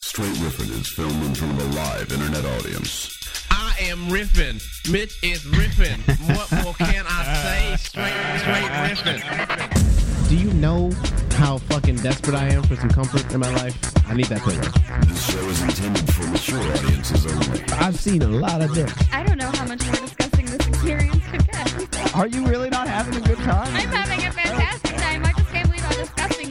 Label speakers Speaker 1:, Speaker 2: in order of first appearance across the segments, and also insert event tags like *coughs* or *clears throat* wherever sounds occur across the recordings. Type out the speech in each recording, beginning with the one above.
Speaker 1: Straight Riffin is filmed in front of a live internet audience.
Speaker 2: I am riffing. Mitch is riffing. What more can I say? Straight, straight riffing.
Speaker 3: Do you know how fucking desperate I am for some comfort in my life? I need that pillow.
Speaker 1: This show is intended for mature audiences only.
Speaker 3: I've seen a lot of dick.
Speaker 4: I don't know how much more disgusting this experience could get.
Speaker 5: Are you really not having a good time?
Speaker 4: I'm having a fantastic time. I just can't believe how disgusting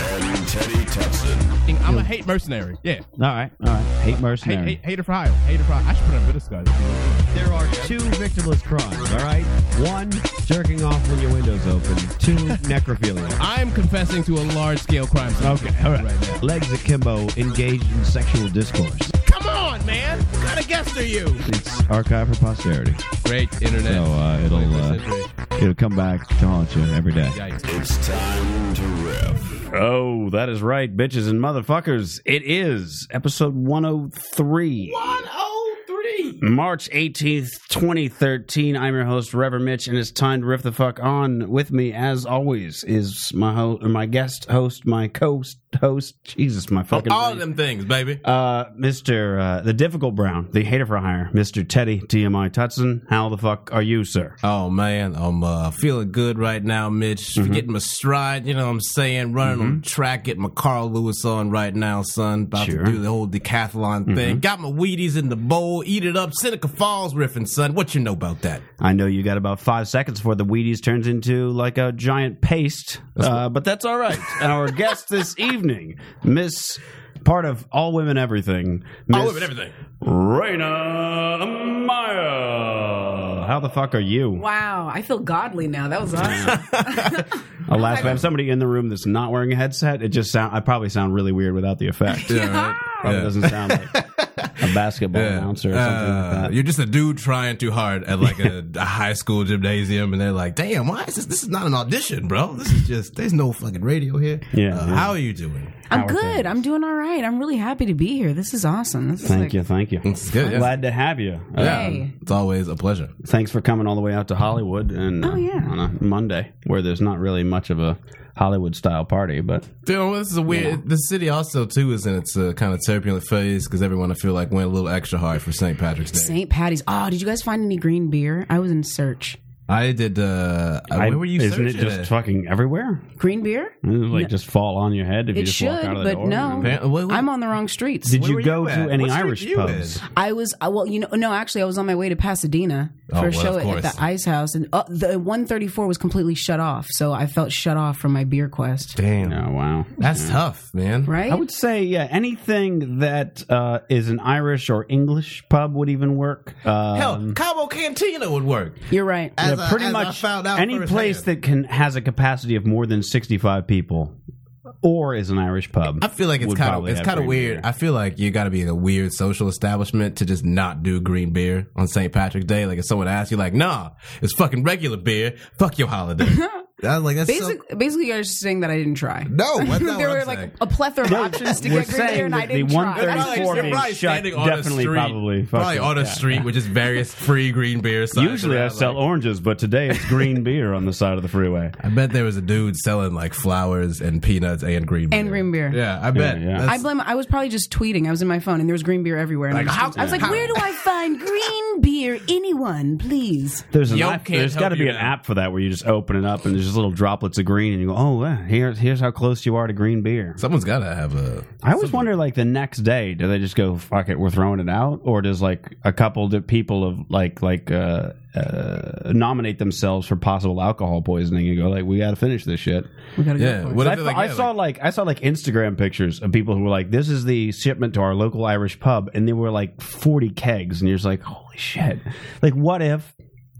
Speaker 1: Teddy Tutson.
Speaker 2: I'm a hate mercenary. Yeah.
Speaker 5: right, all right. Hate
Speaker 2: Hate,
Speaker 5: mercenary.
Speaker 2: hate, hater for hire. Hater for hire. I should put on a disguise.
Speaker 6: There are two victimless crimes, all right? One, jerking off when your window's open. Two, necrophilia.
Speaker 2: I am confessing to a large scale crime.
Speaker 6: Okay, all right. Legs akimbo, engaged in sexual discourse.
Speaker 2: Come on, man. What kind of guest are you?
Speaker 5: It's archived for posterity,
Speaker 2: Great internet.
Speaker 5: so uh, it'll uh, it'll come back to haunt you every day.
Speaker 2: Yikes.
Speaker 1: It's time to riff.
Speaker 5: Oh, that is right, bitches and motherfuckers. It is episode 103. 103! March 18th, 2013. I'm your host, Reverend Mitch, and it's time to riff the fuck on. With me, as always, is my ho- or my guest host, my co host, Jesus, my fucking.
Speaker 7: All
Speaker 5: brain.
Speaker 7: of them things, baby.
Speaker 5: Uh, Mr. Uh, the difficult Brown, the hater for hire, Mr. Teddy TMI Tutson. How the fuck are you, sir?
Speaker 7: Oh man, I'm uh, feeling good right now, Mitch.
Speaker 5: Mm-hmm.
Speaker 7: Getting my stride, you know what I'm saying? Running on track, getting my Carl Lewis on right now, son. About
Speaker 5: Sure. Mm-hmm.
Speaker 7: to do the whole decathlon thing. Got my Wheaties in the bowl, eat it up. Seneca Falls riffing, son. What you know about that?
Speaker 5: I know you got about five seconds before the Wheaties turns into like a giant paste, uh, but that's all right. Our guest this evening, Miss Part of All Women Everything, Miss
Speaker 7: All of it, everything.
Speaker 5: Raina Maya. How the fuck are you?
Speaker 8: Wow, I feel godly now. That
Speaker 7: *laughs*
Speaker 8: was awesome.
Speaker 5: Alas, if I have somebody in the room that's not wearing a headset, it just sound. I probably sound really weird without the effect.
Speaker 7: Yeah,
Speaker 5: Probably
Speaker 7: Yeah.
Speaker 5: doesn't sound like
Speaker 7: *laughs*
Speaker 5: a basketball
Speaker 7: Yeah.
Speaker 5: announcer or something
Speaker 7: Uh,
Speaker 5: like that.
Speaker 7: You're just a dude trying too hard at like
Speaker 5: *laughs*
Speaker 7: a, a high school gymnasium, and they're like, "Damn, why is this? This is not an audition, bro. This is just there's no fucking radio here."
Speaker 5: Yeah,
Speaker 7: Uh,
Speaker 5: yeah.
Speaker 7: How are you doing?
Speaker 8: I'm good. I'm doing all right. I'm really happy to be here. This is awesome. This is
Speaker 5: Thank
Speaker 8: like-
Speaker 5: you, thank you.
Speaker 7: It's good. yeah.
Speaker 5: Glad to have you. Uh,
Speaker 7: Yeah,
Speaker 8: Hey.
Speaker 7: it's always a pleasure.
Speaker 5: thanks for coming all the way out to Hollywood and uh,
Speaker 8: Oh, yeah.
Speaker 5: on a Monday where there's not really much of a Hollywood style party, but
Speaker 7: Dude, well, this is a weird. The city also too is in its uh, kind of turbulent phase because everyone I feel like went a little extra hard for St. Patrick's Day.
Speaker 8: St. Patty's. Oh, did you guys find any green beer? I was in search.
Speaker 7: I did. Uh,
Speaker 5: I-
Speaker 7: where were you?
Speaker 5: Isn't it
Speaker 7: searching
Speaker 5: just
Speaker 7: at?
Speaker 5: fucking everywhere?
Speaker 8: Green beer?
Speaker 5: Doesn't it, like just fall on your head if you
Speaker 8: It
Speaker 5: just walk
Speaker 8: should,
Speaker 5: out of the
Speaker 8: but
Speaker 5: door.
Speaker 8: no.
Speaker 7: Apparently- wait, wait.
Speaker 8: I'm on the wrong streets.
Speaker 5: Did
Speaker 7: Where
Speaker 5: you
Speaker 7: were
Speaker 5: go
Speaker 7: at?
Speaker 5: to any
Speaker 7: What street
Speaker 5: Irish
Speaker 7: were you
Speaker 5: pubs?
Speaker 7: in?
Speaker 8: I was uh, well, you know, no, actually, I was on my way to Pasadena for
Speaker 7: Oh,
Speaker 8: a
Speaker 7: well,
Speaker 8: show
Speaker 7: of
Speaker 8: at
Speaker 7: course.
Speaker 8: the Ice House, and uh, the 134 was completely shut off, so I felt shut off from my beer quest.
Speaker 7: Damn,
Speaker 5: Oh wow.
Speaker 7: that's tough, man.
Speaker 8: Right?
Speaker 5: I would say yeah, anything that uh, is an Irish or English pub would even work. Um,
Speaker 7: Hell, Cabo Cantina would work.
Speaker 8: You're right.
Speaker 7: As
Speaker 5: yeah,
Speaker 7: I-
Speaker 5: pretty
Speaker 7: as I
Speaker 5: much
Speaker 7: found out
Speaker 5: any
Speaker 7: firsthand.
Speaker 5: place that can has a capacity of more than 65 people or is an Irish pub.
Speaker 7: I feel like it's
Speaker 5: would
Speaker 7: kind of
Speaker 5: probably
Speaker 7: it's
Speaker 5: have
Speaker 7: kind of
Speaker 5: green
Speaker 7: weird.
Speaker 5: beer.
Speaker 7: I feel like you got to be in a weird social establishment to just not do green beer on St. Patrick's Day. Like if someone asks you, like, "Nah, it's fucking regular beer. Fuck your
Speaker 8: *laughs*
Speaker 7: holiday." I was like, "That's so-
Speaker 8: Basic, basically, you guys are saying that I didn't try.
Speaker 7: no."
Speaker 8: *laughs*
Speaker 7: That's not
Speaker 8: there
Speaker 7: what
Speaker 8: were
Speaker 7: I'm
Speaker 8: like
Speaker 7: saying.
Speaker 8: a plethora of options to
Speaker 5: we're
Speaker 8: get green
Speaker 5: saying
Speaker 8: beer, and
Speaker 5: that
Speaker 8: I didn't
Speaker 5: the
Speaker 8: try.
Speaker 5: 134
Speaker 7: They're probably
Speaker 5: being shut
Speaker 7: standing on the
Speaker 5: definitely
Speaker 7: street.
Speaker 5: probably
Speaker 7: Probably
Speaker 5: fucking-
Speaker 7: on a
Speaker 5: yeah.
Speaker 7: street with just various free green beer. signs
Speaker 5: Usually I
Speaker 7: around,
Speaker 5: sell
Speaker 7: like-
Speaker 5: oranges, but today it's
Speaker 7: *laughs*
Speaker 5: green beer on the side of the freeway.
Speaker 7: I bet there was a dude selling like flowers and peanuts and green beer.
Speaker 8: And green beer.
Speaker 7: Yeah, I bet.
Speaker 5: yeah.
Speaker 7: That's-
Speaker 8: I blame. I was probably just tweeting. I was in my phone, and there was green beer everywhere. And I, was
Speaker 7: how-
Speaker 8: just- I was like,
Speaker 7: how-
Speaker 8: "Where do I find green beer? Anyone, please."
Speaker 5: There's an
Speaker 7: Yo
Speaker 5: app,
Speaker 7: can't
Speaker 5: there's
Speaker 7: help
Speaker 5: got to be
Speaker 7: you
Speaker 5: an
Speaker 7: now.
Speaker 5: app for that where you just open it up and there's just little droplets of green and you go, oh, yeah, here's here's how close you are to green beer.
Speaker 7: Someone's got to have a.
Speaker 5: I always wonder, like the next day, do they just go fuck it? We're throwing it out, or does like a couple di- people of like like uh, uh, nominate themselves for possible alcohol poisoning and go like, we got to finish this shit.
Speaker 8: We gotta
Speaker 7: Yeah.
Speaker 8: go. For it.
Speaker 7: What
Speaker 5: I,
Speaker 7: if they're like,
Speaker 5: I
Speaker 7: yeah,
Speaker 5: saw
Speaker 7: like-
Speaker 5: like I saw like Instagram pictures of people who were like, this is the shipment to our local Irish pub, and they were like forty kegs, and you're just like, holy shit! Like, what if?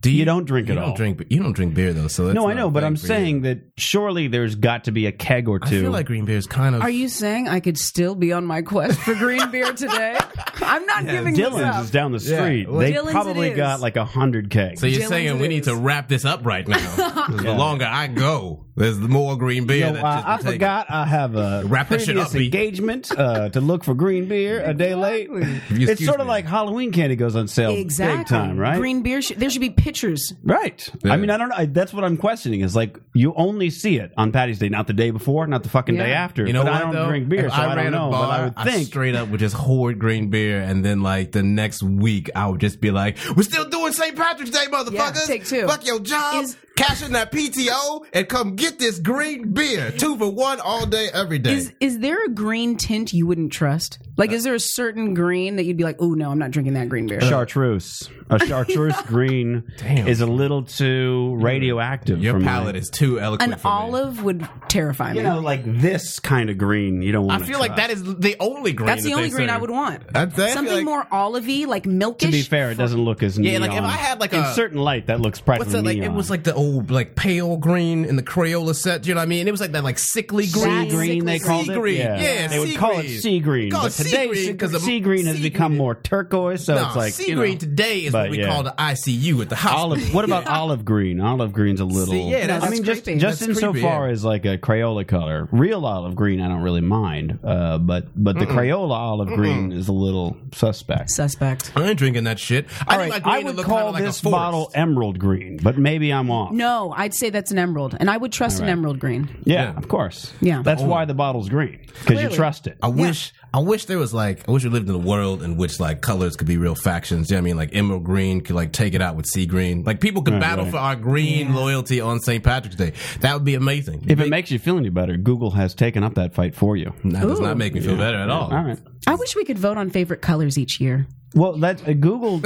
Speaker 5: you, don't drink
Speaker 7: you
Speaker 5: at
Speaker 7: don't
Speaker 5: all?
Speaker 7: Drink, you don't drink beer though, so that's
Speaker 5: no, I
Speaker 7: not
Speaker 5: know,
Speaker 7: a
Speaker 5: but
Speaker 7: thing
Speaker 5: I'm
Speaker 7: for you.
Speaker 5: saying that surely there's got to be a keg or
Speaker 7: I
Speaker 5: two.
Speaker 7: feel like green beer is kind of.
Speaker 8: Are you saying I could still be on my quest for
Speaker 5: *laughs*
Speaker 8: green beer today? I'm not giving this
Speaker 5: Dylan's
Speaker 8: up.
Speaker 5: is down the
Speaker 7: Yeah,
Speaker 5: street.
Speaker 7: well-
Speaker 5: they
Speaker 8: Dylan's it
Speaker 5: probably
Speaker 8: is.
Speaker 5: got like a hundred kegs.
Speaker 7: So you're
Speaker 8: Dylan's
Speaker 7: saying
Speaker 8: it
Speaker 7: we need
Speaker 8: is. *laughs*
Speaker 7: to wrap this up right now. 'Cause the longer I go, There's more green beer.
Speaker 5: Yo,
Speaker 7: that
Speaker 5: uh,
Speaker 7: just been
Speaker 5: I
Speaker 7: taken.
Speaker 5: forgot I have a
Speaker 7: Wrap that shit
Speaker 5: previous
Speaker 7: up, B.
Speaker 5: engagement uh, to look for green beer a day late.
Speaker 7: you
Speaker 5: It's
Speaker 7: excuse
Speaker 5: sort of
Speaker 7: me.
Speaker 5: like Halloween candy goes on sale
Speaker 8: Exactly.
Speaker 5: big time, right?
Speaker 8: Green beer. Sh- there should be pictures.
Speaker 5: Right.
Speaker 7: Yeah.
Speaker 5: I mean, I don't know. I, that's what I'm questioning. Is like you only see it on Patty's Day, not the day before, not the fucking day
Speaker 8: Yeah.
Speaker 5: after.
Speaker 7: You know
Speaker 5: but
Speaker 7: what?
Speaker 5: I don't
Speaker 7: though?
Speaker 5: drink beer,
Speaker 7: If
Speaker 5: so I, don't
Speaker 7: ran a
Speaker 5: know.
Speaker 7: bar,
Speaker 5: but I would think.
Speaker 7: straight up would just hoard green beer, and then like the next week, I would just be like, "We're still doing St. Patrick's Day, motherfuckers!
Speaker 8: take two.
Speaker 7: Fuck your job,
Speaker 8: Is-
Speaker 7: cash in that PTO, and come get this green beer, two for one, all day, every day."
Speaker 8: Is is there a green tint you wouldn't trust? Like, is there a certain green that you'd be like, oh no, I'm not drinking that green beer?
Speaker 5: Chartreuse. A
Speaker 7: *laughs*
Speaker 5: chartreuse green
Speaker 7: Damn.
Speaker 5: is a little too radioactive.
Speaker 7: your
Speaker 5: for my-
Speaker 7: palate is too eloquent.
Speaker 8: An
Speaker 7: for me.
Speaker 8: olive would terrify me.
Speaker 5: You know, like this kind of green. You don't
Speaker 7: I
Speaker 5: want.
Speaker 7: feel like that is the only green.
Speaker 8: That's the
Speaker 7: that
Speaker 8: only
Speaker 7: they
Speaker 8: green I
Speaker 7: serve.
Speaker 8: would want.
Speaker 7: I think,
Speaker 8: Something
Speaker 7: like-
Speaker 8: more olivey, like milkish.
Speaker 5: To be fair, it doesn't look as
Speaker 7: Yeah,
Speaker 5: neon.
Speaker 7: like, if I had, like,
Speaker 5: in
Speaker 7: a-
Speaker 5: certain light, that looks practically
Speaker 7: What's that like? It
Speaker 5: neon.
Speaker 7: was like the old like pale green in the Crayola set. Do you know what I mean? It was like that like sickly green.
Speaker 5: sea green. They
Speaker 8: Sea
Speaker 5: called it.
Speaker 7: green, yeah,
Speaker 5: they would
Speaker 7: sea
Speaker 5: call
Speaker 7: green.
Speaker 5: it sea green.
Speaker 7: Call
Speaker 5: but
Speaker 7: it sea
Speaker 5: today,
Speaker 7: green,
Speaker 5: sea
Speaker 7: 'cause
Speaker 5: green,
Speaker 7: the
Speaker 5: sea green has
Speaker 7: sea
Speaker 5: become
Speaker 7: green-
Speaker 5: more turquoise. So
Speaker 7: Nah,
Speaker 5: it's like
Speaker 7: sea
Speaker 5: you know,
Speaker 7: green today is
Speaker 5: but
Speaker 7: what we
Speaker 5: yeah.
Speaker 7: call the ICU at the hospital.
Speaker 5: *laughs* Olive. What about olive green? Olive green's a little.
Speaker 7: See, *laughs* yeah, that's
Speaker 5: I mean, just
Speaker 8: creepy.
Speaker 5: just
Speaker 7: That's
Speaker 5: in so
Speaker 7: creepy, yeah.
Speaker 5: far as like a Crayola color, real olive green, I don't really mind. Uh, but but the Crayola olive green is a little suspect.
Speaker 8: Suspect.
Speaker 7: I ain't drinking that shit. I
Speaker 5: All
Speaker 7: think
Speaker 5: right,
Speaker 7: my green
Speaker 5: I
Speaker 7: to
Speaker 5: would
Speaker 7: look
Speaker 5: call
Speaker 7: kinda like a
Speaker 5: this
Speaker 7: forest.
Speaker 5: bottle emerald green, but maybe I'm off.
Speaker 8: No, I'd say that's an emerald, and I would trust an emerald green.
Speaker 5: Yeah,
Speaker 7: Yeah. Oh.
Speaker 5: of course.
Speaker 8: Yeah.
Speaker 5: that's why the bottle's green because you
Speaker 8: Clearly.
Speaker 5: trust it.
Speaker 7: I wish I wish there was like I wish we lived in a world in which like colors could be real factions. You know what I mean? Like emerald green could like take it out with sea green. Like people could
Speaker 5: Right,
Speaker 7: battle
Speaker 5: right.
Speaker 7: for our green loyalty on St. Patrick's Day. That would be amazing.
Speaker 5: If it makes you feel any better, Google has taken up that fight for you.
Speaker 7: that does not make me feel better at all.
Speaker 5: All right.
Speaker 8: I wish we could vote on favorite colors each year.
Speaker 5: Well, that uh, Google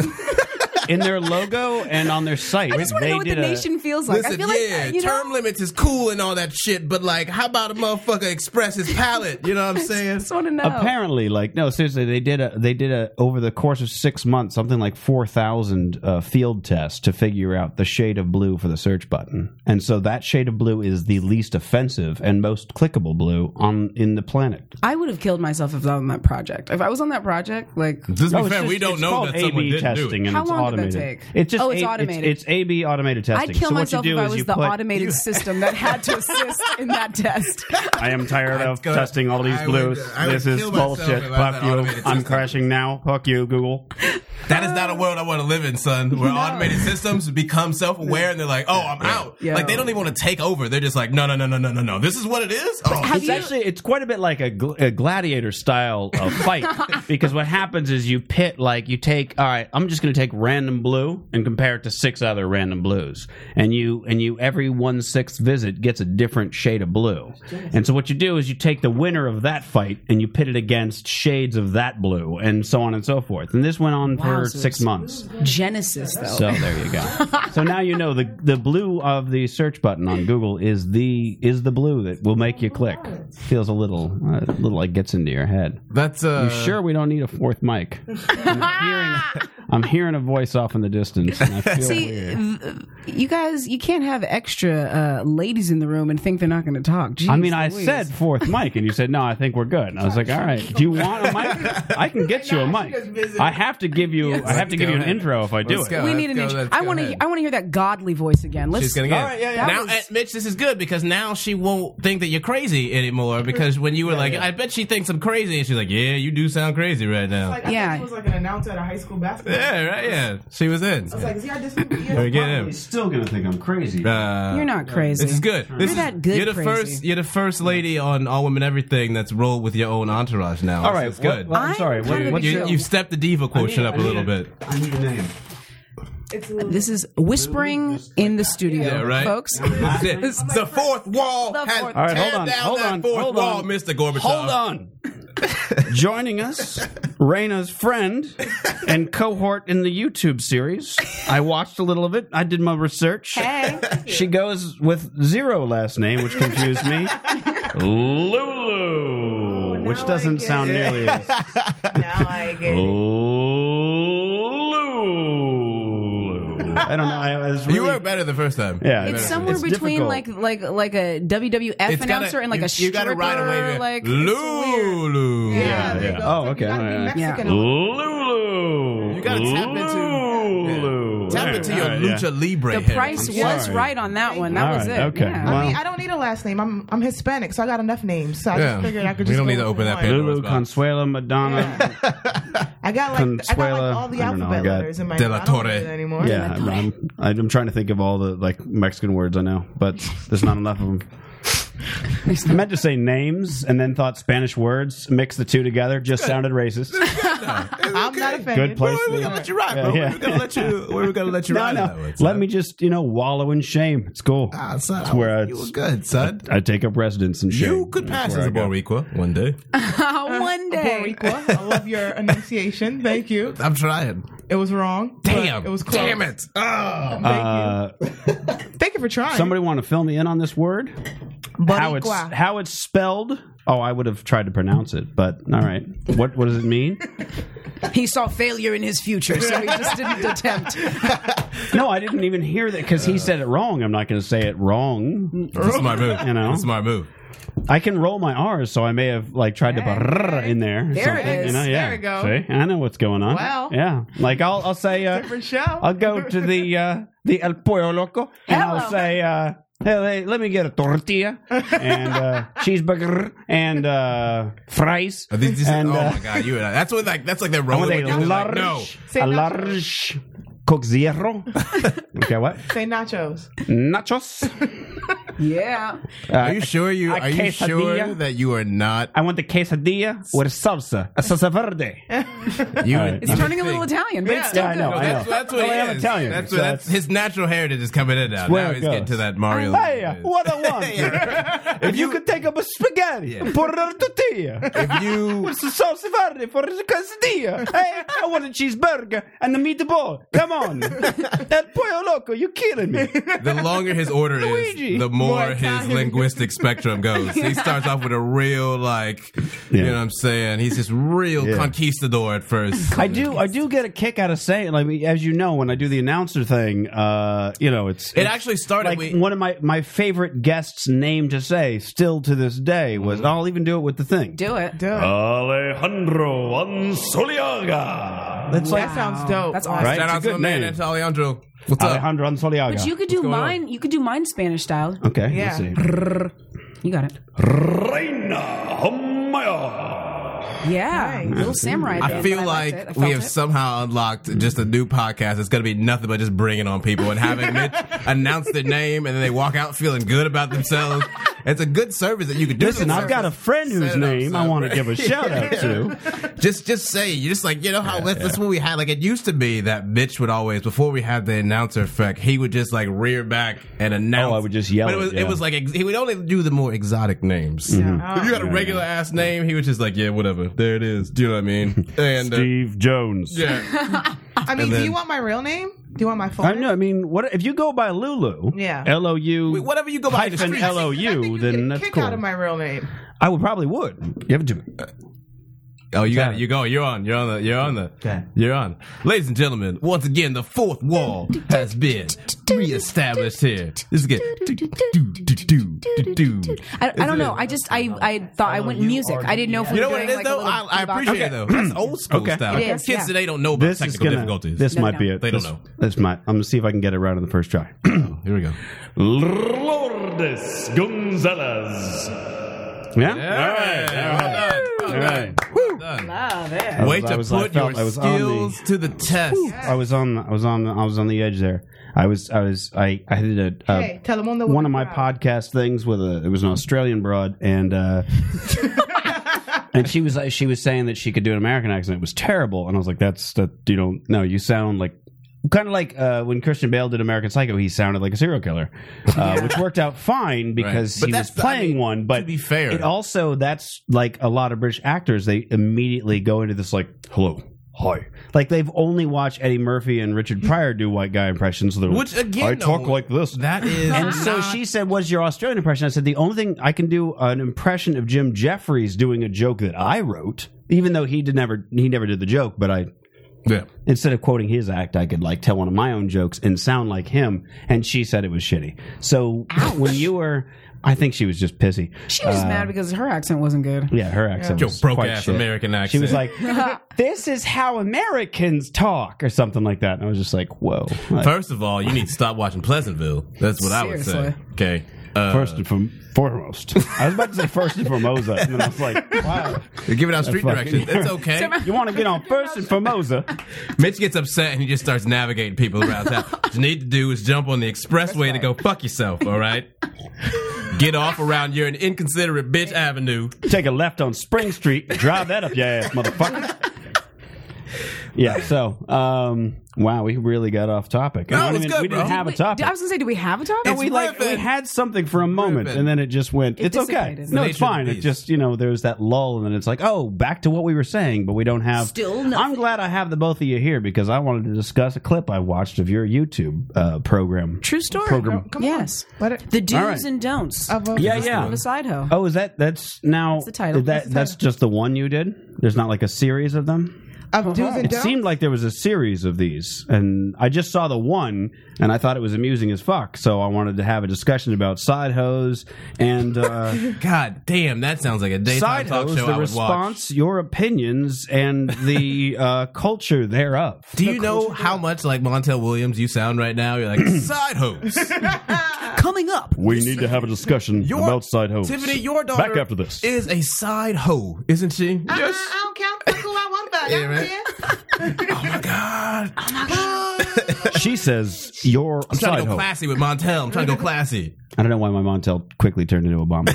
Speaker 5: in their logo and on their site,
Speaker 8: I just want to
Speaker 5: they
Speaker 8: know what the
Speaker 5: did a-
Speaker 8: nation feels like.
Speaker 7: Listen,
Speaker 8: I feel like
Speaker 7: yeah,
Speaker 8: you know,
Speaker 7: term limits is cool and all that shit, but like, how about a motherfucker express his palate? You know what I'm saying?
Speaker 8: just want to know.
Speaker 5: Oh. Apparently, like no, seriously, they did a they did a over the course of six months something like four thousand uh, field tests to figure out the shade of blue for the search button, and so that shade of blue is the least offensive and most clickable blue on in the planet.
Speaker 8: I would have killed myself if I was on that project. If I was on that project, like
Speaker 7: Just be
Speaker 5: No, Oh, it's
Speaker 7: fair,
Speaker 5: just-
Speaker 7: we don't
Speaker 5: it's
Speaker 7: know
Speaker 5: called
Speaker 7: that someone
Speaker 5: A/B
Speaker 7: didn't
Speaker 5: testing
Speaker 7: do it.
Speaker 5: and
Speaker 8: How
Speaker 5: it's
Speaker 8: long did that
Speaker 5: automated.
Speaker 8: take?
Speaker 5: It's just
Speaker 8: Oh, it's
Speaker 5: A-
Speaker 8: automated.
Speaker 5: It's, it's A/B automated
Speaker 8: I'd
Speaker 5: testing.
Speaker 8: kill
Speaker 5: so what
Speaker 8: myself
Speaker 5: you
Speaker 8: if
Speaker 5: do
Speaker 8: I
Speaker 5: is
Speaker 8: was
Speaker 5: you
Speaker 8: the
Speaker 5: put,
Speaker 8: automated system that had to assist in that test.
Speaker 5: *laughs* I
Speaker 8: *laughs*
Speaker 5: am tired of
Speaker 7: go-
Speaker 5: testing all these
Speaker 7: I
Speaker 5: blues.
Speaker 7: would- I would
Speaker 5: this is
Speaker 7: kill myself
Speaker 5: bullshit.
Speaker 7: if I was
Speaker 5: Fuck
Speaker 7: an
Speaker 5: you.
Speaker 7: automated
Speaker 5: I'm
Speaker 7: system.
Speaker 5: crashing now. Fuck you, Google.
Speaker 7: That is not a world I want to live in, son. Where automated systems become self aware and they're like, oh, I'm out.
Speaker 8: Yeah.
Speaker 7: Like, they don't even want to take over. They're just like, no, no, no, no, no, no, no. This is what it is? Oh,
Speaker 8: Have
Speaker 5: It's
Speaker 8: you-
Speaker 5: actually it's quite a bit like a, gl- a gladiator style
Speaker 8: *laughs*
Speaker 5: of fight because what happens is you pit like you take all right I'm just going to take random blue and compare it to six other random blues and you and you every one sixth visit gets a different shade of blue and so what you do is you take the winner of that fight and you pit it against shades of that blue and so on and so forth and this went on for
Speaker 8: Wowzers.
Speaker 5: six months
Speaker 8: Genesis, though.
Speaker 5: so there you go so now you know the the blue of the search button on Google is the is the blue that will make you click feels a little uh, a little like gets into your head
Speaker 7: that's, uh.
Speaker 5: sure we don't need a fourth mic I'm hearing, I'm hearing a voice off in the distance
Speaker 7: *laughs*
Speaker 5: and I feel
Speaker 8: *laughs* See,
Speaker 5: weird.
Speaker 8: th- you guys, you can't have extra uh, ladies in the room and think they're not going to talk. Jeez,
Speaker 5: I mean, I
Speaker 8: Louise.
Speaker 5: said fourth mic, and you said no. I think we're good. And I was like, all right. Do you want a mic? I can get you
Speaker 7: *laughs*
Speaker 5: a mic. I have to give you. I have to give you an intro if I do
Speaker 7: Let's
Speaker 5: it.
Speaker 7: go.
Speaker 8: we
Speaker 7: Let's
Speaker 8: need an.
Speaker 7: go,
Speaker 8: intro.
Speaker 7: let's
Speaker 8: I
Speaker 7: go
Speaker 8: want to.
Speaker 7: ahead.
Speaker 8: I want to hear that godly voice again. Let's.
Speaker 7: She's gonna get.
Speaker 5: All right, yeah, yeah.
Speaker 7: Now,
Speaker 8: That was-
Speaker 7: uh, Mitch, this is good because now she won't think that you're crazy anymore. Because when you were like, I bet she thinks I'm crazy, and she's like, Yeah, you do sound crazy right now.
Speaker 9: Like, I
Speaker 8: Yeah.
Speaker 9: yeah. She was like an announcer at a high school basketball.
Speaker 7: yeah, right. Yeah, she was in.
Speaker 9: I was like, is he auditioning?
Speaker 7: Or
Speaker 9: Yeah.
Speaker 7: get him.
Speaker 5: still gonna think I'm crazy.
Speaker 7: Uh,
Speaker 8: you're not crazy.
Speaker 7: This is good. This is,
Speaker 8: that good
Speaker 7: You're the
Speaker 8: crazy.
Speaker 7: first. You're the first lady on All Women Everything that's rolled with your own entourage now.
Speaker 5: all right,
Speaker 7: it's good.
Speaker 5: Well, I'm
Speaker 8: I'm
Speaker 5: sorry. What,
Speaker 8: kinda
Speaker 5: what's
Speaker 7: you,
Speaker 5: your,
Speaker 8: chill.
Speaker 7: you've stepped the diva quotient up a little bit.
Speaker 5: I need a name.
Speaker 9: It's a little
Speaker 8: This is whispering in the studio,
Speaker 7: Yeah, right. *laughs*
Speaker 8: folks.
Speaker 7: That's it.
Speaker 8: *laughs*
Speaker 7: The fourth wall
Speaker 8: The
Speaker 7: has
Speaker 8: fourth-
Speaker 5: All right,
Speaker 7: tear
Speaker 5: hold on,
Speaker 7: down
Speaker 5: hold
Speaker 7: that
Speaker 5: on,
Speaker 7: fourth
Speaker 5: hold
Speaker 7: wall,
Speaker 5: on.
Speaker 7: Mr. Gorbachev.
Speaker 5: Hold on. Joining us, Raina's friend and cohort in the YouTube series. I watched a little of it. I did my research.
Speaker 8: Hey.
Speaker 5: She goes with zero last name, which confused me. Lulu, which
Speaker 9: Oh, now I
Speaker 5: doesn't
Speaker 9: get
Speaker 5: sound
Speaker 9: it. *laughs*
Speaker 5: nearly as.
Speaker 9: now I get it.
Speaker 5: Lulu. I don't know. I was really,
Speaker 7: You were better the first time.
Speaker 5: Yeah,
Speaker 8: It's somewhere between
Speaker 5: difficult.
Speaker 8: like like like a WWF announcer and like
Speaker 7: you,
Speaker 8: a stripper.
Speaker 7: You gotta ride away.
Speaker 8: like
Speaker 7: Like Lulu.
Speaker 9: Yeah, there you
Speaker 5: yeah.
Speaker 9: go.
Speaker 5: Oh,
Speaker 9: So
Speaker 5: okay,
Speaker 9: You gotta
Speaker 5: all
Speaker 9: be
Speaker 5: right.
Speaker 9: Mexican.
Speaker 5: Lulu.
Speaker 7: You gotta tap into-
Speaker 5: Lulu. Ooh,
Speaker 7: Tap
Speaker 5: all
Speaker 7: into
Speaker 5: right,
Speaker 7: your
Speaker 5: all right,
Speaker 7: lucha libre.
Speaker 8: The
Speaker 7: heritage.
Speaker 8: price was
Speaker 5: sorry.
Speaker 8: right on that one. That
Speaker 5: All
Speaker 8: was
Speaker 5: right,
Speaker 8: it.
Speaker 5: okay.
Speaker 8: Yeah. *laughs*
Speaker 5: Well-
Speaker 9: I mean, I don't need a last name. I'm I'm Hispanic, so I got enough names. So I
Speaker 7: Yeah.
Speaker 9: just figured I could
Speaker 7: We
Speaker 9: just.
Speaker 7: don't
Speaker 9: go
Speaker 7: need to
Speaker 9: with
Speaker 7: open that
Speaker 9: one.
Speaker 7: Pandora's
Speaker 5: Lulu,
Speaker 7: box.
Speaker 5: Consuela, Madonna.
Speaker 9: I got like I got
Speaker 5: Consuela.
Speaker 9: like all the
Speaker 5: I don't know, I
Speaker 9: alphabet
Speaker 5: got
Speaker 9: letters in my.
Speaker 7: De La
Speaker 9: I don't
Speaker 7: Torre.
Speaker 9: need it anymore.
Speaker 5: *laughs* Yeah, I'm, I'm trying to think of all the like Mexican words I know, but there's not enough of them. I meant to say names and then thought Spanish words. Mix the two together, just sounded racist.
Speaker 9: I'm not offended.
Speaker 5: Good place.
Speaker 7: Well, we're gonna let you ride, bro.
Speaker 5: Yeah, yeah.
Speaker 7: We're gonna let you. We're gonna let you
Speaker 5: *laughs* No,
Speaker 7: ride. that
Speaker 5: no.
Speaker 7: way,
Speaker 5: Let
Speaker 7: son.
Speaker 5: me just you know wallow in shame. It's cool.
Speaker 7: Ah, son,
Speaker 5: It's
Speaker 7: I-
Speaker 5: where I-
Speaker 7: you were good, son.
Speaker 5: I take up residence in shame.
Speaker 7: You could pass as a Boricua one day.
Speaker 8: Oh, one day.
Speaker 9: Boricua. I love your enunciation. Thank you.
Speaker 7: *laughs* I'm trying.
Speaker 9: It was wrong. but
Speaker 7: Damn.
Speaker 9: It was close.
Speaker 7: Damn *laughs* it. Oh.
Speaker 9: Thank
Speaker 5: Uh,
Speaker 9: you. Thank you for trying.
Speaker 5: somebody want to fill me in on this word? How it's
Speaker 9: Boricua.
Speaker 5: how it's spelled? Oh, I would have tried to pronounce it, but all right. What what does it mean?
Speaker 8: He saw failure in his future, so he just didn't *laughs* attempt.
Speaker 5: No, I didn't even hear that because he said it wrong. I'm not going to say it wrong.
Speaker 7: That's a smart move.
Speaker 5: You know.
Speaker 7: That's a smart move.
Speaker 5: I can roll my R's, so I may have like tried to brrr in there. or
Speaker 8: There it
Speaker 5: something,
Speaker 8: is.
Speaker 5: You know? yeah.
Speaker 9: There we go.
Speaker 5: See, I know what's going on.
Speaker 9: Wow.
Speaker 5: Yeah, like I'll I'll say uh,
Speaker 9: Different show.
Speaker 5: I'll go to the uh, the El Pollo Loco and I'll
Speaker 8: Hello.
Speaker 5: say. Uh, Hey, hey, let me get a tortilla and uh, cheeseburger and uh, fries.
Speaker 7: Are these- these-
Speaker 5: And,
Speaker 7: oh
Speaker 5: uh,
Speaker 7: my god, you were like, that's what like that's like
Speaker 5: *laughs*
Speaker 7: that
Speaker 5: I
Speaker 7: rolling.
Speaker 5: want a
Speaker 7: with you. They're like,
Speaker 5: large,
Speaker 7: no,
Speaker 5: a large Coke Zero.
Speaker 7: *laughs*
Speaker 5: okay, what?
Speaker 9: Say nachos.
Speaker 5: Nachos.
Speaker 8: Yeah.
Speaker 7: are you sure you
Speaker 5: a
Speaker 7: are you sure
Speaker 5: quesadilla?
Speaker 7: that you are not?
Speaker 5: I want the quesadilla with salsa, a
Speaker 7: *laughs*
Speaker 5: salsa verde.
Speaker 7: You,
Speaker 5: right.
Speaker 7: you
Speaker 8: It's turning a little
Speaker 7: think-
Speaker 8: Italian, but it's
Speaker 9: Yeah.
Speaker 8: still
Speaker 5: Yeah, I
Speaker 8: good.
Speaker 5: know,
Speaker 7: No,
Speaker 5: I
Speaker 7: that's,
Speaker 5: know.
Speaker 7: that's what
Speaker 5: Well, I
Speaker 7: he
Speaker 5: am
Speaker 7: is.
Speaker 5: Italian,
Speaker 7: That's,
Speaker 5: so
Speaker 7: what, that's
Speaker 5: that's-
Speaker 7: his natural heritage is coming in now.
Speaker 5: where
Speaker 7: Now
Speaker 5: it
Speaker 7: he's getting
Speaker 5: goes.
Speaker 7: to that Mario.
Speaker 5: Hey, what
Speaker 7: *laughs*
Speaker 5: I want. If you could take up a spaghetti,
Speaker 7: Yeah.
Speaker 5: put it on a tortilla.
Speaker 7: *laughs*
Speaker 5: *laughs*
Speaker 7: if you
Speaker 5: What's the salsa verde for the quesadilla? Hey, I want a cheeseburger and a meatball.
Speaker 7: *laughs*
Speaker 5: Come on. that pollo loco, you killing me.
Speaker 7: the longer his order
Speaker 5: Luigi.
Speaker 7: is, the more,
Speaker 5: More
Speaker 7: his
Speaker 5: Italian.
Speaker 7: linguistic
Speaker 5: *laughs*
Speaker 7: spectrum goes. He starts off with a real like, you
Speaker 5: Yeah.
Speaker 7: know what I'm saying? He's just real conquistador at
Speaker 5: *laughs*
Speaker 7: first.
Speaker 5: I do I do get a kick out of saying like as you know when I do the announcer thing, uh, you know, it's
Speaker 7: It actually started
Speaker 5: like
Speaker 7: with
Speaker 5: one of my, my favorite guests' name to say still to this day was I'll even do it with the thing.
Speaker 8: Do it.
Speaker 9: Dope.
Speaker 5: Alejandro Ansoliaga. That's like
Speaker 9: that sounds dope.
Speaker 8: That's awesome.
Speaker 5: Right?
Speaker 7: Shout
Speaker 5: It's a
Speaker 7: out to my
Speaker 5: good
Speaker 7: man,
Speaker 5: name.
Speaker 7: that's Alejandro. What's up?
Speaker 5: Alejandro Ansoliaga.
Speaker 8: But you could do
Speaker 7: going on?
Speaker 8: mine. You could do mine Spanish style.
Speaker 5: okay,
Speaker 9: Yeah.
Speaker 5: let's see.
Speaker 8: You got it.
Speaker 5: Reina
Speaker 8: Yeah, little samurai.
Speaker 7: I
Speaker 8: band.
Speaker 7: feel
Speaker 8: liked it.
Speaker 7: like
Speaker 8: I felt
Speaker 7: we have
Speaker 8: it.
Speaker 7: somehow unlocked just a new podcast. It's going to be nothing but just bringing on people and having
Speaker 5: *laughs*
Speaker 7: Mitch announce their name and then they walk out feeling good about themselves. It's a good service that you could do.
Speaker 5: Listen, I've got a friend
Speaker 7: Set it
Speaker 5: whose
Speaker 7: up,
Speaker 5: name I
Speaker 7: son,
Speaker 5: want to
Speaker 7: right? *laughs*
Speaker 5: give a shout out to.
Speaker 7: Just, just say you just like you know how that's, that's what we had. Like it used to be that Mitch would always before we had the announcer effect, he would just like rear back and announce.
Speaker 5: Oh, I would just yell
Speaker 7: But it
Speaker 5: it,
Speaker 7: was,
Speaker 5: yeah.
Speaker 7: it was like ex- he would only do the more exotic names.
Speaker 5: Mm-hmm.
Speaker 9: Uh,
Speaker 7: If you had a regular ass name, he was just like, yeah, whatever. There it is. Do you know what I
Speaker 5: *laughs*
Speaker 7: mean? And uh,
Speaker 5: Steve Jones. *laughs*
Speaker 7: yeah,
Speaker 9: I mean,
Speaker 7: then-
Speaker 9: do you want my real name? Do you want my phone?
Speaker 5: I know. I mean, what if you go by Lulu?
Speaker 9: Yeah.
Speaker 5: L O U.
Speaker 7: Wait, whatever you go by. the
Speaker 5: hyphen
Speaker 7: streets.
Speaker 5: L O U. Then that's
Speaker 9: Kick
Speaker 5: cool.
Speaker 9: out of my real name.
Speaker 5: I would probably would. Give it to me.
Speaker 7: Oh, you got it. You go. You're on. You're on the. You're on the. You're on. Ladies and gentlemen, once again, the fourth wall has been reestablished here. This is good.
Speaker 8: I, I don't know. I just I I thought I went music. I didn't know if we
Speaker 7: You know
Speaker 8: were
Speaker 7: what it
Speaker 8: doing
Speaker 7: is
Speaker 8: like a
Speaker 7: though?
Speaker 8: little
Speaker 7: I, I
Speaker 8: bebop.
Speaker 7: appreciate it though. That's old school
Speaker 5: Okay.
Speaker 7: style.
Speaker 8: It
Speaker 7: Kids
Speaker 8: is, yeah.
Speaker 7: today don't know about
Speaker 5: This is
Speaker 7: technical
Speaker 5: gonna.
Speaker 7: difficulties.
Speaker 5: This
Speaker 8: No,
Speaker 5: might
Speaker 8: no.
Speaker 5: be it.
Speaker 7: They don't
Speaker 5: This-
Speaker 7: know.
Speaker 5: This might. I'm gonna see if I can get it right on the first try. *clears throat*
Speaker 7: Here we go.
Speaker 5: Lourdes Gonzalez. Yeah.
Speaker 7: Well done. Well
Speaker 5: All right.
Speaker 7: done.
Speaker 8: Love it.
Speaker 7: Way
Speaker 5: was- I
Speaker 7: to
Speaker 5: was- I
Speaker 7: put
Speaker 5: felt
Speaker 7: your
Speaker 5: I was on the-
Speaker 7: skills to the test.
Speaker 5: I was on. I was on. I was on the edge there. I was. I was. I. I did a. Uh,
Speaker 9: Hey, tell them on the
Speaker 5: one of my podcast things with a it was an Australian broad and uh and she was like she was saying that she could do an American accent it was terrible and I was like that's that you don't know you sound like kind of like uh when Christian Bale did American Psycho he sounded like a serial killer uh, which worked out fine because
Speaker 7: But
Speaker 5: he
Speaker 7: that's
Speaker 5: was
Speaker 7: the- I
Speaker 5: playing
Speaker 7: mean,
Speaker 5: one but
Speaker 7: to be fair.
Speaker 5: it also that's like a lot of British actors they immediately go into this like hello Hi. Like they've only watched Eddie Murphy and Richard Pryor do white guy impressions. so they're like,
Speaker 7: Mm. Which again,
Speaker 5: I
Speaker 7: though,
Speaker 5: talk like this.
Speaker 7: That is.
Speaker 5: And so
Speaker 7: not-
Speaker 5: she said, "What's your Australian impression?" I said, "The only thing I can do an impression of Jim Jeffries doing a joke that I wrote, even though he did never he never did the joke, but I
Speaker 7: Yeah.
Speaker 5: instead of quoting his act, I could like tell one of my own jokes and sound like him." And she said it was shitty. So when you were I think she was just pissy.
Speaker 8: She
Speaker 5: Uh,
Speaker 8: was mad because her accent wasn't good.
Speaker 5: Yeah, her accent.
Speaker 7: Yo,
Speaker 5: was
Speaker 7: broke
Speaker 5: quite
Speaker 7: ass
Speaker 5: shit.
Speaker 7: American accent.
Speaker 5: She was like, *laughs* "This is how Americans talk," or something like that. And I was just like, "Whoa!" Like,
Speaker 7: First of all, you need to stop watching Pleasantville. That's what I would say.
Speaker 8: Seriously.
Speaker 7: Okay. Uh,
Speaker 5: first and from, foremost, I was about to say first
Speaker 7: *laughs*
Speaker 5: and foremost, and then I was *laughs* like,
Speaker 9: *laughs*
Speaker 5: "Wow,
Speaker 7: You're giving out street
Speaker 5: fucking-
Speaker 7: directions. *laughs* It's okay.
Speaker 5: you want to get on first and foremost?"
Speaker 7: Mitch gets upset and he just starts navigating people around town. what you need to do is jump on the expressway to go fuck yourself, all right? Get off around you're an inconsiderate bitch avenue.
Speaker 5: take a left on Spring Street, drive that up your ass, motherfucker. Yeah, so um, wow, we really got off topic. And
Speaker 7: No,
Speaker 5: we
Speaker 7: it's
Speaker 5: didn't,
Speaker 7: good,
Speaker 5: we didn't
Speaker 7: bro.
Speaker 5: have a
Speaker 8: Wait,
Speaker 5: topic.
Speaker 8: I was gonna say, do we have a topic?
Speaker 7: It's
Speaker 5: we like we
Speaker 7: riffing.
Speaker 5: had something for a moment,
Speaker 7: Riffing.
Speaker 5: and then it just went.
Speaker 8: It
Speaker 5: it's okay.
Speaker 8: dissipated.
Speaker 5: No,
Speaker 7: The nature of
Speaker 5: it's
Speaker 7: the
Speaker 5: fine. It
Speaker 7: beast.
Speaker 5: just you know there's that lull, and then it's like, oh, back to what we were saying, but we don't have.
Speaker 8: Still
Speaker 5: I'm
Speaker 8: nothing.
Speaker 5: glad I have the both of you here because I wanted to discuss a clip I watched of your YouTube uh, program.
Speaker 8: True story.
Speaker 5: Program.
Speaker 9: Come
Speaker 8: Yes.
Speaker 9: on. Let it.
Speaker 8: The do's
Speaker 5: All right.
Speaker 8: and don'ts
Speaker 9: Of a,
Speaker 5: Yeah,
Speaker 8: of
Speaker 5: yeah.
Speaker 8: a side hoe.
Speaker 5: Oh, is that that's now
Speaker 8: the title.
Speaker 5: That
Speaker 8: That's
Speaker 5: that's,
Speaker 8: the
Speaker 5: just the one you did. There's not like a series of them.
Speaker 9: of do's and
Speaker 5: It
Speaker 9: don'ts.
Speaker 5: seemed like there was a series of these, and I just saw the one, and I thought it was amusing as fuck. So I wanted to have a discussion about side hoes
Speaker 7: *laughs*
Speaker 5: and uh,
Speaker 7: God damn, that sounds like a daytime
Speaker 5: side
Speaker 7: talk
Speaker 5: hoes,
Speaker 7: show
Speaker 5: the
Speaker 7: I would watch.
Speaker 5: response, your opinions,
Speaker 7: *laughs*
Speaker 5: and the uh, culture thereof.
Speaker 7: Do you know how much like Montel Williams you sound right now? You're
Speaker 5: *clears throat*
Speaker 7: like side hoes.
Speaker 8: Coming up.
Speaker 5: We need to have a discussion
Speaker 7: Your-
Speaker 5: about side hoes.
Speaker 7: Tiffany, your daughter
Speaker 5: Back after this.
Speaker 7: is a side hoe, isn't she?
Speaker 9: Uh-uh, I don't count. Fuck who I want, but
Speaker 7: *laughs*
Speaker 9: I
Speaker 7: Yeah,
Speaker 9: don't
Speaker 7: right.
Speaker 9: care.
Speaker 7: Oh God.
Speaker 5: she says you're a
Speaker 7: I'm trying
Speaker 5: side
Speaker 7: to go
Speaker 5: hoe.
Speaker 7: classy with Montel. I'm trying to go classy.
Speaker 5: I don't know why my Montel quickly turned into
Speaker 7: *laughs*
Speaker 5: Obama.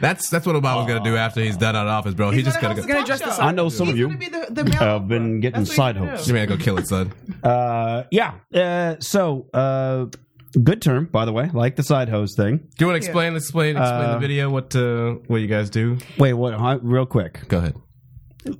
Speaker 7: That's that's what Obama's gonna do after he's done out of office, bro. He's, just gonna go.
Speaker 8: gonna dress this
Speaker 5: I know some of you
Speaker 9: He's gonna be the, the male
Speaker 5: have been
Speaker 9: Oprah.
Speaker 5: getting
Speaker 9: That's what
Speaker 5: side
Speaker 9: he's gonna
Speaker 5: hoes.
Speaker 9: do.
Speaker 7: You may go kill it, son.
Speaker 5: Uh, yeah. Uh, so, uh, good term, by the way. Like the side hose thing.
Speaker 7: Do you want to explain? Explain. Explain the video. What uh, what you guys do?
Speaker 5: Wait, what? huh? Real quick.
Speaker 7: Go ahead.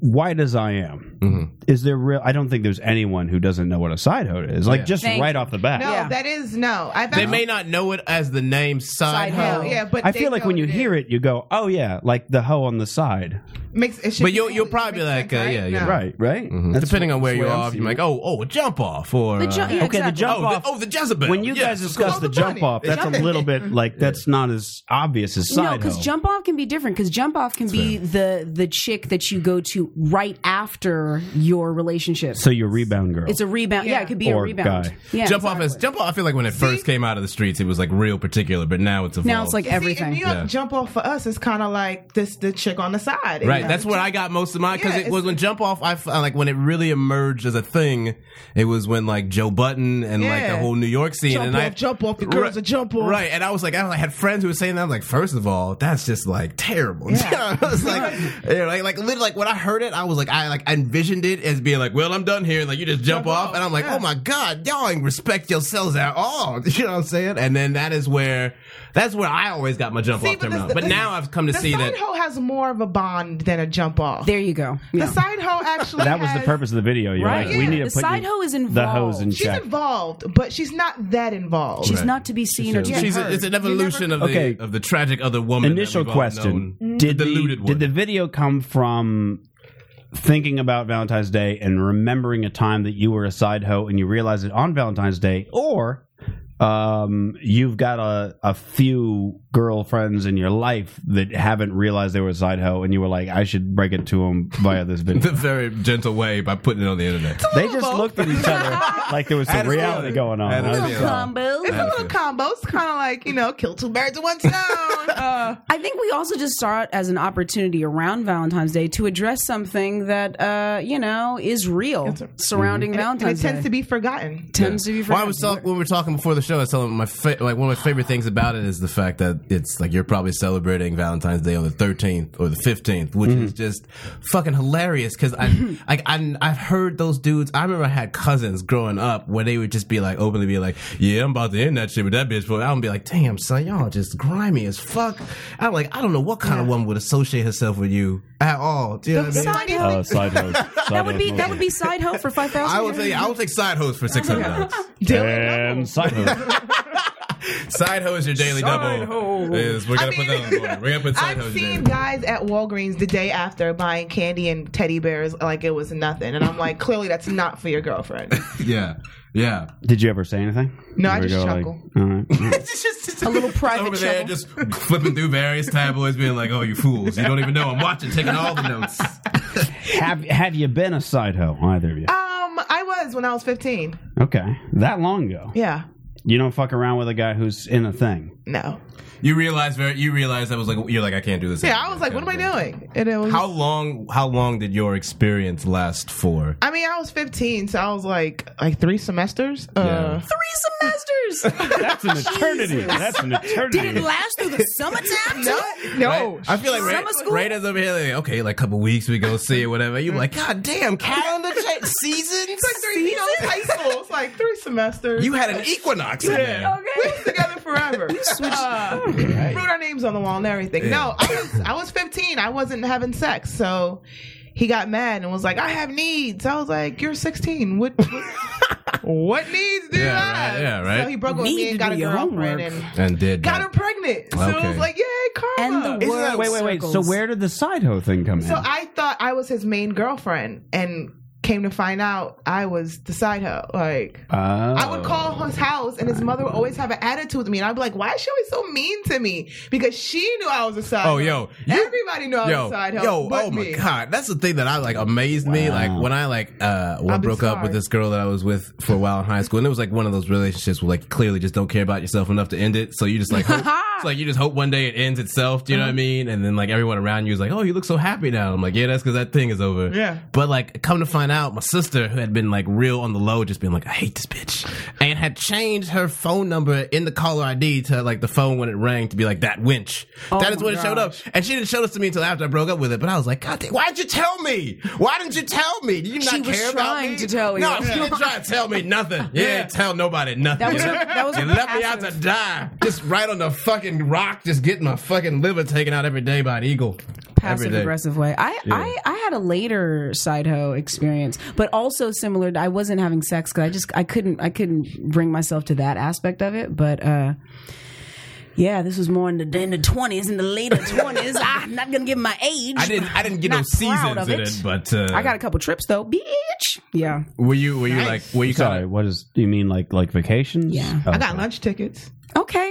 Speaker 5: White as I am, is there real? I don't think there's anyone who doesn't know what a side hoe is. Like just
Speaker 8: Thank
Speaker 5: right
Speaker 8: you.
Speaker 5: off the bat.
Speaker 9: No,
Speaker 8: Yeah.
Speaker 9: that is no. I
Speaker 7: They may not know it as the name side,
Speaker 8: Side
Speaker 7: hoe,
Speaker 8: hoe.
Speaker 9: Yeah, but
Speaker 5: I feel like when you hear it, you go, "Oh yeah, like the hoe on the side."
Speaker 9: makes it should
Speaker 7: But
Speaker 9: be
Speaker 7: you'll- you'll
Speaker 9: cool.
Speaker 7: probably
Speaker 9: Makes
Speaker 7: be like,
Speaker 9: sense,
Speaker 7: uh, yeah, you're
Speaker 9: No.
Speaker 7: right.
Speaker 5: right. That's
Speaker 7: depending on where
Speaker 5: that's
Speaker 7: you
Speaker 5: the way I'm
Speaker 7: are. You're
Speaker 5: seeing
Speaker 7: like, oh, oh, a jump off, or
Speaker 8: The ju-
Speaker 7: uh,
Speaker 8: yeah,
Speaker 5: okay, the
Speaker 8: exactly.
Speaker 5: jump
Speaker 7: oh,
Speaker 5: off.
Speaker 7: The, oh, the Jezebel.
Speaker 5: when you
Speaker 7: Yes,
Speaker 5: guys
Speaker 7: of
Speaker 5: discuss
Speaker 7: course.
Speaker 5: the
Speaker 9: the
Speaker 5: jump
Speaker 9: bunny.
Speaker 5: off, that's a little bit like that's not as obvious as
Speaker 8: Mm-hmm. No,
Speaker 5: side
Speaker 8: because
Speaker 5: hoe.
Speaker 8: jump off can be different. Because jump off can be the the chick that you go to right after your relationship.
Speaker 5: so your rebound girl.
Speaker 8: it's a rebound. Yeah,
Speaker 9: Yeah.
Speaker 8: it could be
Speaker 5: Or
Speaker 8: a rebound.
Speaker 5: guy.
Speaker 8: Yeah,
Speaker 7: Jump off
Speaker 8: exactly.
Speaker 7: as jump off. I feel like when it first came out of the streets, it was like real particular, but now it's evolved.
Speaker 8: Now it's like everything.
Speaker 9: See, in New York,
Speaker 7: Yeah.
Speaker 9: jump off for us is kind of like this the chick on the side.
Speaker 7: Right,
Speaker 9: Yeah.
Speaker 7: that's where I got most of mine because
Speaker 9: Yeah,
Speaker 7: it was
Speaker 9: it's-
Speaker 7: when Jump Off. I f- uh, like when it really emerged as a thing. It was when like Joe Button and like the
Speaker 9: Yeah.
Speaker 7: whole New York scene
Speaker 9: Jump
Speaker 7: and I
Speaker 9: off, jump off, the girls are jump off.
Speaker 7: Right, and I was like, I had friends who were saying that. I'm like, first of all, that's just like terrible.
Speaker 9: Yeah.
Speaker 7: *laughs* I was like, yeah, like, like literally, like when I heard it, I was like, I like envisioned it as being like, well, I'm done here. Like you just jump, off, and I'm like, oh my god, y'all ain't respect yourselves at all. *laughs* You know what I'm saying? And then that is where, that's where I always got my jump
Speaker 9: See,
Speaker 7: off
Speaker 9: but this-
Speaker 7: terminology. But
Speaker 9: this-
Speaker 7: now I've come to
Speaker 9: The
Speaker 7: see
Speaker 9: side
Speaker 7: that.
Speaker 9: hoe has more of a bond than a jump off.
Speaker 8: there you go. Yeah.
Speaker 9: The side hoe actually
Speaker 5: that was the
Speaker 9: has-
Speaker 5: purpose of the video. You're
Speaker 8: Right.
Speaker 5: like, we
Speaker 9: Yeah.
Speaker 5: need to
Speaker 8: The
Speaker 5: put
Speaker 8: side
Speaker 5: you-
Speaker 8: hoe is
Speaker 5: the hoes
Speaker 8: involved.
Speaker 5: in
Speaker 9: She's
Speaker 5: check.
Speaker 9: involved, but she's not that involved.
Speaker 8: She's not to be seen or to be
Speaker 7: She's a,
Speaker 8: heard.
Speaker 7: it's an evolution of the
Speaker 5: Okay.
Speaker 7: of the tragic other woman. that
Speaker 5: Initial
Speaker 7: we've all
Speaker 5: question:
Speaker 9: Mm.
Speaker 7: known.
Speaker 5: Did
Speaker 7: The
Speaker 5: the,
Speaker 7: deluded one.
Speaker 5: did the video come from thinking about Valentine's Day and remembering a time that you were a side hoe and you realized it on Valentine's Day, or um, you've got a, a few girlfriends in your life that haven't realized they were a side hoe and you were like, I should break it to them via this video.
Speaker 7: *laughs* *laughs* the very gentle way by putting it on the internet.
Speaker 5: they just looked at each other
Speaker 7: *laughs*
Speaker 5: like there was some
Speaker 7: Had a
Speaker 5: reality
Speaker 7: feeling.
Speaker 5: going on.
Speaker 7: Had a
Speaker 5: I was
Speaker 7: feeling.
Speaker 5: like,
Speaker 8: Combo.
Speaker 9: It's a little combo. It's kind of like you know, kill two birds with one
Speaker 7: *laughs*
Speaker 9: stone.
Speaker 7: Oh,
Speaker 9: Uh,
Speaker 8: I think we also just saw it as an opportunity around Valentine's Day to address something that uh, you know is real surrounding
Speaker 9: Mm-hmm. and it
Speaker 8: Valentine's
Speaker 9: tends
Speaker 8: Day.
Speaker 9: to be forgotten.
Speaker 8: tends to be
Speaker 7: Well, I was talk- when we were talking before the show. I was telling my fa- like one of my favorite things about it is the fact that it's like you're probably celebrating Valentine's Day on the 13th or the 15th, which is just fucking hilarious. Because I like I I've heard those dudes. I remember I had cousins growing up where they would just be like openly be like, "Yeah, I'm about to end that shit with that bitch," but I would be like, "Damn, son, y'all just grimy as fuck." I'm like, I don't know what kind of woman would associate herself with you at all. Do you know what I mean?
Speaker 8: *laughs* side hoe.
Speaker 7: *laughs*
Speaker 5: uh, side hoes.
Speaker 8: that would be that would be side hoe
Speaker 9: *laughs*
Speaker 8: for five thousand.
Speaker 7: I would say I would take side hoes for six hundred dollars.
Speaker 5: Damn side hoes.
Speaker 7: Side hoe is your daily
Speaker 8: Side
Speaker 7: double.
Speaker 8: hoe.
Speaker 7: Yes, we're gonna
Speaker 9: I mean-
Speaker 7: put that on the board. We're gonna put side hoe.
Speaker 9: *laughs*
Speaker 7: is your
Speaker 9: I've seen
Speaker 7: daily double.
Speaker 9: guys at Walgreens the day after buying candy and teddy bears like it was nothing, and I'm like, clearly that's not for your girlfriend.
Speaker 7: Yeah, yeah.
Speaker 5: Did you ever say anything?
Speaker 9: No, I
Speaker 5: Or
Speaker 9: just
Speaker 5: go like,
Speaker 9: chuckle.
Speaker 5: All right. *laughs*
Speaker 9: it's just it's
Speaker 8: A little private
Speaker 7: Over there,
Speaker 8: chuckle.
Speaker 7: just flipping through various tabloids, being like, "Oh, you fools! You don't even know I'm watching, taking all the notes."
Speaker 5: have Have you been a side hoe, either of you?
Speaker 9: Um, I was when I was 15.
Speaker 5: Okay, that long ago.
Speaker 9: Yeah.
Speaker 5: You don't fuck around with a guy who's in a thing.
Speaker 9: No.
Speaker 7: You realize, very, you realize that was like, you're like, I can't do this.
Speaker 9: Yeah,
Speaker 7: anymore.
Speaker 9: I was like, what am I
Speaker 7: Kinda thing.
Speaker 9: doing? And it was.
Speaker 7: How long? How long did your experience last for?
Speaker 9: I mean, I was 15, so I was like, like three semesters. Uh,
Speaker 8: Three
Speaker 9: *laughs*
Speaker 8: semesters.
Speaker 5: That's an eternity. That's an eternity.
Speaker 8: Did it last through the summertime?
Speaker 9: *laughs* No, no.
Speaker 7: I feel like Ray,
Speaker 8: Summer school?
Speaker 7: Ray over here. Like, okay, like a couple weeks we go see it, whatever. You like, God damn, calendar change seasons.
Speaker 9: It's like three, you know, it's high school. It's like three semesters. *laughs*
Speaker 7: You had an equinox in there.
Speaker 9: we was
Speaker 7: *laughs*
Speaker 9: together forever. Uh, Wrote our names on the wall and everything. No, I was I was 15. I wasn't having sex, so he got mad and was like, "I have needs." I was like, "You're 16. What
Speaker 7: *laughs*
Speaker 9: what, what needs do you
Speaker 7: Yeah, right,
Speaker 9: have?"
Speaker 7: yeah, right.
Speaker 9: So he broke up with
Speaker 8: Need
Speaker 9: me
Speaker 8: to
Speaker 9: and got
Speaker 8: do
Speaker 9: a
Speaker 8: your
Speaker 9: girlfriend
Speaker 8: homework.
Speaker 9: and
Speaker 7: And did
Speaker 9: got her
Speaker 7: that.
Speaker 9: pregnant. So it
Speaker 7: Okay.
Speaker 9: was like, "Yay, karma!"
Speaker 8: And the
Speaker 9: It's-
Speaker 8: world
Speaker 5: wait, wait, wait. So
Speaker 8: circles.
Speaker 5: where did the side hoe thing come in?
Speaker 9: so I thought I was his main girlfriend, and came to find out I was the side hoe. Like.
Speaker 5: Oh,
Speaker 9: I would
Speaker 7: Oh.
Speaker 9: call his house, and his mother would always have an attitude with me, and I'd be like, "Why is she always so mean to me?" Because she knew I was a side.
Speaker 7: Oh,
Speaker 9: hoe.
Speaker 7: yo,
Speaker 9: everybody knew I was
Speaker 7: Yo,
Speaker 9: a side. hoe
Speaker 7: yo,
Speaker 9: but
Speaker 7: oh
Speaker 9: me.
Speaker 7: my god, that's the thing that I like amazed me. Like when I like uh when I
Speaker 9: I'll be
Speaker 7: broke up
Speaker 9: sorry.
Speaker 7: with this girl that I was with for a while in high school, and it was like one of those relationships where like clearly just don't care about yourself enough to end it. So you just like
Speaker 9: *laughs*
Speaker 7: hope, it's like you just hope one day it ends itself. Do you
Speaker 9: Uh-huh.
Speaker 7: know what I mean? And then like everyone around you is like, oh, you look so happy now. I'm like, yeah, that's because that thing is over.
Speaker 9: Yeah.
Speaker 7: But like, come to find out, my sister who had been like real on the low, just being like, I hate this bitch, and had changed her phone number in the caller ID to like the phone when it rang to be like that winch. that is
Speaker 8: Oh my
Speaker 7: when it showed up. And she didn't show this to me until after I broke up with it. But I was like, God, damn, why'd you tell me? Why didn't you tell me? Did you not
Speaker 8: She was
Speaker 7: care about
Speaker 8: trying
Speaker 7: me?
Speaker 8: to tell
Speaker 7: No,
Speaker 8: you.
Speaker 7: she didn't try to
Speaker 8: *laughs*
Speaker 7: tell me nothing. You didn't tell nobody nothing.
Speaker 8: That was
Speaker 7: *laughs*
Speaker 8: her- that was
Speaker 7: you
Speaker 8: her
Speaker 7: left me out to
Speaker 8: passive.
Speaker 7: die. Just right on the fucking rock, just getting my fucking liver taken out every day by an eagle.
Speaker 8: passive
Speaker 7: Every day.
Speaker 8: aggressive way. I, I I had a later side hoe experience, but also similar. I wasn't having sex because I just I couldn't I couldn't bring myself to that aspect of it. But uh, yeah, this was more in the in the twenties, in
Speaker 7: *laughs*
Speaker 8: the later twenties. Ah, I'm not gonna give my age.
Speaker 7: I didn't. I didn't get no
Speaker 8: Not proud
Speaker 7: seasons
Speaker 8: of
Speaker 7: in
Speaker 8: it.
Speaker 7: it, but uh,
Speaker 8: I got a couple trips though, bitch. Yeah,
Speaker 7: Were you? Were you like? Were you kind
Speaker 5: Sorry,
Speaker 7: of?
Speaker 5: what is? Do you mean like like vacations?
Speaker 8: Yeah.
Speaker 5: Oh,
Speaker 9: I got lunch tickets.
Speaker 7: *laughs*
Speaker 8: okay,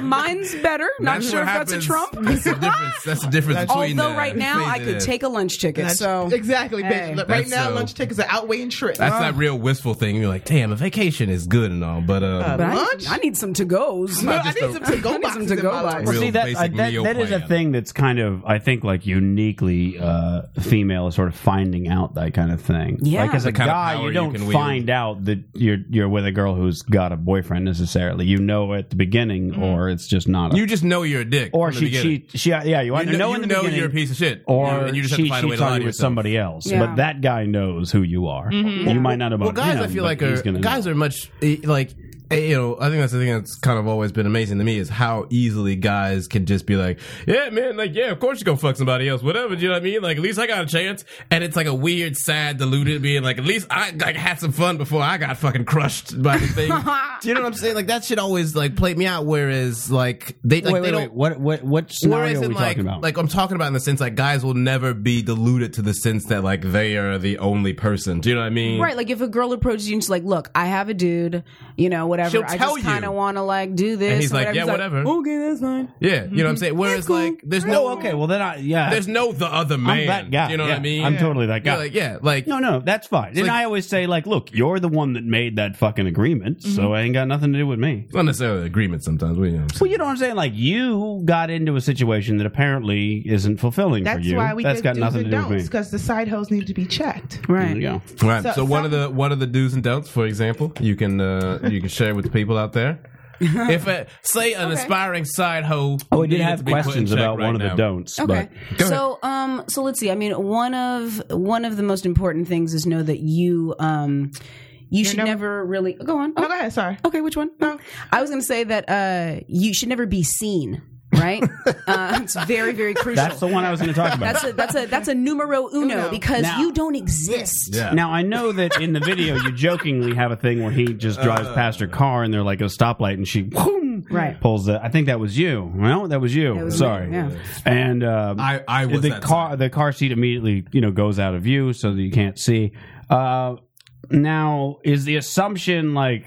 Speaker 8: mine's better. Not
Speaker 7: That's
Speaker 8: sure if
Speaker 7: what
Speaker 8: that's a
Speaker 7: happens. *laughs* That's
Speaker 8: Trump.
Speaker 7: the difference. That's the difference between.
Speaker 8: *laughs* Although
Speaker 7: the-
Speaker 8: right now I
Speaker 7: between
Speaker 8: could
Speaker 7: the-
Speaker 8: take a lunch ticket.
Speaker 9: That's-
Speaker 8: So
Speaker 9: *laughs* exactly,
Speaker 8: Hey.
Speaker 9: bitch. Look, right
Speaker 7: That's
Speaker 9: now,
Speaker 7: so-
Speaker 9: lunch tickets are outweighing trips. *laughs*
Speaker 7: That's that real wistful thing. You're like, damn, a vacation is good and all, but uh,
Speaker 8: but I,
Speaker 9: lunch?
Speaker 8: I need some to goes.
Speaker 7: *laughs*
Speaker 9: No, I
Speaker 7: just
Speaker 9: need
Speaker 7: a-
Speaker 9: some to
Speaker 8: I
Speaker 9: go
Speaker 8: need some
Speaker 9: boxes.
Speaker 8: to go
Speaker 9: in my life.
Speaker 8: boxes.
Speaker 7: Real
Speaker 5: See that, I,
Speaker 7: basic
Speaker 5: that,
Speaker 7: meal
Speaker 5: that is a
Speaker 7: plan.
Speaker 5: thing that's kind of I think like uniquely uh, female is sort of finding out that kind of thing.
Speaker 8: Yeah.
Speaker 5: like as
Speaker 8: The
Speaker 5: a
Speaker 7: kind of
Speaker 5: guy,
Speaker 7: power
Speaker 5: you
Speaker 7: you
Speaker 5: don't
Speaker 7: can wield.
Speaker 5: find out that you're you're with a girl who's got a boyfriend necessarily. You know at the beginning, or it's just not. A,
Speaker 7: you just know you're a dick.
Speaker 5: or
Speaker 7: from the
Speaker 5: she
Speaker 7: beginning.
Speaker 5: she she yeah.
Speaker 7: You
Speaker 5: You either
Speaker 7: know,
Speaker 5: know,
Speaker 7: you
Speaker 5: in the
Speaker 7: know
Speaker 5: beginning,
Speaker 7: you're a piece of shit,
Speaker 5: or
Speaker 7: and you just have
Speaker 5: she
Speaker 7: to find a way
Speaker 5: cheats
Speaker 7: to lie
Speaker 5: on
Speaker 7: to
Speaker 5: you with
Speaker 7: yourself.
Speaker 5: somebody else.
Speaker 8: Yeah.
Speaker 5: But that guy knows who you are. You might not about
Speaker 7: Well, guys,
Speaker 5: him,
Speaker 7: I feel like
Speaker 5: but he's
Speaker 7: are,
Speaker 5: gonna
Speaker 7: guys are much eh, like eh, you know. I think that's the thing that's kind of always been amazing to me is how easily guys can just be like, "Yeah, man, like yeah, of course you go fuck somebody else, whatever." Do you know what I mean? Like at least I got a chance, and it's like a weird, sad, deluded being like, "At least I like had some fun before I got fucking crushed by the
Speaker 5: *laughs*
Speaker 7: thing." do you know what I'm saying? Like that shit always like played me out. Whereas like they like they
Speaker 5: wait, wait,
Speaker 7: don't.
Speaker 5: wait. What what what scenario
Speaker 7: Whereas
Speaker 5: are
Speaker 7: in
Speaker 5: we
Speaker 7: like,
Speaker 5: talking about?
Speaker 7: like I'm talking about in the sense like guys will never be deluded to the sense that like they are the only person. Do you know what I mean?
Speaker 8: Right, like if a girl approaches you and she's like, "Look, I have a dude, you know, whatever.
Speaker 7: She'll
Speaker 8: I
Speaker 7: tell
Speaker 8: just kind
Speaker 7: you.
Speaker 8: of want to like do this."
Speaker 7: And he's like, "Yeah, whatever."
Speaker 8: Okay, that's fine.
Speaker 7: Yeah, you know what I'm saying. Whereas
Speaker 8: cool.
Speaker 7: like there's no
Speaker 5: oh, okay. Well, then I yeah.
Speaker 7: there's no the other man.
Speaker 5: I'm that guy.
Speaker 7: You know
Speaker 5: Yeah,
Speaker 7: what I mean?
Speaker 5: I'm totally that
Speaker 7: Yeah,
Speaker 5: guy.
Speaker 7: like yeah, like
Speaker 5: No, no, that's fine. and
Speaker 7: like-
Speaker 5: I always say, like, look, you're the one that made that fucking agreement, so it ain't got nothing to do with me.
Speaker 7: it's not necessarily an agreement sometimes. But, you know, what I'm
Speaker 5: Well,
Speaker 7: saying.
Speaker 5: you know what I'm saying? Like, you got into a situation that apparently isn't fulfilling for
Speaker 9: That's
Speaker 5: you.
Speaker 9: why we
Speaker 5: that's
Speaker 9: did
Speaker 5: got
Speaker 9: do's
Speaker 5: nothing to
Speaker 9: and
Speaker 5: do with
Speaker 9: don'ts
Speaker 5: me.
Speaker 9: because the side hoes need to be checked.
Speaker 5: There you
Speaker 8: Right.
Speaker 5: go.
Speaker 7: right. So,
Speaker 9: so-
Speaker 7: one
Speaker 9: so-
Speaker 7: of the one of the do's and don'ts, for example, you can uh, you can share with the people out there. if a, say an aspiring side hoe,
Speaker 5: Oh, we did
Speaker 7: needed
Speaker 5: have
Speaker 7: to be put in
Speaker 5: questions
Speaker 7: check
Speaker 5: about
Speaker 7: right
Speaker 5: one of
Speaker 7: now.
Speaker 5: the don'ts,
Speaker 8: Okay.
Speaker 5: but
Speaker 8: So, um, so let's see. I mean, one of one of the most important things is know that you, um, you should
Speaker 9: never-
Speaker 8: never really go on. Oh,
Speaker 9: No, go ahead. Sorry.
Speaker 8: Okay, which one? No. I was going to say that uh, you should never be seen. Right. uh, it's very, very crucial.
Speaker 5: that's the one I was going to talk about.
Speaker 8: That's a that's a that's a numero uno,
Speaker 9: Uno.
Speaker 8: because
Speaker 5: Now-
Speaker 8: you don't exist.
Speaker 7: Yeah.
Speaker 5: Now I know that in the
Speaker 7: Uh.
Speaker 5: video you jokingly have a thing where he just drives past her car and they're like a stoplight and she whoom,
Speaker 8: Right.
Speaker 5: Pulls the. I think that was you. Well, that was you.
Speaker 8: That was me,
Speaker 5: Sorry.
Speaker 8: yeah.
Speaker 5: And um,
Speaker 7: I- I was
Speaker 5: the
Speaker 7: that
Speaker 5: car.
Speaker 7: side.
Speaker 5: The car seat immediately you know goes out of view so that you can't see. Uh, now is the assumption like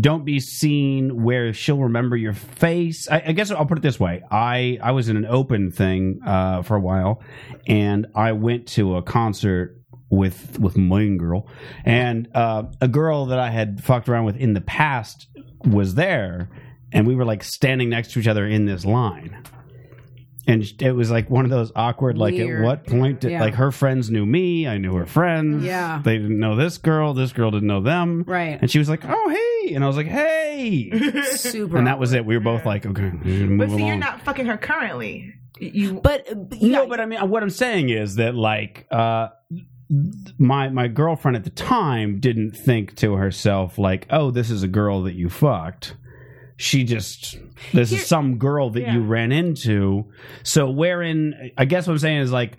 Speaker 5: don't be seen where she'll remember your face. I, I guess I'll put it this way: I I was in an open thing uh, for a while, and I went to a concert with with Moon Girl, and uh, a girl that I had fucked around with in the past was there, and we were like standing next to each other in this line. And sh- it was like one of those awkward, like
Speaker 8: Weird.
Speaker 5: at what point did
Speaker 8: Yeah.
Speaker 5: like her friends knew me, I knew her friends,
Speaker 8: Yeah.
Speaker 5: they didn't know this girl, this girl didn't know them,
Speaker 8: Right.
Speaker 5: and she was like, "Oh, hey," and I was like, "Hey,"
Speaker 9: *laughs*
Speaker 8: Super.
Speaker 5: and that was it. We were both like, "Okay, we should move
Speaker 9: But see,
Speaker 5: along."
Speaker 9: you're not fucking her currently.
Speaker 8: you. But uh, but yeah,
Speaker 5: no, but I mean, what I'm saying is that like uh, my my girlfriend at the time didn't think to herself like, "Oh, this is a girl that you fucked." She just this
Speaker 8: Here-
Speaker 5: is some girl that you ran into. So wherein I guess what I'm saying is like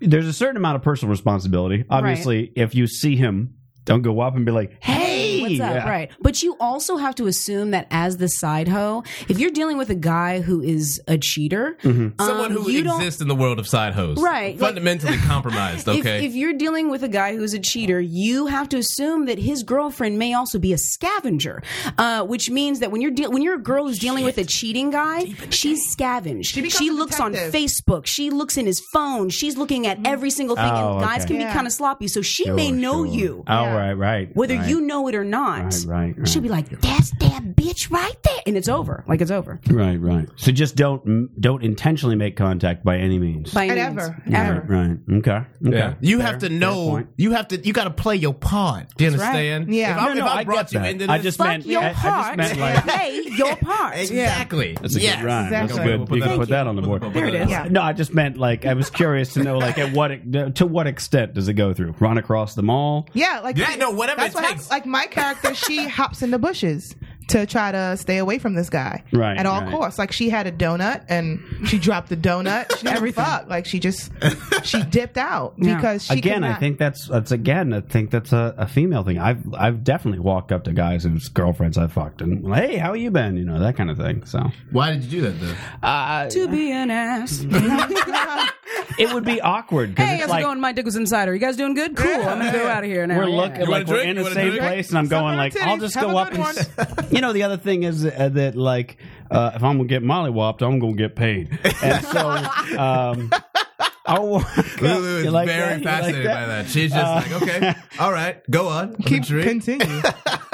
Speaker 5: there's a certain amount of personal responsibility. Obviously, if you see him, don't go up and be like, "Hey,
Speaker 8: what's up?
Speaker 5: Yeah.
Speaker 8: Right. But you also have to assume that as the side hoe, if you're dealing with a guy who is a cheater,
Speaker 5: Mm,
Speaker 7: Someone
Speaker 8: um,
Speaker 7: who
Speaker 8: you don't-
Speaker 7: exists in the world of side hoes.
Speaker 8: Right, like-
Speaker 7: Fundamentally compromised,
Speaker 8: *laughs* If-
Speaker 7: okay?
Speaker 8: If, you're dealing with a guy who's a cheater, you have to assume that his girlfriend may also be a scavenger, uh, which means that when you're de- when you're a girl who's dealing with a cheating guy, she's scavenged. She,
Speaker 9: becomes a
Speaker 8: looks on
Speaker 9: detective.
Speaker 8: Facebook. She looks in his phone. She's looking at every single thing,
Speaker 5: Oh,
Speaker 8: and guys
Speaker 5: okay.
Speaker 8: can be
Speaker 9: Yeah.
Speaker 8: kind of sloppy. So she may know you.
Speaker 5: Oh, right, right.
Speaker 8: Whether
Speaker 5: right.
Speaker 8: you know it or not,
Speaker 5: Right, right, right.
Speaker 8: she'll be like, "That's that bitch right there," and it's over. Like it's over.
Speaker 5: Right, right. So just don't don't intentionally make contact by any means.
Speaker 8: By any
Speaker 9: And
Speaker 8: means.
Speaker 9: ever.
Speaker 8: ever.
Speaker 5: right, right. Okay. okay.
Speaker 7: Yeah. You have to know.
Speaker 5: point.
Speaker 7: You have to. You got to play your part. Do you understand?
Speaker 9: Yeah.
Speaker 7: If,
Speaker 9: No,
Speaker 7: I, if
Speaker 5: no,
Speaker 7: I
Speaker 5: I
Speaker 7: brought
Speaker 5: get
Speaker 7: you
Speaker 5: that.
Speaker 7: into this,
Speaker 5: I just
Speaker 8: Fuck
Speaker 5: meant-
Speaker 8: your
Speaker 5: I- I just
Speaker 8: part.
Speaker 5: meant like-
Speaker 8: play *laughs* your part.
Speaker 7: exactly.
Speaker 5: That's a
Speaker 7: yes.
Speaker 5: good rhyme.
Speaker 9: exactly.
Speaker 5: That's good. You can
Speaker 8: Thank
Speaker 5: put that on the
Speaker 7: you.
Speaker 5: board.
Speaker 7: There it is.
Speaker 9: Yeah.
Speaker 5: No, I just meant like I was curious to know like at what to what extent does it go through? Run across the mall?
Speaker 9: Yeah, like
Speaker 7: Yeah, no, whatever
Speaker 9: That's
Speaker 7: it
Speaker 9: what
Speaker 7: takes.
Speaker 9: happens. Like my
Speaker 7: *laughs*
Speaker 9: character, she hops in the bushes to try to stay away from this guy,
Speaker 5: Right,
Speaker 9: At all
Speaker 5: right.
Speaker 9: costs. Like she had a donut and she dropped the donut. She never fucked. Like she
Speaker 7: *laughs*
Speaker 9: just she dipped out
Speaker 8: Yeah.
Speaker 9: because she
Speaker 5: again,
Speaker 9: could
Speaker 5: I
Speaker 9: not-
Speaker 5: think that's that's again. I think that's a, a female thing. I've I've definitely walked up to guys whose girlfriends I fucked and hey, how you been? You know that kind of thing. So
Speaker 7: Why did you do that *laughs* though?
Speaker 8: To be
Speaker 5: *laughs*
Speaker 8: an ass.
Speaker 5: it would be awkward because
Speaker 8: Hey,
Speaker 5: it's
Speaker 8: how's
Speaker 5: like
Speaker 8: it going? My dick was insider. You guys doing good? Cool. I'm gonna go out of here now.
Speaker 5: we're
Speaker 8: Yeah.
Speaker 5: looking
Speaker 7: You wanna
Speaker 5: like we're
Speaker 7: drink?
Speaker 5: in
Speaker 7: You
Speaker 5: the
Speaker 7: wanna
Speaker 5: same
Speaker 7: drink?
Speaker 5: place, and I'm
Speaker 9: Suck
Speaker 5: going
Speaker 9: on
Speaker 5: like
Speaker 9: her
Speaker 5: I'll
Speaker 9: titties.
Speaker 5: just
Speaker 9: Have
Speaker 5: go
Speaker 9: a
Speaker 5: up and
Speaker 9: good one.
Speaker 5: s- you know the other thing is uh, that like uh, if I'm gonna get mollywopped, I'm gonna get paid,
Speaker 7: *laughs*
Speaker 5: and so um, I'll walk up-
Speaker 7: Lulu is
Speaker 5: you like
Speaker 7: very
Speaker 5: that? You like
Speaker 7: fascinated by that. She's just
Speaker 5: Uh,
Speaker 7: like, *laughs* okay, all right, go on.
Speaker 9: keep
Speaker 7: Drink.
Speaker 5: *laughs*
Speaker 9: continue.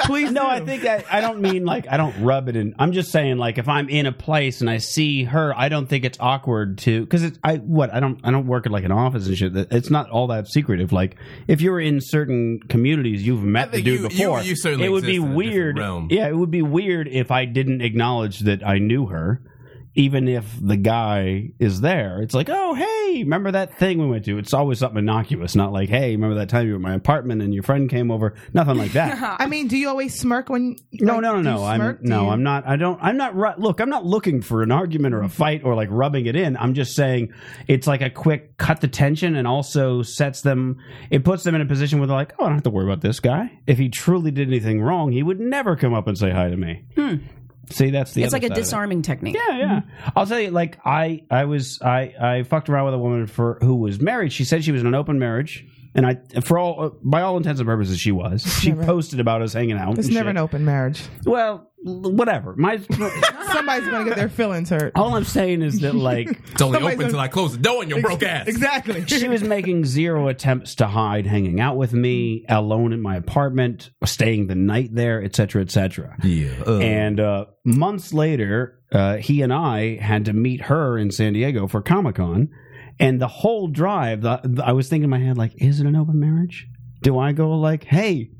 Speaker 9: Please,
Speaker 5: No,
Speaker 9: do.
Speaker 5: I think that I don't mean like I don't rub it in. I'm just saying like if I'm in a place and I see her, I don't think it's awkward to because it's I what I don't I don't work at like an office and shit. It's not all that secretive. Like if you're in certain communities, you've met the
Speaker 7: think
Speaker 5: dude
Speaker 7: you- you-
Speaker 5: before.
Speaker 7: you certainly
Speaker 5: it would
Speaker 7: exist
Speaker 5: be
Speaker 7: in a different
Speaker 5: weird.
Speaker 7: realm.
Speaker 5: Yeah, it would be weird if I didn't acknowledge that I knew her. Even if the guy is there, it's like, oh hey, remember that thing we went to? It's always something innocuous, not like, hey, remember that time you were at my apartment and your friend came over? Nothing like that.
Speaker 9: I mean, do you always smirk when?
Speaker 5: No,
Speaker 9: like,
Speaker 5: no, no,
Speaker 9: do you
Speaker 5: no. I'm
Speaker 9: smirk? Do
Speaker 5: no,
Speaker 9: you-
Speaker 5: I'm not. I don't. I'm not. ru- Look, I'm not looking for an argument
Speaker 9: Mm-hmm.
Speaker 5: or a fight or like rubbing it in. I'm just saying it's like a quick cut the tension and also sets them. It puts them in a position where they're like, oh, I don't have to worry about this guy. If he truly did anything wrong, he would never come up and say hi to me.
Speaker 9: Hmm.
Speaker 5: See, that's the.
Speaker 8: It's
Speaker 5: other
Speaker 8: like a
Speaker 5: side of it.
Speaker 8: disarming technique.
Speaker 5: Yeah, yeah.
Speaker 9: Mm-hmm.
Speaker 5: I'll tell you, like I, I was, I, I fucked around with a woman for who was married. She said she was in an open marriage, and I, for all, uh, by all intents and purposes, she
Speaker 9: *laughs*
Speaker 5: was. She posted about us hanging out.
Speaker 9: It's
Speaker 5: and
Speaker 9: never
Speaker 5: shit.
Speaker 9: an open marriage.
Speaker 5: Well, l- whatever. My,
Speaker 9: Somebody's gonna get their
Speaker 7: *laughs*
Speaker 9: feelings hurt.
Speaker 5: all I'm saying is that like
Speaker 7: It's only
Speaker 9: Somebody's
Speaker 7: open
Speaker 9: gonna-
Speaker 7: till I close the door on your broke ass.
Speaker 5: *laughs*
Speaker 9: Exactly.
Speaker 5: she was making zero attempts to hide hanging out with me, alone in my apartment, staying the night there, etc., etc.
Speaker 7: Yeah. uh,
Speaker 5: And uh, months later, uh, he and I had to meet her in San Diego for Comic Con, and the whole drive, the, the- I was thinking in my head, like, is it an open marriage? Do I go like, hey?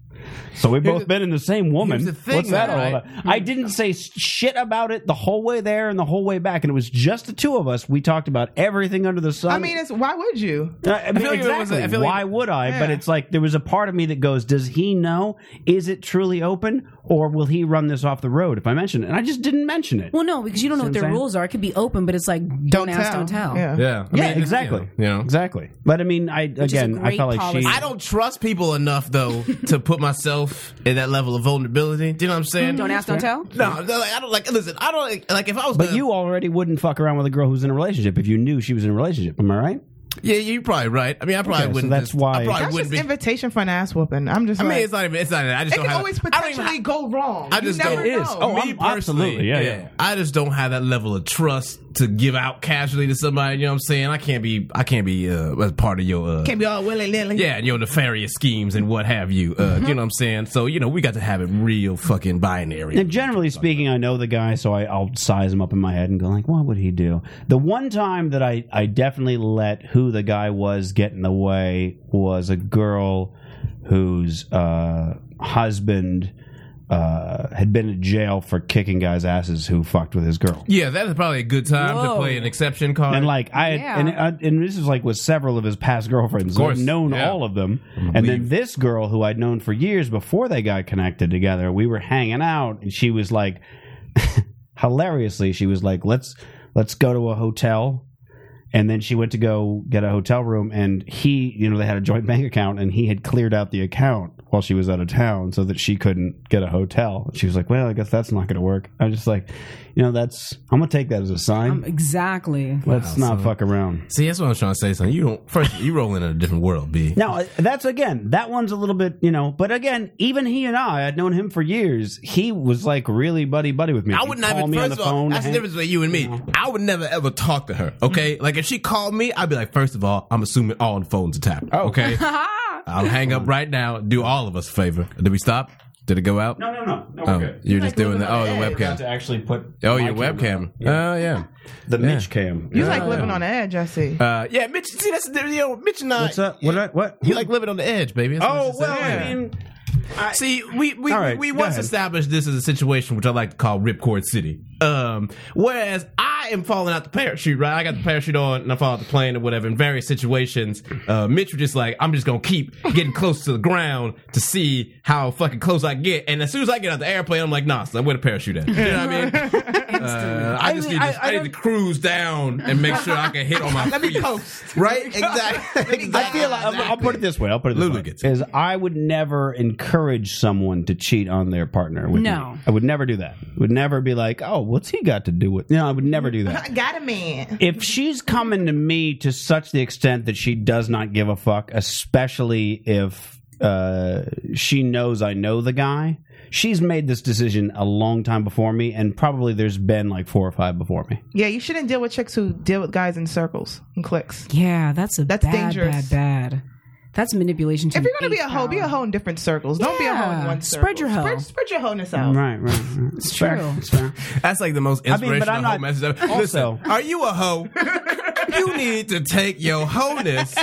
Speaker 5: So we've both been in the same woman.
Speaker 7: here's the thing,
Speaker 5: What's that
Speaker 7: though,
Speaker 5: all
Speaker 7: right?
Speaker 5: about? I didn't say s- shit about it the whole way there and the whole way back, and it was just the two of us. We talked about everything under the sun.
Speaker 9: I mean, it's why would you?
Speaker 5: Uh, I mean,
Speaker 7: like if it was-
Speaker 5: exactly.
Speaker 7: I feel like-
Speaker 5: Why would I? But
Speaker 9: Yeah.
Speaker 5: it's like there was a part of me that goes, "Does he know? Is it truly open, or will he run this off the road if I mention it?" And I just didn't mention it.
Speaker 8: Well, no, because you don't know
Speaker 5: See what
Speaker 8: what
Speaker 5: I'm
Speaker 8: their
Speaker 5: saying?
Speaker 8: rules are. It could be open, but it's like don't, ask, don't tell.
Speaker 9: Yeah.
Speaker 7: yeah. I
Speaker 5: yeah,
Speaker 7: mean,
Speaker 5: exactly.
Speaker 7: You know.
Speaker 5: exactly. But I mean, I
Speaker 8: is a
Speaker 5: again, I
Speaker 8: great
Speaker 5: felt like she.
Speaker 8: policy.
Speaker 7: I don't trust people enough though to put myself in that level of vulnerability. Do you know what I'm saying?
Speaker 8: Don't ask, don't tell.
Speaker 7: No, no, like, I don't like. Listen, I don't like. like if I was,
Speaker 5: But
Speaker 7: gonna-
Speaker 5: you already wouldn't fuck around with a girl who's in a relationship if you knew she was in a relationship. Am I right?
Speaker 7: yeah, you're probably right. I mean, I probably
Speaker 5: Okay, so
Speaker 7: wouldn't.
Speaker 5: that's
Speaker 7: just-
Speaker 5: why-
Speaker 7: I probably
Speaker 9: That's
Speaker 7: wouldn't
Speaker 9: just
Speaker 7: be.
Speaker 9: invitation for an ass whooping. I'm just.
Speaker 7: I mean,
Speaker 9: like,
Speaker 7: it's not even. It's not. I
Speaker 9: it
Speaker 7: just
Speaker 9: can
Speaker 7: don't have.
Speaker 9: always
Speaker 7: I don't even-
Speaker 9: potentially go wrong.
Speaker 7: I just
Speaker 9: you never
Speaker 7: don't-
Speaker 5: It
Speaker 9: know.
Speaker 5: is. Oh,
Speaker 7: me
Speaker 5: I'm-
Speaker 7: personally,
Speaker 5: absolutely. Yeah, yeah.
Speaker 7: I just don't have that level of trust to give out casually to somebody. You know what I'm saying? I can't be. I can't be uh, a part of your. Uh,
Speaker 9: Can't be Mm-hmm. all willy nilly.
Speaker 7: yeah, and your nefarious schemes and what have you. Uh, You know what I'm saying? So you know we got to have it real fucking binary.
Speaker 5: And generally speaking, I know the guy, so I, I'll size him up in my head and go like, "What would he do?" The one time that I I definitely let who the guy was get in the way was a girl whose uh, husband uh, had been in jail for kicking guys' asses who fucked with his girl.
Speaker 7: yeah, that is probably a good time to
Speaker 8: Whoa.
Speaker 7: play an exception card.
Speaker 5: And like I,
Speaker 8: Yeah.
Speaker 5: and I, and this is like with several of his past girlfriends.
Speaker 7: course,
Speaker 5: I've known
Speaker 7: yeah.
Speaker 5: all of them, and then this girl who I'd known for years before they got connected together. We were hanging out, and she was like, *laughs* hilariously, she was like, "Let's let's go to a hotel." And then she went to go get a hotel room, and he, you know, they had a joint bank account, and he had cleared out the account while she was out of town, so that she couldn't get a hotel. She was like, "Well, I guess that's not going to work." I'm just like, you know, that's I'm gonna take that as a sign.
Speaker 8: Um, exactly.
Speaker 5: Let's
Speaker 7: Wow,
Speaker 5: not
Speaker 7: so-
Speaker 5: fuck around.
Speaker 7: See, that's what I'm trying to say. Son, you don't. First, you roll in a different world, b.
Speaker 5: Now, uh, that's again, that one's a little bit, you know, but again, even he and I, I'd known him for years. He was like really buddy buddy with me.
Speaker 7: I
Speaker 5: He'd
Speaker 7: would not
Speaker 5: call
Speaker 7: even.
Speaker 5: me on
Speaker 7: First
Speaker 5: the
Speaker 7: of all,
Speaker 5: phone, Mm-hmm.
Speaker 7: that's the
Speaker 5: hang- *laughs*
Speaker 7: difference between you and me. I would never ever talk to her. Okay,
Speaker 5: Mm-hmm.
Speaker 7: like if she called me, I'd be like, first of all, I'm assuming all the phones are tapped.
Speaker 5: Oh.
Speaker 7: Okay, I'll hang up right now. Do all of us a favor. Did we stop? Did it go out?
Speaker 5: *laughs* No, no, no. no
Speaker 7: Oh,
Speaker 5: we're good.
Speaker 7: you're just doing the oh the
Speaker 5: Got
Speaker 7: webcam.
Speaker 5: to actually put
Speaker 7: Oh,
Speaker 5: my
Speaker 7: your webcam. Oh yeah.
Speaker 5: the Mitch cam.
Speaker 9: You like
Speaker 7: Yeah.
Speaker 9: living on the edge, I see.
Speaker 7: Uh, yeah, Mitch. See, that's the you know, Mitch and I.
Speaker 5: What's up? What? I, what?
Speaker 7: You like living on the edge, baby. That's what
Speaker 5: Oh
Speaker 7: she said.
Speaker 5: well, I
Speaker 7: Yeah.
Speaker 5: mean,
Speaker 7: See, we we,
Speaker 5: All right,
Speaker 7: we
Speaker 5: go
Speaker 7: once
Speaker 5: ahead.
Speaker 7: established this as a situation which I like to call ripcord city. Um, whereas I am falling out the parachute, right? I got the parachute on and I fall out the plane or whatever. In various situations, uh, Mitch was just like, I'm just gonna keep getting close to the ground to see how fucking close I get. And as soon as I get out the airplane, I'm like, Nah, son, where the parachute at? You know what I
Speaker 5: *laughs*
Speaker 7: mean? Uh, I just
Speaker 5: mean,
Speaker 7: need to,
Speaker 5: I-
Speaker 7: I,
Speaker 5: I
Speaker 7: need to cruise down and make sure I can hit
Speaker 5: *laughs*
Speaker 7: on my
Speaker 9: Let
Speaker 7: feet.
Speaker 9: me coast.
Speaker 7: Right? Exactly.
Speaker 5: I feel like I'll put it this way. I'll put it this
Speaker 7: Lulu
Speaker 5: way:
Speaker 7: gets it.
Speaker 5: is I would never encourage someone to cheat on their partner. With
Speaker 8: No.
Speaker 5: me. I would never do that. Would never be like, oh, what's he got to do with? No, I would never do that.
Speaker 9: I got a man.
Speaker 5: if she's coming to me to such the extent that she does not give a fuck, especially if uh, she knows I know the guy, she's made this decision a long time before me, and probably there's been like four or five before me.
Speaker 9: Yeah, you shouldn't deal with chicks who deal with guys in circles and cliques.
Speaker 8: Yeah, that's a
Speaker 9: That's
Speaker 8: bad, bad,
Speaker 9: dangerous.
Speaker 8: bad. That's manipulation. To
Speaker 9: If you're
Speaker 8: an
Speaker 9: gonna be a
Speaker 8: eighth
Speaker 9: hoe, be a
Speaker 8: power.
Speaker 9: hoe in different circles. Don't be a hoe in
Speaker 8: Yeah.
Speaker 9: one circle.
Speaker 8: Spread your hoe.
Speaker 9: Spread, spread your wholeness out.
Speaker 5: Right, right. *laughs* right. It's
Speaker 8: true.
Speaker 5: It's fair.
Speaker 7: That's like the most
Speaker 5: mean,
Speaker 7: inspirational
Speaker 5: but I'm
Speaker 7: hoe
Speaker 5: not-
Speaker 7: message ever.
Speaker 5: Also-
Speaker 7: Listen, are you a
Speaker 5: *laughs*
Speaker 7: hoe? you need to take your wholeness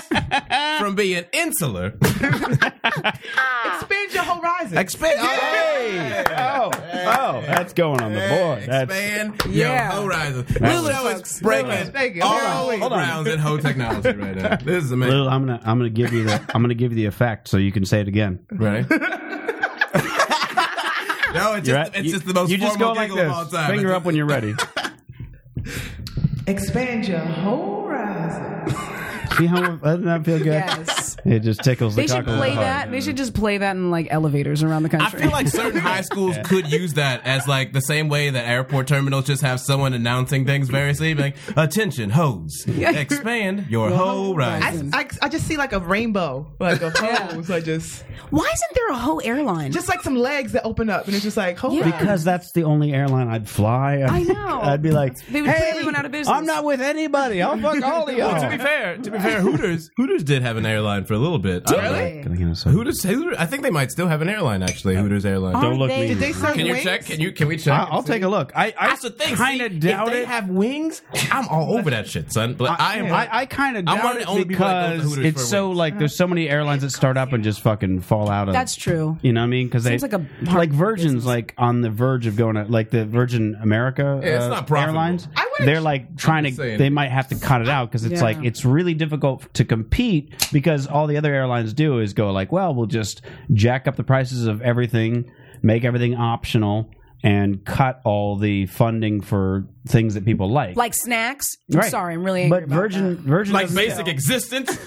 Speaker 7: from being insular.
Speaker 9: Expand your horizon.
Speaker 7: Expand.
Speaker 5: Hey! Oh, oh, that's going on the board. That's
Speaker 7: Expand
Speaker 8: Yeah.
Speaker 7: your horizon. Literally, I was breaking
Speaker 9: Thank you.
Speaker 7: all
Speaker 9: Hold
Speaker 5: on.
Speaker 7: grounds in hoe technology right
Speaker 5: *laughs*
Speaker 7: now. This is amazing.
Speaker 5: Lil, I'm gonna I'm gonna give you the I'm gonna give you the effect so you can say
Speaker 7: *laughs*
Speaker 5: it again. *laughs*
Speaker 7: Right? no, it's
Speaker 5: You're
Speaker 7: just,
Speaker 5: at-
Speaker 7: it's
Speaker 5: you-
Speaker 7: just the most
Speaker 5: you just go
Speaker 7: formal
Speaker 5: like
Speaker 7: giggle of all
Speaker 5: this.
Speaker 7: time.
Speaker 5: Finger
Speaker 7: It's
Speaker 5: up when
Speaker 7: *laughs*
Speaker 5: you're ready.
Speaker 9: Expand your horizon.
Speaker 5: See how doesn't that feel good?
Speaker 8: Yes.
Speaker 5: It just tickles the
Speaker 8: They should
Speaker 5: cockle of the
Speaker 8: play
Speaker 5: heart.
Speaker 8: that. They should just play that in like elevators around the
Speaker 7: I
Speaker 8: country.
Speaker 7: feel like certain
Speaker 5: *laughs*
Speaker 7: high schools could use that as like the same way that airport terminals just have someone announcing things variously, like "Attention, hoes,
Speaker 5: *laughs*
Speaker 7: expand your whole
Speaker 9: I,
Speaker 7: horizon."
Speaker 9: I, I just see like a rainbow, like
Speaker 7: *laughs*
Speaker 9: of hoes. I just,
Speaker 8: Why isn't there a whole airline?
Speaker 9: just like some legs that open up, and it's just like horizon.
Speaker 5: Because that's the only airline I'd fly. I
Speaker 8: know.
Speaker 5: I'd be like,
Speaker 8: They would put
Speaker 5: hey,
Speaker 8: everyone out of business."
Speaker 5: I'm not with anybody. I'll fuck all
Speaker 7: *laughs*
Speaker 5: of
Speaker 7: Well, to be
Speaker 5: y'all.
Speaker 7: fair, to be fair, Hooters Hooters did have an airline for a little bit. I don't know.
Speaker 5: Gonna get us a-
Speaker 7: Hooters, Hooters, I think they might still have an airline actually. Hooters airline.
Speaker 8: Aren't
Speaker 5: look
Speaker 8: they-
Speaker 5: mean.
Speaker 9: they serve
Speaker 7: Can you
Speaker 9: wings?
Speaker 7: check? Can you? Can we check?
Speaker 5: I- I'll take a look. I, I
Speaker 7: That's the thing.
Speaker 5: Kind
Speaker 7: see,
Speaker 5: of doubt
Speaker 7: if they
Speaker 5: it.
Speaker 7: Have wings? I'm all over that shit, son. But I, am.
Speaker 5: I, I kind of doubt
Speaker 7: one of the only
Speaker 5: it
Speaker 7: people that goes to
Speaker 5: because
Speaker 7: Hooters
Speaker 5: it's
Speaker 7: for
Speaker 5: so
Speaker 7: wings.
Speaker 5: like there's so many airlines that start up and just fucking fall out of.
Speaker 8: That's true.
Speaker 5: You know what I mean? Because they
Speaker 8: Seems like a hard
Speaker 5: like Virgin's
Speaker 8: business.
Speaker 5: like on the verge of going to like the Virgin America
Speaker 7: Yeah, it's
Speaker 5: uh,
Speaker 7: not profitable.
Speaker 5: airlines.
Speaker 9: I wouldn't-
Speaker 5: They're like trying to.
Speaker 7: just saying.
Speaker 5: They might have to cut it out because it's
Speaker 8: Yeah.
Speaker 5: like it's really difficult to compete because all the other airlines do is go like, well, we'll just jack up the prices of everything, make everything optional. And cut all the funding for things that people like.
Speaker 8: Like snacks. I'm
Speaker 5: Right.
Speaker 8: sorry, I'm really angry
Speaker 5: but
Speaker 8: about
Speaker 5: virgin,
Speaker 8: that.
Speaker 5: virgin
Speaker 7: like
Speaker 5: doesn't
Speaker 7: basic
Speaker 5: sell.
Speaker 7: existence.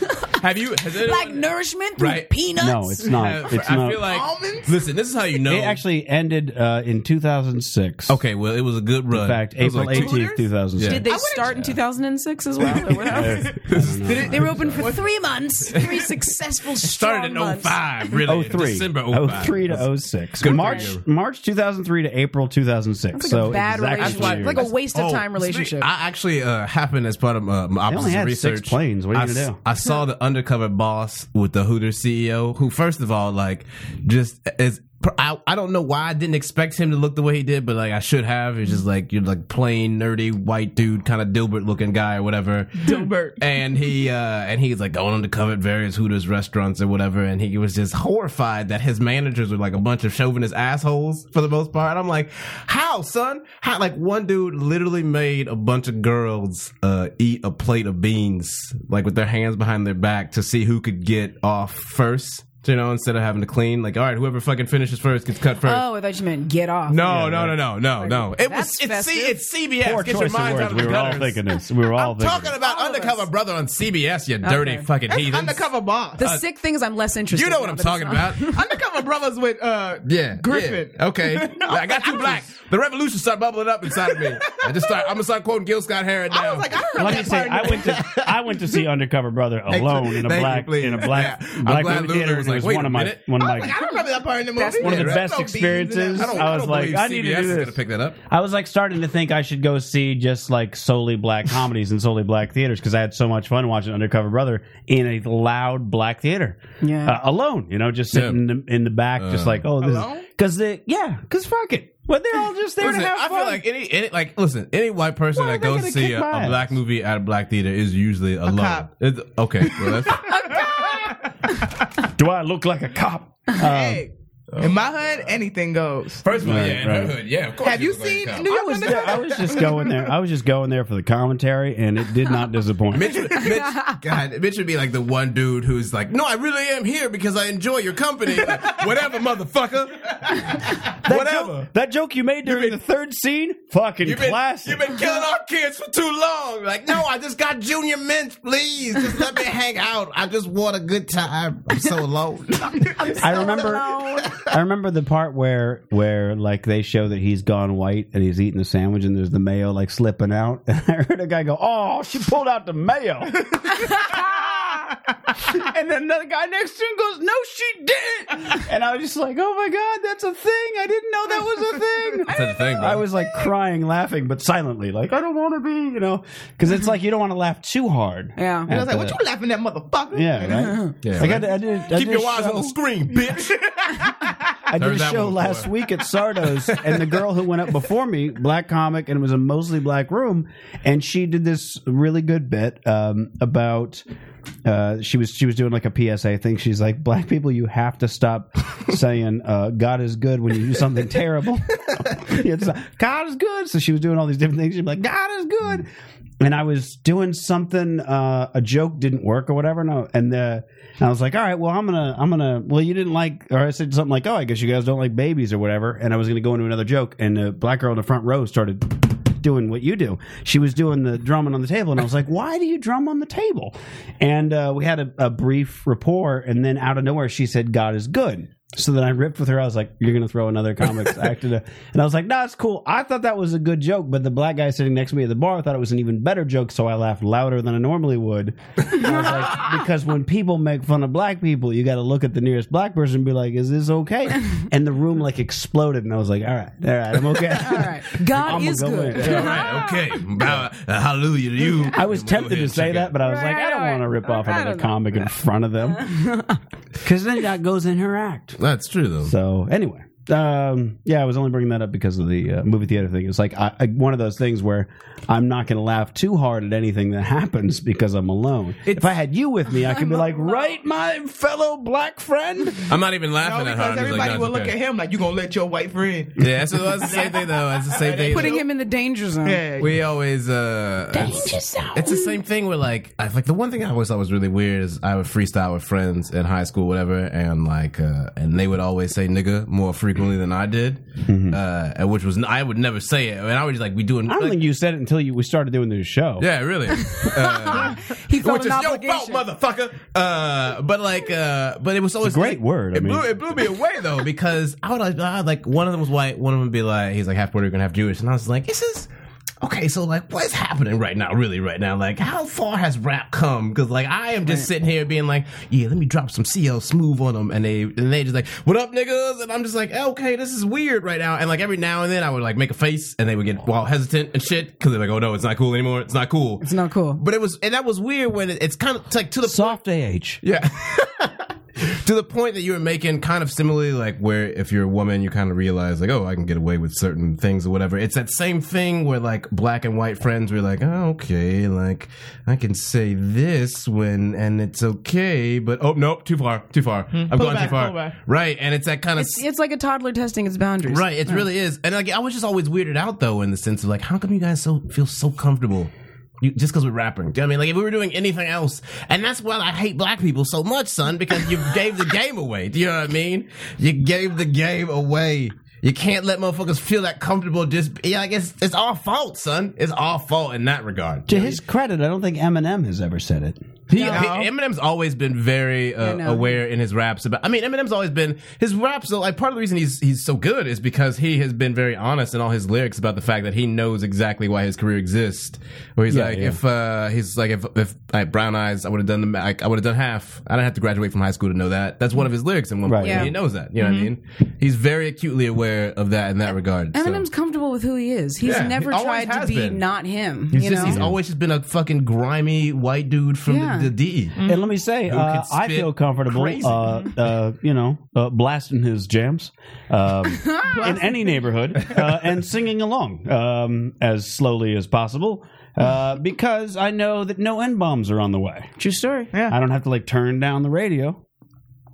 Speaker 7: Have you?
Speaker 5: *laughs*
Speaker 7: Has anyone-
Speaker 8: Like nourishment through
Speaker 7: Right.
Speaker 8: peanuts.
Speaker 5: No, it's not.
Speaker 7: *laughs* Have-
Speaker 5: It's
Speaker 7: I
Speaker 5: not.
Speaker 7: feel like
Speaker 9: Almonds?
Speaker 7: listen. This is how you know.
Speaker 5: it actually ended uh, in 2006.
Speaker 7: okay. Well, it was a good run.
Speaker 5: In fact,
Speaker 7: It was
Speaker 5: April
Speaker 7: like two-
Speaker 5: 18th, 2006.
Speaker 7: Yeah.
Speaker 8: Did they start in 2006 as well? Or whatever? they were open for three months, three
Speaker 7: *laughs*
Speaker 8: successful strong
Speaker 7: started in
Speaker 8: months.
Speaker 7: 05, really. in
Speaker 5: 03.
Speaker 7: December 05.
Speaker 5: 03 Oh, to 06.
Speaker 7: Good
Speaker 5: March
Speaker 7: for you.
Speaker 5: March 2003 to April 2006.
Speaker 8: It's like
Speaker 5: so
Speaker 8: a bad
Speaker 5: exactly
Speaker 8: relationship.
Speaker 5: two
Speaker 8: It's like a
Speaker 5: years.
Speaker 8: waste of time relationship.
Speaker 7: Oh, I actually uh, happened as part of uh, my
Speaker 5: They
Speaker 7: opposite
Speaker 5: only had
Speaker 7: research.
Speaker 5: six planes. What are you
Speaker 7: I
Speaker 5: gonna
Speaker 7: s-
Speaker 5: do?
Speaker 7: I saw the undercover boss with the Hooters CEO, who first of all, like, just is. I, I don't know why I didn't expect him to look the way he did, but like I should have. It's just like you're like plain nerdy white dude, kind of Dilbert looking guy or whatever.
Speaker 9: Dilbert.
Speaker 7: and he uh and he's like going undercover at various Hooters restaurants or whatever, and he was just horrified that his managers were like a bunch of chauvinist assholes for the most part. And I'm like, how, son? How? Like one dude literally made a bunch of girls uh eat a plate of beans like with their hands behind their back to see who could get off first. You know, instead of having to clean, like, all right, whoever fucking finishes first gets cut first.
Speaker 8: oh, I thought you meant get off.
Speaker 7: No, no, no, no, no, no. It was
Speaker 8: That's
Speaker 7: it's, C,
Speaker 8: festive.
Speaker 7: it's CBS.
Speaker 5: Poor
Speaker 7: Get your
Speaker 5: choice of
Speaker 7: minds out
Speaker 5: words.
Speaker 7: of
Speaker 5: We
Speaker 7: the
Speaker 5: were all
Speaker 7: gutters.
Speaker 5: thinking this. We were all
Speaker 7: I'm
Speaker 5: thinking
Speaker 7: talking about
Speaker 8: All of
Speaker 7: undercover
Speaker 8: us.
Speaker 7: brother on CBS. You dirty
Speaker 8: Okay.
Speaker 7: fucking heathens.
Speaker 9: Undercover boss.
Speaker 8: The sick thing is I'm less interested.
Speaker 7: uh, You know
Speaker 8: now
Speaker 7: what I'm
Speaker 8: that it's
Speaker 7: talking
Speaker 8: on. *laughs*
Speaker 7: about.
Speaker 9: undercover brothers with uh
Speaker 7: Yeah,
Speaker 9: Griffin.
Speaker 7: yeah.
Speaker 9: *laughs*
Speaker 7: Okay, I got you black. The revolution started bubbling up inside of me. I just start. I'm gonna start quoting Gil Scott Heron now.
Speaker 9: I was like, I heard
Speaker 5: Let me
Speaker 9: that
Speaker 5: say,
Speaker 9: part. in
Speaker 5: I went to I went to see Undercover Brother alone in
Speaker 7: *laughs*
Speaker 5: a
Speaker 7: Thank you,
Speaker 5: black
Speaker 7: please.
Speaker 5: in a black
Speaker 7: Yeah. I'm
Speaker 5: black
Speaker 7: glad
Speaker 5: movie
Speaker 7: Luther
Speaker 5: theater.
Speaker 7: was
Speaker 5: and
Speaker 7: like,
Speaker 5: it was
Speaker 7: "Wait
Speaker 5: one
Speaker 7: a
Speaker 5: of my
Speaker 7: minute." Oh,
Speaker 5: one of
Speaker 9: I was like, I
Speaker 5: my
Speaker 9: don't remember that part in the movie.
Speaker 8: That's
Speaker 5: one of the
Speaker 9: There's
Speaker 5: best
Speaker 9: no beans in
Speaker 5: experiences.
Speaker 9: that.
Speaker 7: I, don't,
Speaker 5: I was
Speaker 7: don't
Speaker 5: like,
Speaker 7: believe
Speaker 5: I need to
Speaker 7: CBS
Speaker 5: do
Speaker 7: is
Speaker 5: this.
Speaker 7: gonna pick that up.
Speaker 5: I was like starting to think I should go see just like solely black comedies and solely black theaters because I had so much fun watching Undercover Brother in a loud black theater.
Speaker 8: Yeah.
Speaker 5: Uh, alone, you know, just sitting in, the, in the back,
Speaker 7: Uh.
Speaker 5: just like, oh,
Speaker 9: Alone?
Speaker 5: this because the yeah, because fuck it, but they're all just there
Speaker 7: Listen,
Speaker 5: to have
Speaker 7: I
Speaker 5: fun.
Speaker 7: feel like any, any like listen, any white person
Speaker 5: Why are
Speaker 7: that
Speaker 5: they
Speaker 7: goes
Speaker 5: gonna
Speaker 7: to see
Speaker 5: kick
Speaker 7: a,
Speaker 5: my
Speaker 7: a
Speaker 5: ass?
Speaker 7: black movie at a black theater is usually alone.
Speaker 9: cop.
Speaker 7: It's, okay, well,
Speaker 9: *laughs*
Speaker 7: that's,
Speaker 5: Do I look like
Speaker 7: *laughs*
Speaker 5: a cop? Um,
Speaker 9: Hey, in my hood, anything goes.
Speaker 7: first of all,
Speaker 5: Right,
Speaker 7: yeah, in
Speaker 5: right.
Speaker 7: her hood, yeah. Of course
Speaker 9: Have you
Speaker 7: it's like a
Speaker 9: seen
Speaker 7: cop.
Speaker 9: New
Speaker 5: I
Speaker 9: York
Speaker 5: was
Speaker 9: Undercover?
Speaker 5: I was just going there. I was just going there for the commentary, and it did
Speaker 7: *laughs*
Speaker 5: not disappoint.
Speaker 7: Mitch, would- Mitch,
Speaker 9: *laughs*
Speaker 7: God, Mitch would be like the one dude who's like, "No, I really am here because I enjoy your
Speaker 9: *laughs*
Speaker 7: company." Like, Whatever, motherfucker. Whatever.
Speaker 5: That joke you made during the third scene, fucking
Speaker 7: You've been,
Speaker 5: classic.
Speaker 7: you've been killing our kids for too long. Like, no, I just got junior mints. Please, just let me hang out. I just want a good time. I'm so *laughs* alone.
Speaker 5: I remember. I remember the part where where like they show that he's gone white and he's eating the sandwich and there's the mayo like slipping out. *laughs* And I heard a guy go, "Oh, she pulled out the mayo." *laughs* and then the guy next to him goes, "No, she didn't." And I was just like, "Oh my god, that's a thing! I didn't know that was a thing." I
Speaker 7: That's a thing, bro.
Speaker 5: I was like crying, laughing, but silently. Like I don't want to be, you know, because it's like you don't want to laugh too hard.
Speaker 8: Yeah.
Speaker 9: I was like, what you laughing at, motherfucker?
Speaker 5: Yeah, right.
Speaker 7: *laughs* Yeah,
Speaker 5: Like, I
Speaker 7: right.
Speaker 5: did- I did- I did
Speaker 7: Keep your
Speaker 5: a
Speaker 7: eyes on the
Speaker 5: show-
Speaker 7: screen, bitch.
Speaker 5: I did
Speaker 7: There's
Speaker 5: a
Speaker 7: that
Speaker 5: show
Speaker 7: one
Speaker 5: last
Speaker 7: for it.
Speaker 5: week at Sardo's, and the girl who went up before me, black comic, and it was a mostly black room, and she did this really good bit um, about. Uh, she was she was doing like a PSA thing. She's like, "Black people, you have
Speaker 7: *laughs*
Speaker 5: to stop saying uh, God is good when you do something terrible. *laughs* Yeah, it's like, God is good." So she was doing all these different things. She'd be like, "God is good," and I was doing something. Uh, a joke didn't work or whatever, and I, and, the, and I was like, "All right, well, I'm gonna, I'm gonna." Well, you didn't like, or I said something like, "Oh, I guess you guys don't like babies or whatever," and I was gonna go into another joke, and the black girl in the front row started doing what you do. She was doing the drumming on the table, and I was like, "Why do you drum on the table?" And uh, we had a, a brief rapport, and then out of nowhere, she said, "God is good." So then I ripped with her. I was like, "You're gonna throw another comics act in there," and I was like, "No, it's cool." I thought that was a good joke, but the black guy sitting next to me at the bar thought it was an even better joke, so I laughed louder than I normally would. And I was like, because when people make fun of black people, you got to look at the nearest black person and be like, "Is this
Speaker 8: *laughs*
Speaker 5: okay?" And the room like exploded, and I was like, "All right, all right, I'm
Speaker 8: *laughs*
Speaker 5: okay." *laughs*
Speaker 8: All right. God
Speaker 5: I'm
Speaker 8: is
Speaker 5: gonna go
Speaker 8: good.
Speaker 5: in. *laughs* Yeah.
Speaker 7: All right, okay. Bow- uh, hallelujah to you.
Speaker 5: I was
Speaker 7: We'll go
Speaker 5: tempted
Speaker 7: ahead
Speaker 5: to
Speaker 7: and
Speaker 5: say
Speaker 7: check
Speaker 5: that,
Speaker 7: out.
Speaker 5: but I was like,
Speaker 8: Right,
Speaker 5: I don't
Speaker 8: right.
Speaker 5: want to rip off
Speaker 8: I
Speaker 5: another
Speaker 8: don't know.
Speaker 5: comic in front of them,
Speaker 8: *laughs*
Speaker 5: because then that goes in her act.
Speaker 7: that's true though.
Speaker 5: So anyway, um, yeah, I was only bringing that up because of the uh, movie theater thing. It's like I, I, one of those things where I'm not going to laugh too hard at anything that happens because I'm alone. if I had you with me, I could be like, right, my fellow black friend.
Speaker 7: I'm not even
Speaker 9: No,
Speaker 7: laughing at her. I'm
Speaker 9: because
Speaker 7: just
Speaker 9: everybody
Speaker 7: like, no,
Speaker 9: will
Speaker 7: it's
Speaker 9: look
Speaker 7: okay.
Speaker 9: at him like you gonna let your white friend.
Speaker 7: Yeah, that's, that's the same thing though. That's the same thing.
Speaker 8: Putting him in the danger zone.
Speaker 9: Yeah,
Speaker 7: We always uh it's, it's the same thing where like I like the one thing I always thought was really weird is I would freestyle with friends in high school, whatever, and like uh and they would always say nigga more freely frequently than I did, uh, and which was n- I would never say it. I mean, I was just like, we doing.
Speaker 5: Mm-hmm. I don't
Speaker 7: like-
Speaker 5: think you said it until you, we started doing this show.
Speaker 7: yeah,
Speaker 5: *laughs*
Speaker 7: really. Uh,
Speaker 8: He felt
Speaker 7: which
Speaker 8: an
Speaker 7: is your fault,
Speaker 8: obligation.
Speaker 7: motherfucker. Uh, but like, uh, but it was always
Speaker 5: great word, I
Speaker 7: It, blew,
Speaker 5: mean.
Speaker 7: it blew me away though because I would like, I would, like one of them was white, one of them would be like, he's like half Puerto Rican, half Jewish, and I was like, this is. Okay, so like, what's happening right now? Really, right now, like, how far has rap come? Because like, I am just sitting here being like, yeah, let me drop some CL Smooth on them, and they and they just like, what up, niggas? And I'm just like, okay, this is weird right now. And like every now and then, I would like make a face, and they would get well hesitant and shit because they're like, oh no, it's not cool anymore. It's not cool.
Speaker 8: It's not cool.
Speaker 7: But it was, and that was weird when it, it's kind of it's like to the
Speaker 6: Soft age.
Speaker 9: *laughs*
Speaker 7: yeah. to the point that you were making kind of similarly like where if you're a woman you kind of realize like oh i can get away with certain things or whatever it's that same thing where like black and white friends were like oh, okay like i can say this when and it's okay but oh nope too far too far i've
Speaker 9: Hmm. Pull
Speaker 7: gone
Speaker 9: back,
Speaker 7: too far
Speaker 9: pull back.
Speaker 7: right and it's that kind of
Speaker 8: It's, it's like a toddler testing its boundaries.
Speaker 7: Right, it really is. And like I was just always weirded out though in the sense of like how come you guys so feel so comfortable you, just because we're rapping? Do you know what I mean? Like if we were doing anything else, and that's why I hate black people so much, son, because you *laughs* gave the game away. Do you know what I mean? You gave the game away. You can't let motherfuckers feel that comfortable. Just yeah, like it's it's our fault, son. It's our fault in that regard.
Speaker 6: To his credit, I don't think Eminem has ever said it.
Speaker 7: He, he- Eminem's always been very uh,
Speaker 8: I know.
Speaker 7: aware in his raps about. I mean, Eminem's always been his raps. so, Like part of the reason he's he's so good is because he has been very honest in all his lyrics about the fact that he knows exactly why his career exists. Where he's
Speaker 6: Yeah,
Speaker 7: like,
Speaker 6: yeah.
Speaker 7: if uh, he's like, if if I had brown eyes, I would have done the ma- I, I would have done half. I don't have to graduate from high school to know that. That's one of his lyrics in one
Speaker 6: Right.
Speaker 7: point.
Speaker 8: Yeah. Mm-hmm.
Speaker 7: He knows that. You know what I mean? He's very acutely aware of that in that regard. so.
Speaker 8: Eminem's comfortable with who he is. He's
Speaker 7: Yeah,
Speaker 8: never
Speaker 7: he always
Speaker 8: tried to
Speaker 7: has
Speaker 8: be
Speaker 7: been.
Speaker 8: not him.
Speaker 7: He's,
Speaker 8: you
Speaker 7: just,
Speaker 8: know?
Speaker 7: he's always just been a fucking grimy white dude from
Speaker 8: Yeah. Mm.
Speaker 7: the, the D.
Speaker 5: And let me say,
Speaker 7: Who
Speaker 5: uh,
Speaker 7: could
Speaker 5: I
Speaker 7: spit
Speaker 5: feel comfortable,
Speaker 7: crazy.
Speaker 5: uh, uh, you know, uh, blasting his jams um, in any neighborhood uh, and singing along um, as slowly as possible uh, because I know that no N bombs are on the way.
Speaker 8: True story.
Speaker 9: Yeah.
Speaker 5: I don't have to like turn down the radio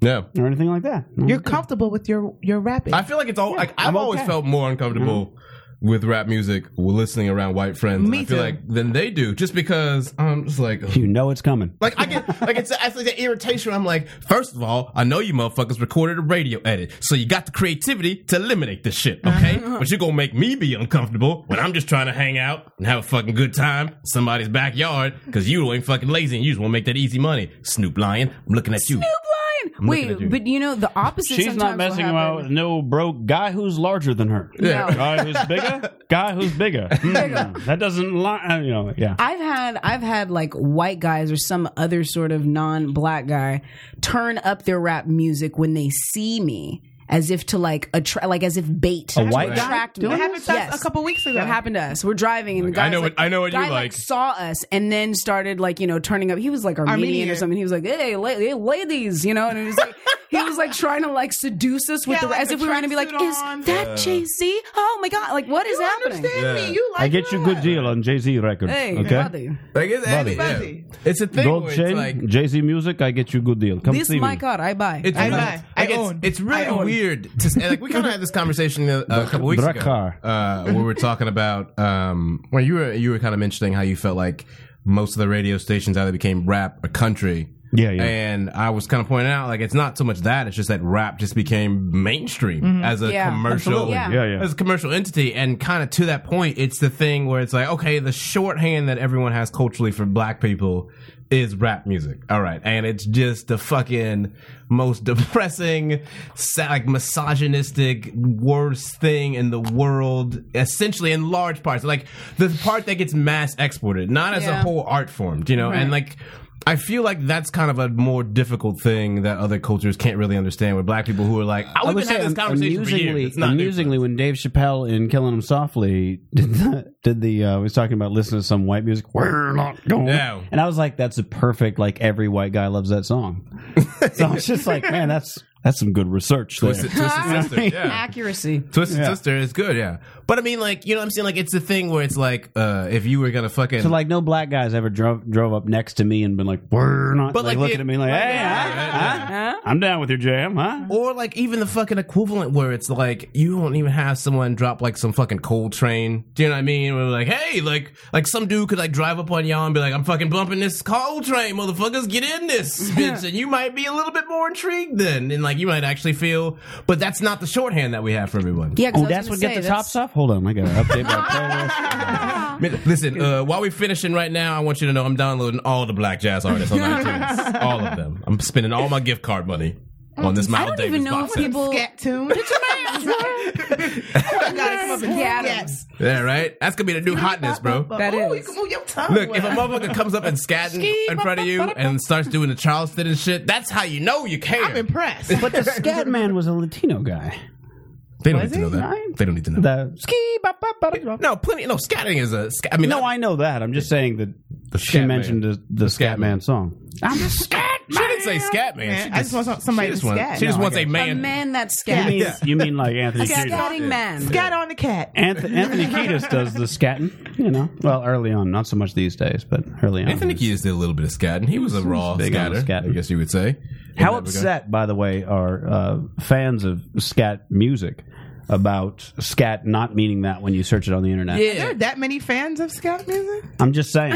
Speaker 7: Yeah.
Speaker 5: or anything like that.
Speaker 9: You're comfortable with your your rapping.
Speaker 7: I feel like it's all like I've
Speaker 5: I'm
Speaker 7: always
Speaker 5: okay.
Speaker 7: felt more uncomfortable with rap music with listening around white friends.
Speaker 9: Me
Speaker 7: I feel
Speaker 9: too.
Speaker 7: like than they do just because I'm just like *laughs* ugh.
Speaker 5: You know it's coming.
Speaker 7: like I get like it's actually that irritation. where I'm like, first of all, I know you motherfuckers recorded a radio edit, so you got the creativity to eliminate this shit, okay? But you're gonna make me be uncomfortable when I'm just trying to hang out and have a fucking good time in somebody's backyard because you ain't fucking lazy and you just want to make that euse money. Snoop Lion, I'm looking at you.
Speaker 8: Snoop Lion.
Speaker 7: I'm looking
Speaker 8: Wait,
Speaker 7: at you.
Speaker 8: but you know the opposite.
Speaker 5: She's not
Speaker 8: sometimes will
Speaker 5: messing
Speaker 8: happen.
Speaker 5: around with no broke guy who's larger than her.
Speaker 8: Yeah.
Speaker 5: Guy who's bigger? Guy who's bigger. Hmm, that doesn't lie. You know, yeah.
Speaker 8: I've had I've had like white guys or some other sort of non-black guy turn up their rap music when they see me as if to like attract like as if bait
Speaker 5: A white guy
Speaker 8: attract
Speaker 9: That
Speaker 8: me.
Speaker 9: happened to
Speaker 8: Yes.
Speaker 9: us a couple weeks ago.
Speaker 8: That happened to us. We're driving, and the
Speaker 7: I
Speaker 8: guy
Speaker 7: know what- I know what you
Speaker 8: guy,
Speaker 7: like.
Speaker 8: Saw us, and then started like you know turning up. He was like Armenian,
Speaker 9: Armenian.
Speaker 8: or something. He was like, "Hey, la- hey, ladies," you know, and he was like, he was like trying to like seduce us with
Speaker 9: Yeah,
Speaker 8: the
Speaker 9: like
Speaker 8: as
Speaker 9: the
Speaker 8: if we were going to be like,
Speaker 9: tracksuit
Speaker 8: "Is
Speaker 9: on."
Speaker 8: that Jay Z? Oh my god! Like, what is
Speaker 9: You
Speaker 8: happening?"
Speaker 9: understand
Speaker 7: Yeah.
Speaker 9: me? You like
Speaker 5: I get you a good
Speaker 9: that.
Speaker 5: deal on Jay Z records.
Speaker 8: Hey,
Speaker 5: okay.
Speaker 8: buddy.
Speaker 7: Like it's,
Speaker 5: Bobby.
Speaker 7: yeah.
Speaker 9: Bobby.
Speaker 7: it's a thing.
Speaker 5: Gold
Speaker 7: where it's
Speaker 5: chain,
Speaker 7: like, uh,
Speaker 5: Jay Z music. I get you good deal. Come
Speaker 8: this
Speaker 5: see
Speaker 8: my
Speaker 5: me.
Speaker 8: car, I buy.
Speaker 7: It's
Speaker 9: I
Speaker 7: really,
Speaker 9: buy. I
Speaker 7: like, it's,
Speaker 9: own.
Speaker 7: it's
Speaker 9: I
Speaker 7: really
Speaker 9: own.
Speaker 7: weird. To, and, like
Speaker 9: *laughs*
Speaker 7: we kind of had this conversation uh, a couple weeks ago,
Speaker 5: Drakkar.
Speaker 7: uh, where we were talking about um, well, you were you were kind of mentioning how you felt like most of the radio stations either became rap or country.
Speaker 5: Yeah, yeah.
Speaker 7: And I was kind of pointing out like it's not so much that it's just that rap just became mainstream
Speaker 9: Mm-hmm.
Speaker 7: as a
Speaker 8: Yeah.
Speaker 7: commercial
Speaker 8: Absolutely. Yeah.
Speaker 5: Yeah, yeah.
Speaker 7: as a commercial entity. And kind of to that point, it's the thing where it's like, okay, the shorthand that everyone has culturally for black people is rap music. All right. And it's just the fucking most *laughs* depressing, sa- like misogynistic, worst thing in the world, essentially in large parts. Like the part that gets mass exported, not as a
Speaker 8: Yeah.
Speaker 7: whole art form, you know? And
Speaker 8: Right.
Speaker 7: like, I feel like that's kind of a more difficult thing that other cultures can't really understand. With black people who are like, I,
Speaker 5: I
Speaker 7: we've
Speaker 5: would
Speaker 7: been
Speaker 5: say
Speaker 7: having this
Speaker 5: am-
Speaker 7: conversation for years.
Speaker 5: amusingly,
Speaker 7: It's not new to us."
Speaker 5: amusingly, when Dave Chappelle in "Killing Him Softly" *laughs* did the, did the uh, was talking about listening to some white music, we're not going.
Speaker 7: Yeah.
Speaker 5: And I was like, that's a perfect like every white guy loves
Speaker 7: *laughs*
Speaker 5: that song. so I was just like, man, that's that's some good research there.
Speaker 7: Twisted, Twisted Sister,
Speaker 8: *laughs*
Speaker 7: yeah.
Speaker 8: Accuracy.
Speaker 7: Twisted
Speaker 5: Yeah.
Speaker 7: Sister is good, yeah. But I mean, like, you know what I'm saying? Like, it's the thing where it's like, uh, if you were gonna fucking.
Speaker 5: So like, no black guys ever drove drove up next to me and been like, we're not.
Speaker 7: But,
Speaker 5: like,
Speaker 7: like,
Speaker 5: looking
Speaker 7: the-
Speaker 5: at me like,
Speaker 7: like,
Speaker 5: hey,
Speaker 7: yeah,
Speaker 5: huh?
Speaker 7: yeah,
Speaker 5: Huh? I'm down with your jam, huh?
Speaker 7: or like even the fucking equivalent where it's like you don't even have someone drop like some fucking cold train. Do you know what I mean? Where like, hey, like like some dude could like drive up on y'all and be like, I'm fucking bumping this cold train, motherfuckers, get in this bitch, and you might be a little bit more intrigued then. And like like you might actually feel, but that's not the shorthand that we have for everyone.
Speaker 8: Yeah, 'cause
Speaker 5: Oh,
Speaker 8: I was
Speaker 5: that's
Speaker 8: gonna
Speaker 5: what get
Speaker 8: say,
Speaker 5: the
Speaker 8: that's-
Speaker 5: tops off. Hold on, I
Speaker 7: *laughs*
Speaker 5: gotta update my playlist.
Speaker 7: I mean, Listen, uh, while we're finishing right now, I want you to know I'm downloading all the black jazz artists on iTunes, all of them. I'm spending all my gift card money on this
Speaker 8: I
Speaker 7: Miles
Speaker 8: don't
Speaker 7: Davis
Speaker 8: even know if
Speaker 7: box set.
Speaker 8: people.
Speaker 9: Scat tune.
Speaker 8: Scat.
Speaker 7: *laughs* Yeah, right. That's gonna be the new hotness, bro.
Speaker 8: That
Speaker 9: Ooh, you
Speaker 8: is.
Speaker 9: can move your tongue.
Speaker 7: Look,
Speaker 9: well.
Speaker 7: if a motherfucker comes up and scatting in front of you and starts doing the Charleston and shit, that's how you know you care.
Speaker 9: I'm impressed.
Speaker 7: *laughs*
Speaker 5: But the scat man was a Latino guy.
Speaker 7: they don't need to know that. They don't need to know.
Speaker 5: The ski. Ba, ba, ba, ba.
Speaker 7: No, plenty. No, scatting is a. Sc- I mean,
Speaker 5: No, I know that. I'm just saying that she
Speaker 7: Scat Man.
Speaker 5: mentioned the, the, Scat Man song.
Speaker 8: I'm just scat.
Speaker 7: *laughs* she didn't say scat man.
Speaker 9: Man,
Speaker 7: She
Speaker 9: I just want somebody
Speaker 7: she just
Speaker 9: to
Speaker 7: want-
Speaker 9: scat.
Speaker 7: She just
Speaker 5: No, I
Speaker 7: wants a
Speaker 5: get it.
Speaker 8: A
Speaker 7: man.
Speaker 8: man that
Speaker 5: You
Speaker 8: scats.
Speaker 5: mean, you mean like Anthony Kiedis?
Speaker 8: Scatting man.
Speaker 9: Scat on the cat.
Speaker 5: Anthony, Anthony Kiedis does the scatting, you know. Well, early on, not so much these days, but early on.
Speaker 7: Anthony Kiedis did a little bit of scatting. He was a raw
Speaker 5: big on the
Speaker 7: scatter,
Speaker 5: scatting.
Speaker 7: I guess you would say.
Speaker 5: How
Speaker 7: In that regard.
Speaker 5: upset, by the way, are uh, fans of scat music about scat not meaning that when you search it on the internet?
Speaker 9: Are there that many fans of scat music?
Speaker 5: I'm just saying.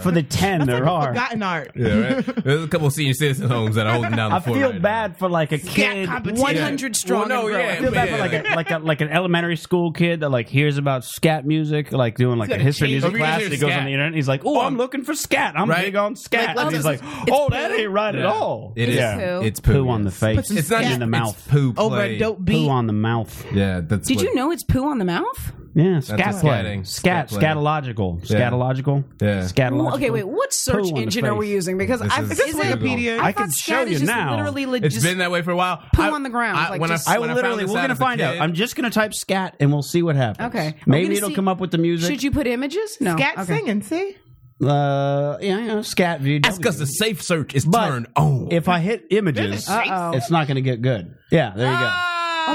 Speaker 5: for the ten, there are.
Speaker 9: Forgotten art.
Speaker 7: Yeah, right. There's a couple of senior citizen homes that are holding down the
Speaker 5: I
Speaker 7: fort
Speaker 5: feel
Speaker 7: right
Speaker 5: bad for like a kid.
Speaker 9: competition.
Speaker 8: One hundred strong.
Speaker 7: Well, no,
Speaker 8: and
Speaker 7: yeah.
Speaker 5: I feel bad for like a, like a like an elementary school kid that like hears about scat music, like doing like a history
Speaker 7: change- If
Speaker 5: music
Speaker 7: you're gonna
Speaker 5: class.
Speaker 7: hear
Speaker 5: and He goes
Speaker 7: scat-
Speaker 5: on the internet. and He's like, "Oh, I'm looking for scat. I'm
Speaker 7: Right?
Speaker 5: big on scat."
Speaker 7: Like,
Speaker 5: and he's like,
Speaker 8: let's- it's
Speaker 5: "Oh, that
Speaker 8: poo.
Speaker 5: ain't right at
Speaker 7: Yeah.
Speaker 5: all."
Speaker 7: It is.
Speaker 5: yeah.
Speaker 8: poo.
Speaker 7: It's poo,
Speaker 5: Poo on the
Speaker 7: yes.
Speaker 5: face.
Speaker 9: some
Speaker 7: It's not
Speaker 9: scat
Speaker 5: in the mouth.
Speaker 7: It's poo play.
Speaker 9: Over a Oh, dope
Speaker 5: Poo
Speaker 9: beat.
Speaker 5: on the mouth.
Speaker 7: Yeah, that's.
Speaker 8: Did
Speaker 7: what-
Speaker 8: you know it's poo on the mouth?
Speaker 5: Yeah, scat
Speaker 7: what
Speaker 5: play.
Speaker 7: scatting- scat
Speaker 5: Scat,
Speaker 7: play.
Speaker 5: scatological.
Speaker 7: Yeah.
Speaker 5: Scatological.
Speaker 7: Yeah.
Speaker 5: Scatological.
Speaker 8: Mm, Okay, wait. What
Speaker 5: Poo
Speaker 8: search
Speaker 5: on the
Speaker 8: engine are we
Speaker 5: face.
Speaker 8: using? Because
Speaker 7: This
Speaker 8: I
Speaker 7: is
Speaker 8: is
Speaker 7: Google.
Speaker 8: it-
Speaker 9: Wikipedia.
Speaker 5: I
Speaker 8: I
Speaker 5: can
Speaker 8: thought
Speaker 5: show
Speaker 8: scat
Speaker 5: you
Speaker 8: is just
Speaker 5: now.
Speaker 8: Literally, like,
Speaker 7: It's
Speaker 8: just
Speaker 7: been that way for a while.
Speaker 8: poo
Speaker 7: I-
Speaker 8: on the ground, like
Speaker 7: when
Speaker 8: just-
Speaker 5: I
Speaker 7: when found
Speaker 5: will literally.
Speaker 7: this
Speaker 5: We're
Speaker 7: out
Speaker 5: gonna
Speaker 7: as a
Speaker 5: find out.
Speaker 7: kid-
Speaker 5: I'm just gonna type scat, and we'll see what happens.
Speaker 8: Okay. I'm
Speaker 5: Maybe
Speaker 8: gonna
Speaker 5: it'll
Speaker 8: see-
Speaker 5: come up with the music.
Speaker 8: Should you put images? No.
Speaker 9: Scat
Speaker 8: Okay.
Speaker 9: singing, see?
Speaker 5: Uh, yeah, yeah, scat VW.
Speaker 7: That's because the safe search is
Speaker 5: But
Speaker 7: turned on.
Speaker 5: If I hit images,
Speaker 7: uh,
Speaker 8: Uh-oh.
Speaker 5: it's not going to get good. Yeah, there you go.
Speaker 8: Oh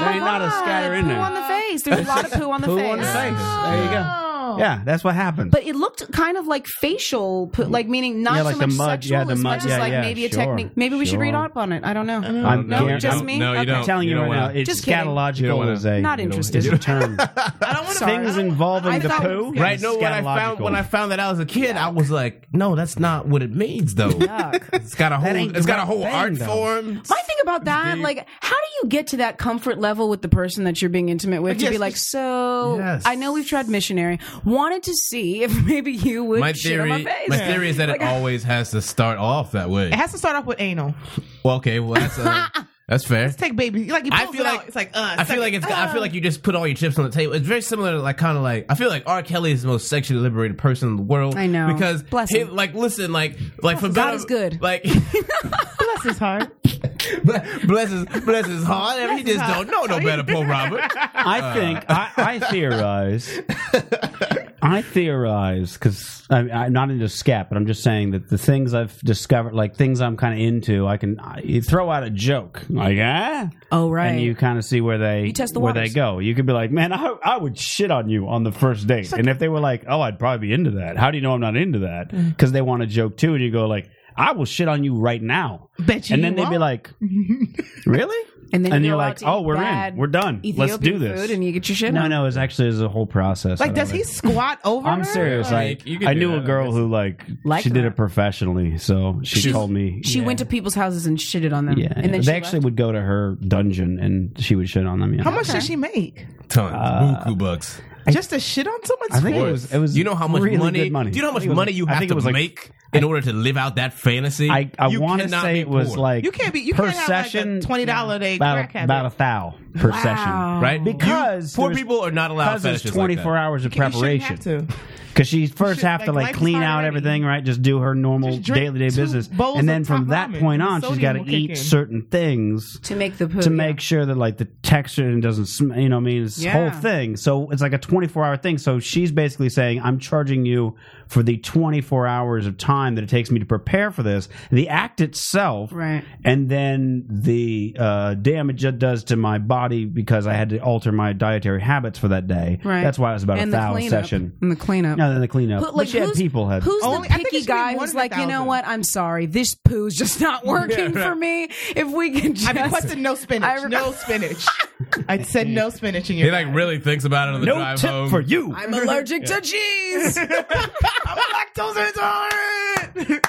Speaker 5: there
Speaker 8: my
Speaker 5: ain't not a
Speaker 8: God,
Speaker 5: scatter in
Speaker 8: poo
Speaker 5: there.
Speaker 8: on the face. There's a lot of poo on
Speaker 5: *laughs*
Speaker 8: the
Speaker 5: Poo
Speaker 8: face. Oh.
Speaker 5: on the face. There you go. Yeah, that's what happened.
Speaker 8: But it looked kind of like facial, poo, like meaning not
Speaker 5: Yeah, like
Speaker 8: so
Speaker 5: the
Speaker 8: much
Speaker 5: mud.
Speaker 8: sexual
Speaker 5: Yeah, the
Speaker 8: as
Speaker 5: mud.
Speaker 8: much
Speaker 5: Yeah,
Speaker 8: as like
Speaker 5: yeah,
Speaker 8: maybe a
Speaker 5: sure.
Speaker 8: technique. Maybe we should read
Speaker 5: Sure. Uh-huh.
Speaker 8: up on it. I don't know.
Speaker 5: I'm
Speaker 7: No,
Speaker 5: guaran-
Speaker 8: just
Speaker 5: I'm
Speaker 8: me?
Speaker 7: No, you
Speaker 8: Okay.
Speaker 7: don't.
Speaker 5: telling you,
Speaker 7: don't
Speaker 5: right now,
Speaker 7: wanna-
Speaker 5: it's
Speaker 8: Just kidding.
Speaker 5: scatological
Speaker 7: You don't wanna-
Speaker 5: is a
Speaker 8: Not
Speaker 5: you know,
Speaker 8: interested.
Speaker 5: Is a
Speaker 8: *laughs*
Speaker 5: term.
Speaker 9: I don't want
Speaker 5: Things involving
Speaker 8: I
Speaker 5: the
Speaker 8: thought-
Speaker 5: poo.
Speaker 7: Right?
Speaker 5: is
Speaker 7: No, when I found
Speaker 5: scatological.
Speaker 7: when I found that out as a kid, I was like, no, that's not what it means, though. *laughs* It's got a whole.
Speaker 5: ain't
Speaker 7: It's
Speaker 5: the
Speaker 7: got a
Speaker 5: right
Speaker 7: whole
Speaker 5: thing,
Speaker 7: art
Speaker 5: though.
Speaker 7: form.
Speaker 8: My thing about that, like, how do you get to that comfort level with the person that you're being intimate with to be
Speaker 7: Yes,
Speaker 8: like, so
Speaker 7: Yes.
Speaker 8: I know we've tried missionary, wanted to see *laughs* if maybe you would
Speaker 7: My
Speaker 8: shit on
Speaker 7: theory,
Speaker 8: my
Speaker 7: my,
Speaker 8: face.
Speaker 7: theory is that
Speaker 8: *laughs*
Speaker 7: it always has to start off that way.
Speaker 9: It has to start off with anal.
Speaker 7: Well, okay, well that's
Speaker 8: *laughs*
Speaker 7: uh, that's fair.
Speaker 9: Take baby. Like, you
Speaker 7: I
Speaker 9: pulls
Speaker 7: feel
Speaker 9: it
Speaker 7: like
Speaker 9: out. It's like, uh.
Speaker 7: I feel like it's. I feel like you just put all your chips on the table. It's very similar to like kind of like. I feel like R. Kelly is the most sexually liberated person in the world.
Speaker 8: I know.
Speaker 7: because
Speaker 8: Bless
Speaker 7: he-
Speaker 8: him.
Speaker 7: like listen like like for
Speaker 8: God
Speaker 7: better-
Speaker 8: is good.
Speaker 7: Like *laughs*
Speaker 9: Bless his heart.
Speaker 7: bless his bless his heart. he just don't know no better,
Speaker 8: *laughs*
Speaker 7: Paul Robert.
Speaker 5: I think I, I theorize. I theorize because I'm, I'm not into scat, but I'm just saying that the things I've discovered, like things I'm kind of into, I can I, you throw out a joke, like ah,
Speaker 8: oh, right.
Speaker 5: and you kind of see where they
Speaker 8: test the
Speaker 5: where
Speaker 8: waters.
Speaker 5: they go. You could be like, man, I, I would shit on you on the first date, and if they were like, oh, I'd probably be into that. How do you know I'm not into that?
Speaker 8: Mm.
Speaker 5: Because they want a joke too, and you go like, I will shit on you right now,
Speaker 9: Bet you
Speaker 5: and then
Speaker 9: you
Speaker 5: they'd be
Speaker 8: *laughs*
Speaker 9: won't.
Speaker 5: like, really?
Speaker 8: and then
Speaker 5: and
Speaker 8: you
Speaker 5: you're
Speaker 8: go out
Speaker 5: like,
Speaker 8: to
Speaker 5: oh,
Speaker 8: eat
Speaker 5: we're
Speaker 8: bad
Speaker 5: in, we're done, let's
Speaker 8: Ethiopian
Speaker 5: do this,
Speaker 8: Food and you get your shit
Speaker 5: no,
Speaker 8: on.
Speaker 5: no, it's actually it's a whole process. I
Speaker 9: Like,
Speaker 5: don't
Speaker 9: does he
Speaker 5: know.
Speaker 9: squat
Speaker 5: *laughs*
Speaker 9: over
Speaker 5: I'm
Speaker 9: her?
Speaker 5: serious.
Speaker 7: Yeah,
Speaker 5: Like,
Speaker 7: you could
Speaker 5: I
Speaker 7: do
Speaker 5: knew
Speaker 7: that,
Speaker 5: a girl who like,
Speaker 8: Like
Speaker 5: she did
Speaker 8: that.
Speaker 5: it professionally, so she told me
Speaker 8: She
Speaker 5: yeah.
Speaker 8: went to people's houses and shitted on them.
Speaker 5: Yeah,
Speaker 8: and then
Speaker 5: they
Speaker 8: she
Speaker 5: actually
Speaker 8: left.
Speaker 5: would go to her dungeon and she would shit on them. Yeah.
Speaker 9: How much did she make?
Speaker 7: Tons,
Speaker 5: Uh,
Speaker 7: buku bucks.
Speaker 9: Just to shit on someone's
Speaker 5: I think it
Speaker 9: face?
Speaker 5: was. It was.
Speaker 7: You know how much
Speaker 5: really
Speaker 7: money,
Speaker 5: good money?
Speaker 7: Do you know how
Speaker 5: I
Speaker 7: much
Speaker 5: think it was-
Speaker 7: money you
Speaker 5: I
Speaker 7: have
Speaker 5: think
Speaker 7: to
Speaker 5: it was like-
Speaker 7: make in order to live out that fantasy?
Speaker 5: I I
Speaker 7: You
Speaker 5: want to
Speaker 7: cannot
Speaker 5: say
Speaker 7: be
Speaker 5: it was
Speaker 7: poor,
Speaker 5: like
Speaker 9: You can't be- you
Speaker 5: per
Speaker 9: can't have, like, a
Speaker 5: session
Speaker 9: $20 a day
Speaker 5: about
Speaker 9: crack
Speaker 5: a,
Speaker 9: habit.
Speaker 5: about a thou per
Speaker 8: Wow.
Speaker 5: session.
Speaker 7: right
Speaker 5: Because
Speaker 7: You- poor
Speaker 5: there's-
Speaker 7: people are not allowed
Speaker 5: Because it's
Speaker 7: fetishes
Speaker 5: twenty four
Speaker 7: like
Speaker 5: hours of
Speaker 9: You shouldn't have
Speaker 5: preparation.
Speaker 9: to.
Speaker 5: Because she first
Speaker 9: should-
Speaker 5: have to
Speaker 9: like,
Speaker 5: like
Speaker 9: life
Speaker 5: clean
Speaker 9: is
Speaker 5: out
Speaker 9: already-
Speaker 5: everything, right? Just do her normal
Speaker 9: Just drink
Speaker 5: day to day
Speaker 9: two
Speaker 5: business,
Speaker 9: bowls
Speaker 5: and
Speaker 9: of
Speaker 5: then from
Speaker 9: top
Speaker 5: that
Speaker 9: ramen.
Speaker 5: point
Speaker 9: The
Speaker 5: on, she's
Speaker 9: sodium
Speaker 5: got to
Speaker 9: will kick
Speaker 5: eat
Speaker 9: in.
Speaker 5: certain things
Speaker 8: to make the poo.
Speaker 5: to
Speaker 8: yeah.
Speaker 5: make sure that like the texture doesn't sm- you know what I mean it's
Speaker 8: Yeah.
Speaker 5: whole thing. So it's like a 24 hour thing. So she's basically saying I'm charging you for the 24 hours of time that it takes me to prepare for this, the act itself,
Speaker 8: Right.
Speaker 5: and then the uh, damage it does to my body because I had to alter my dietary habits for that day.
Speaker 8: Right.
Speaker 5: That's why it was about
Speaker 8: and
Speaker 5: a
Speaker 8: the
Speaker 5: thousand
Speaker 8: cleanup.
Speaker 5: session.
Speaker 8: And the cleanup.
Speaker 5: No, then the cleanup.
Speaker 8: But,
Speaker 5: But,
Speaker 8: like,
Speaker 5: she had
Speaker 8: who's-
Speaker 5: people had.
Speaker 8: Who's
Speaker 9: Only- I
Speaker 8: the
Speaker 9: think it
Speaker 8: picky
Speaker 9: should be
Speaker 8: guy
Speaker 9: one
Speaker 8: who's
Speaker 9: in a
Speaker 8: like, you know
Speaker 9: thousand.
Speaker 8: what? I'm sorry, this poo's just not working for me. If we can just,
Speaker 5: *laughs*
Speaker 9: I requested no spinach.
Speaker 8: I re-
Speaker 7: *laughs*
Speaker 9: no spinach. I said no spinach in
Speaker 7: that.
Speaker 9: your.
Speaker 7: He like really thinks about it on the
Speaker 5: no
Speaker 7: drive
Speaker 5: tip
Speaker 7: home.
Speaker 5: for you.
Speaker 8: *laughs* I'm allergic to cheese.
Speaker 9: I'm lactose intolerant.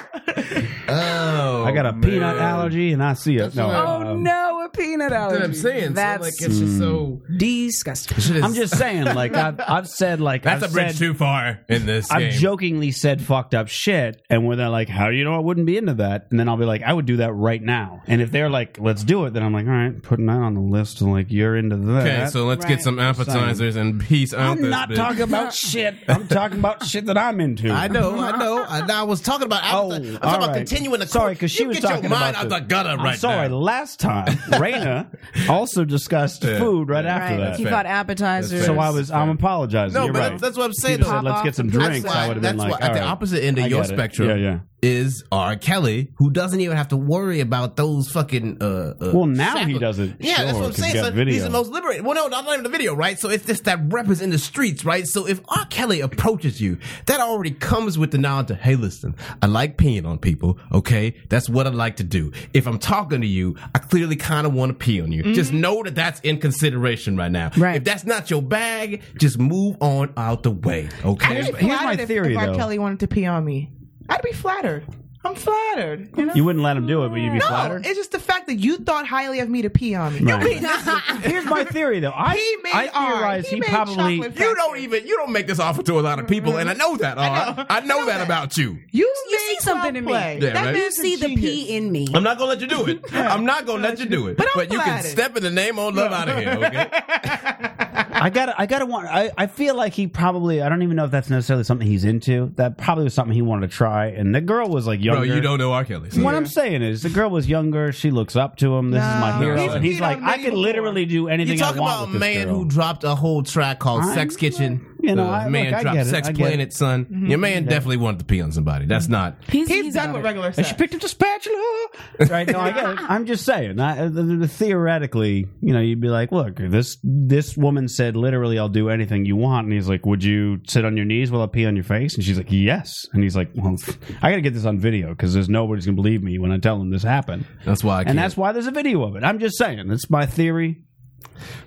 Speaker 7: Oh,
Speaker 5: I got a peanut
Speaker 7: man.
Speaker 5: allergy, and I see it. No,
Speaker 8: oh
Speaker 5: um,
Speaker 8: no, a peanut allergy.
Speaker 7: That's what I'm saying.
Speaker 8: That's
Speaker 7: so, like, it's just so.
Speaker 8: disgusting.
Speaker 5: I'm just saying, like I've, I've said, like
Speaker 7: That's
Speaker 5: I've
Speaker 7: a bridge
Speaker 5: said-
Speaker 7: too far in this
Speaker 5: I've
Speaker 7: game.
Speaker 5: jokingly said fucked up shit, and when they're like, "How do you know I wouldn't be into that?" and then I'll be like, "I would do that right now." And if they're like, "Let's do it," then I'm like, "All right, putting that on the list." Like you're into that.
Speaker 7: Okay, so let's
Speaker 8: Right.
Speaker 7: get some appetizers and peace out.
Speaker 5: I'm
Speaker 7: this
Speaker 5: not
Speaker 7: bitch.
Speaker 5: talking about shit. I'm talking about shit that I'm
Speaker 7: *laughs*
Speaker 5: into.
Speaker 7: I know,
Speaker 5: *laughs*
Speaker 7: I know. I, I was talking about. I was,
Speaker 5: Oh,
Speaker 7: I'm talking
Speaker 5: all
Speaker 7: about
Speaker 5: right.
Speaker 7: continuing the.
Speaker 5: Sorry, 'cause she
Speaker 7: you
Speaker 5: was
Speaker 7: get
Speaker 5: talking
Speaker 7: your mind
Speaker 5: about
Speaker 7: out
Speaker 5: the-
Speaker 7: the gutter
Speaker 5: I'm
Speaker 7: right
Speaker 5: sorry.
Speaker 7: now.
Speaker 5: Last *laughs* time, Raina also discussed
Speaker 7: Yeah.
Speaker 5: food right
Speaker 7: Yeah.
Speaker 5: after
Speaker 8: right.
Speaker 5: that.
Speaker 8: He
Speaker 7: fair.
Speaker 8: thought appetizers.
Speaker 7: That's fair.
Speaker 5: So I was. I'm apologizing.
Speaker 7: No,
Speaker 5: You're
Speaker 7: but
Speaker 5: right.
Speaker 7: that's what I'm
Speaker 5: If you
Speaker 7: saying.
Speaker 5: just
Speaker 7: though.
Speaker 5: said, "Let's get some
Speaker 8: That's
Speaker 5: drinks,"
Speaker 8: why-
Speaker 5: I would have
Speaker 7: that's
Speaker 5: been like,
Speaker 7: why at
Speaker 5: all
Speaker 7: the
Speaker 5: right.
Speaker 7: opposite end of
Speaker 5: I
Speaker 7: your
Speaker 5: get it.
Speaker 7: spectrum
Speaker 5: Yeah, yeah.
Speaker 7: is R. Kelly, who doesn't even have to worry about those fucking. Uh, uh,
Speaker 5: Well, now he
Speaker 7: shackles.
Speaker 5: doesn't.
Speaker 7: Yeah, that's
Speaker 5: Sure,
Speaker 7: what I'm
Speaker 5: 'cause he
Speaker 7: saying.
Speaker 5: got
Speaker 7: So
Speaker 5: video.
Speaker 7: he's the most liberated. Well, no, not not even the video, right? So it's just that rep is in the streets, right? So if R. Kelly approaches you, that already comes with the knowledge of, hey, listen, I like peeing on people, okay? That's what I like to do. If I'm talking to you, I clearly kind of want to pee on you. Just know that that's in consideration right now.
Speaker 8: Right.
Speaker 7: If that's not your bag, just move on out the way, okay?
Speaker 9: I'd be
Speaker 5: Here's my
Speaker 9: flattered if-
Speaker 5: theory,
Speaker 9: if R.
Speaker 5: though.
Speaker 9: Kelly wanted to pee on me, I'd be flattered. I'm flattered. You know?
Speaker 5: You wouldn't let him do it, but you'd be
Speaker 9: No,
Speaker 5: flattered.
Speaker 9: it's just the fact that you thought highly of me to pee on me.
Speaker 7: *laughs*
Speaker 9: *laughs*
Speaker 5: Right. *laughs* Here's my theory, though. I
Speaker 9: He made
Speaker 5: I
Speaker 9: R.
Speaker 5: theorize
Speaker 9: He
Speaker 5: he,
Speaker 9: made
Speaker 5: probably
Speaker 9: chocolate
Speaker 7: You don't even you don't make this offer to a lot of people, and I know that. all right? I know, that, about you.
Speaker 9: You,
Speaker 8: You
Speaker 9: made
Speaker 8: see something in me.
Speaker 9: play.
Speaker 7: Yeah,
Speaker 9: that
Speaker 7: right.
Speaker 9: man's
Speaker 8: You see
Speaker 9: a
Speaker 8: the
Speaker 9: genius.
Speaker 8: pee in me.
Speaker 7: I'm not gonna let you do it. *laughs* I'm not gonna let you do it.
Speaker 9: But I'm
Speaker 7: you can
Speaker 9: flattered.
Speaker 7: step in the name of love out of here. *laughs* Okay.
Speaker 5: I gotta, I gotta want. I, I feel like he probably. I don't even know if that's necessarily something he's into. That probably was something he wanted to try. And the girl was like younger.
Speaker 7: Bro, you don't know R. Kelly. so-
Speaker 5: What I'm saying is, the girl was younger. She looks up to him. This is my
Speaker 9: No.
Speaker 5: hero,
Speaker 7: He's-
Speaker 5: and he's,
Speaker 9: he's
Speaker 5: like,
Speaker 9: a
Speaker 5: I could
Speaker 9: man
Speaker 5: literally do
Speaker 7: You
Speaker 5: anything
Speaker 7: talk
Speaker 5: I want
Speaker 7: about a
Speaker 5: with this
Speaker 7: man
Speaker 5: girl.
Speaker 7: who dropped a whole track called
Speaker 5: I'm-
Speaker 7: Sex Kitchen.
Speaker 5: you know,
Speaker 7: Uh,
Speaker 5: I-
Speaker 7: man
Speaker 5: look, I
Speaker 7: dropped
Speaker 5: get it,
Speaker 7: Sex
Speaker 5: I get it. Mm-hmm.
Speaker 7: Planet, son. Your man definitely wanted to pee on somebody. That's not.
Speaker 9: He's, done with regular
Speaker 5: And
Speaker 9: sex.
Speaker 5: she picked up the spatula. Right? No, I get it. I'm just saying. I, th- th- theoretically, you know, you'd be like, look, this this woman said literally, I'll do anything you want. And he's like, would you sit on your knees while I pee on your face? And she's like, yes. And he's like, well, I got to get this on video because there's nobody's gonna believe me when I tell them this happened.
Speaker 7: That's why. I can't.
Speaker 5: And that's why there's a video of it. I'm just saying. That's my theory.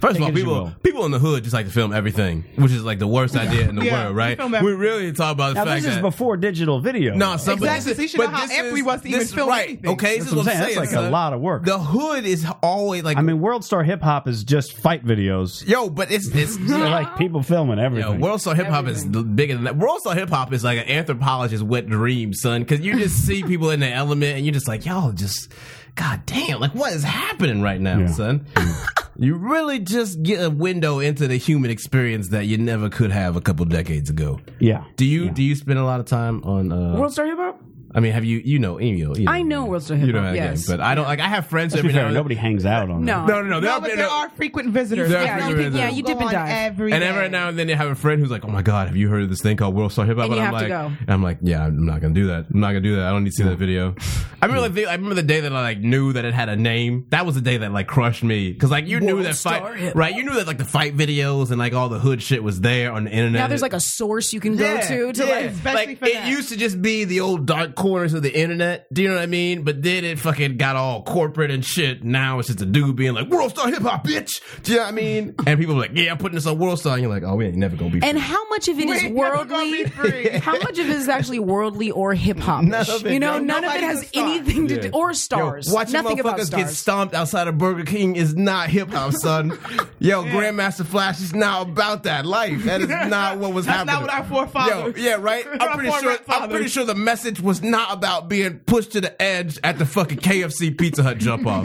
Speaker 7: First of
Speaker 5: Take
Speaker 7: all,
Speaker 5: it as you
Speaker 7: people
Speaker 5: will.
Speaker 7: people in the hood just like to film everything, which is like the worst idea in the
Speaker 9: Yeah,
Speaker 7: world,
Speaker 9: we
Speaker 7: right?
Speaker 9: film
Speaker 7: We
Speaker 9: everything.
Speaker 7: really talk about the
Speaker 5: Now
Speaker 7: fact
Speaker 5: this is
Speaker 7: that
Speaker 5: before digital video.
Speaker 7: No, some, but this
Speaker 9: Exactly. So you
Speaker 7: is-
Speaker 9: should
Speaker 7: but
Speaker 9: know how
Speaker 7: this
Speaker 9: amped
Speaker 7: is-
Speaker 9: we was to
Speaker 7: this
Speaker 9: even
Speaker 7: is
Speaker 9: film
Speaker 7: right.
Speaker 9: anything.
Speaker 7: Okay,
Speaker 5: That's
Speaker 7: this is
Speaker 5: what
Speaker 7: what
Speaker 5: I'm saying. That's like a
Speaker 7: son.
Speaker 5: lot of work.
Speaker 7: The hood is always like,
Speaker 5: I mean, World Star Hip Hop is just fight videos.
Speaker 7: yo, but it's
Speaker 5: *laughs*
Speaker 7: it's
Speaker 5: They're like people filming
Speaker 7: Yo,
Speaker 5: everything.
Speaker 7: World Star Hip Hop is l- bigger than that. World Star Hip Hop is like an anthropologist's wet dream, son. Because you just see people in their element, and you're just like, y'all just, god damn, like what is happening right now,
Speaker 5: Yeah.
Speaker 7: son? *laughs* you really just get a window into the human experience that you never could have a couple decades ago.
Speaker 5: yeah.
Speaker 7: Do you do you spend a lot of time on? Uh,
Speaker 8: World Star Hip Hop?
Speaker 7: I mean, have you you know you know, you
Speaker 8: I know World Star Hip
Speaker 7: you know
Speaker 8: Hop,
Speaker 7: how to
Speaker 8: yes.
Speaker 7: game, but I don't like I have friends
Speaker 5: To be
Speaker 7: every now
Speaker 5: fair,
Speaker 7: and
Speaker 5: nobody hangs out on
Speaker 8: No.
Speaker 5: that.
Speaker 7: No, no, no.
Speaker 9: no, but there are frequent visitors.
Speaker 7: There are
Speaker 9: Yeah,
Speaker 7: frequent
Speaker 9: you can-
Speaker 7: visitors.
Speaker 9: yeah, you dip and dive. Every
Speaker 7: and every now and then you have a friend who's like, "Oh my god, have you heard of this thing called World Star Hip Hop?"
Speaker 8: And you
Speaker 7: I'm
Speaker 8: have
Speaker 7: like,
Speaker 8: to go.
Speaker 7: and I'm like, "Yeah, I'm not gonna do that. I'm not gonna do that. I don't need to see that video." I remember, like, the, I remember the day that I like knew that it had a name. That was the day that like crushed me because like you knew
Speaker 8: World
Speaker 7: that
Speaker 8: Star
Speaker 7: fight,
Speaker 8: Hip
Speaker 7: right? You knew that like the fight videos and like all the hood shit was there on the internet.
Speaker 8: Now there's like a source you can go to to like
Speaker 9: Especially
Speaker 7: like
Speaker 9: for
Speaker 7: it
Speaker 9: that.
Speaker 7: used to just be the old dark corners of the internet. Do you know what I mean? But then it fucking got all corporate and shit. Now it's just a dude being like World Star Hip Hop, bitch. Do you know what I
Speaker 9: *laughs*
Speaker 7: mean? And people are like, yeah, I'm putting this on World Star. And you're like, oh, we ain't never gonna be.
Speaker 8: And
Speaker 7: friends.
Speaker 8: how much of it
Speaker 9: We
Speaker 8: is
Speaker 9: ain't never gonna *laughs*
Speaker 8: worldly?
Speaker 9: be
Speaker 7: *laughs*
Speaker 9: free.
Speaker 8: How much of it is actually worldly or hip hop?
Speaker 7: None of it.
Speaker 8: You know,
Speaker 7: Yo,
Speaker 8: none of it
Speaker 9: nobody's a
Speaker 8: has
Speaker 9: star.
Speaker 8: anything to
Speaker 7: Yeah.
Speaker 8: do or
Speaker 7: Yo,
Speaker 8: stars.
Speaker 7: watching
Speaker 8: Nothing
Speaker 7: motherfuckers
Speaker 8: about
Speaker 7: get
Speaker 8: stars.
Speaker 7: stomped outside of Burger King is not hip hop,
Speaker 9: *laughs*
Speaker 7: son. Yo, Grandmaster Flash is not about that life.
Speaker 9: *laughs*
Speaker 7: That is not what was
Speaker 9: That's
Speaker 7: happening.
Speaker 9: not what our forefathers-
Speaker 7: Yo, yeah,
Speaker 9: *laughs*
Speaker 7: right.
Speaker 9: Our
Speaker 7: I'm pretty sure. I'm
Speaker 9: forefathers.
Speaker 7: pretty sure the message was not about being pushed to the edge at the fucking KFC Pizza Hut jump
Speaker 9: *laughs*
Speaker 7: off.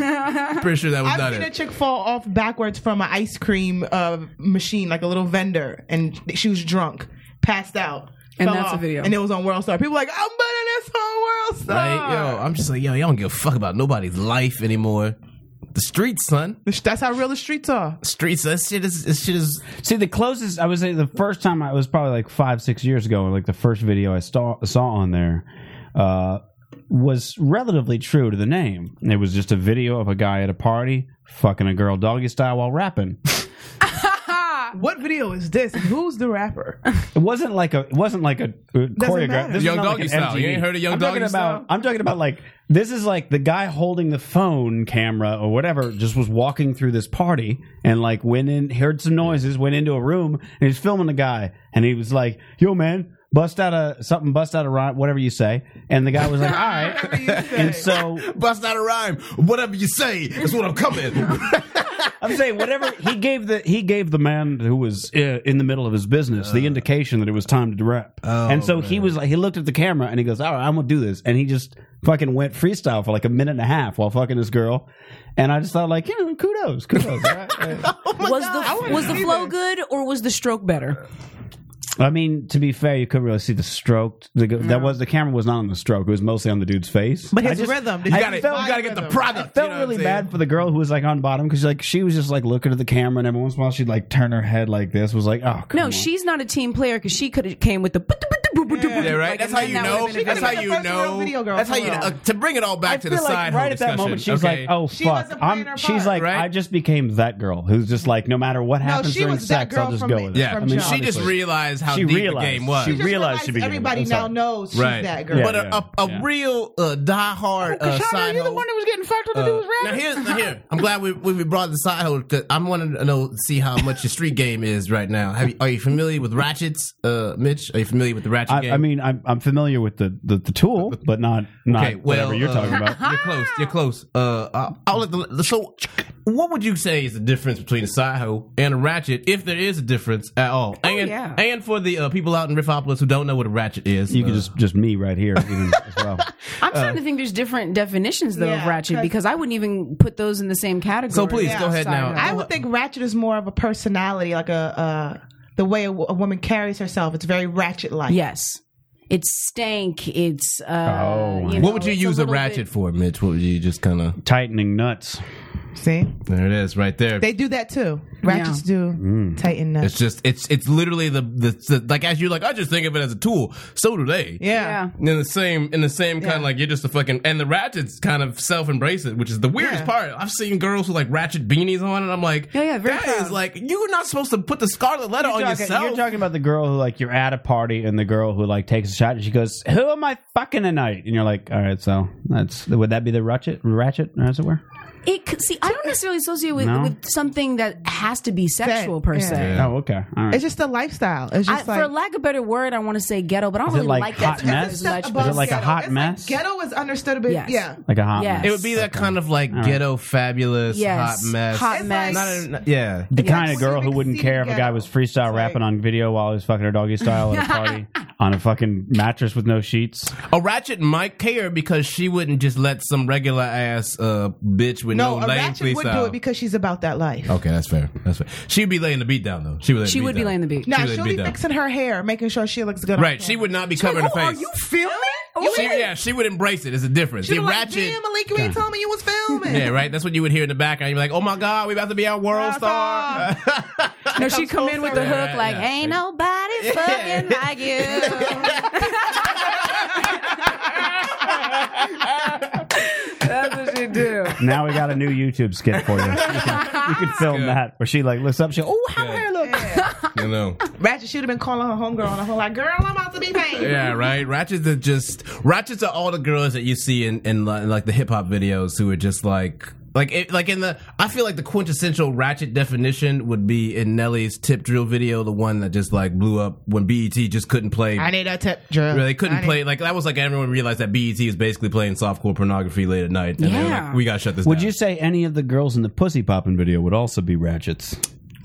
Speaker 7: pretty sure that was
Speaker 9: I've
Speaker 7: not
Speaker 9: seen a
Speaker 7: it.
Speaker 9: chick fall off backwards from an ice cream uh, machine, like a little vendor, and she was drunk, passed out.
Speaker 8: And
Speaker 9: fell
Speaker 8: that's a
Speaker 9: off,
Speaker 8: video.
Speaker 9: And it was on World Star. People were like, I'm better this on World Star.
Speaker 7: Right? Yo, I'm just like, yo, y'all don't give a fuck about nobody's life anymore. The streets, son.
Speaker 9: The sh- That's how real the streets are.
Speaker 7: The streets. That shit is. This shit is.
Speaker 5: See, the closest I was saying the first time I was probably like five, six years ago, like the first video I saw saw on there uh, was relatively true to the name. It was just a video of a guy at a party fucking a girl doggy style while rapping.
Speaker 9: What video is this? And who's the *laughs* rapper?
Speaker 5: It wasn't like a. It wasn't like a uh, choreograph.
Speaker 9: matter.
Speaker 5: This is
Speaker 7: Young
Speaker 5: not
Speaker 7: Doggy
Speaker 5: like an
Speaker 7: style.
Speaker 5: MTV.
Speaker 7: You ain't heard of Young
Speaker 5: I'm
Speaker 7: Doggy
Speaker 5: talking about,
Speaker 7: style?
Speaker 5: I'm talking about like this is like the guy holding the phone camera or whatever just was walking through this party and like went in, heard some noises, went into a room and he's filming the guy and he was like, "Yo, man." bust out a something, bust out a rhyme, whatever you say. And the guy was
Speaker 7: *laughs*
Speaker 5: like, all right. And so
Speaker 7: Bust out a rhyme. Whatever you say is what I'm coming.
Speaker 9: *laughs*
Speaker 5: I'm saying whatever he gave the he gave the man who was uh, in the middle of his business the indication that it was time to rap.
Speaker 7: Oh,
Speaker 5: and so he was like he looked at the camera and he goes, "All right, I'm gonna do this." And he just fucking went freestyle for like a minute and a half while fucking this girl. And I just thought like, you know, kudos, kudos.
Speaker 7: *laughs*
Speaker 5: all right, all right.
Speaker 8: was the was the flow good or was the stroke better?
Speaker 5: I mean, to be fair, you couldn't really see the stroke. The, That was the camera was not on the stroke; it was mostly on the dude's face.
Speaker 9: But
Speaker 5: I
Speaker 9: his
Speaker 5: just-
Speaker 9: rhythm,
Speaker 5: I
Speaker 9: you
Speaker 7: gotta-
Speaker 5: felt-
Speaker 7: you gotta get the
Speaker 5: I
Speaker 7: product.
Speaker 5: felt
Speaker 7: you know what
Speaker 5: really
Speaker 7: I'm saying?
Speaker 5: bad for the girl who was like on bottom because like she was just like looking at the camera and every once in a while she'd like turn her head like this was like oh come
Speaker 8: No,
Speaker 5: on.
Speaker 8: she's not a team player because she could have came with the.
Speaker 7: Yeah, right.
Speaker 8: Like,
Speaker 7: that's
Speaker 8: and
Speaker 7: how
Speaker 8: then
Speaker 7: you
Speaker 8: that
Speaker 7: know.
Speaker 8: would've been a
Speaker 7: That's
Speaker 9: good
Speaker 7: how
Speaker 9: one.
Speaker 7: you
Speaker 9: That's the first
Speaker 7: know.
Speaker 9: real video girl
Speaker 7: That's how you
Speaker 9: coming
Speaker 7: know.
Speaker 9: on.
Speaker 7: Uh, to bring it all
Speaker 5: I
Speaker 7: back to
Speaker 5: feel
Speaker 7: the
Speaker 5: like
Speaker 7: side.
Speaker 5: right
Speaker 7: hoe
Speaker 5: at that moment she
Speaker 7: discussion,
Speaker 5: was
Speaker 7: okay?
Speaker 5: like oh
Speaker 9: She
Speaker 5: fuck
Speaker 9: wasn't playing
Speaker 5: I'm
Speaker 9: her
Speaker 5: she's
Speaker 9: part.
Speaker 5: like
Speaker 7: Right?
Speaker 5: I just became that girl who's just like no matter what happens
Speaker 9: she
Speaker 5: during
Speaker 9: was that
Speaker 5: sex
Speaker 9: girl
Speaker 5: I'll just
Speaker 9: from
Speaker 5: go
Speaker 9: the-
Speaker 5: with it.
Speaker 7: Yeah,
Speaker 9: from
Speaker 5: I mean,
Speaker 9: Jump.
Speaker 7: she just
Speaker 5: obviously.
Speaker 7: realized how
Speaker 5: She
Speaker 7: deep
Speaker 5: realized.
Speaker 7: the game was.
Speaker 5: She
Speaker 9: just
Speaker 5: realized
Speaker 9: realized
Speaker 5: she began with
Speaker 9: everybody
Speaker 5: it.
Speaker 9: now
Speaker 5: Sorry.
Speaker 9: knows she's
Speaker 7: Right.
Speaker 9: that girl.
Speaker 5: Yeah.
Speaker 7: but a, a, a real uh, diehard uh, side hoe.
Speaker 9: was getting fucked with
Speaker 7: Uh, now here's now here. I'm glad we we we brought the side hoe because I'm wanting to know see how much your street game is right now. Have you, are you familiar with ratchets, uh, Mitch? Are you familiar with the ratchet
Speaker 5: I,
Speaker 7: game?
Speaker 5: I mean I'm, I'm familiar with the, the, the tool but not not
Speaker 7: Okay, well,
Speaker 5: whatever you're
Speaker 7: uh,
Speaker 5: talking about
Speaker 7: *laughs* You're close. You're close. Uh, I'll, I'll let the, so. What would you say is the difference between a side hoe and a ratchet, if there is a difference at all? and
Speaker 8: Oh, yeah.
Speaker 7: and for the uh, people out in Riffopolis who don't know what a ratchet is,
Speaker 5: you
Speaker 7: uh,
Speaker 5: can just just me right here even
Speaker 7: *laughs*
Speaker 5: as well
Speaker 8: I'm starting to think there's different definitions though of
Speaker 9: Yeah,
Speaker 8: ratchet
Speaker 9: 'cause-
Speaker 8: because I wouldn't even put those in the same category.
Speaker 7: So please,
Speaker 9: go
Speaker 7: ahead now.
Speaker 9: I would think ratchet is more of a personality, like a uh, the way a, wo- a woman carries herself. It's very ratchet like.
Speaker 8: yes, it's stank. It's uh,
Speaker 5: Oh,
Speaker 8: you
Speaker 5: my-
Speaker 8: know,
Speaker 7: What would you
Speaker 8: it's
Speaker 7: use a,
Speaker 8: little
Speaker 7: ratchet
Speaker 8: bit-
Speaker 7: for, Mitch? What would you just kind of?
Speaker 5: tightening nuts
Speaker 9: See,
Speaker 7: There it is, right there.
Speaker 9: they do that too. Ratchets do tighten up.
Speaker 7: it's just it's it's literally the, the the like as you're like I just think of it as a tool. So do they.
Speaker 9: yeah.
Speaker 7: In the same, in the same kind of like you're just a fucking and the ratchets kind of self embrace it, which is the weirdest
Speaker 9: Yeah.
Speaker 7: part. I've seen girls with like ratchet beanies on, and I'm like,
Speaker 8: Yeah, yeah, very
Speaker 7: that
Speaker 8: proud.
Speaker 7: is like you're not supposed to put the scarlet letter on
Speaker 5: talking-
Speaker 7: yourself.
Speaker 5: You're talking about the girl who like you're at a party and the girl who like takes a shot and she goes, "Who am I fucking tonight?" And you're like, "All right, so that's would that be the ratchet, ratchet, as it were?"
Speaker 8: It could- see, I don't necessarily associate with,
Speaker 5: No?
Speaker 8: with something that has to be sexual per
Speaker 9: yeah.
Speaker 8: se.
Speaker 5: Oh, okay, all right.
Speaker 9: It's just a lifestyle. It's
Speaker 8: I,
Speaker 9: just like
Speaker 8: for lack of a better word, I want to say ghetto, but I don't
Speaker 5: Is it like
Speaker 8: really like,
Speaker 5: hot
Speaker 8: that term
Speaker 5: mess?
Speaker 8: as
Speaker 5: Is it
Speaker 8: much.
Speaker 9: above
Speaker 5: like a
Speaker 9: ghetto.
Speaker 5: hot
Speaker 9: It's like
Speaker 5: mess?
Speaker 9: ghetto is understood, but
Speaker 8: Yes.
Speaker 9: yeah,
Speaker 5: like a hot
Speaker 8: Yes.
Speaker 7: it
Speaker 5: mess.
Speaker 7: would be that kind of like ghetto, fabulous,
Speaker 8: yes,
Speaker 7: hot mess.
Speaker 8: Hot
Speaker 9: It's
Speaker 8: mess.
Speaker 9: like-
Speaker 7: Not a- not- yeah.
Speaker 5: The
Speaker 8: Yes.
Speaker 5: kind of girl who wouldn't care if a guy was freestyle rapping on video while he was fucking her doggy style at a party on a fucking mattress with no sheets.
Speaker 7: A ratchet might care because she wouldn't just let some regular ass uh bitch with no,
Speaker 9: no, a
Speaker 7: lane
Speaker 9: ratchet would
Speaker 7: freestyle.
Speaker 9: do it because she's about that life.
Speaker 7: okay, that's fair. That's fair. She'd be laying the beat down though. She would. Lay the
Speaker 8: she
Speaker 7: beat
Speaker 8: would
Speaker 7: down.
Speaker 8: be laying the beat.
Speaker 9: Now
Speaker 7: She would
Speaker 9: she'll
Speaker 7: be
Speaker 9: be
Speaker 7: done.
Speaker 9: fixing her hair, making sure she looks good.
Speaker 7: Right, she would not be covering her face.
Speaker 8: filming?
Speaker 7: she, yeah, she would embrace it. It's a difference.
Speaker 9: Oh, She
Speaker 7: the
Speaker 9: was like,
Speaker 7: ratchet.
Speaker 9: "Damn, Malika, you ain't telling me you was filming."
Speaker 7: yeah, right. That's what you would hear in the background. You'd be like, "Oh my god, we about to be our world star."
Speaker 9: *laughs*
Speaker 7: *laughs*
Speaker 8: No, she come in with the
Speaker 7: Yeah,
Speaker 8: hook like,
Speaker 7: yeah.
Speaker 8: "Ain't nobody fucking like you." That's what she do.
Speaker 5: Now we got a new YouTube skit for you. *laughs* You can, you can film that where she like looks up, she oh how her look.
Speaker 7: you know.
Speaker 9: Ratchet should have been calling her homegirl on the whole like, girl, I'm about to be paid.
Speaker 7: Yeah, right. Ratchets are just ratchets are all the girls that you see in in, li- like the hip hop videos who are just like. Like it, like in the, I feel like the quintessential ratchet definition would be in Nelly's tip drill video, the one that just like blew up when BET just couldn't play.
Speaker 9: I need that tip drill.
Speaker 7: Yeah, they couldn't
Speaker 9: I need-
Speaker 7: play like that was like everyone realized that BET was basically playing softcore pornography late at night. And they were
Speaker 8: Yeah.
Speaker 7: like, we gotta shut this
Speaker 5: Would
Speaker 7: down.
Speaker 5: you say any of the girls in the pussy popping video would also be ratchets,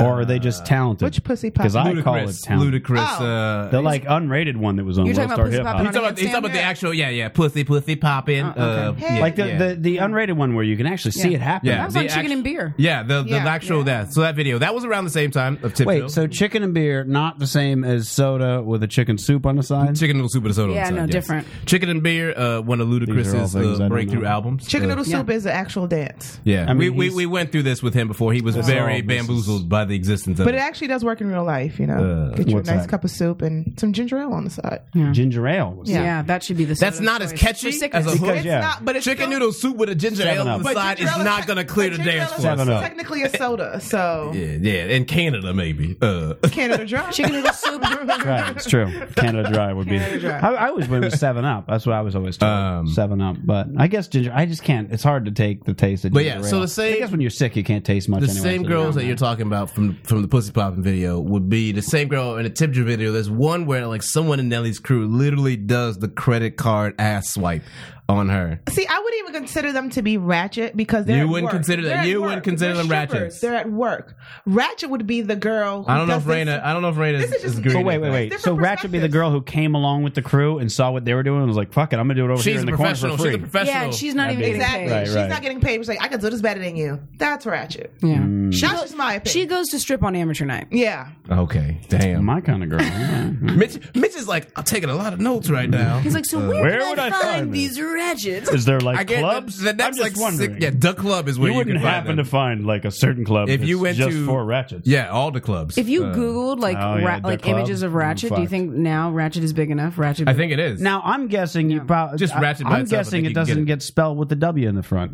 Speaker 5: or are they just talented?
Speaker 9: Which pussy pop?
Speaker 5: Because I call it
Speaker 7: ludicrous,
Speaker 5: talent.
Speaker 7: ludicrous.
Speaker 9: Oh.
Speaker 7: Uh,
Speaker 5: The like unrated one that was on
Speaker 8: You're
Speaker 5: World
Speaker 8: talking
Speaker 5: Star Hip
Speaker 8: about Pussy
Speaker 5: Hop.
Speaker 8: Poppin'
Speaker 7: he's talking about, he's talking about the
Speaker 9: Yeah.
Speaker 7: actual, yeah, yeah, pussy, pussy popping.
Speaker 9: Uh-huh.
Speaker 7: Uh, yeah,
Speaker 5: Like the,
Speaker 7: yeah.
Speaker 5: the the unrated one where you can actually see it happen.
Speaker 7: Yeah.
Speaker 8: That was on
Speaker 7: The
Speaker 8: chicken
Speaker 7: act-
Speaker 8: and beer.
Speaker 7: yeah, the, the
Speaker 9: Yeah.
Speaker 7: actual that. So that video that was around the same time of Tip Drill.
Speaker 5: Wait, so chicken and beer not the same as soda with a chicken soup on the side?
Speaker 7: chicken noodle soup and soda. on
Speaker 8: Yeah,
Speaker 7: the side,
Speaker 8: no,
Speaker 7: yes.
Speaker 8: different.
Speaker 7: Chicken and beer, uh, one of
Speaker 5: These are all
Speaker 7: Ludacris's
Speaker 5: things I
Speaker 7: uh,
Speaker 5: don't
Speaker 7: breakthrough
Speaker 5: know.
Speaker 7: albums.
Speaker 9: Chicken
Speaker 7: Uh,
Speaker 9: noodle soup is an actual dance,
Speaker 7: Yeah,
Speaker 5: I mean,
Speaker 7: we, we
Speaker 5: he's-
Speaker 7: we went through this with him before. He was very
Speaker 5: all- this is-
Speaker 7: bamboozled by the existence of
Speaker 9: but it
Speaker 7: it.
Speaker 9: actually does work in real life. You know,
Speaker 7: Uh,
Speaker 9: get you a
Speaker 5: what's
Speaker 9: nice
Speaker 5: that?
Speaker 9: cup of soup and some ginger ale on the side.
Speaker 5: Ginger ale. Was
Speaker 8: Yeah.
Speaker 9: Yeah.
Speaker 8: that should be the.
Speaker 7: That's
Speaker 8: soda
Speaker 7: not as
Speaker 8: choice.
Speaker 7: catchy
Speaker 8: For
Speaker 7: as a
Speaker 8: sickness. *laughs*
Speaker 5: Because-
Speaker 7: hook.
Speaker 9: It's
Speaker 5: Yeah.
Speaker 9: not, but it's
Speaker 7: Chicken
Speaker 9: still-
Speaker 7: noodle soup with a ginger
Speaker 5: Seven
Speaker 7: ale on
Speaker 5: Up.
Speaker 7: the
Speaker 9: but
Speaker 7: side
Speaker 9: ginger
Speaker 7: is
Speaker 9: ale
Speaker 7: not going to clear the
Speaker 9: but ginger ale
Speaker 7: dance
Speaker 9: is
Speaker 7: for
Speaker 5: Seven
Speaker 7: us.
Speaker 5: Up.
Speaker 9: Technically, a soda, so
Speaker 7: Yeah, yeah, in Canada maybe. Uh, *laughs*
Speaker 9: Canada Dry.
Speaker 8: Chicken noodle soup.
Speaker 5: Right, it's true. Canada Dry would be. I, I always went with Seven Up. That's what I was always told.
Speaker 7: Um,
Speaker 5: seven Up, but I guess ginger. I just can't. It's hard to take the taste of.
Speaker 7: But
Speaker 5: ginger
Speaker 7: yeah, so
Speaker 5: ale.
Speaker 7: the same-
Speaker 5: I guess when you're sick, you can't taste much.
Speaker 7: the
Speaker 5: anyway,
Speaker 7: same
Speaker 5: so-
Speaker 7: girls that you're talking about from from the Pussy Poppin' video would be the same girl in the Tip Jar video. There's one where like someone in Nelly's crew literally does the credit card ass swipe on her.
Speaker 9: *laughs* See, I wouldn't even consider them to be ratchet because they're
Speaker 7: You
Speaker 9: at
Speaker 7: wouldn't
Speaker 9: work.
Speaker 7: consider that.
Speaker 9: They're at
Speaker 7: You
Speaker 9: work.
Speaker 7: wouldn't consider
Speaker 9: They're
Speaker 7: them ratchets.
Speaker 9: strippers. They're at work. Ratchet would be the girl. Who
Speaker 7: I don't know
Speaker 9: does
Speaker 7: if
Speaker 9: this-
Speaker 7: Raina. I don't know if Raina
Speaker 9: This
Speaker 7: is,
Speaker 9: is just-
Speaker 7: is agreeing
Speaker 9: So
Speaker 5: Oh, wait,
Speaker 7: with
Speaker 5: wait,
Speaker 7: that.
Speaker 5: wait.
Speaker 9: Different
Speaker 5: So Ratchet would be the girl who came along with the crew and saw what they were doing and was like, fuck it, I'm going to do it over here
Speaker 7: She's
Speaker 5: in
Speaker 7: a
Speaker 5: the corner
Speaker 7: professional.
Speaker 5: for
Speaker 7: She's a
Speaker 5: free.
Speaker 7: professional.
Speaker 8: Yeah, and she's not even
Speaker 9: Exactly.
Speaker 8: getting
Speaker 5: Right,
Speaker 9: She's
Speaker 5: right. Mm-hmm.
Speaker 9: not getting paid. She's like, I could do this better than you. That's ratchet.
Speaker 8: paid. Yeah.
Speaker 9: That's just my opinion.
Speaker 8: Mm. She goes to strip on amateur night.
Speaker 9: yeah.
Speaker 7: Okay, damn.
Speaker 5: My kind of girl.
Speaker 7: *laughs* Mitch, Mitch is like, I'm taking a lot of notes right now.
Speaker 8: He's like, so where,
Speaker 5: where
Speaker 8: can
Speaker 5: would
Speaker 8: I,
Speaker 5: I
Speaker 8: find,
Speaker 5: find
Speaker 8: these ratchets?
Speaker 5: Is there
Speaker 7: I
Speaker 5: like
Speaker 7: get
Speaker 5: clubs?
Speaker 7: The, the next
Speaker 5: I'm just
Speaker 7: like
Speaker 5: wondering.
Speaker 7: six, yeah, the club is where
Speaker 5: you
Speaker 7: you,
Speaker 5: wouldn't
Speaker 7: can find
Speaker 5: happen
Speaker 7: them.
Speaker 5: to find like a certain club
Speaker 7: If you
Speaker 5: that's
Speaker 7: went
Speaker 5: just
Speaker 7: to-
Speaker 5: for ratchets.
Speaker 7: Yeah, all the clubs.
Speaker 8: If you
Speaker 7: Uh,
Speaker 8: Googled like
Speaker 5: oh, yeah,
Speaker 8: ra-
Speaker 5: the
Speaker 8: like
Speaker 5: club,
Speaker 8: images of
Speaker 5: I'm
Speaker 8: Ratchet, do you
Speaker 5: fucked.
Speaker 8: think now Ratchet is big enough? Ratchet,
Speaker 7: I think it is.
Speaker 5: Now I'm guessing you probably
Speaker 7: Just ratchet by
Speaker 5: I'm
Speaker 7: itself, I think
Speaker 5: guessing it
Speaker 7: you can
Speaker 5: doesn't
Speaker 7: get
Speaker 5: get spelled with the W in the front.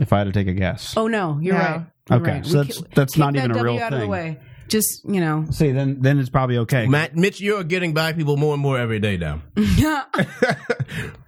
Speaker 5: If I had to take a guess.
Speaker 8: Oh no, you're
Speaker 9: No.
Speaker 8: right. You're
Speaker 5: Okay,
Speaker 8: right.
Speaker 5: so that's-
Speaker 8: ki-
Speaker 5: that's
Speaker 8: kick
Speaker 5: not
Speaker 8: that
Speaker 5: even a
Speaker 8: W
Speaker 5: real
Speaker 8: out Of the
Speaker 5: thing.
Speaker 8: way. Just you *laughs* know,
Speaker 5: See, then then it's probably okay.
Speaker 7: Matt, Mitch, you are getting by people more and more every day now.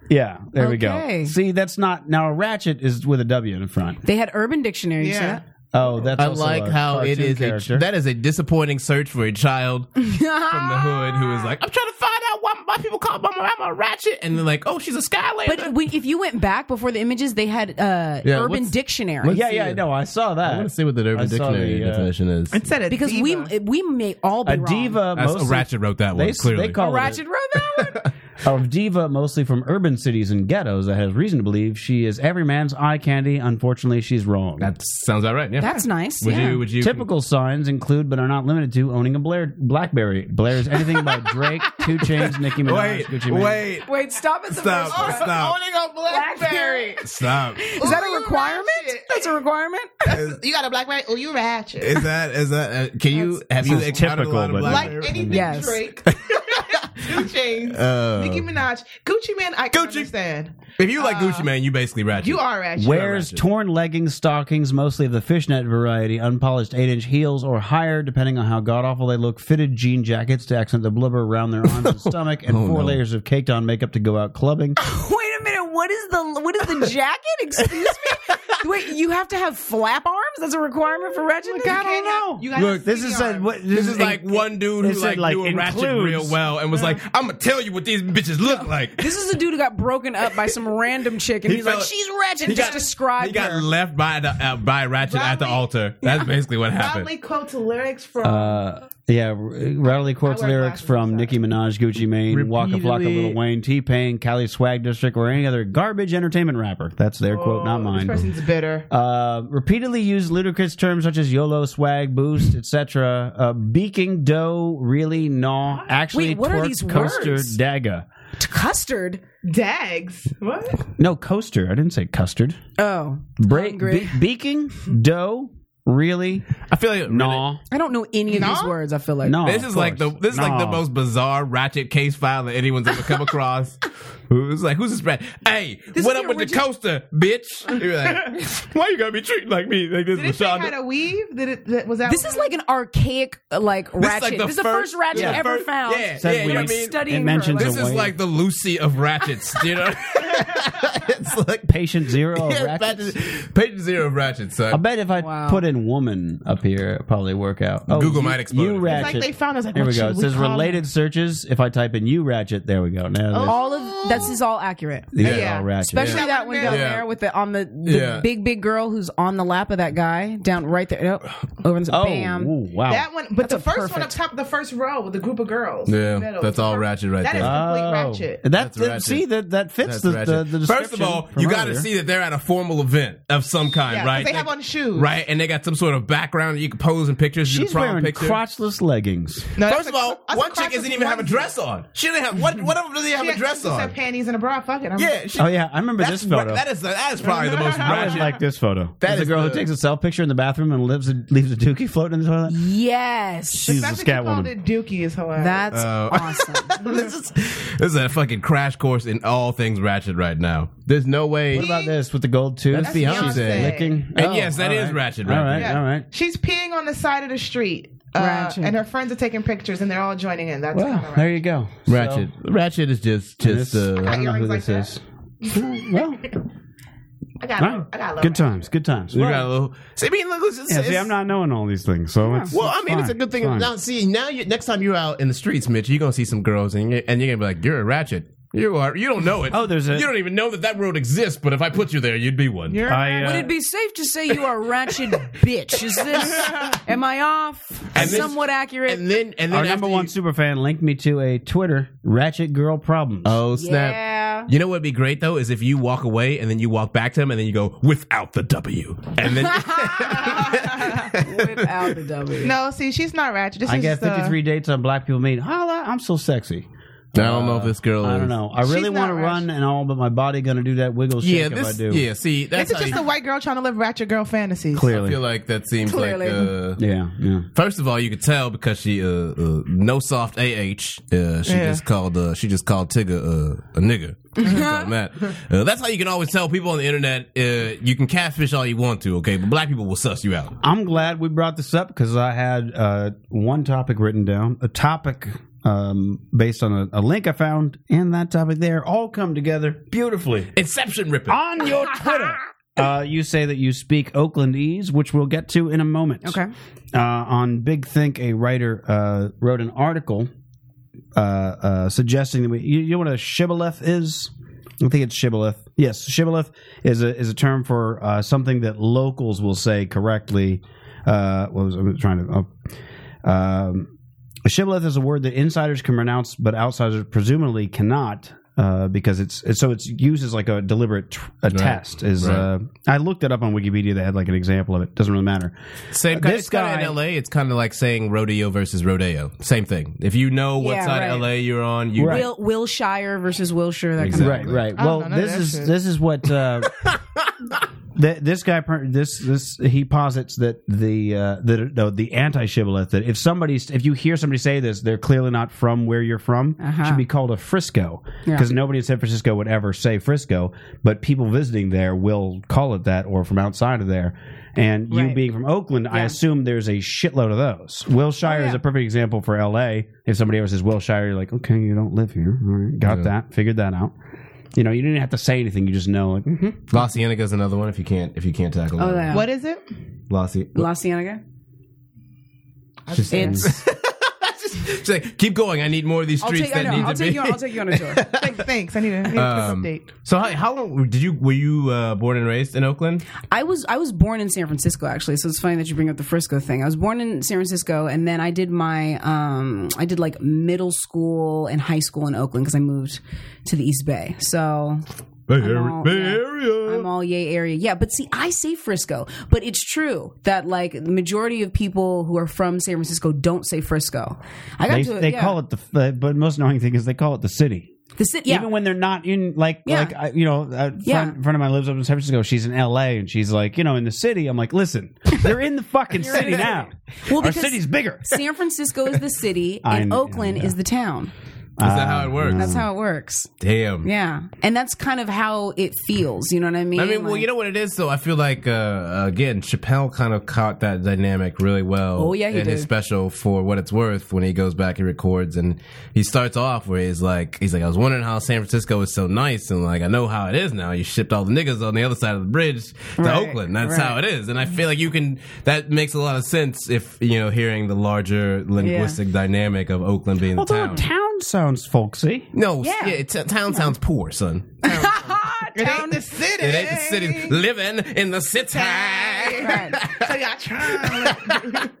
Speaker 5: yeah, there we
Speaker 8: Okay.
Speaker 5: go. See, that's not now a ratchet is with a W in the front.
Speaker 8: they had Urban Dictionary. you see
Speaker 9: Yeah.
Speaker 5: Oh, that's
Speaker 7: I
Speaker 5: also
Speaker 7: like
Speaker 5: a
Speaker 7: how it
Speaker 5: cartoon
Speaker 7: is. A,
Speaker 5: character.
Speaker 7: that is a disappointing search for a child from
Speaker 8: *laughs*
Speaker 7: the
Speaker 8: that?
Speaker 7: hood who is like, I'm trying to find out why, why people call my mom a ratchet, and they're like, oh, she's a skylander.
Speaker 8: But we, if you went back before the images, they had uh,
Speaker 7: Yeah,
Speaker 8: Urban
Speaker 7: what's-
Speaker 8: Dictionary.
Speaker 5: yeah, yeah, no, I saw that.
Speaker 7: I want to see what the Urban
Speaker 5: I saw
Speaker 7: Dictionary
Speaker 5: the, uh,
Speaker 7: definition is.
Speaker 9: It said it
Speaker 8: because
Speaker 9: diva.
Speaker 8: we we may all be
Speaker 5: a
Speaker 8: wrong.
Speaker 5: diva.
Speaker 7: That's,
Speaker 5: mostly,
Speaker 7: Ratchet wrote that one.
Speaker 5: They,
Speaker 7: clearly,
Speaker 5: they call It
Speaker 8: Ratchet wrote that
Speaker 5: *laughs*
Speaker 8: one.
Speaker 5: a, a diva mostly from urban cities and ghettos that has reason to believe she is every man's eye candy. Unfortunately, she's wrong.
Speaker 7: that sounds about right. Yeah,
Speaker 8: That's nice.
Speaker 7: Would
Speaker 8: yeah.
Speaker 7: you? Would you?
Speaker 5: Typical signs include, but are not limited to, owning a Blair Blackberry. Blair's
Speaker 7: *laughs*
Speaker 5: anything by Drake, Two Chains, Nicki Minaj,
Speaker 7: Wait,
Speaker 5: Gucci Mane.
Speaker 7: wait,
Speaker 8: Wait, stop at the
Speaker 7: Stop,
Speaker 8: first one.
Speaker 7: stop.
Speaker 9: Owning a Blackberry.
Speaker 7: stop.
Speaker 8: *laughs* Is that
Speaker 9: Ooh,
Speaker 8: a
Speaker 9: you
Speaker 8: requirement?
Speaker 9: ratchet.
Speaker 8: That's a requirement.
Speaker 9: You got a Blackberry? Oh, you ratchet.
Speaker 7: Is that is that? Uh, can you have you
Speaker 5: This is
Speaker 7: encountered a
Speaker 5: typical,
Speaker 7: lot of
Speaker 5: but-
Speaker 9: like
Speaker 7: blackberry?
Speaker 9: anything
Speaker 5: *laughs*
Speaker 8: Yes.
Speaker 9: Drake. Two chains.
Speaker 7: Uh,
Speaker 9: Nicki Minaj. Gucci Man, I can
Speaker 7: Gucci.
Speaker 9: understand.
Speaker 7: if you like Gucci Man, you basically ratchet.
Speaker 9: You are ratchet.
Speaker 5: Wears torn leggings, stockings, mostly of the fishnet variety, unpolished 8 inch heels or higher, depending on how god awful they look, fitted jean jackets to accent the blubber around their
Speaker 7: *laughs*
Speaker 5: arms and stomach,
Speaker 7: Oh,
Speaker 5: and four layers of caked on makeup to go out clubbing.
Speaker 8: *laughs* Wait a minute. What is the what is the jacket?
Speaker 9: *laughs*
Speaker 8: Excuse me. Wait, you have to have flap arms. That's a requirement for ratchet.
Speaker 9: You can't have- You gotta
Speaker 5: Look,
Speaker 9: have
Speaker 5: this
Speaker 9: CD
Speaker 5: is a,
Speaker 9: arms.
Speaker 5: what,
Speaker 7: This is like one dude
Speaker 5: it
Speaker 7: who
Speaker 5: said,
Speaker 7: like,
Speaker 5: like,
Speaker 7: knew a ratchet
Speaker 5: includes-
Speaker 7: real well and was like, "I'm gonna tell you what these bitches look like."
Speaker 8: This is a dude who got broken up by some random chick, and
Speaker 7: He
Speaker 8: he's
Speaker 7: felt-
Speaker 8: like, "She's ratchet."
Speaker 7: He
Speaker 8: Just
Speaker 7: got-
Speaker 8: describe
Speaker 7: He got
Speaker 8: her.
Speaker 7: left by the uh, by ratchet at the
Speaker 9: Rodney-
Speaker 7: altar. That's basically what happened.
Speaker 9: Probably quotes lyrics from.
Speaker 5: Uh, yeah, readily quotes
Speaker 9: I wear
Speaker 5: lyrics
Speaker 9: glasses,
Speaker 5: from
Speaker 9: sorry.
Speaker 5: Nicki Minaj, Gucci Mane, Waka Flocka,
Speaker 7: Repeatedly-
Speaker 5: Little Wayne, T Pain, Cali Swag District, or any other garbage entertainment rapper. That's their quote, not mine.
Speaker 9: This person's bitter.
Speaker 5: uh, repeatedly used ludicrous terms such as YOLO, swag, boost, etc. Uh, beaking dough, really, gnaw, actually,
Speaker 8: Wait, what are
Speaker 5: twerk,
Speaker 8: these
Speaker 5: coaster,
Speaker 8: words?
Speaker 5: daga.
Speaker 8: Custard.
Speaker 9: Dags. What?
Speaker 5: No, coaster. I didn't say custard.
Speaker 8: Oh,
Speaker 5: Break,
Speaker 8: Hungry.
Speaker 5: be- beaking, dough, really,
Speaker 7: I feel like
Speaker 5: gnaw.
Speaker 8: I don't know any of these words. I feel like
Speaker 5: No,
Speaker 7: This
Speaker 5: of
Speaker 7: is like the
Speaker 5: course.
Speaker 7: this is like the
Speaker 5: Gnaw.
Speaker 7: most bizarre ratchet case file that anyone's ever come across. Who's like who's this rat? Hey, what
Speaker 8: is
Speaker 7: up
Speaker 8: the
Speaker 7: with
Speaker 8: original-
Speaker 7: the coaster, bitch? You're like, *laughs* why you gotta be treated like me? Like this,
Speaker 9: Did it
Speaker 7: is
Speaker 9: say
Speaker 7: LaShonda.
Speaker 9: how to weave? Did it? That, was that?
Speaker 8: This is like an archaic uh, like
Speaker 7: like
Speaker 8: ratchet.
Speaker 7: the
Speaker 8: this is the first,
Speaker 7: first-
Speaker 8: ratchet
Speaker 7: yeah.
Speaker 8: ever
Speaker 7: first-
Speaker 8: found.
Speaker 7: yeah,
Speaker 5: Said
Speaker 7: yeah, you
Speaker 5: we-
Speaker 7: know what I
Speaker 8: Like
Speaker 7: mean?
Speaker 8: studying
Speaker 5: It mentions
Speaker 8: her.
Speaker 5: a
Speaker 7: This is
Speaker 5: way-
Speaker 7: like the Lucy of ratchets, you know? *laughs* it's like
Speaker 5: patient zero.
Speaker 7: *laughs*
Speaker 5: of
Speaker 7: yeah,
Speaker 5: ratchets.
Speaker 7: ratchet- page zero of ratchets, son.
Speaker 5: Oh, I bet if I
Speaker 8: Wow.
Speaker 5: put in woman up here, it'd probably work out. Oh,
Speaker 7: Google
Speaker 5: you-
Speaker 7: might explode it.
Speaker 5: You
Speaker 7: It's
Speaker 9: It's
Speaker 5: ratchet.
Speaker 9: like they found us. Like,
Speaker 5: here
Speaker 9: what
Speaker 5: we go.
Speaker 9: should
Speaker 5: It says
Speaker 9: call Oh,
Speaker 5: related searches. If I type in you ratchet, there we go. Now there's-
Speaker 8: all of that's is all accurate.
Speaker 5: these
Speaker 7: Yeah.
Speaker 5: are all ratchet.
Speaker 8: Especially
Speaker 9: Yeah.
Speaker 8: that one down
Speaker 7: Yeah.
Speaker 8: there with the on the, the
Speaker 7: Yeah.
Speaker 8: big big girl who's on the lap of that guy down right there. Nope. Over and
Speaker 5: oh,
Speaker 8: bam.
Speaker 5: ooh, wow.
Speaker 9: That one, but
Speaker 8: That's
Speaker 9: the
Speaker 8: a
Speaker 9: first one up
Speaker 8: perfect-
Speaker 9: top, the first row with the group of girls.
Speaker 7: Yeah,
Speaker 9: Middle.
Speaker 7: that's all ratchet right
Speaker 9: That is
Speaker 7: there.
Speaker 9: complete
Speaker 5: Oh.
Speaker 9: ratchet.
Speaker 5: That,
Speaker 7: That's
Speaker 5: that-
Speaker 7: ratchet.
Speaker 5: see that that fits
Speaker 7: That's
Speaker 5: the,
Speaker 7: ratchet.
Speaker 5: the, the
Speaker 7: First of
Speaker 5: description
Speaker 7: all,
Speaker 5: from
Speaker 7: you got to
Speaker 5: earlier.
Speaker 7: see that they're at a formal event of some kind,
Speaker 9: Yeah, 'cause
Speaker 7: right?
Speaker 9: they have on shoes.
Speaker 7: right? And they got some sort of background that you can pose in pictures. do the
Speaker 5: She's
Speaker 7: prom
Speaker 5: wearing
Speaker 7: picture. *laughs*
Speaker 5: crotchless leggings.
Speaker 9: No, that's
Speaker 7: First
Speaker 9: a-
Speaker 7: of all,
Speaker 9: that's a
Speaker 7: one chick
Speaker 9: crotchless
Speaker 7: doesn't even have a
Speaker 9: onesie.
Speaker 7: dress on. She didn't have what? What of them doesn't have
Speaker 9: She
Speaker 7: a
Speaker 9: had-
Speaker 7: dress
Speaker 9: she said
Speaker 7: on?
Speaker 9: panties and a bra. Fuck it. I'm
Speaker 7: Yeah, she,
Speaker 5: Mm-hmm. Oh yeah, I remember
Speaker 7: that's
Speaker 5: this photo.
Speaker 7: That is that is probably the
Speaker 5: *laughs*
Speaker 7: most
Speaker 5: I always
Speaker 7: ratchet.
Speaker 5: like this photo.
Speaker 7: That
Speaker 5: That is a
Speaker 7: is
Speaker 5: girl
Speaker 7: the-
Speaker 5: who takes a self picture in the bathroom and lives leaves a dookie floating in the toilet.
Speaker 8: Yes.
Speaker 5: She's a
Speaker 9: That's what you called
Speaker 5: scatwoman.
Speaker 9: it. Dookie is hilarious.
Speaker 8: That's
Speaker 7: *laughs* Oh.
Speaker 8: awesome.
Speaker 7: *laughs* this is this is a fucking crash course in all things ratchet right now. There's no way.
Speaker 5: What about this with the gold tooth?
Speaker 7: That's Beyonce.
Speaker 9: Beyonce.
Speaker 5: licking.
Speaker 7: And
Speaker 5: Oh,
Speaker 7: yes, that
Speaker 5: all
Speaker 7: is
Speaker 5: right.
Speaker 7: ratchet right
Speaker 5: All right,
Speaker 9: Yeah.
Speaker 5: all right.
Speaker 9: She's peeing on the side of the street. Uh,
Speaker 8: Ratchet.
Speaker 9: and her friends are taking pictures and they're all joining in. That's kind
Speaker 5: Well,
Speaker 9: of
Speaker 5: there you go.
Speaker 7: ratchet? ratchet is just just
Speaker 5: This- I
Speaker 7: uh,
Speaker 5: don't know who *laughs*
Speaker 9: Earrings
Speaker 5: this
Speaker 9: like
Speaker 5: is. well,
Speaker 9: I got.
Speaker 5: All
Speaker 9: to
Speaker 5: right.
Speaker 9: I got. to
Speaker 5: Good times. Good times.
Speaker 7: You got a little. See, I mean, look, it's,
Speaker 5: Yeah,
Speaker 7: it's-
Speaker 5: see, I'm not knowing all these things, so it's,
Speaker 7: Well, I mean, it's a
Speaker 5: fine,
Speaker 7: good thing.
Speaker 5: fine.
Speaker 7: Now, see, now you, next time you're out in the streets, Mitch, you're gonna see some girls, and you're, and you're gonna be like, "You're a ratchet. You are. You don't know it.
Speaker 5: Oh, there's a-
Speaker 7: You don't even know that that road exists. But if I put you there, you'd be one.
Speaker 9: You're
Speaker 5: I, uh,
Speaker 8: Would it be safe to say you are a ratchet bitch? Is
Speaker 7: *laughs*
Speaker 8: this? Am I off?
Speaker 7: And this-
Speaker 8: Somewhat accurate.
Speaker 7: and then, and then
Speaker 5: our
Speaker 7: after
Speaker 5: number
Speaker 7: you-
Speaker 5: one super fan linked me to a Twitter Ratchet Girl Problems.
Speaker 7: Oh snap!
Speaker 8: yeah.
Speaker 7: You know what'd be great though is if you walk away and then you walk back to him and then you go without the W and then *laughs*
Speaker 8: Without the W.
Speaker 9: No, see, she's not ratchet. This
Speaker 5: I
Speaker 9: is
Speaker 5: got
Speaker 9: just, uh,
Speaker 5: 53 dates on Black People Meet. Holla, I'm so sexy.
Speaker 7: I don't know if this girl.
Speaker 5: I don't
Speaker 7: is-
Speaker 5: know. I
Speaker 9: She's
Speaker 5: really want to
Speaker 9: not
Speaker 5: run and all, but my body gonna do that wiggle shake
Speaker 7: Yeah,
Speaker 5: if I
Speaker 7: this.
Speaker 5: do.
Speaker 7: Yeah, see, that's
Speaker 9: This is
Speaker 7: how
Speaker 9: just
Speaker 7: you-
Speaker 9: a white girl trying to live ratchet girl fantasies.
Speaker 7: I
Speaker 5: Clearly.
Speaker 7: feel like that seems
Speaker 8: Clearly.
Speaker 7: like. Uh,
Speaker 5: yeah, yeah.
Speaker 7: First of all, you could tell because she uh, uh no soft ah. Uh, she
Speaker 9: Yeah.
Speaker 7: just called uh, she just called Tigger uh, a nigger.
Speaker 8: *laughs*
Speaker 7: Tell 'em that. Uh, that's how you can always tell people on the internet. Uh, you can catfish all you want to, okay, but black people will suss you out.
Speaker 5: I'm glad we brought this up because I had uh, one topic written down, a topic um, based on a, a link I found, and that topic there all come together beautifully
Speaker 7: Inception ripping.
Speaker 8: Ah,
Speaker 5: on your Twitter. Uh, you say that you speak Oaklandese, which we'll get to in a moment.
Speaker 8: Okay.
Speaker 5: Uh, on Big Think, a writer uh, wrote an article uh, uh, suggesting that we. You, you know what a shibboleth is? I think it's shibboleth. Yes, shibboleth is a is a term for uh, something that locals will say correctly. Uh, what was I was trying to? Oh, um, a shibboleth is a word that insiders can pronounce, but outsiders presumably cannot. Uh, because it's, it's so it's used as like a deliberate tr- a test is
Speaker 7: right.
Speaker 5: uh, I looked it up on Wikipedia they had like an example of it doesn't really matter
Speaker 7: Same kind
Speaker 5: This
Speaker 7: this guy
Speaker 5: guy-
Speaker 7: in LA. It's kind of like saying rodeo versus rodeo. Same thing. If you know what
Speaker 8: Yeah,
Speaker 7: side
Speaker 8: right.
Speaker 7: of LA you're on, you
Speaker 5: Right.
Speaker 8: Will Wilshire versus Wilshire. That kind
Speaker 7: Exactly.
Speaker 5: Right, right.
Speaker 9: I don't
Speaker 5: Well,
Speaker 9: know none of
Speaker 5: this
Speaker 9: that
Speaker 5: is
Speaker 9: shit.
Speaker 5: this is what uh, th- this guy per- this this he posits that the uh, that the, the anti shibboleth that if somebody's if you hear somebody say this they're clearly not from where you're from
Speaker 8: Uh-huh.
Speaker 5: should be called a Frisco because nobody in San Francisco would ever say Frisco, but people visiting there will call it that or from outside of there. And you
Speaker 8: Right.
Speaker 5: being from Oakland, I
Speaker 8: Yeah. Oh,
Speaker 5: assume there's a shitload of those. Wilshire is a perfect example for L.A. If somebody ever says Wilshire, you're like, okay, you don't live here. All right, got
Speaker 7: Yeah.
Speaker 5: that, figured that out. You know, you didn't have to say anything. You just know, like, mhm.
Speaker 7: Los Cienega another one. If you can't, if you can't tackle. that.
Speaker 8: Oh, yeah.
Speaker 9: What is it?
Speaker 7: Los. Cien-
Speaker 8: *laughs*
Speaker 7: *laughs*
Speaker 8: La Cienega.
Speaker 7: She's-
Speaker 8: It's.
Speaker 7: she's like, keep going. I need more of these
Speaker 8: I'll
Speaker 7: streets
Speaker 8: take. I
Speaker 7: that need
Speaker 8: know.
Speaker 7: to
Speaker 8: I'll take
Speaker 7: be.
Speaker 8: you. I'll take you on
Speaker 7: *laughs*
Speaker 8: a tour.
Speaker 9: Thanks. thanks. I need a, I need a
Speaker 7: Um,
Speaker 9: update.
Speaker 7: So how, how long did you were you uh, born and raised in Oakland?
Speaker 8: I was I was born in San Francisco actually, so it's funny that you bring up the Frisco thing. I was born in San Francisco, and then I did my um, I did like middle school and high school in Oakland because I moved to the East Bay. So
Speaker 7: Bay
Speaker 8: all- Bay yeah. I'm all yay area. Yeah, but see, I say Frisco, but it's true that like the majority of people who are from San Francisco don't say Frisco. I got
Speaker 5: they,
Speaker 8: to
Speaker 5: they call it the. Uh, but most annoying thing is they call it the city.
Speaker 8: the city. Yeah,
Speaker 5: Even when they're not in, like,
Speaker 8: Yeah.
Speaker 5: like I, you know, a friend,
Speaker 8: Yeah.
Speaker 5: friend of mine lives up in San Francisco. She's in L.A. and she's like, you know, in the city. I'm like, listen, they're in the fucking city
Speaker 8: the
Speaker 5: now.
Speaker 8: well,
Speaker 5: Our
Speaker 8: because
Speaker 5: city's bigger.
Speaker 8: San Francisco is the city,
Speaker 5: *laughs* I
Speaker 8: and
Speaker 5: know,
Speaker 8: Oakland is the town.
Speaker 7: Is that how it works?
Speaker 8: That's how it works.
Speaker 7: Damn.
Speaker 8: Yeah, and that's kind of how it feels. You know what I mean?
Speaker 7: I mean, well,
Speaker 8: Like-
Speaker 7: you know what it is, though. I feel like uh, again, Chappelle kind of caught that dynamic really well.
Speaker 8: Oh, yeah, he
Speaker 7: in his
Speaker 8: did.
Speaker 7: special for what it's worth. When he goes back and records, and he starts off where he's like, he's like, I was wondering how San Francisco is so nice, and like I know how it is now. You shipped all the niggas on the other side of the bridge to
Speaker 8: Right,
Speaker 7: Oakland. That's
Speaker 8: right.
Speaker 7: how it is, and I feel like you can. That makes a lot of sense if you know hearing the larger linguistic dynamic of Oakland being the
Speaker 5: Although
Speaker 7: town.
Speaker 5: a town sounds folksy.
Speaker 7: no, yeah,
Speaker 8: Yeah.
Speaker 7: it, town sounds poor, son.
Speaker 8: "Ah,
Speaker 9: It ain't the city.
Speaker 7: It ain't the city living in the city.
Speaker 8: Right.
Speaker 9: so y'all trying. to live-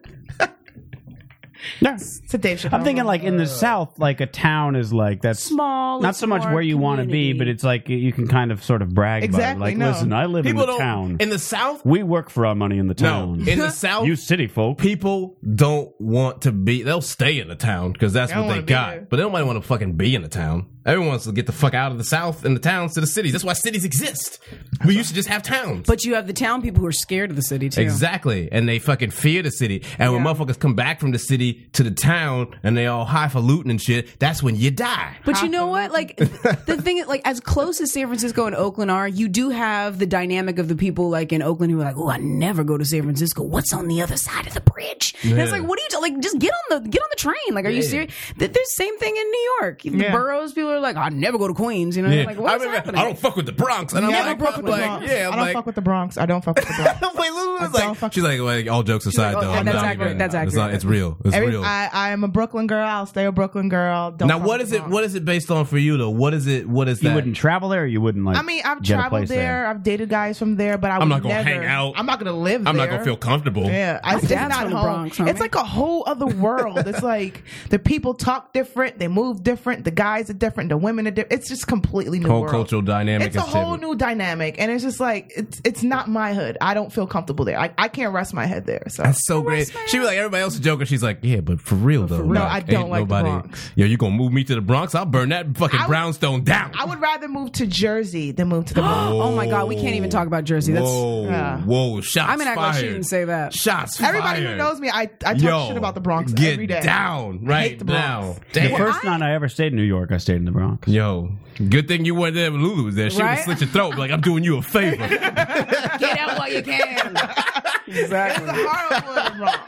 Speaker 9: It's a Dave Chappelle
Speaker 5: I'm thinking
Speaker 9: moment.
Speaker 5: like in the South, like a town is like that's
Speaker 8: small.
Speaker 5: Not
Speaker 8: it's
Speaker 5: so much
Speaker 8: more
Speaker 5: where you want to be,
Speaker 8: community.
Speaker 5: but it's like you can kind of sort of brag
Speaker 9: Exactly,
Speaker 5: about it. Like,
Speaker 9: no.
Speaker 5: listen, I live
Speaker 7: People
Speaker 5: in the
Speaker 7: don't
Speaker 5: town.
Speaker 7: in the South.
Speaker 5: we work for our money in the
Speaker 7: No,
Speaker 5: town.
Speaker 7: in the South,
Speaker 5: you city folk.
Speaker 7: people don't want to be. They'll stay in the town because that's
Speaker 9: They don't
Speaker 7: what they
Speaker 9: wanna be
Speaker 7: got.
Speaker 9: there.
Speaker 7: But they don't want to fucking be in the town. Everyone wants to get the fuck out of the South and the towns to the cities. That's why cities exist. We used to just have towns.
Speaker 8: But you have the town people who are scared of the city too.
Speaker 7: Exactly, and they fucking fear the city. And when motherfuckers come back from the city to the town, and they all highfalutin and shit, that's when you die.
Speaker 8: But you know what? Like the thing is, like as close as San Francisco and Oakland are, you do have the dynamic of the people like in Oakland who are like, "Oh, I never go to San Francisco. What's on the other side of the bridge?" And it's like, what are you t- like? Just get on the get on the train. Like, are you serious? Th- There's same thing in New York. The
Speaker 9: Yeah.
Speaker 8: boroughs, people are like, I never go to Queens. You know, like
Speaker 7: I,
Speaker 8: what's
Speaker 7: remember,
Speaker 8: happening?
Speaker 7: I don't fuck with the Bronx, and I'm
Speaker 9: Never
Speaker 7: like,
Speaker 9: fuck with the
Speaker 7: like,
Speaker 9: Bronx.
Speaker 7: yeah,
Speaker 9: I
Speaker 7: I'm
Speaker 9: don't
Speaker 7: like,
Speaker 9: fuck with the Bronx. I don't
Speaker 7: *laughs*
Speaker 9: fuck with the Bronx.
Speaker 7: Wait, Lulu was
Speaker 9: I
Speaker 7: like,
Speaker 9: don't fuck
Speaker 7: she's like, like, all jokes aside,
Speaker 8: like, oh,
Speaker 7: though.
Speaker 8: yeah,
Speaker 7: I'm
Speaker 8: that's
Speaker 7: not
Speaker 8: accurate,
Speaker 7: even-
Speaker 8: that's
Speaker 7: It's, not,
Speaker 8: accurate.
Speaker 7: it's real. It's
Speaker 9: Every-
Speaker 7: real.
Speaker 9: I, I am a Brooklyn girl. I'll stay a Brooklyn girl. Don't
Speaker 7: now,
Speaker 9: fuck
Speaker 7: what
Speaker 9: with
Speaker 7: is
Speaker 9: the
Speaker 7: it?
Speaker 9: Bronx.
Speaker 7: What is it based on for you, though? What is it? What is that?
Speaker 10: You wouldn't travel there. Or you wouldn't like.
Speaker 9: I mean, I've
Speaker 10: get a
Speaker 9: traveled
Speaker 10: place
Speaker 9: there. I've dated guys from there, but I
Speaker 7: I'm
Speaker 9: would
Speaker 7: not gonna
Speaker 9: never-
Speaker 7: hang out.
Speaker 9: I'm not gonna live.
Speaker 7: I'm not
Speaker 9: there.
Speaker 7: gonna feel comfortable.
Speaker 9: Yeah, I, it's
Speaker 8: dad's
Speaker 9: not
Speaker 8: from
Speaker 9: home.
Speaker 8: the Bronx, homie.
Speaker 9: it's like a whole other world. it's like the people talk different, they move different, the guys are different, the women are different. It's just completely new
Speaker 7: Whole
Speaker 9: world.
Speaker 7: cultural dynamic.
Speaker 9: It's a
Speaker 7: is
Speaker 9: whole
Speaker 7: different.
Speaker 9: new dynamic, and it's just like it's it's not my hood. I don't feel comfortable there. I, I can't rest my head there. So
Speaker 7: That's so great. She was like, everybody else is joking. She's like, yeah, but for real though,
Speaker 9: real.
Speaker 7: like,
Speaker 9: I don't
Speaker 7: ain't
Speaker 9: like the Bronx.
Speaker 7: Yo, you gonna move me to the Bronx? I'll burn that fucking
Speaker 9: I would-
Speaker 7: brownstone down.
Speaker 9: I would *gasps* rather move to Jersey than move
Speaker 7: *gasps*
Speaker 9: to the Bronx.
Speaker 8: Oh my god, we can't even talk about Jersey. That's
Speaker 7: whoa,
Speaker 9: Yeah.
Speaker 7: whoa, shots
Speaker 8: I'm an
Speaker 7: fired.
Speaker 8: actor. She didn't say that.
Speaker 7: Shots.
Speaker 9: Everybody
Speaker 7: fired.
Speaker 9: who knows me, I I talk
Speaker 7: Yo,
Speaker 9: shit about the Bronx
Speaker 7: Get
Speaker 9: every day.
Speaker 7: down
Speaker 9: hate
Speaker 7: right
Speaker 9: the
Speaker 7: now.
Speaker 9: Bronx.
Speaker 10: The
Speaker 7: Damn.
Speaker 10: first night I ever stayed in New York, I stayed in the Bronx.
Speaker 7: Yo, good thing you weren't there. when Lulu was there. She
Speaker 8: Right?
Speaker 7: would slit your throat. be Like I'm doing you a favor.
Speaker 8: Get out while you can.
Speaker 7: *laughs*
Speaker 9: It's
Speaker 8: exactly.
Speaker 9: horrible in the Bronx.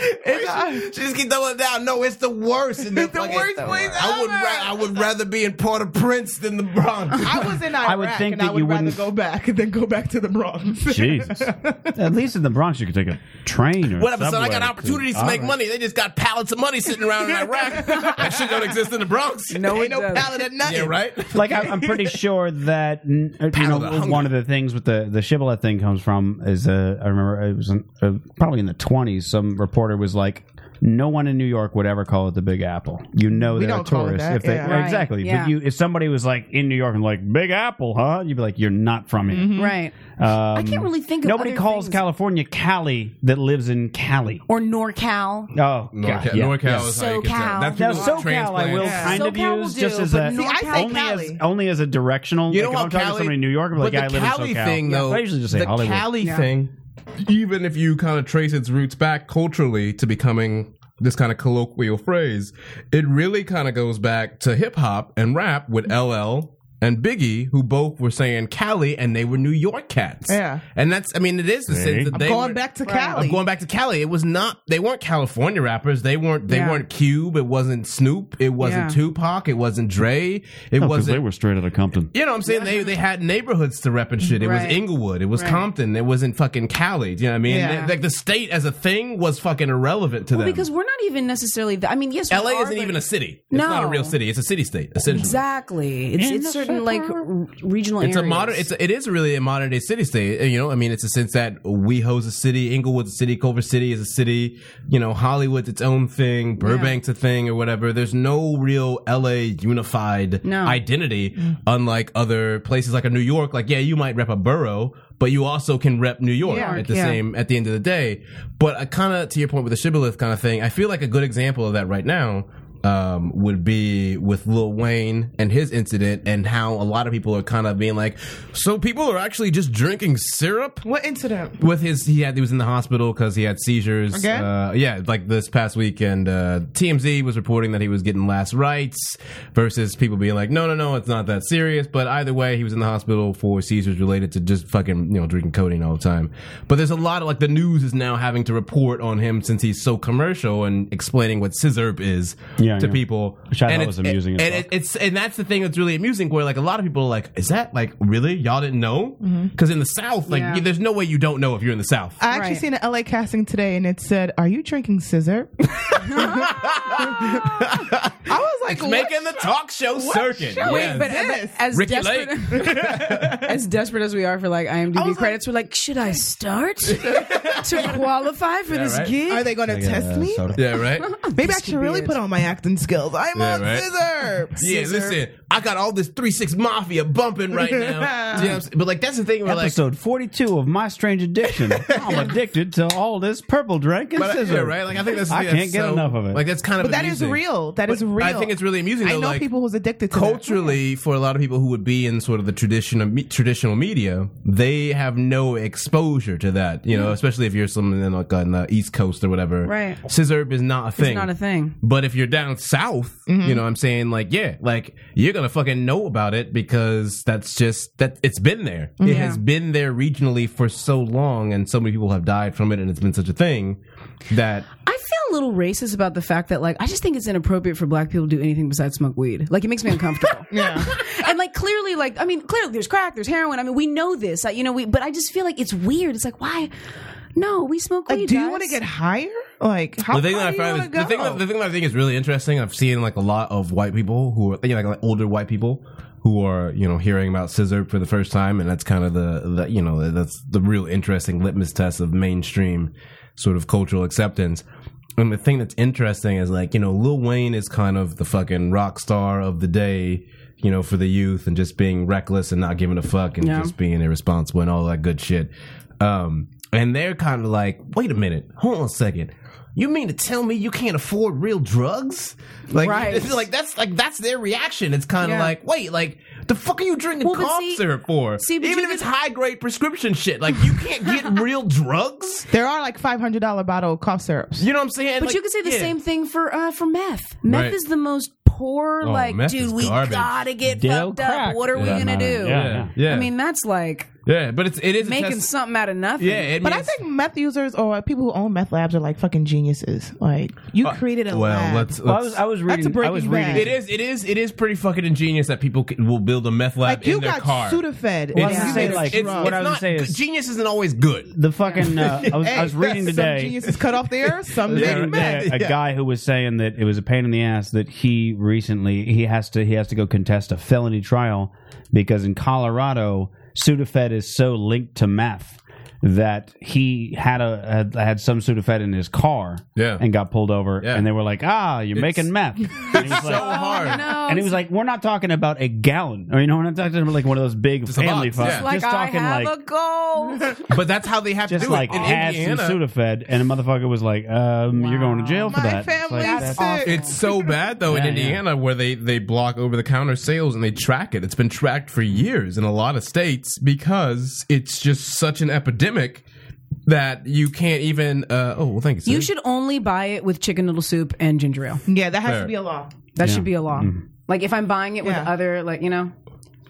Speaker 7: she just keep throwing it down. No, it's the worst. in
Speaker 9: It's the
Speaker 7: fucking-
Speaker 9: worst place
Speaker 7: I would.
Speaker 9: ever.
Speaker 7: Ra- I would rather be in Port-au-Prince than the Bronx. *laughs*
Speaker 9: I was in Iraq,
Speaker 10: would think
Speaker 9: and I
Speaker 10: that
Speaker 9: would
Speaker 10: you
Speaker 9: rather
Speaker 10: wouldn't-
Speaker 9: go back than go back to
Speaker 7: *laughs*
Speaker 9: the Bronx. *laughs*
Speaker 10: Jesus. *laughs* At least in the Bronx, you could take a train or
Speaker 7: Whatever,
Speaker 10: Subway
Speaker 7: son. I got opportunities to make money. They just got pallets of money sitting around in Iraq. that shit don't exist in the Bronx.
Speaker 8: No, it
Speaker 9: Ain't no
Speaker 8: doesn't.
Speaker 9: pallet at nothing.
Speaker 7: Yeah, right.
Speaker 10: like I, I'm pretty sure that n- uh, you
Speaker 7: Pound of
Speaker 10: know
Speaker 7: hunger.
Speaker 10: one of the things with the the shibboleth thing comes from is uh, I remember it was in, uh, probably in the 20s. Some reporter was like. No one in New York would ever call it the Big Apple. You know
Speaker 9: We
Speaker 10: they're a
Speaker 9: don't call it
Speaker 10: tourist
Speaker 9: that,
Speaker 10: if they
Speaker 9: yeah. Right,
Speaker 10: exactly.
Speaker 8: yeah.
Speaker 10: But you, if somebody was like in New York and like Big Apple, huh? You'd be like, you're not from here.
Speaker 7: Mm-hmm.
Speaker 8: Right.
Speaker 10: Um,
Speaker 8: Mm-hmm. I can't really think of
Speaker 10: Nobody
Speaker 8: other
Speaker 10: calls
Speaker 8: things.
Speaker 10: California Cali that lives in Cali.
Speaker 8: Or NorCal.
Speaker 10: Oh, God, yeah.
Speaker 7: is how you can tell.
Speaker 8: SoCal.
Speaker 7: That's
Speaker 10: Now,
Speaker 7: people
Speaker 10: SoCal I
Speaker 7: transplant.
Speaker 10: will
Speaker 9: Yeah.
Speaker 10: kind of
Speaker 8: SoCal will
Speaker 10: use
Speaker 8: do,
Speaker 10: just as
Speaker 8: but
Speaker 10: a
Speaker 8: North
Speaker 9: See, I say
Speaker 10: only as
Speaker 9: Cali.
Speaker 10: only as a directional.
Speaker 7: You
Speaker 10: like,
Speaker 7: know
Speaker 10: if
Speaker 7: how
Speaker 10: I'm talking to
Speaker 7: Cali-
Speaker 10: somebody in New York, I'm like,
Speaker 7: but
Speaker 10: yeah, I
Speaker 7: the
Speaker 10: live
Speaker 7: Cali
Speaker 10: in SoCal.
Speaker 7: thing, though,
Speaker 10: I usually just say
Speaker 7: the
Speaker 10: Hollywood.
Speaker 7: Cali
Speaker 8: Yeah.
Speaker 7: thing, even if you kind of trace its roots back culturally to becoming this kind of colloquial phrase, it really kind of goes back to hip hop and rap with LL and Biggie, who both were saying Cali, and they were New York cats.
Speaker 9: Yeah.
Speaker 7: and that's I mean, it is the sense that
Speaker 9: I'm
Speaker 7: they
Speaker 9: going
Speaker 7: were-
Speaker 9: back to Cali.
Speaker 7: I'm going back to Cali. It was not. They weren't California rappers. They weren't. They
Speaker 8: Yeah.
Speaker 7: weren't Cube. It wasn't Snoop. It wasn't
Speaker 8: Yeah.
Speaker 7: Tupac. It wasn't Dre.
Speaker 10: Oh,
Speaker 7: It wasn't.
Speaker 10: straight out of Compton.
Speaker 7: you know what I'm saying? They they had neighborhoods to rep and shit. It
Speaker 8: Right.
Speaker 7: was Inglewood. It was
Speaker 8: Right.
Speaker 7: Compton. It was in fucking Cali. Do you know what I mean?
Speaker 9: Yeah.
Speaker 7: They- like the state as a thing was fucking irrelevant to
Speaker 8: Well,
Speaker 7: them.
Speaker 8: because we're not even necessarily. The, I mean, yes, we
Speaker 7: LA
Speaker 8: are,
Speaker 7: isn't
Speaker 8: but-
Speaker 7: even a city. It's
Speaker 8: No.
Speaker 7: not a real city. It's a city state. Essentially.
Speaker 8: Exactly. It's, it's certain like r- regional.
Speaker 7: It's a
Speaker 8: areas.
Speaker 7: modern. It's a, it is really a modern day city state. uh, You know, I mean, it's a sense that WeHo's a city, Inglewood's a city, Culver City is a city. You know, Hollywood's its own thing, Burbank's a thing, or whatever. There's no real LA unified
Speaker 8: No.
Speaker 7: identity, unlike other places like a New York. Like, yeah, you might rep a borough, but you also can rep New York
Speaker 9: Yeah.
Speaker 7: at the
Speaker 8: Yeah.
Speaker 7: same at the end of the day. But I kind of to your point with the shibboleth kind of thing, I feel like a good example of that right now um, would be with Lil Wayne and his incident, and how a lot of people are kind of being like, so people are actually just drinking syrup.
Speaker 9: what incident?
Speaker 7: With his, he had he was in the hospital because he had seizures.
Speaker 9: Again?
Speaker 7: Uh, yeah, like this past weekend, uh, TMZ was reporting that he was getting last rites versus people being like, no, no, no, it's not that serious. But either way, he was in the hospital for seizures related to just fucking, you know, drinking codeine all the time. But there's a lot of like the news is now having to report on him since he's so commercial and explaining what scissorp is
Speaker 10: Yeah,
Speaker 7: to
Speaker 10: yeah.
Speaker 7: people.
Speaker 10: Which I thought
Speaker 7: and it's-
Speaker 10: was amusing
Speaker 7: And,
Speaker 10: as
Speaker 7: and
Speaker 10: fuck.
Speaker 7: it, it's and that's the thing that's really amusing where like a lot of people are like, is that like really y'all didn't know? Because in the South, like
Speaker 8: Yeah.
Speaker 7: there's no way you don't know if you're in the South.
Speaker 9: Mm-hmm. I
Speaker 8: Right.
Speaker 9: actually seen an LA casting today, and it said, "Are you drinking
Speaker 7: *laughs*
Speaker 9: scissor?" *laughs* I was like,
Speaker 7: It's
Speaker 9: what?
Speaker 7: making the talk show circuit.
Speaker 9: show?
Speaker 8: Wait,
Speaker 7: Yeah.
Speaker 8: but,
Speaker 9: Yes.
Speaker 8: but as
Speaker 7: Ricky
Speaker 9: *laughs*
Speaker 8: desperate *laughs* as desperate as we are for like
Speaker 9: I
Speaker 8: IMDb
Speaker 9: was
Speaker 8: credits, we're like, should I start *laughs* to qualify for this
Speaker 7: right?
Speaker 8: gig? *laughs*
Speaker 9: Are they going to test me?
Speaker 7: yeah,
Speaker 9: *laughs*
Speaker 7: right.
Speaker 9: Maybe I
Speaker 8: This
Speaker 9: should
Speaker 8: could be
Speaker 9: really
Speaker 8: it.
Speaker 9: put on my acting skills. I'm
Speaker 7: Yeah,
Speaker 9: on
Speaker 7: right?
Speaker 9: scissor.
Speaker 7: *laughs* Yeah, listen, I got all this three six mafia bumping
Speaker 9: *laughs*
Speaker 7: right now. Do you know what I'm saying? but like that's the thing. Where like,
Speaker 10: Episode 42 of My Strange
Speaker 7: *laughs*
Speaker 10: Addiction. I'm addicted to all this purple drink and
Speaker 7: but I,
Speaker 10: scissor.
Speaker 7: yeah, right. Like I think that's. the
Speaker 10: I
Speaker 7: thing that's
Speaker 10: can't get
Speaker 7: so-
Speaker 10: enough of it.
Speaker 7: Like that's kind of.
Speaker 9: But that is
Speaker 7: amusing.
Speaker 9: real. That
Speaker 7: But
Speaker 9: is real.
Speaker 7: I think it's really amusing.
Speaker 9: I
Speaker 7: though,
Speaker 9: know
Speaker 7: like,
Speaker 9: people who's addicted to that.
Speaker 7: culturally for a lot of people who would be in sort of the traditional me, traditional media they have no exposure to that you know especially if you're someone in like on the east coast or whatever
Speaker 8: Mm. Right.
Speaker 7: scissor is not a thing
Speaker 8: It's not a thing. Mm-hmm.
Speaker 7: but if you're down south you know what i'm saying like yeah like you're gonna fucking know about it because that's just that it's been there it has been there regionally for so long and so many people have died from it and it's been such a thing that
Speaker 8: I feel a little racist about the fact that like I just think it's inappropriate for black people to do anything besides smoke weed. Like it makes me *laughs* uncomfortable.
Speaker 9: Yeah.
Speaker 8: and like clearly like I mean clearly there's crack, there's heroin. I mean we know this. I, you know we but I just feel like it's weird. It's like why no, we smoke weed.
Speaker 9: Like, do you
Speaker 8: guys.
Speaker 9: want to get higher? Like, how
Speaker 7: the thing that
Speaker 9: far
Speaker 7: I
Speaker 9: do you
Speaker 7: find
Speaker 9: want to
Speaker 7: is,
Speaker 9: go?
Speaker 7: the thing that, the thing that I think is really interesting. I've seen like a lot of white people who are you know, like, like older white people who are you know hearing about Scissor for the first time, and that's kind of the, the you know that's the real interesting litmus test of mainstream sort of cultural acceptance. And the thing that's interesting is like you know Lil Wayne is kind of the fucking rock star of the day. You know, for the youth and just being reckless and not giving a fuck and
Speaker 8: Yeah.
Speaker 7: just being irresponsible and all that good shit. Um, and they're kind of like, wait a minute, hold on a second. You mean to tell me you can't afford real drugs? Like,
Speaker 8: Right.
Speaker 7: it's *laughs* like that's like that's their reaction. It's kind of
Speaker 8: Yeah.
Speaker 7: like, wait, like the fuck are you drinking
Speaker 8: Well, but
Speaker 7: cough
Speaker 8: see-
Speaker 7: syrup for?
Speaker 8: see, but
Speaker 7: Even
Speaker 8: you
Speaker 7: if it's
Speaker 8: can-
Speaker 7: high grade prescription shit, like you can't
Speaker 8: *laughs*
Speaker 7: get real drugs.
Speaker 9: there are like five hundred dollar bottle of cough syrups.
Speaker 7: You know what I'm saying?
Speaker 8: But
Speaker 7: Like,
Speaker 8: you could say the
Speaker 7: yeah.
Speaker 8: same thing for uh, for meth. Meth
Speaker 7: Right.
Speaker 8: is the most poor.
Speaker 7: Oh,
Speaker 8: like,
Speaker 7: meth is
Speaker 8: dude, we
Speaker 7: garbage.
Speaker 8: gotta get
Speaker 5: Ditto
Speaker 8: fucked
Speaker 5: crack
Speaker 8: up. What are
Speaker 5: for
Speaker 8: we
Speaker 5: that
Speaker 8: gonna
Speaker 5: matter.
Speaker 8: do?
Speaker 5: Yeah,
Speaker 7: Yeah,
Speaker 5: yeah.
Speaker 7: yeah.
Speaker 8: I mean, that's like
Speaker 7: yeah, but it's it is a
Speaker 8: making
Speaker 7: test-
Speaker 8: something out of nothing.
Speaker 7: Yeah, it
Speaker 9: But I
Speaker 7: means-
Speaker 9: think meth users or people who own meth labs are like fucking geniuses. Like, you
Speaker 7: Uh,
Speaker 9: created a
Speaker 7: well.
Speaker 9: lab.
Speaker 7: Let's, let's
Speaker 5: Well, I was I was
Speaker 9: That's
Speaker 5: reading
Speaker 9: a Breaking
Speaker 5: I was reading
Speaker 9: Bad.
Speaker 7: It is. It is. It is pretty fucking ingenious that people can, will build a meth lab
Speaker 9: like you
Speaker 7: in their
Speaker 9: got
Speaker 7: car.
Speaker 9: Sudafed.
Speaker 5: Well,
Speaker 9: and
Speaker 5: I was
Speaker 9: you
Speaker 5: gonna
Speaker 9: made
Speaker 5: say,
Speaker 9: a
Speaker 5: like,
Speaker 7: it's,
Speaker 9: drug.
Speaker 5: what
Speaker 7: it's
Speaker 5: I was gonna
Speaker 7: not
Speaker 5: say
Speaker 7: good.
Speaker 5: is-
Speaker 7: genius isn't always good.
Speaker 5: the fucking uh, I was
Speaker 7: *laughs*
Speaker 5: I was
Speaker 9: Hey,
Speaker 5: reading
Speaker 9: some
Speaker 5: today.
Speaker 9: geniuses cut off the air. Some
Speaker 5: the
Speaker 9: made
Speaker 5: other
Speaker 9: meth.
Speaker 5: day, a
Speaker 9: Yeah.
Speaker 5: guy who was saying that it was a pain in the ass that he recently he has to he has to go contest a felony trial because in Colorado Sudafed is so linked to meth that he had a had, had some Sudafed in his car
Speaker 7: Yeah.
Speaker 5: and got pulled over
Speaker 7: Yeah.
Speaker 5: and they were like ah you're
Speaker 7: *laughs*
Speaker 5: making meth and he was
Speaker 7: So
Speaker 5: like,
Speaker 7: hard.
Speaker 8: Oh, No,
Speaker 5: and he was like we're not talking about a gallon or you know we're not talking about like one of those big
Speaker 7: a
Speaker 5: family
Speaker 7: box,
Speaker 5: fucks
Speaker 7: yeah.
Speaker 8: like
Speaker 5: just
Speaker 8: I
Speaker 5: talking
Speaker 8: have
Speaker 5: like
Speaker 8: a
Speaker 5: *laughs*
Speaker 8: goal.
Speaker 7: But that's how they have to
Speaker 5: just
Speaker 7: do
Speaker 5: like
Speaker 7: it in
Speaker 5: had some
Speaker 7: Indiana.
Speaker 5: Sudafed, and a motherfucker was like, um, "You're going to jail for
Speaker 9: My
Speaker 5: that." It's like,
Speaker 9: family's
Speaker 5: that's
Speaker 9: sick.
Speaker 5: awful.
Speaker 7: It's
Speaker 5: *laughs*
Speaker 7: so bad though in
Speaker 5: Yeah,
Speaker 7: Indiana where they they block over the counter sales and they track it. It's been tracked for years in a lot of states because it's just such an epidemic that you can't even. Uh, oh, well, thank you.
Speaker 8: you
Speaker 7: sir.
Speaker 8: should only buy it with chicken noodle soup and ginger ale.
Speaker 9: Yeah, that has
Speaker 7: Fair.
Speaker 9: to be a law.
Speaker 8: That should be a law.
Speaker 5: Mm-hmm.
Speaker 8: Like if I'm buying it with
Speaker 9: Yeah.
Speaker 8: other, like
Speaker 5: *laughs*
Speaker 8: you know,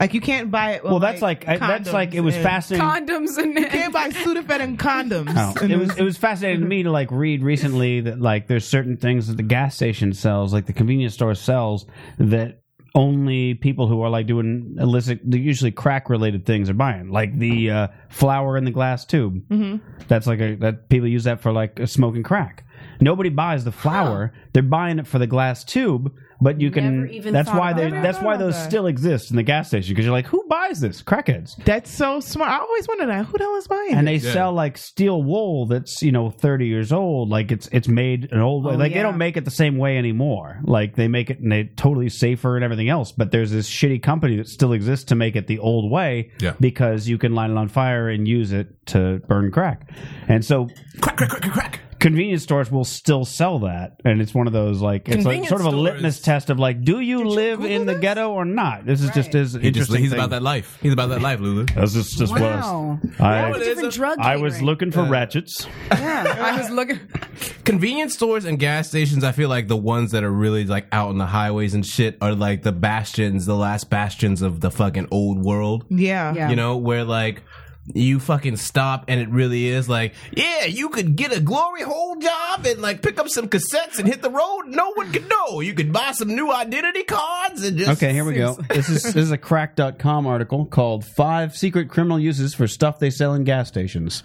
Speaker 9: Like you can't buy it. with,
Speaker 5: Well, that's like I, that's
Speaker 9: condoms
Speaker 5: like it was
Speaker 9: and-
Speaker 5: fascinating.
Speaker 8: condoms and
Speaker 9: You can't buy Sudafed and condoms.
Speaker 5: I don't know.
Speaker 9: And
Speaker 5: Oh. It was it was fascinating to me to like read recently that like there's certain things that the gas station sells, like the convenience store sells, that only people who are like doing illicit, they're usually crack related things are buying, like the uh, flower in the glass tube. Mm-hmm. That's like a that people use that for like smoking crack. Nobody buys the flower; they're buying it for the glass tube. But you
Speaker 8: Never
Speaker 5: can.
Speaker 8: even
Speaker 5: that's
Speaker 8: thought
Speaker 5: why
Speaker 8: about
Speaker 5: they.
Speaker 8: that.
Speaker 5: That's why those still exist in the gas station because you're like, who buys this? Crackheads.
Speaker 9: That's so smart. I always wondered that. Who the hell is buying
Speaker 5: and
Speaker 7: *laughs*
Speaker 9: it?
Speaker 5: they sell like steel wool that's you know 30 years old like it's it's made an old way
Speaker 8: Oh,
Speaker 5: like they
Speaker 8: yeah.
Speaker 5: don't make it the same way anymore like they make it and they totally safer and everything else but there's this shitty company that still exists to make it the old way
Speaker 7: Yeah.
Speaker 5: because you can light it on fire and use it to burn crack and so
Speaker 7: crack, crack, crack, crack, crack.
Speaker 5: convenience stores will still sell that and it's one of those like it's like
Speaker 7: Convenience
Speaker 5: sort of a
Speaker 7: stores-
Speaker 5: litmus test of like do you live in the ghetto or not this is just his
Speaker 7: He just,
Speaker 5: interesting
Speaker 7: he's
Speaker 5: thing.
Speaker 7: about that life. He's about that life, Lulu.
Speaker 5: that's just, just what I was-
Speaker 8: wow.
Speaker 5: I,
Speaker 7: it is
Speaker 8: *laughs* Different
Speaker 7: a-
Speaker 8: drug.
Speaker 5: I was
Speaker 8: catering.
Speaker 5: looking for ratchets
Speaker 8: Yeah, I
Speaker 5: *laughs*
Speaker 8: was looking.
Speaker 7: Convenience stores and gas stations, I feel like the ones that are really like out on the highways and shit are like the bastions, the last bastions of the fucking old world.
Speaker 9: yeah.
Speaker 8: Yeah.
Speaker 7: you know, where like you fucking stop and it really is like, yeah, you could get a glory hole job and like pick up some cassettes and hit the road. No one could know. You could buy some new identity cards and just
Speaker 5: Okay, here we go. This is this is a crack.com article called Five Secret Criminal Uses for Stuff They Sell in Gas Stations.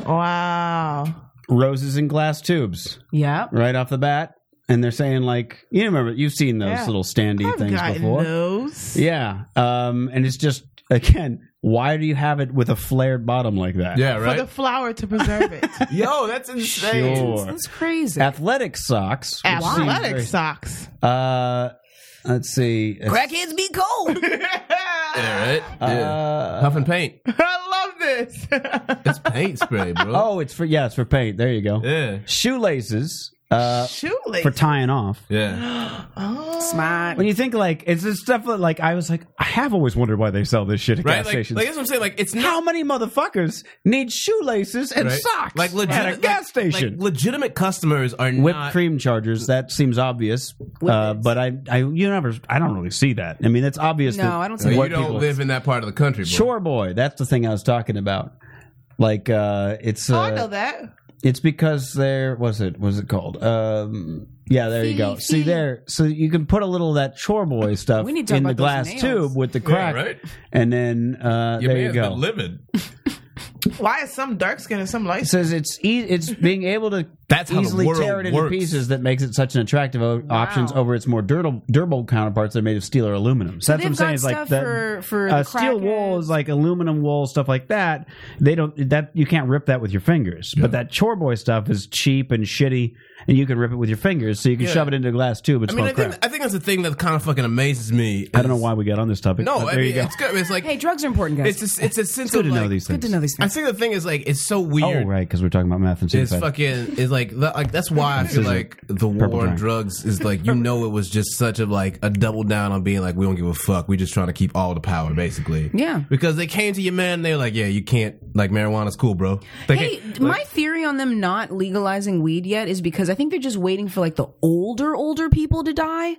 Speaker 9: Wow.
Speaker 5: Roses in glass tubes,
Speaker 8: Yeah.
Speaker 5: right off the bat. And they're saying like you remember you've seen those
Speaker 9: Yeah.
Speaker 5: little standy
Speaker 9: I've
Speaker 5: things
Speaker 9: gotten
Speaker 5: before.
Speaker 9: those.
Speaker 5: Yeah. Um and it's just again, why do you have it with a flared bottom like
Speaker 7: *laughs*
Speaker 5: that?
Speaker 7: Yeah,
Speaker 9: For *laughs* the flour to preserve it.
Speaker 7: Yo, that's insane.
Speaker 5: Sure.
Speaker 8: That's crazy.
Speaker 5: Athletic socks. which seems
Speaker 9: Athletic
Speaker 5: very-
Speaker 9: socks.
Speaker 5: Uh let's see.
Speaker 8: Crackheads be cold.
Speaker 7: Yeah, right? Yeah.
Speaker 5: Uh,
Speaker 7: Huff and paint.
Speaker 9: I love *laughs* this.
Speaker 7: It's paint spray, bro.
Speaker 5: oh, it's for yeah, it's for paint. There you go.
Speaker 7: Yeah.
Speaker 5: Shoelaces. Uh
Speaker 9: Shoelace.
Speaker 5: for tying off.
Speaker 7: Yeah.
Speaker 8: Smart.
Speaker 5: When you think like it's this stuff that like I was like I have always wondered why they sell this shit at
Speaker 7: Right?
Speaker 5: gas
Speaker 7: Like,
Speaker 5: stations.
Speaker 7: like that's what I'm saying. Like it's not
Speaker 5: How many motherfuckers need shoelaces and
Speaker 7: right?
Speaker 5: socks
Speaker 7: Like legit
Speaker 5: at a gas
Speaker 7: like-
Speaker 5: station?
Speaker 7: Like, legitimate customers are
Speaker 5: Whipped
Speaker 7: not
Speaker 5: cream chargers that seems obvious, uh, but I I you never I don't really see that. I mean that's obvious.
Speaker 8: No,
Speaker 5: that
Speaker 8: I don't see
Speaker 7: So
Speaker 8: that.
Speaker 7: you
Speaker 5: white
Speaker 7: don't
Speaker 5: people-
Speaker 7: live in that part of the country, bro.
Speaker 5: Shore boy, that's the thing I was talking about. Like uh, it's uh,
Speaker 9: Oh, I know that.
Speaker 5: It's because there was it was it called? Um, yeah, there you go. See there, so you can put a little of that chore boy stuff
Speaker 8: We need to talk
Speaker 5: in the
Speaker 8: about those
Speaker 5: glass
Speaker 8: nails.
Speaker 5: tube with the crack,
Speaker 7: right?
Speaker 5: and then uh,
Speaker 7: Your
Speaker 5: there you
Speaker 7: man's
Speaker 5: go.
Speaker 7: been livid.
Speaker 9: Why is some dark skin and some light
Speaker 5: It
Speaker 9: skin?
Speaker 5: says it's e- it's being able to
Speaker 7: *laughs* That's how the
Speaker 5: easily
Speaker 7: world
Speaker 5: tear it into
Speaker 7: works.
Speaker 5: pieces that makes it such an attractive o- options over its more durable, durable counterparts that are made of steel or aluminum. So that's what I'm
Speaker 8: They've
Speaker 5: saying.
Speaker 8: got
Speaker 5: It's like
Speaker 8: stuff
Speaker 5: that,
Speaker 8: for- for
Speaker 5: uh,
Speaker 8: the
Speaker 5: steel wool is
Speaker 8: crackheads.
Speaker 5: like aluminum wool stuff like that. They don't that you can't rip that with your fingers. But that chore boy stuff is cheap and shitty, and you can rip it with your fingers. So you can
Speaker 7: Yeah.
Speaker 5: shove it into a glass tube and
Speaker 7: I mean,
Speaker 5: smell
Speaker 7: I
Speaker 5: crap.
Speaker 7: think, I think that's the thing that kind of fucking amazes me.
Speaker 5: I don't know
Speaker 7: is-
Speaker 5: why we got on this topic.
Speaker 7: No,
Speaker 5: but
Speaker 7: I
Speaker 5: there
Speaker 7: mean,
Speaker 5: you go.
Speaker 7: it's good. It's like
Speaker 8: Hey, drugs are important, guys.
Speaker 7: it's just it's a sense
Speaker 5: Good
Speaker 7: of
Speaker 5: to know
Speaker 7: like,
Speaker 5: these
Speaker 8: Good to
Speaker 5: things.
Speaker 8: know these
Speaker 7: I
Speaker 8: things.
Speaker 7: think the thing is like it's so
Speaker 5: Oh
Speaker 7: weird.
Speaker 5: right, because we're talking about math and
Speaker 7: It's
Speaker 5: suicide.
Speaker 7: fucking. It's like that. Like that's why I feel
Speaker 5: Scissor.
Speaker 7: like the
Speaker 5: Purple
Speaker 7: war on
Speaker 5: giant.
Speaker 7: drugs is like you know it was just such a like a double down on being like we don't give a fuck. We just trying to keep all the power basically.
Speaker 8: Yeah.
Speaker 7: Because they came to your man, they were like, yeah, you can't like marijuana's cool, bro. They
Speaker 8: Hey,
Speaker 7: can't-
Speaker 8: my theory on them not legalizing weed yet is because I think they're just waiting for like the older older people to *coughs* die.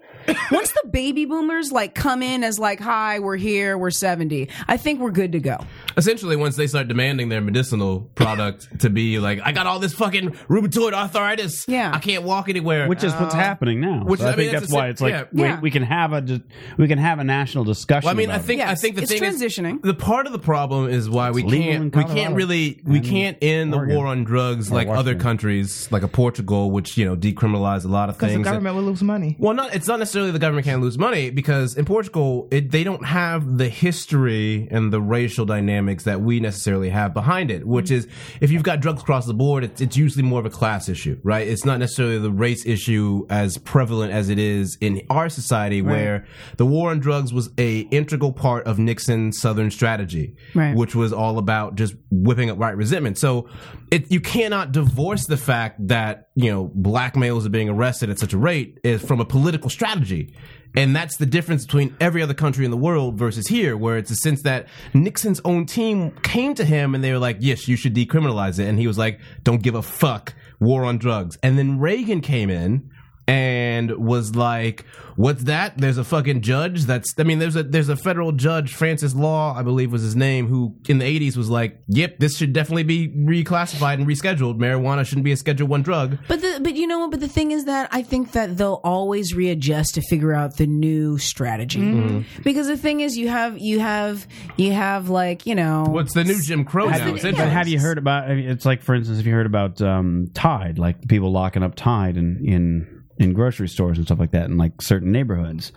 Speaker 8: Once the baby boomers like come in as like, "Hi, we're here, we're 70." I think we're good to go.
Speaker 7: essentially once they start demanding their medicinal product to be like, I got all this fucking rheumatoid arthritis.
Speaker 8: Yeah.
Speaker 7: I can't walk anywhere. Uh,
Speaker 5: which is what's happening now.
Speaker 7: which
Speaker 5: So I,
Speaker 7: is- I
Speaker 5: think
Speaker 7: mean,
Speaker 5: that's
Speaker 7: it's a-
Speaker 5: why it's like
Speaker 7: yeah.
Speaker 5: we,
Speaker 8: Yeah.
Speaker 5: we can have a dis- we can have a national discussion.
Speaker 7: Well, I mean, I
Speaker 5: about it.
Speaker 7: think I
Speaker 8: Yes,
Speaker 7: think the
Speaker 8: it's
Speaker 7: thing
Speaker 8: transitioning.
Speaker 7: is the part of the problem is why we
Speaker 5: It's legal in
Speaker 7: can't we
Speaker 5: Colorado
Speaker 7: can't really we
Speaker 5: and
Speaker 7: can't end the
Speaker 5: Oregon.
Speaker 7: war on drugs
Speaker 5: Or
Speaker 7: like other
Speaker 5: Washington.
Speaker 7: countries like a Portugal, which you know decriminalized a lot of
Speaker 9: Because
Speaker 7: things.
Speaker 9: the
Speaker 7: that-
Speaker 9: government will lose money.
Speaker 7: well, not it's not necessarily the government can't lose money because in Portugal it, they don't have the history and the racial dynamics that we necessarily have behind it. Which is, if you've got drugs across the board, it's, it's usually more of a class issue, right? It's not necessarily the race issue as prevalent as it is in our society, where the war on drugs was a integral part of Nixon's Southern strategy,
Speaker 8: Right.
Speaker 7: which was all about just whipping up white resentment. So it, you cannot divorce the fact that, you know, black males are being arrested at such a rate is from a political strategy. And that's the difference between every other country in the world versus here, where it's a sense that Nixon's own team came to him and they were like, yes, you should decriminalize it. And he was like, don't give a fuck, war on drugs. And then Reagan came in and was like, "What's that?" There's a fucking judge. That's I mean, there's a there's a federal judge, Francis Law, I believe was his name, who in the '80s was like, "Yep, this should definitely be reclassified and rescheduled. Marijuana shouldn't be a Schedule One drug."
Speaker 8: But the but you know what? But the thing is that I think that they'll always readjust to figure out the new strategy. Because the thing is, you have you have you have like you know
Speaker 7: What's the new Jim Crow now?
Speaker 8: the-
Speaker 7: essentially.
Speaker 5: But have you heard about? I mean, It's like, for instance, if you heard about um, Tide, like the people locking up Tide in in in grocery stores and stuff like that, in like certain neighborhoods,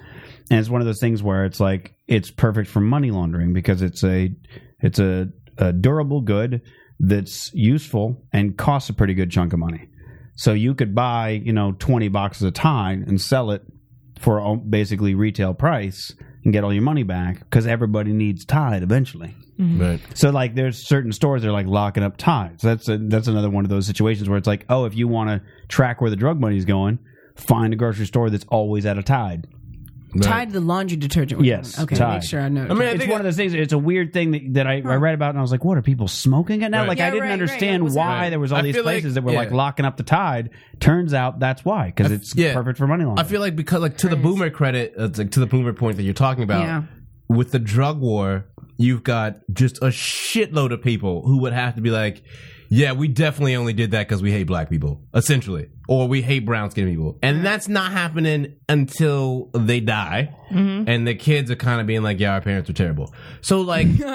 Speaker 5: and it's one of those things where it's like it's perfect for money laundering because it's a it's a, a durable good that's useful and costs a pretty good chunk of money. So you could buy, you know, twenty boxes of Tide and sell it for all- basically retail price and get all your money back because everybody needs Tide eventually.
Speaker 7: Right.
Speaker 5: So like, there's certain stores that are like locking up ties. That's a, that's another one of those situations where it's like, oh, if you want to track where the drug money's going, find a grocery store that's always at a Tide.
Speaker 8: tied to the laundry detergent.
Speaker 5: Yes,
Speaker 8: Okay.
Speaker 5: Tide.
Speaker 8: Make sure I know.
Speaker 7: I mean, I
Speaker 5: It's
Speaker 7: think
Speaker 5: one of those things. It's a weird thing that, that I, I read about, and I was like, "What are people smoking it now?"
Speaker 7: Right.
Speaker 5: Like,
Speaker 8: Yeah,
Speaker 5: I didn't
Speaker 8: right, right.
Speaker 5: understand
Speaker 8: What's
Speaker 5: why
Speaker 7: happening?
Speaker 5: there was all
Speaker 7: I
Speaker 5: these
Speaker 7: feel like-
Speaker 5: places that were like
Speaker 7: yeah.
Speaker 5: locking up the tide. Turns out that's why because it's
Speaker 7: yeah.
Speaker 5: perfect for money
Speaker 7: I
Speaker 5: laundering.
Speaker 7: feel like because like to the boomer credit, uh, like to the boomer point that you're talking about,
Speaker 8: Yeah.
Speaker 7: with the drug war, you've got just a shitload of people who would have to be like, yeah, we definitely only did that because we hate black people, essentially, or we hate brown skinned people, and that's not happening until they die,
Speaker 8: Mm-hmm.
Speaker 7: and the kids are kind of being like, yeah, our parents were terrible. So
Speaker 8: *laughs*
Speaker 7: like, do you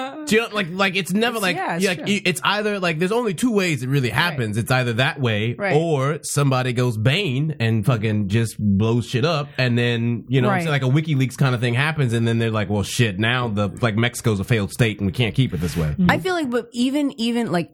Speaker 7: know, like like it's never like
Speaker 8: yeah,
Speaker 7: yeah,
Speaker 8: it's
Speaker 7: like,
Speaker 8: true.
Speaker 7: you- it's either like there's only two ways it really happens. It's either that way
Speaker 8: Right.
Speaker 7: or somebody goes Bane and fucking just blows shit up and then, you know,
Speaker 8: Right.
Speaker 7: so like a WikiLeaks kind of thing happens and then they're like, well shit, now the like Mexico's a failed state and we can't keep it this way.
Speaker 8: I feel like, but even even like,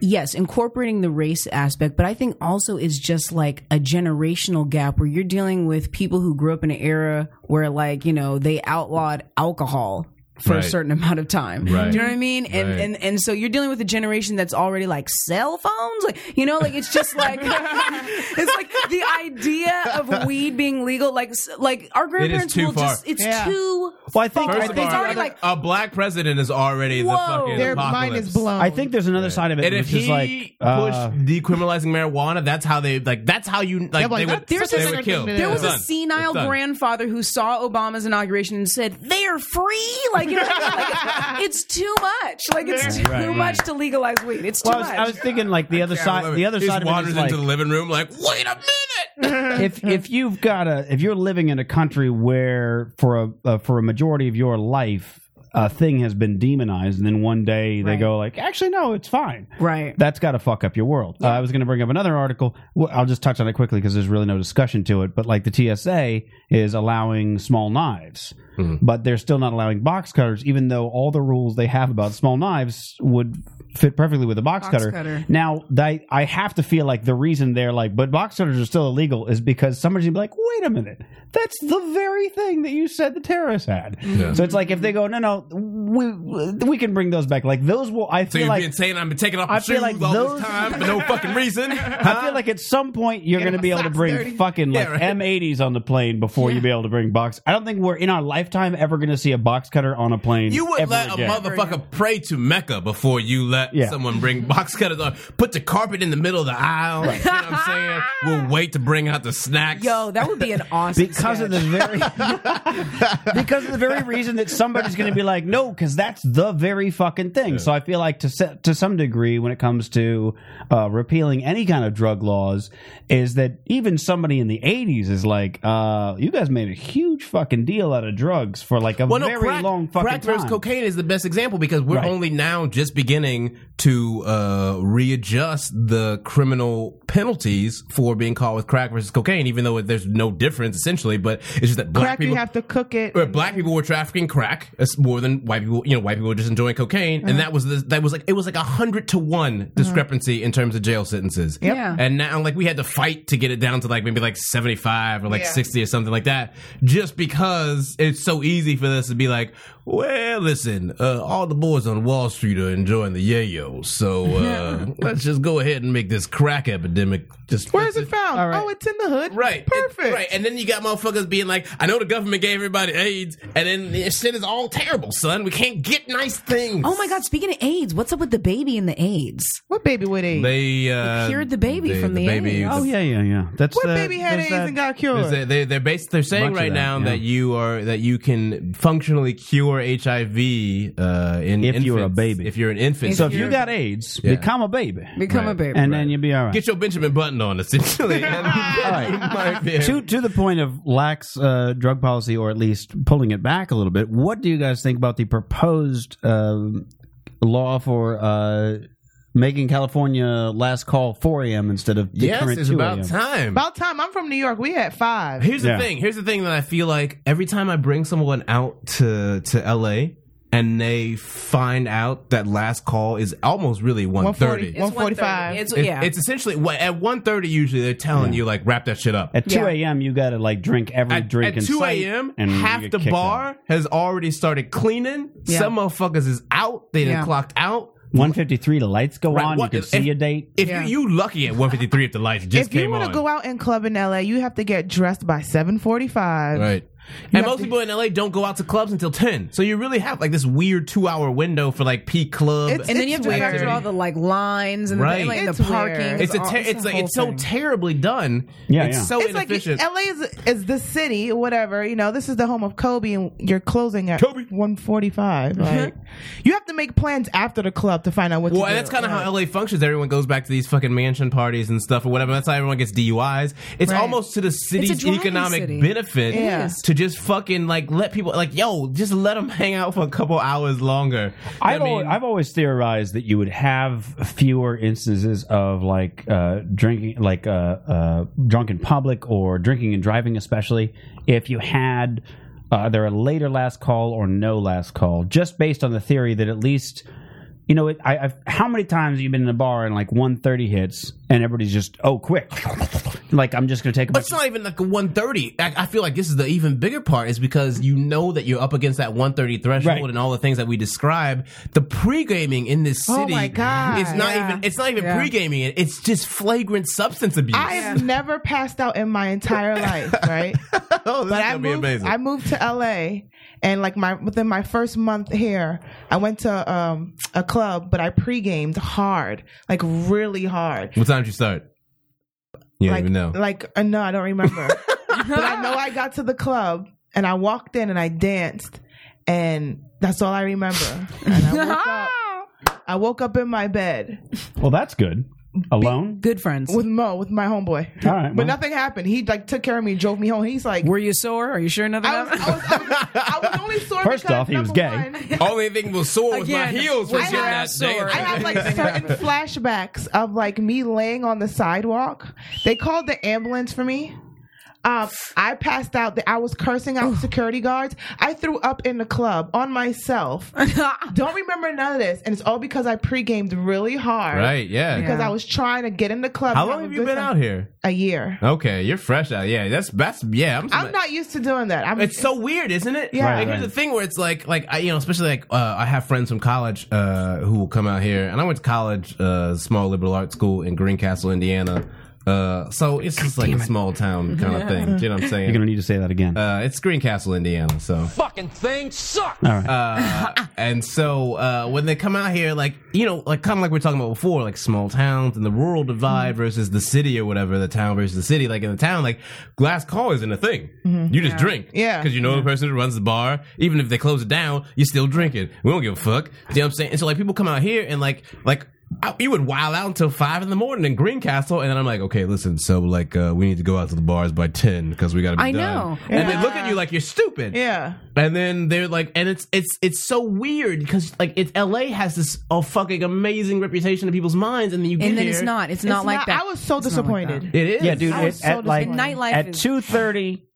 Speaker 8: yes, incorporating the race aspect, but I think also is just like a generational gap where you're dealing with people who grew up in an era where like you know they outlawed alcohol for a
Speaker 7: Right.
Speaker 8: certain amount of time.
Speaker 7: Right.
Speaker 8: Do you know what I mean? And
Speaker 7: Right.
Speaker 8: and and so you're dealing with a generation that's already like *laughs* cell phones, like you know, like it's just like it's like the idea of for weed being legal. Like, s- like our grandparents
Speaker 7: too
Speaker 8: will
Speaker 7: far.
Speaker 8: just, it's
Speaker 9: Yeah.
Speaker 8: too.
Speaker 5: Well, I think
Speaker 7: First
Speaker 5: I
Speaker 7: of
Speaker 5: think
Speaker 7: all,
Speaker 8: it's already like-
Speaker 7: a black president is already the
Speaker 8: Whoa.
Speaker 7: fucking
Speaker 9: Their
Speaker 7: apocalypse.
Speaker 9: mind is blown.
Speaker 5: I think there's another side of it,
Speaker 7: And if
Speaker 5: which is
Speaker 7: he
Speaker 5: like
Speaker 7: pushed
Speaker 5: uh,
Speaker 7: decriminalizing marijuana, that's how they like. That's how you like.
Speaker 9: like,
Speaker 7: they would,
Speaker 9: that's There's
Speaker 7: they
Speaker 8: a-
Speaker 7: would kill.
Speaker 8: There was
Speaker 7: It's
Speaker 8: a
Speaker 7: done.
Speaker 8: senile
Speaker 7: It's done.
Speaker 8: grandfather who saw Obama's inauguration and said, "They're free." Like, you know, what I mean? Like, it's too much. Like, it's too
Speaker 5: right.
Speaker 8: much to legalize weed. It's too
Speaker 5: well, I was,
Speaker 8: much.
Speaker 5: I was thinking like the other
Speaker 7: I love
Speaker 5: side.
Speaker 7: it.
Speaker 5: The other
Speaker 7: he just
Speaker 5: side of it
Speaker 7: wanders
Speaker 5: is
Speaker 7: into
Speaker 5: like
Speaker 7: the living room like, wait a minute.
Speaker 5: if if you've got a if you're living in a country where for a uh, for a majority of your life a thing has been demonized, and then one day they
Speaker 8: Right.
Speaker 5: go like, actually, no, it's fine.
Speaker 8: right.
Speaker 5: That's got to fuck up your world. Uh, I was going to bring up another article. Well, I'll just touch on it quickly because there's really no discussion to it. But like the TSA is allowing small knives, but they're still not allowing box cutters, even though all the rules they have about small knives would fit perfectly with a box,
Speaker 8: Box
Speaker 5: cutter.
Speaker 8: cutter.
Speaker 5: Now, they, I have to feel like the reason they're like, but box cutters are still illegal is because somebody's going to be like, wait a minute, that's the very thing that you said the terrorists had. So it's like if they go, no, no, we we can bring those back. Like those will, I
Speaker 7: So
Speaker 5: feel
Speaker 7: you've
Speaker 5: like
Speaker 7: been saying I've been taking off my
Speaker 5: I feel
Speaker 7: shoes
Speaker 5: like
Speaker 7: all
Speaker 5: those-
Speaker 7: this time for *laughs* no fucking reason.
Speaker 5: I feel like at some point you're going to
Speaker 9: my
Speaker 5: be able to
Speaker 9: socks
Speaker 5: bring
Speaker 9: dirty.
Speaker 5: fucking like
Speaker 7: Yeah, right.
Speaker 5: M80s on the plane before you be able to bring box. I don't think we're in our lifetime ever going to see a box cutter on a plane.
Speaker 7: You would
Speaker 5: ever
Speaker 7: let a
Speaker 5: again.
Speaker 7: motherfucker pray to Mecca before you let
Speaker 5: Yeah.
Speaker 7: someone bring box cutters on. Put the carpet in the middle of the aisle. You know what I'm saying? *laughs* We'll wait to bring out the snacks.
Speaker 8: Yo, that would
Speaker 5: *laughs*
Speaker 8: be an awesome
Speaker 5: because of the
Speaker 8: sketch.
Speaker 7: *laughs*
Speaker 5: very *laughs* because of the very reason that somebody's going to be like no because that's the very fucking thing so i feel like to se- to some degree when it comes to uh, repealing any kind of drug laws is that even somebody in the 80s is like uh, you guys made a huge fucking deal out of drugs for like a
Speaker 7: Well, no,
Speaker 5: very
Speaker 7: crack,
Speaker 5: long fucking
Speaker 7: crack versus
Speaker 5: time
Speaker 7: cocaine is the best example because we're
Speaker 5: Right.
Speaker 7: only now just beginning to uh, readjust the criminal penalties for being caught with crack versus cocaine, even though there's no difference essentially. But it's just that black
Speaker 9: crack.
Speaker 7: people
Speaker 9: you have to cook it.
Speaker 7: where black people were trafficking crack as more than white people. You know, white people were just enjoying cocaine,
Speaker 9: Uh-huh.
Speaker 7: and that was the, that was like it was like a hundred to one discrepancy in terms of jail sentences.
Speaker 8: Yep. Yeah.
Speaker 7: And now, like we had to fight to get it down to like maybe like seventy five or like
Speaker 9: Yeah.
Speaker 7: sixty or something like that, just because it's so easy for us to be like, well, listen, uh, all the boys on Wall Street are enjoying the yayo, so
Speaker 9: *laughs*
Speaker 7: uh, let's just go ahead and make this crack epidemic just
Speaker 9: Where is it found?
Speaker 5: All right.
Speaker 9: Oh, it's in the hood.
Speaker 7: Right. and-
Speaker 9: Perfect.
Speaker 7: right. And then you got motherfuckers being like, I know the government gave everybody AIDS, and then this shit is all terrible, son. We can't get nice things.
Speaker 8: Oh my God! Speaking of AIDS, what's up with the baby and the AIDS?
Speaker 9: what baby would AIDS?
Speaker 7: They, uh,
Speaker 8: They cured the baby from the Oh, AIDS.
Speaker 5: oh yeah yeah yeah that's uh,
Speaker 9: what
Speaker 5: the-
Speaker 9: baby had
Speaker 5: there's
Speaker 9: AIDS
Speaker 5: that-
Speaker 9: and got
Speaker 7: Is
Speaker 9: cured?
Speaker 7: that They, they're based, they're saying
Speaker 5: Bunch of
Speaker 7: right
Speaker 5: that,
Speaker 7: now
Speaker 5: yeah.
Speaker 7: that you are that you can functionally cure HIV uh, in
Speaker 5: If you're a
Speaker 7: infants,
Speaker 5: baby.
Speaker 7: if you're an infant.
Speaker 5: so if you got aids
Speaker 7: Yeah.
Speaker 5: become a baby
Speaker 8: Become a
Speaker 7: Right.
Speaker 8: baby.
Speaker 5: and then you'll be all right
Speaker 7: get your Benjamin Button on,
Speaker 8: *laughs*
Speaker 7: essentially, and you might be
Speaker 5: to to the point of lax uh, drug policy, or at least pulling it back a little bit. What do you guys think about the proposed um law for uh, making California last call 4 a.m. instead of the
Speaker 7: yes,
Speaker 5: current
Speaker 7: it's
Speaker 5: 2
Speaker 7: about
Speaker 5: a.m.?
Speaker 7: time.
Speaker 9: About time. I'm from New York. We had five.
Speaker 7: Here's
Speaker 5: Yeah.
Speaker 7: the thing. Here's the thing that I feel like every time I bring someone out to to LA and they find out that last call is almost really 130.
Speaker 9: 140.
Speaker 8: It's
Speaker 9: 145.
Speaker 8: 1:30. It's,
Speaker 7: It-
Speaker 8: yeah.
Speaker 7: It's essentially at 130 usually they're telling you like wrap that shit up.
Speaker 5: At 2
Speaker 8: Yeah.
Speaker 5: a.m., you got to like drink every
Speaker 7: At,
Speaker 5: drink
Speaker 7: at
Speaker 5: in
Speaker 7: 2
Speaker 5: sight,
Speaker 7: a.m.,
Speaker 5: and you
Speaker 7: half
Speaker 5: get
Speaker 7: the
Speaker 5: kicked
Speaker 7: bar
Speaker 5: out.
Speaker 7: has already started cleaning.
Speaker 8: Yeah.
Speaker 7: Some motherfuckers is out. They done
Speaker 8: Yeah.
Speaker 7: clocked out.
Speaker 5: 153, the lights go
Speaker 7: Right,
Speaker 5: on.
Speaker 7: what-
Speaker 5: you can
Speaker 7: if-
Speaker 5: see a date.
Speaker 7: If
Speaker 8: Yeah.
Speaker 7: you, you lucky at 153 if the lights just
Speaker 9: if you
Speaker 7: came
Speaker 9: want to
Speaker 7: on.
Speaker 9: go out and club in LA, you have to get dressed by 7:45.
Speaker 7: Right.
Speaker 9: have
Speaker 7: And most
Speaker 9: to-
Speaker 7: people in LA don't go out to clubs until 10. So you really have like this weird two hour window for like peak club.
Speaker 9: It's-
Speaker 8: and then you have to
Speaker 9: weird.
Speaker 8: factor all the like lines and
Speaker 7: Right.
Speaker 8: the, like,
Speaker 9: It's
Speaker 8: the parking.
Speaker 9: weird.
Speaker 7: it's a
Speaker 8: all-
Speaker 7: ter- it's like
Speaker 8: whole
Speaker 7: it's so
Speaker 8: thing.
Speaker 7: terribly done.
Speaker 5: Yeah,
Speaker 7: it's
Speaker 5: yeah.
Speaker 7: so
Speaker 9: It's like
Speaker 7: inefficient.
Speaker 9: LA is, is the city, whatever. You know, this is the home of Kobe, and you're closing at
Speaker 7: Kobe.
Speaker 9: 1:45.
Speaker 7: Uh-huh.
Speaker 9: Like, you have to make plans after the club to find out what.
Speaker 7: well,
Speaker 9: to
Speaker 7: and
Speaker 9: do.
Speaker 7: that's kind of
Speaker 9: Right.
Speaker 7: how LA functions. Everyone goes back to these fucking mansion parties and stuff or whatever. That's how everyone gets DUIs. It's
Speaker 9: Right.
Speaker 7: almost to the city's
Speaker 8: driving
Speaker 7: economic
Speaker 8: city.
Speaker 7: benefit
Speaker 9: Yeah.
Speaker 8: is.
Speaker 7: to just fucking like let people like yo, just let them hang out for a couple hours longer.
Speaker 5: I've,
Speaker 7: I
Speaker 5: always, I've always theorized that you would have fewer instances of like uh, drinking, like uh, uh, drunk in public or drinking and driving, especially if you had uh, either a later last call or no last call, just based on the theory that at least. You know, it, I, I've, how many times have you been in a bar and like one thirty hits, and everybody's just oh quick, *laughs*
Speaker 10: like I'm just going to take a
Speaker 7: But
Speaker 10: bunch
Speaker 7: it's not even like a 130. I, I feel like this is the even bigger part is because you know that you're up against that 130 threshold
Speaker 10: Right.
Speaker 7: and all the things that we describe. The pre-gaming in this
Speaker 9: Oh
Speaker 7: city
Speaker 9: my God.
Speaker 7: it's not
Speaker 8: Yeah.
Speaker 7: even it's not even
Speaker 8: Yeah.
Speaker 7: pre-gaming it. It's just flagrant substance abuse.
Speaker 9: I have never passed out in my entire life, right?
Speaker 7: *laughs* oh,
Speaker 9: but I moved, I moved to LA and like my within my first month here, I went to um, a club, but I pre-gamed hard, like really hard.
Speaker 7: what time did you start? You don't
Speaker 9: like,
Speaker 7: even know.
Speaker 9: Like uh, no, I
Speaker 7: *laughs*
Speaker 9: don't remember. but I know I got to the club and I walked in and I danced, and that's all I remember. And I
Speaker 7: *laughs*
Speaker 9: woke up. I woke up in my bed
Speaker 10: of. Well, that's good. Alone?
Speaker 8: Good friends.
Speaker 9: with Mo, with my homeboy.
Speaker 10: All right.
Speaker 9: But
Speaker 10: well.
Speaker 9: nothing happened. He like took care of me, drove me home. He's like,
Speaker 8: Were you sore? Are you sure nothing
Speaker 9: I was,
Speaker 8: happened?
Speaker 9: I was, I was, I was only sore
Speaker 10: First
Speaker 9: because,
Speaker 10: off, he was
Speaker 9: number
Speaker 10: gay.
Speaker 9: one,
Speaker 7: Only thing was sore was my
Speaker 8: Again,
Speaker 7: heels
Speaker 8: I
Speaker 7: was in
Speaker 9: have
Speaker 7: that
Speaker 8: sore.
Speaker 7: damn
Speaker 8: I
Speaker 9: I
Speaker 7: *laughs*
Speaker 9: have like certain flashbacks of like me laying on the sidewalk. They called the ambulance for me. Um, I passed out. I was cursing out security guards. I threw up in the club on myself. Don't remember none of this, and it's all because I pre-gamed really hard.
Speaker 7: Right, yeah.
Speaker 9: Because
Speaker 8: Yeah.
Speaker 9: I was trying to get in the club.
Speaker 7: How
Speaker 9: and
Speaker 7: long
Speaker 9: a
Speaker 7: have you
Speaker 9: good
Speaker 7: been
Speaker 9: time.
Speaker 7: out here?
Speaker 9: A year.
Speaker 7: Okay, you're fresh out. Yeah, that's that's yeah. I'm,
Speaker 9: I'm not used to doing that. I'm
Speaker 7: It's so weird, isn't it?
Speaker 9: Yeah.
Speaker 7: Like,
Speaker 10: Right,
Speaker 7: here's
Speaker 10: right.
Speaker 7: the thing where it's like, like I, you know, especially like uh, I have friends from college uh, who will come out here, and I went to college, uh, small liberal arts school in Greencastle, Indiana. Uh, so it's just like a small town kind of thing. Do you know what I'm
Speaker 10: You're going
Speaker 7: saying?
Speaker 10: to need to say that again.
Speaker 7: Uh, it's Greencastle, Indiana. So
Speaker 10: All right.
Speaker 7: uh, *laughs* and so uh, when they come out here, like you know, like kind of like we are talking about before, like small towns and the rural divide versus the city or whatever, the town versus the city. Like in the town, like glass call isn't a thing. You just drink,
Speaker 9: Yeah.
Speaker 7: because you know the person who runs the bar. Even if they close it down, you're still drinking. We don't give a fuck. You know what I'm saying? And so like people come out here and like like. I, you would wild out until five in the morning in Greencastle, and then I'm like, okay, listen, so like uh, we need to go out to the bars by ten because we got to be
Speaker 8: I
Speaker 7: done.
Speaker 8: know.
Speaker 7: And they look at you like you're stupid
Speaker 9: yeah.
Speaker 7: and then they're like and it's it's it's so weird because like it's la has this oh fucking amazing reputation in people's minds and then you get
Speaker 8: and then
Speaker 7: here
Speaker 8: it's not. It's not
Speaker 9: It's
Speaker 8: like
Speaker 9: not-
Speaker 8: that.
Speaker 9: I was so
Speaker 8: It's not like
Speaker 9: disappointed.
Speaker 7: it is
Speaker 10: yeah, dude.
Speaker 9: I was
Speaker 10: it-
Speaker 9: so
Speaker 10: at like
Speaker 9: disappointed.
Speaker 8: Nightlife
Speaker 10: at
Speaker 8: is-
Speaker 10: two thirty,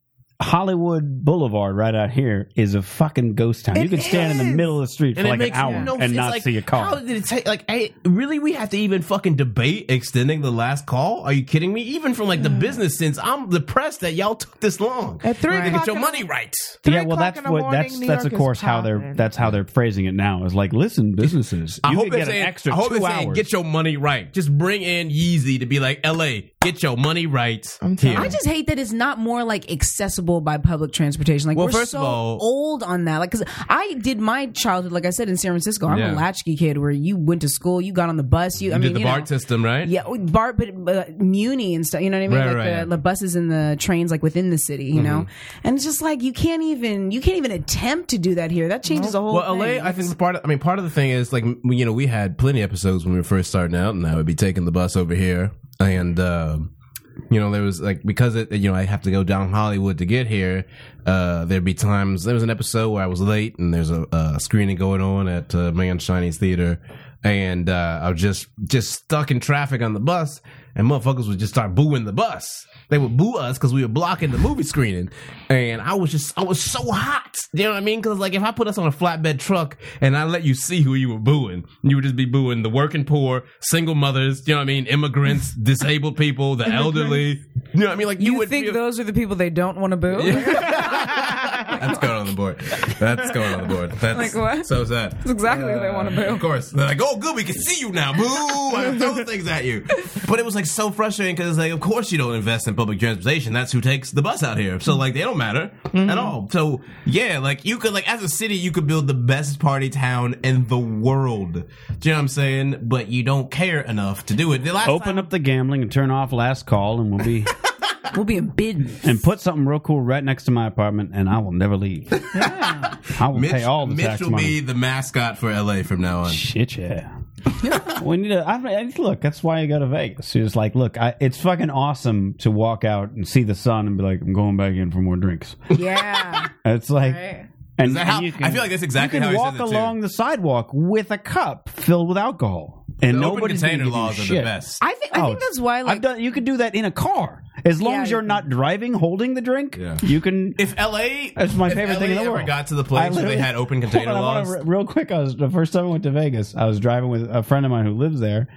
Speaker 10: Hollywood Boulevard, right out here, is a fucking ghost town. you
Speaker 9: It
Speaker 10: can stand in the
Speaker 9: is.
Speaker 10: middle of the street for
Speaker 7: and
Speaker 10: like
Speaker 7: it
Speaker 10: an
Speaker 7: makes
Speaker 10: hour
Speaker 7: no
Speaker 10: and
Speaker 7: it's
Speaker 10: not
Speaker 7: like,
Speaker 10: see a
Speaker 7: How
Speaker 10: car.
Speaker 7: did it take? Like, I, really, we have to even fucking debate extending the last call? Are you kidding me? Even from like the
Speaker 9: Mm.
Speaker 7: business sense, I'm depressed that y'all took this long.
Speaker 9: At three
Speaker 7: Right.
Speaker 9: o'clock
Speaker 7: Get your
Speaker 9: in
Speaker 7: money
Speaker 9: the-
Speaker 7: right.
Speaker 9: Three
Speaker 10: yeah, well,
Speaker 9: o'clock
Speaker 10: that's
Speaker 9: in the
Speaker 10: what
Speaker 9: morning,
Speaker 10: that's
Speaker 9: New
Speaker 10: that's of
Speaker 9: York is
Speaker 10: course how they're
Speaker 9: popping.
Speaker 10: that's how they're phrasing it now. Is like, listen, businesses,
Speaker 7: I
Speaker 10: you
Speaker 7: hope
Speaker 10: could
Speaker 7: they're
Speaker 10: get
Speaker 7: saying,
Speaker 10: an extra
Speaker 7: I hope
Speaker 10: two
Speaker 7: they're saying,
Speaker 10: hours.
Speaker 7: get your money right. Just bring in Yeezy to be like, LA, get your money right.
Speaker 9: I'm telling-
Speaker 8: I just hate that it's not more like accessible by public transportation. Like
Speaker 7: Well,
Speaker 8: we're
Speaker 7: first
Speaker 8: so
Speaker 7: of all-
Speaker 8: old on that. Like because I did my childhood, like I said, in San Francisco. I'm
Speaker 7: Yeah.
Speaker 8: a latchkey kid where you went to school, you got on the bus, you, I
Speaker 7: you
Speaker 8: mean,
Speaker 7: did the
Speaker 8: you know.
Speaker 7: BART system, right?
Speaker 8: Yeah, with BART, but uh, Muni and stuff. You know what I mean?
Speaker 7: Right,
Speaker 8: like
Speaker 7: right,
Speaker 8: the,
Speaker 7: yeah. Mm-hmm.
Speaker 8: the buses and the trains, like within the city. You know, and it's just like you can't even you can't even attempt to do that here. That changes the whole.
Speaker 7: Well,
Speaker 8: thing.
Speaker 7: LA, I think the part. Of, I mean, part of the thing is like m- you know we had plenty of episodes when we were first starting out, and I would be taking the bus over here, and uh, you know there was like because it you know I have to go down Hollywood to get here. Uh, there'd be times there was an episode where I was late, and there's a, a screening going on at uh, Man Shiny's Theater, and uh, I was just just stuck in traffic on the bus. And motherfuckers would just start booing the bus. They would boo us because we were blocking the movie screening. And I was just, I was so hot. You know what I mean? Because like, if I put us on a flatbed truck and I let you see who you were booing, you would just be booing the working poor, single mothers. You know what I mean? Immigrants, *laughs* disabled people, the elderly. You know what I mean? Like you,
Speaker 8: you,
Speaker 7: would
Speaker 8: think
Speaker 7: feel-
Speaker 8: those are the people they don't want to
Speaker 7: *laughs*
Speaker 8: boo?
Speaker 7: That's going on the board. That's going on the board. That's
Speaker 8: *laughs* Like what?
Speaker 7: so sad. That's
Speaker 8: exactly what they wanna boo.
Speaker 7: Of course. They're like, oh, good, we can see you now. Boo! *laughs* I throw things at you. But it was like so frustrating because like, of course you don't invest in public transportation. That's who takes the bus out here. So like, they don't matter at all. So yeah, like you could like as a city, you could build the best party town in the world. Do you know what I'm saying? But you don't care enough to do it. The last
Speaker 10: Open up the gambling and turn off last call, and we'll
Speaker 7: *laughs*
Speaker 10: be
Speaker 8: We'll be in business.
Speaker 10: and put something real cool right next to my apartment, and I will never leave. I will
Speaker 7: Mitch,
Speaker 10: pay all the
Speaker 7: Mitch
Speaker 10: tax
Speaker 7: will
Speaker 10: money.
Speaker 7: be the mascot for LA from now on.
Speaker 10: Shit,
Speaker 8: *laughs*
Speaker 10: yeah. we need to. I, I, look, that's why you go to Vegas. It's like, look, I, it's fucking awesome to walk out and see the sun and be like, I'm going back in for more drinks.
Speaker 8: Yeah.
Speaker 10: It's like,
Speaker 8: Right.
Speaker 10: and,
Speaker 7: Is that
Speaker 10: and
Speaker 7: how-
Speaker 10: you can,
Speaker 7: I feel like that's exactly
Speaker 10: you
Speaker 7: how
Speaker 10: can
Speaker 7: he
Speaker 10: walk
Speaker 7: says it, too.
Speaker 10: along the sidewalk with a cup filled with alcohol, and
Speaker 7: The open
Speaker 10: nobody's gonna
Speaker 7: container
Speaker 10: give you
Speaker 7: laws are
Speaker 10: shit.
Speaker 7: the best.
Speaker 8: I think I
Speaker 10: Oh,
Speaker 8: think that's why
Speaker 10: I've
Speaker 8: like
Speaker 10: done. You could do that in a car.
Speaker 5: As long
Speaker 8: Yeah,
Speaker 5: as
Speaker 8: you
Speaker 5: you're not driving, holding the drink,
Speaker 7: Yeah.
Speaker 5: you can.
Speaker 7: If LA,
Speaker 5: That's my
Speaker 7: if
Speaker 5: favorite
Speaker 7: LA
Speaker 5: thing in the
Speaker 7: ever
Speaker 5: world.
Speaker 7: got to the place where they
Speaker 5: literally-
Speaker 7: had open container
Speaker 5: *laughs* Hold on, I wanna
Speaker 7: laws,
Speaker 5: re- real quick, I was the first time I went to Vegas. I was driving with a friend of mine who lives there,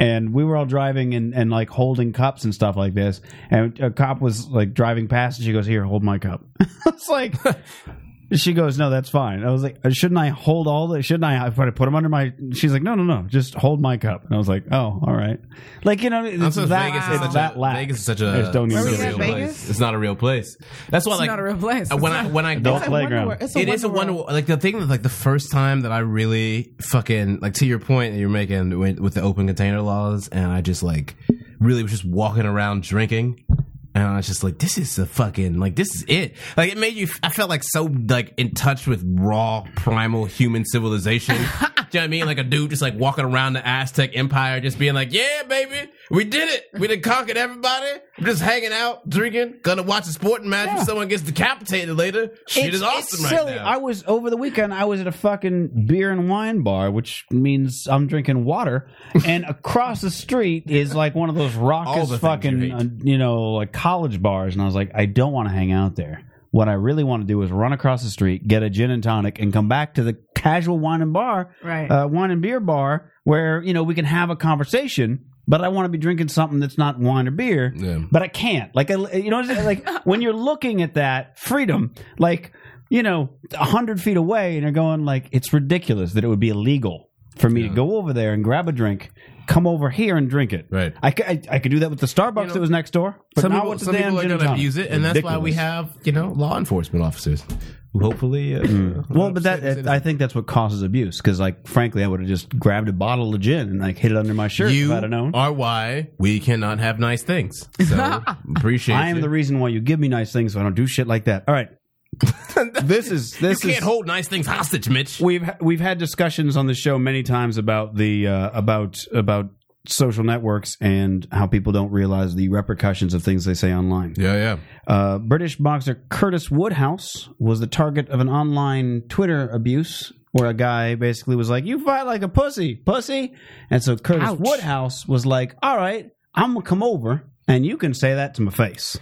Speaker 5: and we were all driving and, and like holding cups and stuff like this. And a cop was like driving past, and she goes, "Here, hold my cup." *laughs*
Speaker 7: *laughs*
Speaker 5: it's like. She goes, no, that's fine. I was like, "Uh, shouldn't I hold all the? Shouldn't I? I put put them under my. She's like, no, no, no, just hold my cup. And I was like, oh, all right. Like you know, it's
Speaker 7: That's what
Speaker 5: that.
Speaker 7: Vegas is
Speaker 5: it's
Speaker 7: such
Speaker 5: that
Speaker 7: a
Speaker 5: lack.
Speaker 7: Vegas is such
Speaker 5: I
Speaker 7: a
Speaker 5: just don't
Speaker 7: it's
Speaker 5: even
Speaker 7: a
Speaker 9: Were we
Speaker 7: real
Speaker 9: at
Speaker 7: place.
Speaker 9: Vegas?
Speaker 7: It's not a real place. That's why
Speaker 8: It's
Speaker 7: like
Speaker 8: not a real place.
Speaker 7: uh, When
Speaker 8: It's
Speaker 7: I
Speaker 8: not-
Speaker 5: *laughs*
Speaker 7: when I
Speaker 5: Adult
Speaker 9: It's a
Speaker 5: playground.
Speaker 9: wonder. It's a
Speaker 7: it is a wonder.
Speaker 9: wonder world.
Speaker 7: Like the thing, like the first time that I really fucking like to your point that you're making with, with the open container laws, and I just like really was just walking around drinking, and I was just like, this is a fucking like this is it. Like it made you. I felt like so like in touch with raw primal human *laughs* civilization. Do you know what I mean? Like a dude just like walking around the Aztec Empire, just being like, "Yeah, baby, we did it. We done conquered everybody. We're just hanging out, drinking, gonna watch a sporting match. If someone gets decapitated later, shit is awesome right now."
Speaker 5: I was over the weekend. I was at a fucking beer and wine bar, which means I'm drinking water,
Speaker 7: *laughs*
Speaker 5: and across the street is like one of those raucous
Speaker 7: the things
Speaker 5: fucking
Speaker 7: you hate.
Speaker 5: uh, you know like college bars, and I was like, I don't want to hang out there. What I really want to do is run across the street, get a gin and tonic, and come back to the casual wine and bar,
Speaker 8: Right.
Speaker 5: uh, wine and beer bar, where you know we can have a conversation. But I want to be drinking something that's not wine or beer.
Speaker 7: Yeah.
Speaker 5: But I can't. Like I, you know, what I'm saying? like when you're looking at that freedom, like you know, a hundred feet away, and you're going like, it's ridiculous that it would be illegal for me to go over there and grab a drink, come over here and drink it.
Speaker 7: Right.
Speaker 5: I, c- I- I could do that with the Starbucks that was next door, but
Speaker 7: some
Speaker 5: not
Speaker 7: people,
Speaker 5: with the
Speaker 7: some
Speaker 5: damn
Speaker 7: people are
Speaker 5: gin
Speaker 7: going
Speaker 5: and
Speaker 7: to
Speaker 5: tonic.
Speaker 7: abuse it, and that's why we
Speaker 5: Ridiculous.
Speaker 7: have you know law enforcement officers who hopefully. Uh,
Speaker 5: Hmm. Well, but that I think that's what causes abuse because, like, frankly, I would have just grabbed a bottle of gin and like hid it under my shirt
Speaker 7: you
Speaker 5: if I'd have known.
Speaker 7: are why we cannot have nice things.
Speaker 5: *laughs*
Speaker 7: So appreciate.
Speaker 5: I am
Speaker 7: you.
Speaker 5: the reason why you give me nice things, so I don't do shit like that.
Speaker 7: *laughs*
Speaker 5: All right, this is this
Speaker 7: You
Speaker 5: is
Speaker 7: can't hold nice things hostage, Mitch.
Speaker 5: we've we've had discussions on the show many times about the uh, about about social networks and how people don't realize the repercussions of things they say online.
Speaker 7: Yeah, yeah.
Speaker 5: Uh, British boxer Curtis Woodhouse was the target of an online Twitter abuse. Where a guy basically was like, "You fight like a pussy, pussy," and so Curtis Woodhouse was like, "All right, I'm gonna come over and you can say that to my face."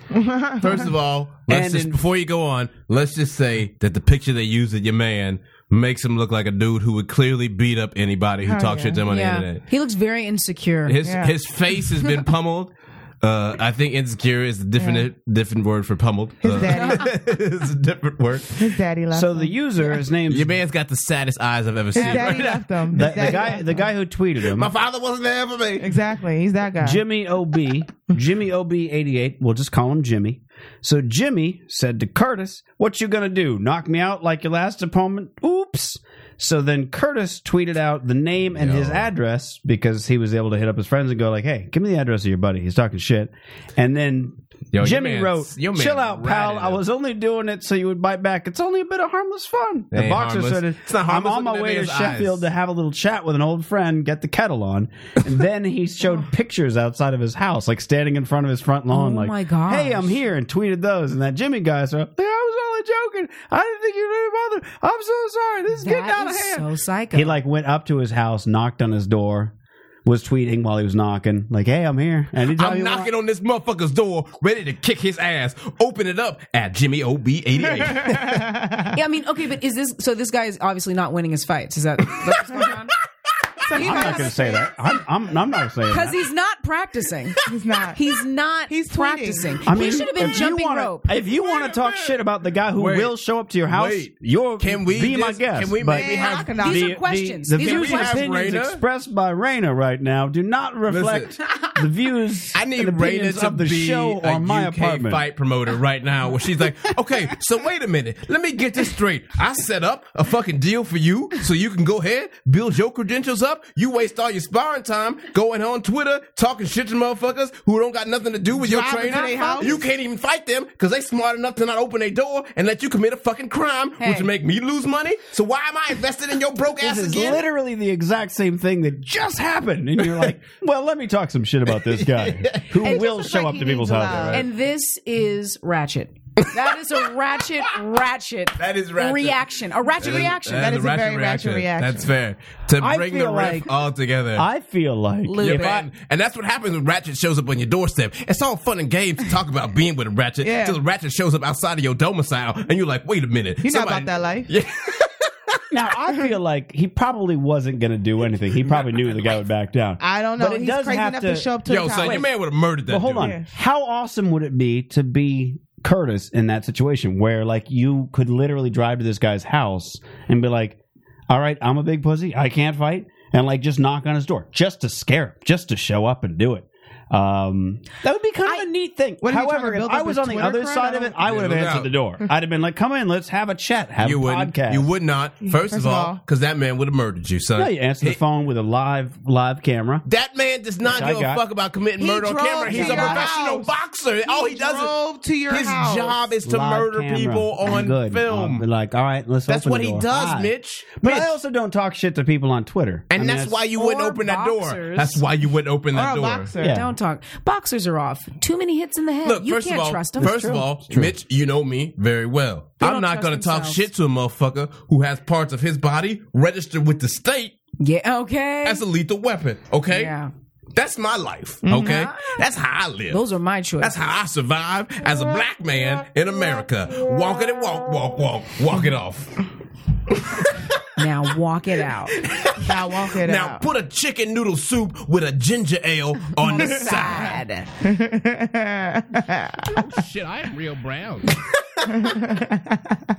Speaker 7: First of all, let's
Speaker 5: And
Speaker 7: just
Speaker 5: in-
Speaker 7: before you go on, let's just say that the picture they used of your man makes him look like a dude who would clearly beat up anybody who
Speaker 5: Oh,
Speaker 7: talks shit to him on the
Speaker 8: yeah.
Speaker 7: internet.
Speaker 8: He looks very insecure.
Speaker 7: *laughs* His
Speaker 9: Yeah.
Speaker 7: his face has been pummeled. Uh, I think insecure is a different different word for pummeled.
Speaker 9: His
Speaker 7: Uh,
Speaker 9: daddy.
Speaker 7: *laughs* it's a different word.
Speaker 9: His daddy left.
Speaker 5: So
Speaker 9: him.
Speaker 7: Uh-huh.
Speaker 5: the user, his name's
Speaker 7: Your man's got the saddest eyes I've ever
Speaker 9: his
Speaker 7: seen.
Speaker 9: daddy
Speaker 7: *laughs* Right?
Speaker 9: left him.
Speaker 5: the,
Speaker 9: His daddy
Speaker 5: the guy,
Speaker 9: left
Speaker 5: the
Speaker 9: him.
Speaker 5: guy who tweeted him.
Speaker 7: My father wasn't there for me.
Speaker 9: Exactly. He's that guy.
Speaker 7: *laughs*
Speaker 5: Jimmy OB, Jimmy OB88, we'll just call him Jimmy. So Jimmy said to Curtis, What you gonna do? Knock me out like your last opponent? Oops. So then Curtis tweeted out the name and his address because he was able to hit up his friends and go like, "Hey, give me the address of your buddy. He's talking shit." And then
Speaker 7: Yo, your
Speaker 5: Jimmy
Speaker 7: man's-
Speaker 5: wrote,
Speaker 7: your man
Speaker 5: "Chill out, pal.
Speaker 7: ratted
Speaker 5: I
Speaker 7: him."
Speaker 5: was only doing it so you would bite back. It's only a bit of harmless fun."
Speaker 7: It
Speaker 5: The
Speaker 7: ain't
Speaker 5: boxer
Speaker 7: harmless.
Speaker 5: said,
Speaker 7: It's not
Speaker 5: "I'm
Speaker 7: harmless
Speaker 5: on my
Speaker 7: looking at
Speaker 5: way to
Speaker 7: man's eyes."
Speaker 5: Sheffield to have a little chat with an old friend, get the kettle on. And then
Speaker 8: *laughs*
Speaker 5: he showed pictures outside of his house, like standing in front of his front lawn,
Speaker 8: Oh
Speaker 5: like,
Speaker 8: my gosh.
Speaker 5: hey, I'm here, and tweeted those. And that Jimmy guy said, like, I was only joking. I didn't think you'd bother. I'm so sorry. This is getting out
Speaker 8: That
Speaker 5: of
Speaker 8: is
Speaker 5: hand.
Speaker 8: so psycho.
Speaker 5: he like went up to his house, knocked on his door, was tweeting while he was knocking, like, hey, I'm here. Anytime
Speaker 7: I'm
Speaker 5: you want.
Speaker 7: knocking on this motherfucker's door, ready to kick his ass. Open it up at Jimmy
Speaker 9: *laughs*
Speaker 7: OB88.
Speaker 8: yeah, I mean, okay, but is this so? This guy is obviously not winning his fights. Is that what's going
Speaker 5: *laughs*
Speaker 8: on?
Speaker 5: I'm not going to say that. I'm, I'm, I'm not saying
Speaker 8: Because
Speaker 5: that.
Speaker 8: he's not practicing.
Speaker 9: He's not.
Speaker 8: He's not.
Speaker 9: He's tweeting.
Speaker 8: practicing.
Speaker 5: I mean,
Speaker 8: he should have been
Speaker 5: if you
Speaker 8: jumping
Speaker 5: wanna-
Speaker 8: rope.
Speaker 5: If you want to talk shit about the guy who
Speaker 7: Wait.
Speaker 5: will show up to your house,
Speaker 7: Wait.
Speaker 5: you're
Speaker 7: Can we
Speaker 5: be my
Speaker 7: just-
Speaker 5: guest.
Speaker 7: can we
Speaker 5: but
Speaker 7: maybe have-
Speaker 9: Knock it out.
Speaker 8: These are questions.
Speaker 5: The
Speaker 8: These are
Speaker 5: views and
Speaker 7: have
Speaker 8: questions.
Speaker 5: opinions
Speaker 7: Raina?
Speaker 5: expressed by Raina right now do
Speaker 7: *laughs*
Speaker 5: not reflect the views
Speaker 7: I need
Speaker 5: and opinions
Speaker 7: Raina to
Speaker 5: of the
Speaker 7: be
Speaker 5: show
Speaker 7: a
Speaker 5: or my
Speaker 7: UK
Speaker 5: apartment.
Speaker 7: fight promoter right now, where she's like,
Speaker 5: *laughs*
Speaker 7: "Okay, so wait a minute. Let me get this straight. I set up a fucking deal for you, so you can go ahead, build your credentials up. You waste all your sparring time going on Twitter talking shit to motherfuckers who don't got nothing to do with your
Speaker 9: Driving to
Speaker 7: trainer.
Speaker 9: their house.
Speaker 7: You can't even fight them because they smart enough to not open their door and let you commit a fucking crime, which
Speaker 8: Hey.
Speaker 7: would make me lose money. So why am I invested in your broke ass
Speaker 5: This is
Speaker 7: again?
Speaker 5: literally the exact same thing that just happened, and you're
Speaker 7: *laughs*
Speaker 5: like, "Well, let me talk some shit about this guy who
Speaker 9: It just
Speaker 5: will
Speaker 9: looks
Speaker 5: show
Speaker 9: like
Speaker 5: up
Speaker 9: he
Speaker 5: to people's
Speaker 9: needs a
Speaker 5: houses."
Speaker 9: lot.
Speaker 5: right?
Speaker 8: And this is ratchet. That is a ratchet, ratchet.
Speaker 7: That is ratchet.
Speaker 8: reaction. A ratchet reaction.
Speaker 9: that is a very ratchet reaction.
Speaker 7: That's fair. To
Speaker 5: I
Speaker 7: bring the
Speaker 5: feel
Speaker 7: riff
Speaker 5: like-
Speaker 7: all together.
Speaker 5: I feel like
Speaker 8: Lou
Speaker 7: Yeah,
Speaker 8: Bed.
Speaker 7: man. and that's what happens when Ratchet shows up on your doorstep. It's all fun and games to talk about being with a Ratchet
Speaker 9: Yeah.
Speaker 7: until Ratchet shows up outside of your domicile and you're like, wait a minute.
Speaker 9: You're not
Speaker 7: somebody-
Speaker 9: about that life.
Speaker 7: Yeah.
Speaker 5: now. I feel like he probably wasn't going to do anything. He probably knew the guy would back down.
Speaker 9: I don't know.
Speaker 5: But it
Speaker 9: He's
Speaker 5: does
Speaker 9: crazy
Speaker 5: have
Speaker 9: enough to,
Speaker 5: to-
Speaker 9: show up to
Speaker 7: Yo,
Speaker 9: the
Speaker 7: son,
Speaker 9: top.
Speaker 7: your man would have murdered that
Speaker 5: But hold
Speaker 7: dude.
Speaker 5: on.
Speaker 9: Yeah.
Speaker 5: How awesome would it be to be Curtis in that situation where like you could literally drive to this guy's house and be like, "All right, I'm a big pussy. I can't fight." And like just knock on his door just to scare him, just to show up and do it. Um, that would be kind of a neat thing.
Speaker 9: What are you trying
Speaker 5: However,
Speaker 9: to
Speaker 5: if
Speaker 9: build
Speaker 5: I
Speaker 9: up
Speaker 5: was
Speaker 9: a
Speaker 5: on the
Speaker 9: Twitter
Speaker 5: other
Speaker 9: crowd?
Speaker 5: side of it, I
Speaker 7: Yeah,
Speaker 5: would have
Speaker 7: no
Speaker 5: answered
Speaker 7: doubt.
Speaker 5: the
Speaker 9: *laughs*
Speaker 5: door. I'd have been like, "Come in, let's have a chat, have
Speaker 7: You
Speaker 5: a
Speaker 7: wouldn't.
Speaker 5: podcast."
Speaker 7: You would not. First,
Speaker 9: First
Speaker 7: of
Speaker 9: of
Speaker 7: all,
Speaker 9: all-
Speaker 7: because that man would have murdered you, son.
Speaker 5: No, you answer the phone with a live live camera.
Speaker 7: That man does not
Speaker 5: Which I
Speaker 7: give a
Speaker 5: got.
Speaker 7: fuck about committing
Speaker 9: He
Speaker 7: murder on
Speaker 9: drove
Speaker 7: camera.
Speaker 9: to
Speaker 7: He's a
Speaker 9: your
Speaker 7: professional
Speaker 9: house.
Speaker 7: boxer. All he does
Speaker 9: drove to your
Speaker 7: is his
Speaker 9: house.
Speaker 7: job is to
Speaker 5: Live
Speaker 7: murder
Speaker 5: camera.
Speaker 7: people
Speaker 5: I'm
Speaker 7: on
Speaker 5: good. Um, I'll
Speaker 7: film.
Speaker 5: be like, all right, let's.
Speaker 7: That's
Speaker 5: open
Speaker 7: what
Speaker 5: the
Speaker 7: he
Speaker 5: door.
Speaker 7: does,
Speaker 5: Hi.
Speaker 7: Mitch.
Speaker 5: But
Speaker 7: Mitch.
Speaker 5: I also don't talk shit to people on Twitter,
Speaker 7: And
Speaker 5: I mean,
Speaker 7: that's,
Speaker 5: that's
Speaker 7: why you wouldn't
Speaker 8: Or
Speaker 7: open that door.
Speaker 8: boxers.
Speaker 7: That's why you wouldn't open that
Speaker 9: Or a
Speaker 7: door.
Speaker 9: boxer.
Speaker 5: Yeah.
Speaker 8: Don't talk. Boxers are off. Too many hits in the head.
Speaker 7: Look,
Speaker 8: you
Speaker 7: first
Speaker 8: can't
Speaker 7: of all,
Speaker 8: trust them.
Speaker 7: first of all, Mitch, you know me very well.
Speaker 8: They
Speaker 7: I'm
Speaker 8: don't
Speaker 7: not
Speaker 8: trust
Speaker 7: going to talk
Speaker 8: themselves.
Speaker 7: shit to a motherfucker who has parts of his body registered with the state
Speaker 8: yeah. Okay.
Speaker 7: as a lethal weapon. Okay,
Speaker 8: yeah. Mm-hmm.
Speaker 7: that's my life. Okay, that's how I live.
Speaker 8: Those are my choices.
Speaker 7: that's how I survive as a black man in America. Walk it and walk, walk, walk, walk it off.
Speaker 8: now walk it out.
Speaker 9: Now walk it
Speaker 7: Now
Speaker 9: out.
Speaker 7: put a chicken noodle soup with a ginger ale on
Speaker 8: *laughs*
Speaker 7: the side.
Speaker 8: Sad.
Speaker 11: Shit, I am real brown.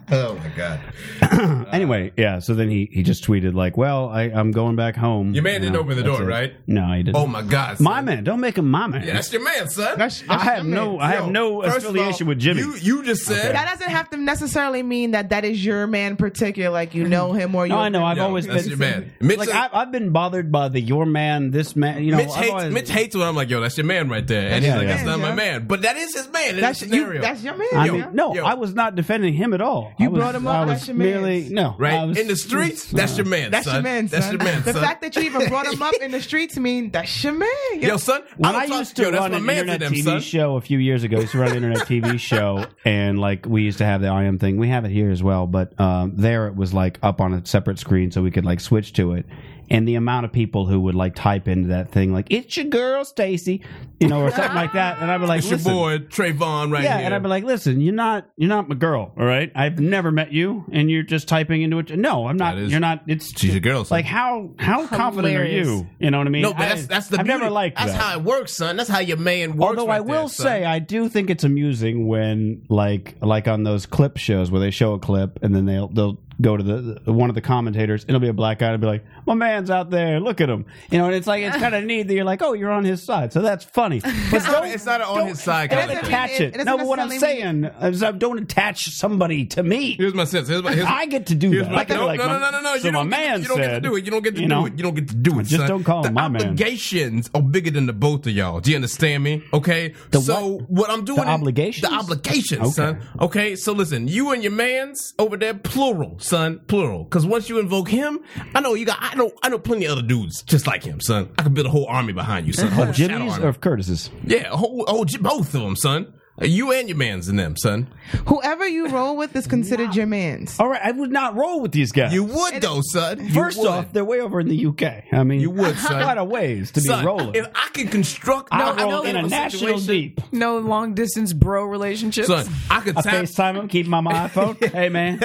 Speaker 7: Oh my god,
Speaker 5: anyway, yeah. So then he, he just tweeted like, "Well, I, I'm going back home."
Speaker 7: your man
Speaker 5: You
Speaker 7: didn't
Speaker 5: know,
Speaker 7: open the
Speaker 5: that's
Speaker 7: door,
Speaker 5: it.
Speaker 7: right?
Speaker 5: No, he didn't.
Speaker 7: Oh my god, son.
Speaker 5: my man, don't make him my man.
Speaker 7: Yeah, that's your man, son.
Speaker 9: That's- that's
Speaker 5: I have
Speaker 9: your
Speaker 5: no,
Speaker 9: man.
Speaker 5: I
Speaker 7: Yo,
Speaker 5: have no
Speaker 7: first of
Speaker 5: affiliation
Speaker 7: all,
Speaker 5: with Jimmy.
Speaker 7: You, you just said
Speaker 9: That doesn't have to necessarily mean that that is your man particular. Like you know him or
Speaker 5: *laughs*
Speaker 9: you.
Speaker 5: no, I know. I've
Speaker 7: Yo,
Speaker 5: always
Speaker 7: that's
Speaker 5: been
Speaker 7: your man. Mitch-
Speaker 5: like I've, I've been bothered by the your man, this man. You know,
Speaker 7: Mitch
Speaker 5: I've
Speaker 7: hates
Speaker 5: always-
Speaker 7: Mitch hates when I'm like, yo, that's your man right there, and he's
Speaker 5: your
Speaker 7: like,
Speaker 5: man,
Speaker 7: that's not my
Speaker 9: yo.
Speaker 7: man, but that is his man. In
Speaker 9: That's
Speaker 7: that
Speaker 9: you.
Speaker 7: scenario,
Speaker 9: That's your man.
Speaker 5: I
Speaker 9: yo.
Speaker 5: mean, no,
Speaker 7: yo.
Speaker 5: I was not defending him at all.
Speaker 9: You
Speaker 5: I was,
Speaker 9: brought him
Speaker 5: I
Speaker 9: up,
Speaker 5: was
Speaker 9: that's your
Speaker 5: merely
Speaker 9: man's.
Speaker 5: no I
Speaker 7: right
Speaker 5: was-
Speaker 7: in the streets. That's your man.
Speaker 9: That's
Speaker 7: son.
Speaker 9: your man.
Speaker 7: That's
Speaker 9: son.
Speaker 7: your man.
Speaker 9: The
Speaker 7: son.
Speaker 9: fact that you even brought him up in the streets mean that's your man.
Speaker 7: yo, son,
Speaker 5: When
Speaker 7: I,
Speaker 5: I,
Speaker 7: don't talk-
Speaker 5: used to
Speaker 7: yo, that's
Speaker 5: run
Speaker 7: my
Speaker 5: an
Speaker 7: man to
Speaker 5: internet
Speaker 7: them,
Speaker 5: TV
Speaker 7: son.
Speaker 5: show a few years ago, I used to run an internet
Speaker 7: *laughs*
Speaker 5: TV show, and like we used to have the IM thing. We have it here as well, but um, there it was like up on a separate screen, so we could like switch to it. And the amount of people who would like type into that thing, like "It's your girl, Stacy," you know, or something like that, and I'd be like,
Speaker 7: It's your
Speaker 5: "Listen."
Speaker 7: boy Trayvon right
Speaker 5: yeah,
Speaker 7: here.
Speaker 5: and I'd be like, "Listen, you're not, you're not my girl, all right? I've never met you, and you're just typing into it. No, I'm not.
Speaker 7: That is-
Speaker 5: you're not. It's
Speaker 7: She's your girl, son.
Speaker 5: Like how how confident are
Speaker 8: Hilarious.
Speaker 5: you? You know what I mean?
Speaker 7: no, but
Speaker 5: I-
Speaker 7: that's that's the
Speaker 5: I've
Speaker 7: beauty.
Speaker 5: never liked
Speaker 7: That's
Speaker 5: that.
Speaker 7: how it works, son. That's how your man works.
Speaker 5: Although I
Speaker 7: right
Speaker 5: will
Speaker 7: there, son.
Speaker 5: say, I do think it's amusing when, like, like on those clip shows where they show a clip and then they'll they'll go to the, the- one of the commentators. It'll be a black guy and be like, "My man's out there, look at him," you know. And it's like
Speaker 7: *laughs*
Speaker 5: it's kind of neat that you're like, "Oh, you're on his side," so that's funny. But
Speaker 7: It's not-
Speaker 5: don't
Speaker 7: it's not an on
Speaker 5: don't-
Speaker 7: his side.
Speaker 5: don't
Speaker 7: kind of thing.
Speaker 5: attach
Speaker 9: mean- it
Speaker 5: it.
Speaker 9: doesn't
Speaker 5: No, but what I'm
Speaker 9: necessarily
Speaker 5: saying is, I don't attach somebody to me.
Speaker 7: Here's my sense. Here's my, here's
Speaker 5: *laughs* I get to do
Speaker 7: Here's
Speaker 5: that.
Speaker 7: my-
Speaker 5: I can
Speaker 7: no,
Speaker 5: be like,
Speaker 7: no, no, no,
Speaker 5: my-
Speaker 7: no, no.
Speaker 5: so
Speaker 7: you
Speaker 5: my
Speaker 7: don't get,
Speaker 5: man
Speaker 7: to- you don't get
Speaker 5: said,
Speaker 7: to do it. You don't get to
Speaker 5: you
Speaker 7: do
Speaker 5: know,
Speaker 7: it. You don't get to do it.
Speaker 5: just
Speaker 7: son.
Speaker 5: don't call
Speaker 7: the
Speaker 5: him my man.
Speaker 7: obligations are bigger than the both of y'all. Do you understand me? Okay.
Speaker 5: The
Speaker 7: so what, I'm doing in-
Speaker 5: obligations?
Speaker 7: The obligations,
Speaker 5: Okay.
Speaker 7: son. Okay. So listen, you and your man's over there, plural, son, plural. Because once you invoke him, I know you got. I know. I know plenty of other dudes just like him, son. I could build a whole army behind you,
Speaker 5: *laughs*
Speaker 7: son. A whole
Speaker 5: Of
Speaker 7: shadow
Speaker 5: Jimmy's
Speaker 7: army.
Speaker 5: or of Curtis's?
Speaker 7: yeah, a whole, a whole, both of them, son. You and your man's in them, son.
Speaker 9: Whoever you roll with is considered your man's.
Speaker 5: All right, I would not roll with these guys.
Speaker 7: You would though, son. You
Speaker 5: First
Speaker 7: would.
Speaker 5: off, they're way over in the UK. I mean,
Speaker 7: You would, son.
Speaker 5: quite a ways to
Speaker 7: Son,
Speaker 5: be rolling.
Speaker 7: If I can construct,
Speaker 5: I
Speaker 7: no,
Speaker 5: roll
Speaker 7: know
Speaker 5: in a
Speaker 7: of
Speaker 5: national
Speaker 7: situation-
Speaker 5: deep.
Speaker 8: No long distance bro relationships.
Speaker 7: Son, I could
Speaker 5: I
Speaker 7: tap.
Speaker 5: FaceTime him, keep
Speaker 7: *laughs*
Speaker 5: him on my iPhone. hey man,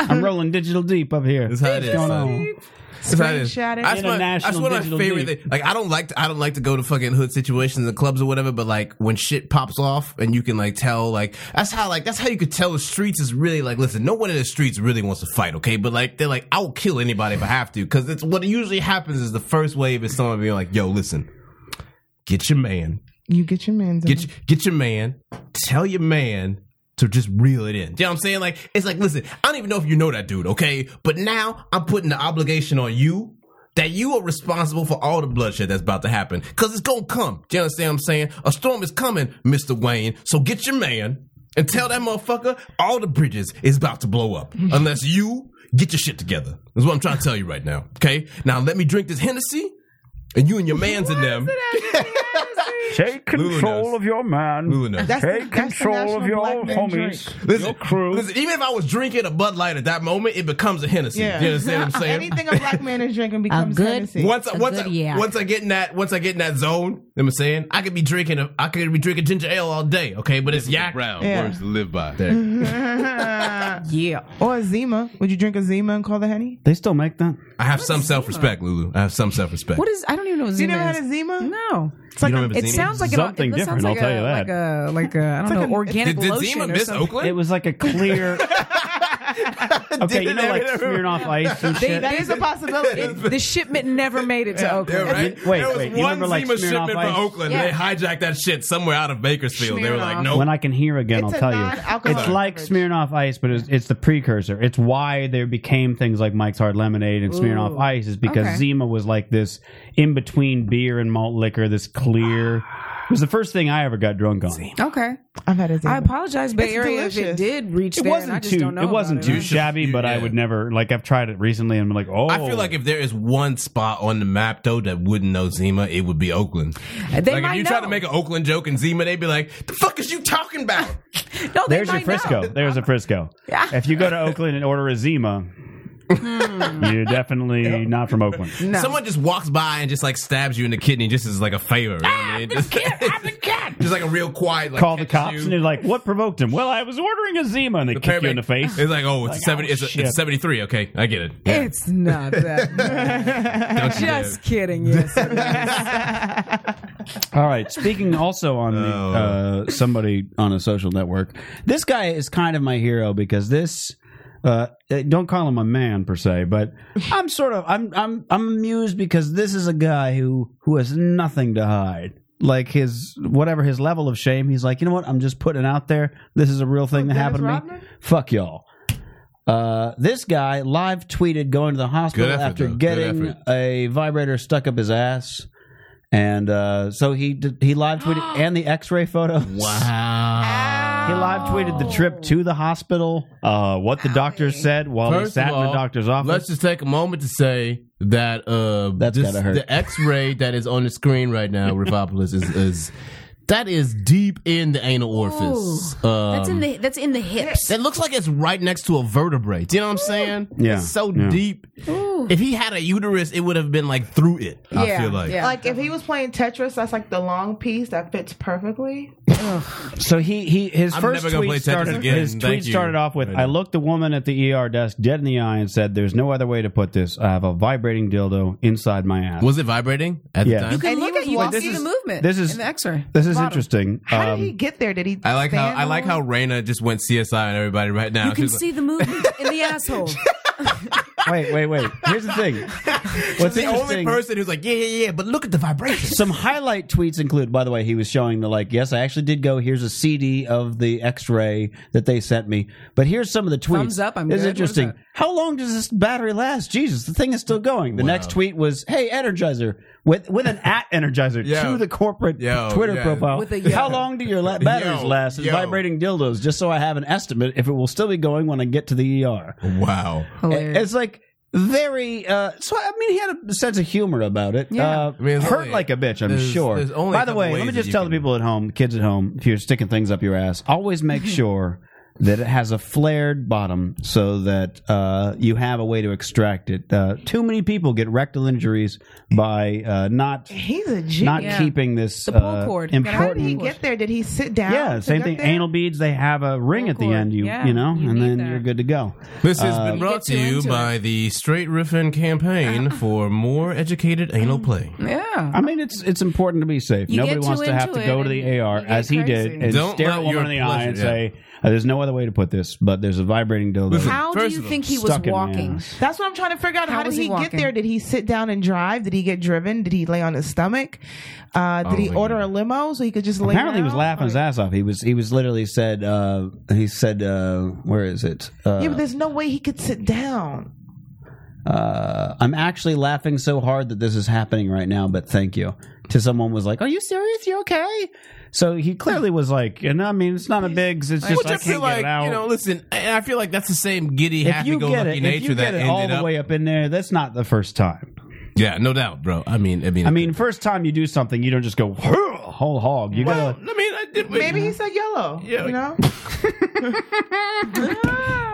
Speaker 5: I'm rolling digital deep up here.
Speaker 7: That's how it
Speaker 5: What's
Speaker 7: is,
Speaker 5: going
Speaker 7: son.
Speaker 5: on?
Speaker 7: That's how it is.
Speaker 9: Screenshot it.
Speaker 7: That's my,
Speaker 5: International
Speaker 7: that's one of my
Speaker 5: digital
Speaker 7: favorite
Speaker 5: deep.
Speaker 7: things. Like I don't like to, I don't like to go to fucking hood situations and clubs or whatever. But like when shit pops off and you can like tell like that's how like that's how you could tell the streets is really like listen. No one in the streets really wants to fight, okay? But like they're like I will kill anybody if I have to because it's what usually happens is the first wave is someone being like, yo, listen, get your man.
Speaker 9: You get your man's.
Speaker 7: Get your- get your man. Tell your man to just reel it in. You know what I'm saying? Like it's like, listen, I don't even know if you know that dude, okay? But now I'm putting the obligation on you that you are responsible for all the bloodshed that's about to happen because it's gonna come. Do you understand what I'm saying? A storm is coming, Mister Wayne. So get your man and tell that motherfucker all the bridges is about to blow
Speaker 9: *laughs*
Speaker 7: up unless you get your shit together. That's what I'm trying to tell you right *laughs* now. Okay? Now let me drink this Hennessy. And you and your man's in them.
Speaker 5: Take
Speaker 7: Lulu
Speaker 5: control
Speaker 7: knows.
Speaker 5: of your man.
Speaker 7: Lulu knows.
Speaker 9: That's the-
Speaker 5: Take
Speaker 9: that's the
Speaker 5: control of
Speaker 9: national
Speaker 5: your
Speaker 9: black man
Speaker 5: homies.
Speaker 7: Listen,
Speaker 5: crew.
Speaker 7: listen, even if I was drinking a Bud Light at that moment, it becomes a Hennessy.
Speaker 9: Yeah.
Speaker 7: You understand
Speaker 9: *laughs*
Speaker 7: what I'm saying?
Speaker 9: Anything a black man is drinking becomes
Speaker 8: good-
Speaker 9: Hennessy.
Speaker 7: Once I,
Speaker 8: A
Speaker 7: once,
Speaker 8: good
Speaker 7: I,
Speaker 8: yak.
Speaker 7: once I get in that once I get in that zone, you know what I'm saying I could be drinking a, I could be drinking ginger ale all day, okay? But it's yak.
Speaker 12: Brown
Speaker 9: Yeah.
Speaker 12: words to live by.
Speaker 8: Yeah.
Speaker 9: or a Zima. Would you drink a Zima and call the Henny?
Speaker 5: They still make that.
Speaker 7: I have some self respect, Lulu. I have some self respect.
Speaker 8: What is? I don't even know what
Speaker 9: You
Speaker 8: Zima
Speaker 9: never had
Speaker 8: is.
Speaker 9: a Zima?
Speaker 8: No.
Speaker 9: It's like
Speaker 7: You
Speaker 9: a-
Speaker 7: don't have a
Speaker 8: It
Speaker 7: Zima?
Speaker 8: sounds like
Speaker 5: Something
Speaker 8: an, it sounds
Speaker 5: different, I'll
Speaker 8: like
Speaker 5: tell
Speaker 8: a,
Speaker 5: you that.
Speaker 8: Like a like a I don't know
Speaker 9: like an-
Speaker 8: organic
Speaker 7: did, did
Speaker 8: lotion
Speaker 7: Zima
Speaker 8: or
Speaker 7: miss
Speaker 8: something.
Speaker 5: It
Speaker 7: Oakland?
Speaker 5: was like
Speaker 7: *laughs*
Speaker 5: a clear. okay, you know, like Smirnoff Ice and shit.
Speaker 9: that is a possibility.
Speaker 8: It- the shipment never made it to
Speaker 7: Yeah,
Speaker 8: Oakland.
Speaker 7: right?
Speaker 5: Wait, wait,
Speaker 7: there was
Speaker 5: you
Speaker 7: one
Speaker 5: remember, like,
Speaker 7: Zima
Speaker 5: Smirnoff
Speaker 7: shipment
Speaker 5: Ice?
Speaker 7: from Oakland.
Speaker 8: Yeah.
Speaker 7: They hijacked that shit somewhere out of Bakersfield. They were like,
Speaker 9: Smirnoff.
Speaker 7: no.
Speaker 5: When I can hear again,
Speaker 9: It's
Speaker 5: I'll
Speaker 9: a
Speaker 5: tell you.
Speaker 9: non-alcoholic
Speaker 5: It's like
Speaker 9: beverage.
Speaker 5: Smirnoff Ice, but it's, it's the precursor. It's why there became things like Mike's Hard Lemonade and Smirnoff
Speaker 8: Ooh.
Speaker 5: Ice, is because
Speaker 8: Okay.
Speaker 5: Zima was like this in between beer and malt liquor, this clear. It was the first thing I ever got drunk on.
Speaker 8: Okay.
Speaker 9: I've had a Zima.
Speaker 8: I apologize, Bay
Speaker 9: It's
Speaker 8: Area, if it
Speaker 9: delicious.
Speaker 8: did reach
Speaker 5: It
Speaker 8: there, and I
Speaker 5: wasn't
Speaker 8: just
Speaker 5: too.
Speaker 8: don't know
Speaker 5: It wasn't
Speaker 8: about
Speaker 5: too
Speaker 8: right?
Speaker 5: shabby,
Speaker 7: You-
Speaker 5: but I
Speaker 7: yeah.
Speaker 5: would never like. I've tried it recently, and I'm like, oh,
Speaker 7: I feel like if there is one spot on the map though that wouldn't know Zima, it would be Oakland.
Speaker 8: They
Speaker 7: like
Speaker 8: might
Speaker 7: if you
Speaker 8: know.
Speaker 7: try to make an Oakland joke in Zima, they'd be like, "The fuck is you talking about?"
Speaker 8: no, they
Speaker 5: there's your
Speaker 8: might know.
Speaker 5: Frisco. There's a Frisco. If you go to Oakland and order a Zima,
Speaker 8: Hmm.
Speaker 5: you're definitely not from Oakland.
Speaker 8: No.
Speaker 7: Someone just walks by and just like stabs you in the kidney just as like a favor. You know what I mean? Just, *laughs* just like a real quiet. Like,
Speaker 5: Call the
Speaker 7: catch
Speaker 5: cops,
Speaker 7: you.
Speaker 5: and they're like, "What provoked him?" Well, I was ordering a Zima, and they kick you in the face.
Speaker 7: It's like, oh, it's
Speaker 5: Like,
Speaker 7: seventy.
Speaker 5: oh,
Speaker 7: it's, a,
Speaker 5: shit.
Speaker 7: it's seventy-three. Okay, I get it. Yeah.
Speaker 8: It's not that. bad.
Speaker 7: Don't you
Speaker 8: just kidding. Yes. it is.
Speaker 5: All right. Speaking also on the,
Speaker 7: Oh.
Speaker 5: uh, somebody on a social network, this guy is kind of my hero because this. Uh, eh, don't call him a man per se, but I'm sort of I'm I'm I'm amused because this is a guy who who has nothing to hide. Like his whatever his level of shame, he's like, you know what? I'm just putting it out there. This is a real thing that happened to me. Fuck y'all. Uh, this guy live tweeted going to the hospital
Speaker 7: Good effort,
Speaker 5: after
Speaker 7: though. Good
Speaker 5: getting
Speaker 7: effort.
Speaker 5: a vibrator stuck up his ass, and uh, so he did, he live
Speaker 9: *gasps*
Speaker 5: tweeted and the X-ray photos.
Speaker 7: Wow.
Speaker 5: He live tweeted the trip to the hospital, uh, what the doctor said while he
Speaker 7: First
Speaker 5: sat
Speaker 7: of
Speaker 5: in the
Speaker 7: all,
Speaker 5: doctor's office.
Speaker 7: Let's just take a moment to say that uh,
Speaker 5: That's
Speaker 7: this-
Speaker 5: gotta hurt.
Speaker 7: the X-ray that is on the screen right now, Revopolis, is, is that is deep in the anal orifice. Um,
Speaker 13: That's in the that's in the hips.
Speaker 7: It looks like it's right next to a vertebrae. Do you know what I'm saying?
Speaker 5: Yeah.
Speaker 7: It's so
Speaker 5: Yeah.
Speaker 7: deep. If he had a uterus, it would have been like through it. I
Speaker 8: Yeah,
Speaker 7: feel like.
Speaker 8: yeah.
Speaker 9: Like if he was playing Tetris, that's like the long piece that fits perfectly.
Speaker 5: So he he his
Speaker 7: I'm
Speaker 5: first
Speaker 7: never gonna
Speaker 5: tweet
Speaker 7: play Tetris
Speaker 5: started
Speaker 7: again.
Speaker 5: his
Speaker 7: Thank
Speaker 5: tweet
Speaker 7: you.
Speaker 5: started off with
Speaker 7: Right.
Speaker 5: I looked the woman at the ER desk dead in the eye and said there's no other way to put this. I have a vibrating dildo inside my ass.
Speaker 7: Was it vibrating at
Speaker 5: Yeah.
Speaker 7: the time?
Speaker 8: You can
Speaker 9: And he
Speaker 8: look
Speaker 9: was
Speaker 8: at you
Speaker 9: walking-
Speaker 8: and see
Speaker 9: this
Speaker 8: the
Speaker 9: is-
Speaker 8: movement.
Speaker 5: this is-
Speaker 8: in the X-ray.
Speaker 5: this is
Speaker 8: Bottom.
Speaker 5: interesting.
Speaker 9: How
Speaker 5: Um,
Speaker 9: did he get there? Did he?
Speaker 7: I like how
Speaker 9: stand
Speaker 7: I like how
Speaker 9: alone?
Speaker 7: Raina just went CSI on everybody right now.
Speaker 13: You can
Speaker 7: She's like,
Speaker 13: see the movement in the asshole.
Speaker 5: wait, wait, wait. Here's the
Speaker 9: *laughs*
Speaker 5: thing. What's
Speaker 7: the only
Speaker 5: interesting?
Speaker 7: person who's like, yeah, yeah, yeah, but look at the vibration.
Speaker 5: *laughs* some highlight tweets include, by the way, he was showing the like, yes, I actually did go. Here's a CD of the X-ray that they sent me. But here's some of the tweets.
Speaker 8: Thumbs up, I'm
Speaker 5: This is
Speaker 8: good. What is
Speaker 5: interesting.
Speaker 8: that?
Speaker 5: How long does this battery last? Jesus, the thing is still going. The next tweet was, "Hey, Energizer." With, with an at Energizer
Speaker 7: Yo.
Speaker 5: to the corporate
Speaker 7: Yo,
Speaker 5: Twitter
Speaker 7: yeah.
Speaker 5: profile.
Speaker 8: With a yo.
Speaker 5: How long do your la- batteries
Speaker 7: Yo,
Speaker 5: last? As
Speaker 7: yo.
Speaker 5: vibrating dildos, just so I have an estimate if it will still be going when I get to the ER.
Speaker 7: *laughs* wow.
Speaker 8: Hilarious.
Speaker 5: It's like very. Uh, so I mean, he had a sense of humor about it.
Speaker 8: Yeah.
Speaker 5: Uh,
Speaker 7: I mean, it's
Speaker 5: hurt
Speaker 7: only-
Speaker 5: like a bitch, I'm
Speaker 7: there's-
Speaker 5: sure.
Speaker 7: there's only a
Speaker 5: By the
Speaker 7: couple
Speaker 5: way, let
Speaker 7: ways
Speaker 5: me
Speaker 7: that
Speaker 5: just
Speaker 7: you
Speaker 5: tell the
Speaker 7: can-
Speaker 5: people at home, kids at home, if you're sticking things up your ass,
Speaker 7: *laughs*
Speaker 5: always make sure that it has a flared bottom so that uh, you have a way to extract it. Uh, too many people get rectal injuries by uh, not
Speaker 9: he's a G.
Speaker 5: not
Speaker 8: Yeah.
Speaker 5: keeping this
Speaker 8: The pull
Speaker 5: uh,
Speaker 8: cord. You gotta have
Speaker 9: how did
Speaker 5: important
Speaker 9: he get there? Did he sit down?
Speaker 5: yeah,
Speaker 9: to
Speaker 5: same
Speaker 9: get
Speaker 5: thing.
Speaker 9: there?
Speaker 5: Anal beads, they have a ring at the
Speaker 8: cord.
Speaker 5: end, you
Speaker 8: Yeah,
Speaker 5: you know,
Speaker 8: you
Speaker 5: and
Speaker 8: need
Speaker 5: then
Speaker 8: that.
Speaker 5: you're good to go.
Speaker 7: This has
Speaker 5: Uh,
Speaker 7: been brought
Speaker 8: get
Speaker 7: to
Speaker 8: too
Speaker 7: you Uh-huh.
Speaker 8: into
Speaker 7: by the Straight Riffin campaign for more educated anal play.
Speaker 8: Yeah.
Speaker 5: I mean, it's it's important to be safe.
Speaker 13: You
Speaker 5: Nobody
Speaker 13: get
Speaker 5: wants
Speaker 13: too
Speaker 5: to have
Speaker 13: into
Speaker 5: to
Speaker 13: it
Speaker 5: go to
Speaker 13: and
Speaker 5: the AR
Speaker 13: you get
Speaker 5: as he
Speaker 13: crazy.
Speaker 5: did and
Speaker 7: Don't
Speaker 5: stare a
Speaker 7: let
Speaker 5: woman in the
Speaker 7: your
Speaker 5: eye and
Speaker 7: pleasure-
Speaker 5: say, "Uh, "There's no other way to put this, but there's a vibrating dildo."
Speaker 7: Listen,
Speaker 13: How do
Speaker 7: First
Speaker 13: you
Speaker 7: of all,
Speaker 13: think he was
Speaker 5: stuck in my
Speaker 13: walking?
Speaker 5: ass."
Speaker 9: That's what I'm trying to figure out. How,
Speaker 13: How
Speaker 9: did
Speaker 13: was
Speaker 9: he,
Speaker 13: he
Speaker 9: get
Speaker 13: walking?
Speaker 9: there? Did he sit down and drive? Did he get driven? Did he lay on his stomach? Uh, did he
Speaker 7: my
Speaker 9: order a limo so he could just lay?
Speaker 5: Apparently, he was
Speaker 9: down?
Speaker 5: laughing his
Speaker 9: Like-
Speaker 5: ass off. He was he was literally said uh, he said uh, where is it? Uh,
Speaker 9: Yeah, but there's no way he could sit down.
Speaker 5: uh, I'm actually laughing so hard that this is happening right now, but thank you. To someone was like, "Are you serious? You okay?" So he clearly was like, and I mean, it's not a big. It's just
Speaker 7: Which
Speaker 5: I,
Speaker 7: I
Speaker 5: can't
Speaker 7: feel
Speaker 5: get
Speaker 7: like,
Speaker 5: it out.
Speaker 7: you know, listen, I I feel like that's the same giddy,
Speaker 5: if you get it,
Speaker 7: happy-go-lucky
Speaker 5: if you
Speaker 7: nature
Speaker 5: get
Speaker 7: that
Speaker 5: it all
Speaker 7: ended
Speaker 5: the
Speaker 7: up.
Speaker 5: way up in there, that's not the first time.
Speaker 7: Yeah, no doubt, bro. I mean, I mean,
Speaker 5: I mean, first time you do something, you don't just go, "Huh," whole hog. You gotta
Speaker 9: I mean, I did. Maybe he said yellow. Yeah, you know.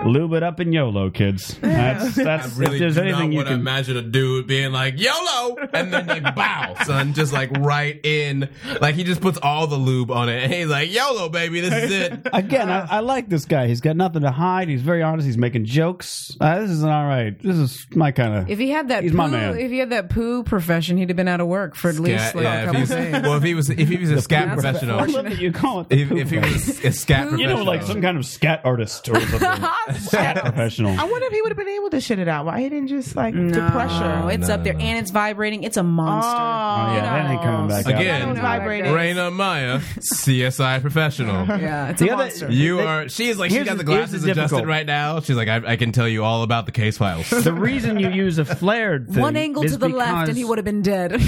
Speaker 5: lube it up in
Speaker 7: *laughs*
Speaker 5: YOLO, kids. That's that's
Speaker 7: I really
Speaker 5: if there's
Speaker 7: do
Speaker 5: anything
Speaker 7: not
Speaker 5: you
Speaker 7: want to
Speaker 5: can.
Speaker 7: imagine a dude being like YOLO and then
Speaker 5: *laughs*
Speaker 7: like bow, son, just like right in, like he just puts all the lube on it and he's like YOLO, baby, this is it.
Speaker 5: Again, I, I like this guy. He's got nothing to hide. He's very honest. He's making jokes. Uh, this isn't all right. This is my kind of.
Speaker 8: If he had that,
Speaker 5: He's
Speaker 8: poo,
Speaker 5: my man.
Speaker 8: if he had that poo profession, he'd have been out of work for at least
Speaker 7: Scat-
Speaker 8: like a
Speaker 7: yeah, if
Speaker 8: couple
Speaker 7: he's,
Speaker 5: *laughs*
Speaker 8: days.
Speaker 7: well, if he was, if he was a scat
Speaker 8: that's
Speaker 7: professional,
Speaker 5: I love that you call it. the
Speaker 7: if,
Speaker 5: poop
Speaker 7: if he
Speaker 5: guy.
Speaker 7: was a scat professional,
Speaker 5: you know, like some kind of scat artist or something. scat professional.
Speaker 9: I wonder if he would have been able to shit it out. Why he didn't just like
Speaker 8: No,
Speaker 9: the pressure? Oh,
Speaker 8: it's
Speaker 7: no,
Speaker 8: up there
Speaker 7: no.
Speaker 8: and it's vibrating. It's a monster.
Speaker 5: Oh, yeah, that ain't coming back out.
Speaker 7: Again,
Speaker 9: It's vibrating.
Speaker 7: Raina Maya, CSI professional.
Speaker 8: Yeah, it's
Speaker 5: Oh. The
Speaker 8: a
Speaker 5: other-
Speaker 8: monster.
Speaker 7: You are. She is like she
Speaker 5: Here's
Speaker 7: got the
Speaker 5: the- here's
Speaker 7: glasses
Speaker 5: the
Speaker 7: adjusted
Speaker 5: difficult-
Speaker 7: right now. She's like, I, I can tell you all about the case files.
Speaker 5: the reason you use a flared thing
Speaker 8: One angle
Speaker 5: is
Speaker 8: to the left, and he
Speaker 5: because-
Speaker 8: would have
Speaker 5: *laughs*
Speaker 8: been dead.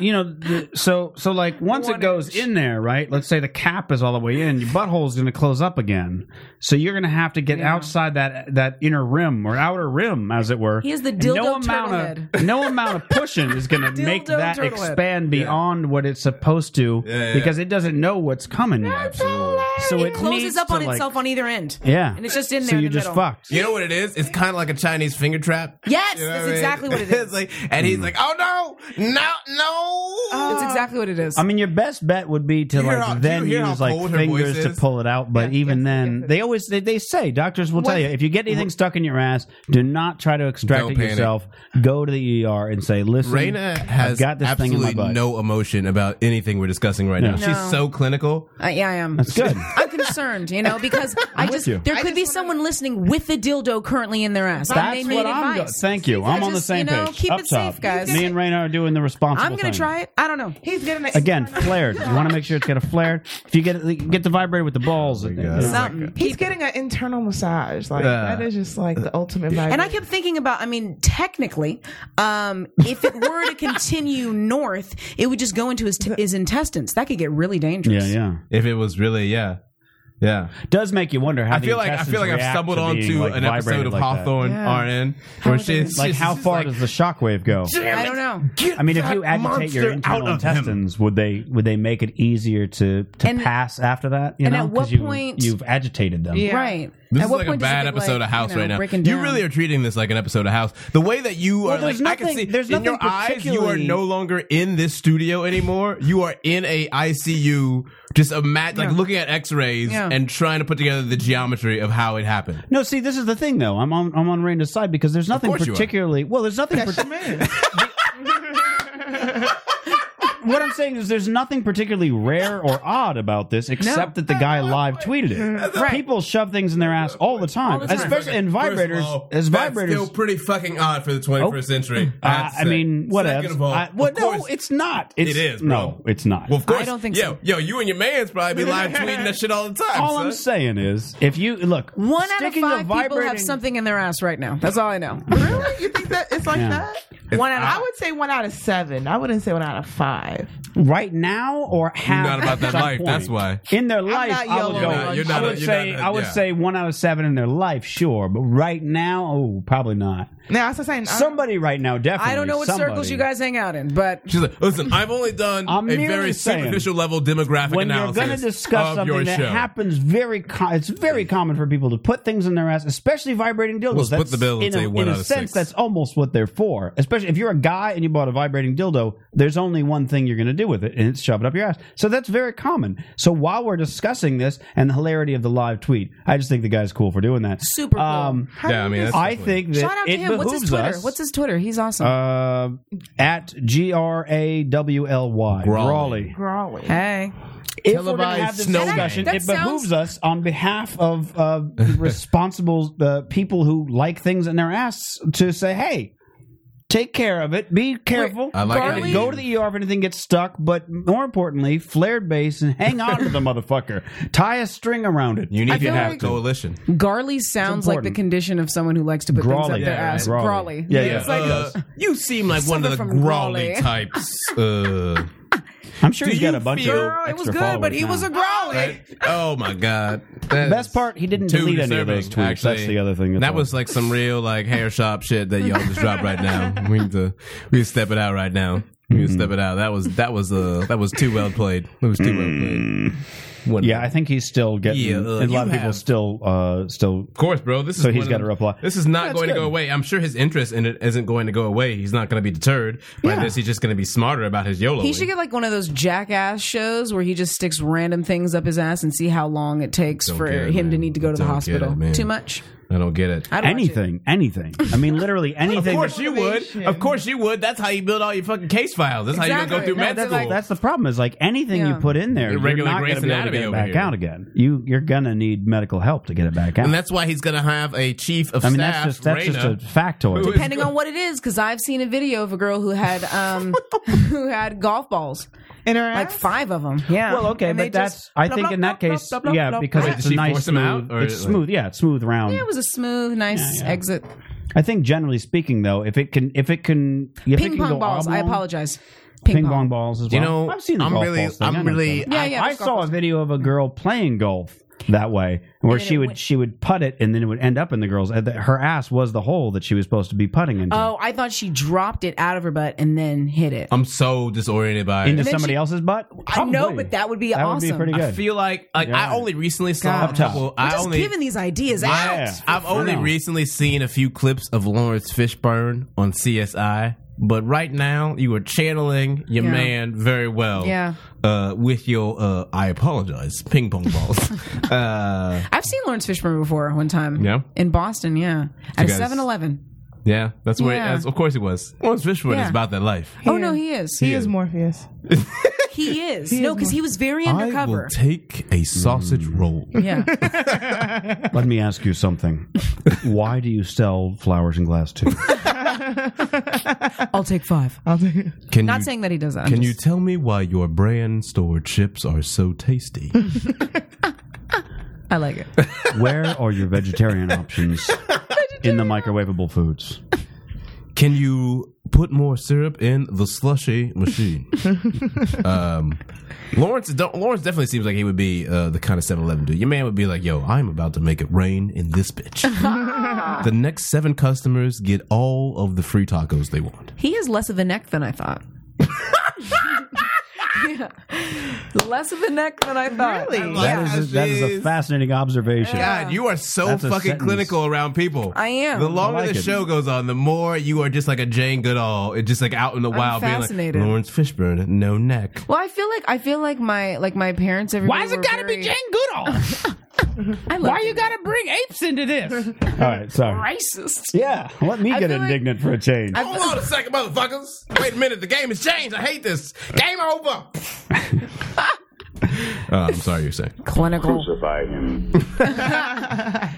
Speaker 5: you know, the, so so like once it goes in there, right? Let's say the cap is all the way in, your butthole's going to close up again. So you're going to have to get outside that that inner rim or outer rim, as it were.
Speaker 8: He is the
Speaker 5: And
Speaker 8: dildo turtle
Speaker 5: amount of no amount of pushing is going to make
Speaker 8: *laughs* Dildo
Speaker 5: that
Speaker 8: turtle head.
Speaker 5: expand beyond what it's supposed to
Speaker 7: yeah, yeah.
Speaker 5: because it doesn't know what's coming yet. So it, needs
Speaker 8: Closes up
Speaker 5: to,
Speaker 8: on
Speaker 5: like-
Speaker 8: itself on either end.
Speaker 5: Yeah,
Speaker 8: and it's just in
Speaker 5: So
Speaker 8: there in
Speaker 5: you
Speaker 8: the
Speaker 5: just
Speaker 8: middle.
Speaker 5: fucked.
Speaker 7: You know what it is? It's kind of like a Chinese finger trap.
Speaker 8: Yes,
Speaker 7: You know
Speaker 8: that's
Speaker 7: I mean?
Speaker 8: exactly
Speaker 5: *laughs*
Speaker 8: what it
Speaker 7: It's
Speaker 8: is.
Speaker 7: like, and he's like, "Oh no, no, no!"
Speaker 5: "Ah."
Speaker 8: That's exactly what it is.
Speaker 5: I mean, your best bet would be to
Speaker 7: You hear
Speaker 5: like
Speaker 7: how- do
Speaker 5: then
Speaker 7: you hear how
Speaker 5: use like
Speaker 7: cold her
Speaker 5: fingers
Speaker 7: voice
Speaker 5: to
Speaker 7: is?
Speaker 5: pull it out. But even then, they always they, they say doctors will tell you if you get anything stuck in your ass, do not try to extract
Speaker 7: Don't
Speaker 5: it
Speaker 7: panic.
Speaker 5: yourself. Go to the ER and say, listen,
Speaker 7: Raina has
Speaker 5: I've got this thing in
Speaker 7: absolutely
Speaker 5: my butt.
Speaker 7: no emotion about anything we're discussing right now.
Speaker 5: No.
Speaker 7: She's so clinical.
Speaker 8: Uh, yeah, I am.
Speaker 5: That's
Speaker 7: *laughs*
Speaker 5: good.
Speaker 8: I'm concerned, you know,
Speaker 5: *laughs*
Speaker 8: because I just
Speaker 5: you.
Speaker 8: there could be someone listening with the dildo currently in their ass. and
Speaker 5: That's
Speaker 8: they made
Speaker 5: what I'm. Go-
Speaker 8: advice.
Speaker 5: Thank you. I'm on the
Speaker 8: just,
Speaker 5: same
Speaker 8: you know,
Speaker 5: page.
Speaker 8: keep
Speaker 5: Up
Speaker 8: it
Speaker 5: top.
Speaker 8: safe, guys.
Speaker 5: Me and Raina are doing the responsible.
Speaker 8: I'm
Speaker 5: thing.
Speaker 8: gonna try it. I don't know.
Speaker 9: He's getting it
Speaker 5: Again, flared. You want to make sure it's got a flare. If you get it, get the vibrator with the balls, in there.
Speaker 8: Something.
Speaker 9: He's getting an internal massage. Like
Speaker 7: Yeah.
Speaker 9: that is just like the ultimate. Vibe.
Speaker 8: And I kept thinking about, I mean, technically, um, if it were
Speaker 5: *laughs*
Speaker 8: to continue north, it would just go into his, his intestines. That could get really
Speaker 5: yeah,
Speaker 8: dangerous.
Speaker 5: yeah.
Speaker 7: If it was really, yeah, yeah.
Speaker 5: Does make you wonder how
Speaker 7: I
Speaker 5: the
Speaker 7: feel like I
Speaker 5: intestines
Speaker 7: feel like I've
Speaker 5: react
Speaker 7: stumbled
Speaker 5: to being,
Speaker 7: onto
Speaker 5: like,
Speaker 7: an episode
Speaker 5: vibrated
Speaker 7: of
Speaker 5: like that.
Speaker 7: Hawthorne RN where she's
Speaker 5: Like
Speaker 7: she's
Speaker 5: how
Speaker 7: just
Speaker 5: far
Speaker 7: like,
Speaker 5: does the shockwave go?
Speaker 8: I don't know.
Speaker 5: I mean, if you agitate
Speaker 7: monster
Speaker 5: your
Speaker 7: out
Speaker 5: internal
Speaker 7: of him.
Speaker 5: intestines, would they would they make it easier to to
Speaker 8: And-
Speaker 5: pass after that? You
Speaker 8: and
Speaker 5: know,
Speaker 8: at what
Speaker 5: 'Cause you,
Speaker 8: point-
Speaker 5: you've agitated them?
Speaker 9: Yeah.
Speaker 8: Right.
Speaker 7: This
Speaker 8: At
Speaker 7: is
Speaker 8: what
Speaker 7: like a
Speaker 8: point does it
Speaker 7: bad
Speaker 8: get,
Speaker 7: episode
Speaker 8: like,
Speaker 7: of House
Speaker 8: you know,
Speaker 7: right
Speaker 8: breaking
Speaker 7: now. You
Speaker 8: down?
Speaker 7: really are treating this like an episode of House. The way that you are, like,
Speaker 5: there's
Speaker 7: I can
Speaker 5: nothing-
Speaker 7: see
Speaker 5: there's
Speaker 7: in your
Speaker 5: nothing
Speaker 7: eyes, you are
Speaker 5: particularly-
Speaker 7: no longer in this studio anymore. You are in a ICU, just imagine, like looking at X-rays
Speaker 8: Yeah.
Speaker 7: and trying to put together the geometry of how it happened.
Speaker 5: No, see, this is the thing though. I'm on I'm on Raina's side because there's nothing
Speaker 7: course you are.
Speaker 5: particularly well.
Speaker 7: *laughs*
Speaker 5: There's nothing. par- what I'm saying is there's nothing particularly rare or odd about this, except that
Speaker 7: *laughs*
Speaker 5: the guy live tweeted it. People shove things in their ass all the time,
Speaker 8: the time.
Speaker 5: especially in
Speaker 7: First of
Speaker 5: vibrators.
Speaker 7: all,
Speaker 5: as
Speaker 7: that's
Speaker 5: vibrators,
Speaker 7: still pretty fucking odd for the 21st century.
Speaker 5: Uh,
Speaker 7: have to
Speaker 5: I
Speaker 7: say.
Speaker 5: mean, what
Speaker 7: Second
Speaker 5: else?
Speaker 7: of all,
Speaker 5: I, well,
Speaker 7: of
Speaker 5: no,
Speaker 7: course-
Speaker 5: it's not. It's,
Speaker 7: It is,
Speaker 5: No,
Speaker 7: bro.
Speaker 5: it's not.
Speaker 7: Well, of course,
Speaker 8: don't think
Speaker 7: yo,
Speaker 8: so.
Speaker 7: Yo, you and your man's probably be live tweeting that shit all the time.
Speaker 5: all
Speaker 7: son.
Speaker 5: I'm saying is, if you look,
Speaker 8: One out of
Speaker 5: sticking
Speaker 8: five
Speaker 5: a
Speaker 8: people
Speaker 5: vibrating,
Speaker 8: have something in their ass right now. That's all I know.
Speaker 9: really? You think that it's like
Speaker 5: Yeah.
Speaker 9: that?
Speaker 8: One out
Speaker 9: I would say one out of seven. I wouldn't say one out of five.
Speaker 5: right now or have
Speaker 7: not about
Speaker 5: at
Speaker 7: that
Speaker 5: some
Speaker 7: life,
Speaker 5: point.
Speaker 7: that's why.
Speaker 5: in their life I
Speaker 9: not
Speaker 5: would
Speaker 9: yellow.
Speaker 5: go
Speaker 9: You're not-
Speaker 7: you're not
Speaker 5: I
Speaker 7: a-
Speaker 5: would
Speaker 7: you're
Speaker 5: say
Speaker 7: not a-
Speaker 5: I would
Speaker 7: yeah.
Speaker 5: say one out of seven in their life sure but right now oh probably not
Speaker 9: Now, as I'm saying, uh, I-
Speaker 5: somebody right now definitely
Speaker 8: I don't know what
Speaker 5: somebody.
Speaker 8: circles you guys hang out in, but
Speaker 7: She's like, listen, I've only done
Speaker 5: I'm
Speaker 7: a
Speaker 5: merely
Speaker 7: very
Speaker 5: saying,
Speaker 7: superficial level demographic
Speaker 5: when you're
Speaker 7: analysis
Speaker 5: going to discuss
Speaker 7: of your
Speaker 5: something that
Speaker 7: show.
Speaker 5: happens very com- it's very common for people to put things in their ass especially vibrating dildos
Speaker 7: We'll split
Speaker 5: That's-
Speaker 7: the bill and
Speaker 5: in a,
Speaker 7: say one
Speaker 5: in a
Speaker 7: out of six.
Speaker 5: sense that's almost what they're for especially if you're a guy and you bought a vibrating dildo there's only one thing you're going to do with it and it's shove it up your ass so that's very common so while we're discussing this and the hilarity of the live tweet I just think the guy's cool for doing that
Speaker 8: super cool.
Speaker 5: um
Speaker 7: yeah, I mean, that's
Speaker 5: I
Speaker 7: definitely-
Speaker 5: think that
Speaker 8: Shout out to
Speaker 5: it
Speaker 8: him. What's his
Speaker 5: behooves
Speaker 8: Twitter?
Speaker 5: us
Speaker 8: What's his Twitter? He's awesome.
Speaker 5: uh, at G R A W L Y
Speaker 7: Grawly.
Speaker 5: Grawly.
Speaker 9: Grawley.
Speaker 8: hey.
Speaker 5: If we're going to have this
Speaker 7: snowman.
Speaker 5: discussion,
Speaker 8: That-
Speaker 5: it
Speaker 8: that
Speaker 5: behooves
Speaker 8: sounds-
Speaker 5: us on behalf of uh, responsible uh, people who like things in their ass to say, "Hey, take care of it. Be careful.
Speaker 7: I like
Speaker 5: And
Speaker 7: it.
Speaker 5: Go to the ER if anything gets stuck, but more importantly, flared base and hang on to the motherfucker. Tie a string around it.
Speaker 7: you need to
Speaker 8: feel
Speaker 7: have
Speaker 8: like-
Speaker 7: coalition.
Speaker 8: Garley sounds like the
Speaker 5: important.
Speaker 8: condition of someone who likes to put things up
Speaker 5: Grawly.
Speaker 8: their
Speaker 5: Yeah,
Speaker 8: ass.
Speaker 5: right.
Speaker 8: Grawly.
Speaker 5: Grawly. Yeah, yeah.
Speaker 8: It's like
Speaker 7: Uh, you seem like one of the
Speaker 8: Something from
Speaker 7: growly
Speaker 8: Grawley.
Speaker 7: types. Uh,
Speaker 5: I'm sure
Speaker 7: Do
Speaker 5: he's got
Speaker 7: you
Speaker 5: a bunch
Speaker 7: feel-
Speaker 5: of.
Speaker 7: Girl,
Speaker 8: it was
Speaker 5: extra
Speaker 8: good, but
Speaker 5: followers
Speaker 8: he
Speaker 5: now.
Speaker 8: was a Grawley.
Speaker 7: oh my god! That
Speaker 5: Best
Speaker 7: is
Speaker 5: part, he didn't
Speaker 7: too
Speaker 5: delete any of
Speaker 7: disturbing,
Speaker 5: those tweets.
Speaker 7: Actually.
Speaker 5: That's the other thing.
Speaker 7: that
Speaker 5: all.
Speaker 7: was
Speaker 5: *laughs*
Speaker 7: like some real like hair shop shit that y'all just dropped right now. We need to we need to step it out right now. You
Speaker 5: Mm-hmm.
Speaker 7: need to step it out. That was that was uh that was too well played. It was too well played. One-
Speaker 5: Yeah, I think he's still getting.
Speaker 7: Yeah, uh,
Speaker 5: a
Speaker 7: you
Speaker 5: lot of people
Speaker 7: have-
Speaker 5: still, uh, still.
Speaker 7: Of course, bro. This is
Speaker 5: So he's
Speaker 7: one
Speaker 5: got
Speaker 7: of-
Speaker 5: to reply.
Speaker 7: This is not
Speaker 5: That's
Speaker 7: going to go
Speaker 5: good.
Speaker 7: away. I'm sure his interest in it isn't going to go away. He's not going to be deterred by
Speaker 8: Yeah.
Speaker 7: this. He's just going to be smarter about his YOLO.
Speaker 8: He should get like one of those jackass shows where he just sticks random things up his ass and see how long it takes for
Speaker 7: get it,
Speaker 8: him to
Speaker 7: man.
Speaker 8: need to go to the
Speaker 7: Don't get
Speaker 8: hospital.
Speaker 7: it, man.
Speaker 8: Too much.
Speaker 7: I don't get it.
Speaker 8: I don't watch it.
Speaker 5: Anything, anything. I mean,
Speaker 7: *laughs*
Speaker 5: literally
Speaker 7: Of
Speaker 5: anything.
Speaker 7: course you would. Of course you would. That's how you build all your fucking case files. That's how you go
Speaker 8: Exactly.
Speaker 7: through
Speaker 8: No,
Speaker 7: med
Speaker 5: that's,
Speaker 7: school.
Speaker 5: like, that's the problem. Is like anything
Speaker 8: Yeah.
Speaker 5: you put in there,
Speaker 7: Your
Speaker 5: you're,
Speaker 7: regular
Speaker 5: not
Speaker 7: Grey's
Speaker 5: going to be able to get it
Speaker 7: Anatomy
Speaker 5: back
Speaker 7: over
Speaker 5: out again. You you're going to need medical help to get it back out.
Speaker 7: and that's why he's going to have a chief of
Speaker 5: I mean,
Speaker 7: staff.
Speaker 5: that's just that's
Speaker 7: Raina.
Speaker 5: just a factoid.
Speaker 7: Who is-
Speaker 8: Depending on what it is, because I've seen a video of a girl who had
Speaker 5: *laughs*
Speaker 8: um who had golf balls,
Speaker 9: In her
Speaker 8: like
Speaker 9: ass?
Speaker 8: five of them. Yeah.
Speaker 5: Well, okay,
Speaker 8: And they
Speaker 5: but that's
Speaker 8: just-
Speaker 5: I think in that case, yeah, because
Speaker 7: Wait,
Speaker 5: it's
Speaker 7: did
Speaker 5: a
Speaker 7: she
Speaker 5: nice
Speaker 7: force him
Speaker 5: smooth,
Speaker 7: out, or
Speaker 5: it's
Speaker 7: like-
Speaker 5: smooth. Yeah, it's smooth round.
Speaker 8: Yeah, it was a smooth, nice
Speaker 5: Yeah, yeah.
Speaker 8: exit.
Speaker 5: I think generally speaking, though, if it can, if it can, if it
Speaker 8: Ping
Speaker 5: can
Speaker 8: pong
Speaker 5: go
Speaker 8: balls. I
Speaker 5: oblong-
Speaker 8: apologize.
Speaker 5: Ping, pong. balls as well.
Speaker 7: You know,
Speaker 5: I've seen the
Speaker 7: I'm
Speaker 5: golf
Speaker 7: really-
Speaker 5: balls thing.
Speaker 7: I'm
Speaker 5: I know
Speaker 7: really-
Speaker 5: that.
Speaker 8: Yeah,
Speaker 5: I,
Speaker 8: yeah,
Speaker 5: I
Speaker 8: there's golf
Speaker 5: saw a
Speaker 8: balls.
Speaker 5: video of a girl playing golf that way, where
Speaker 8: then
Speaker 5: she
Speaker 8: it
Speaker 5: would
Speaker 8: went-
Speaker 5: she would putt it, and then it would end up in the girls. and that- Her ass was the hole that she was supposed to be putting into.
Speaker 8: Oh, I thought she dropped it out of her butt and then hit it.
Speaker 7: I'm so disoriented by
Speaker 5: into
Speaker 7: it.
Speaker 8: then
Speaker 5: somebody
Speaker 8: she-
Speaker 5: else's butt.
Speaker 8: I know,
Speaker 5: Probably.
Speaker 8: but that would be
Speaker 5: that would
Speaker 8: awesome.
Speaker 5: be pretty
Speaker 7: I
Speaker 5: good.
Speaker 7: feel like like I
Speaker 5: Yeah.
Speaker 7: only recently saw
Speaker 5: God.
Speaker 7: a couple.
Speaker 8: I'm
Speaker 7: I
Speaker 8: just
Speaker 7: only
Speaker 8: giving these ideas
Speaker 7: I-
Speaker 8: out.
Speaker 7: I've only
Speaker 5: know.
Speaker 7: recently seen a few clips of Lawrence Fishburne on CSI, but right now you are channeling your
Speaker 8: Yeah.
Speaker 7: man very well.
Speaker 8: Yeah.
Speaker 7: Uh, with your, uh, I apologize, ping pong balls.
Speaker 8: *laughs*
Speaker 7: uh,
Speaker 8: I've seen Lawrence Fishburne before one time.
Speaker 7: Yeah?
Speaker 8: In Boston, yeah. At a
Speaker 7: guys-
Speaker 8: 7 Eleven.
Speaker 7: yeah, that's where.
Speaker 8: Yeah.
Speaker 7: that's- of course, it was Lawrence Fishburne
Speaker 8: Yeah.
Speaker 7: is about that life.
Speaker 8: Oh, no, he is.
Speaker 9: He is Morpheus.
Speaker 8: He is. no, because he was very
Speaker 7: I will
Speaker 8: undercover.
Speaker 7: take a sausage
Speaker 8: Mm. *laughs*
Speaker 7: roll.
Speaker 8: yeah.
Speaker 5: Let me ask you something. Why do you sell flowers in glass too?
Speaker 8: I'll take five.
Speaker 9: I'll take it.
Speaker 7: Can
Speaker 8: Not
Speaker 7: you,
Speaker 8: saying that he does that. I'm
Speaker 7: Can you
Speaker 8: just-
Speaker 7: tell me why your brand store chips are so tasty?
Speaker 8: I like it.
Speaker 5: Where are your
Speaker 8: *laughs*
Speaker 5: vegetarian options in the microwavable foods?
Speaker 7: Can you put more syrup in the slushy *laughs* machine? um, Lawrence, don't, Lawrence definitely seems like he would be uh, the kind of 7-Eleven dude. Your man would be like, "Yo, I'm about to make it rain in this bitch." *laughs* the next seven customers get all of the free tacos they want.
Speaker 8: He is less of a neck than I thought. *laughs* Yeah. Less of a neck than I thought.
Speaker 9: Really?
Speaker 8: I'm-
Speaker 5: That
Speaker 8: Yeah.
Speaker 5: is a, that is a fascinating observation.
Speaker 7: God, you are so
Speaker 5: That's a
Speaker 7: fucking
Speaker 5: sentence.
Speaker 7: clinical around people.
Speaker 8: I am.
Speaker 7: The longer
Speaker 5: I like
Speaker 7: the
Speaker 5: it.
Speaker 7: show goes on, the more you are just like a Jane Goodall, just like out in the wild,
Speaker 8: fascinated.
Speaker 7: being like Lawrence Fishburne, no neck.
Speaker 8: Well, I feel like I feel like my like my parents. Why has it got to be Jane Goodall? Why you got to bring apes into this?
Speaker 5: All right, sorry.
Speaker 8: Racist.
Speaker 5: Yeah, let me
Speaker 8: I
Speaker 5: get
Speaker 8: feel like-
Speaker 5: indignant for a change.
Speaker 7: Hold on a second, motherfuckers. Wait a minute, the game has changed. I hate this. Game over. *laughs* Uh, I'm sorry you're saying.
Speaker 8: Clinical. *laughs*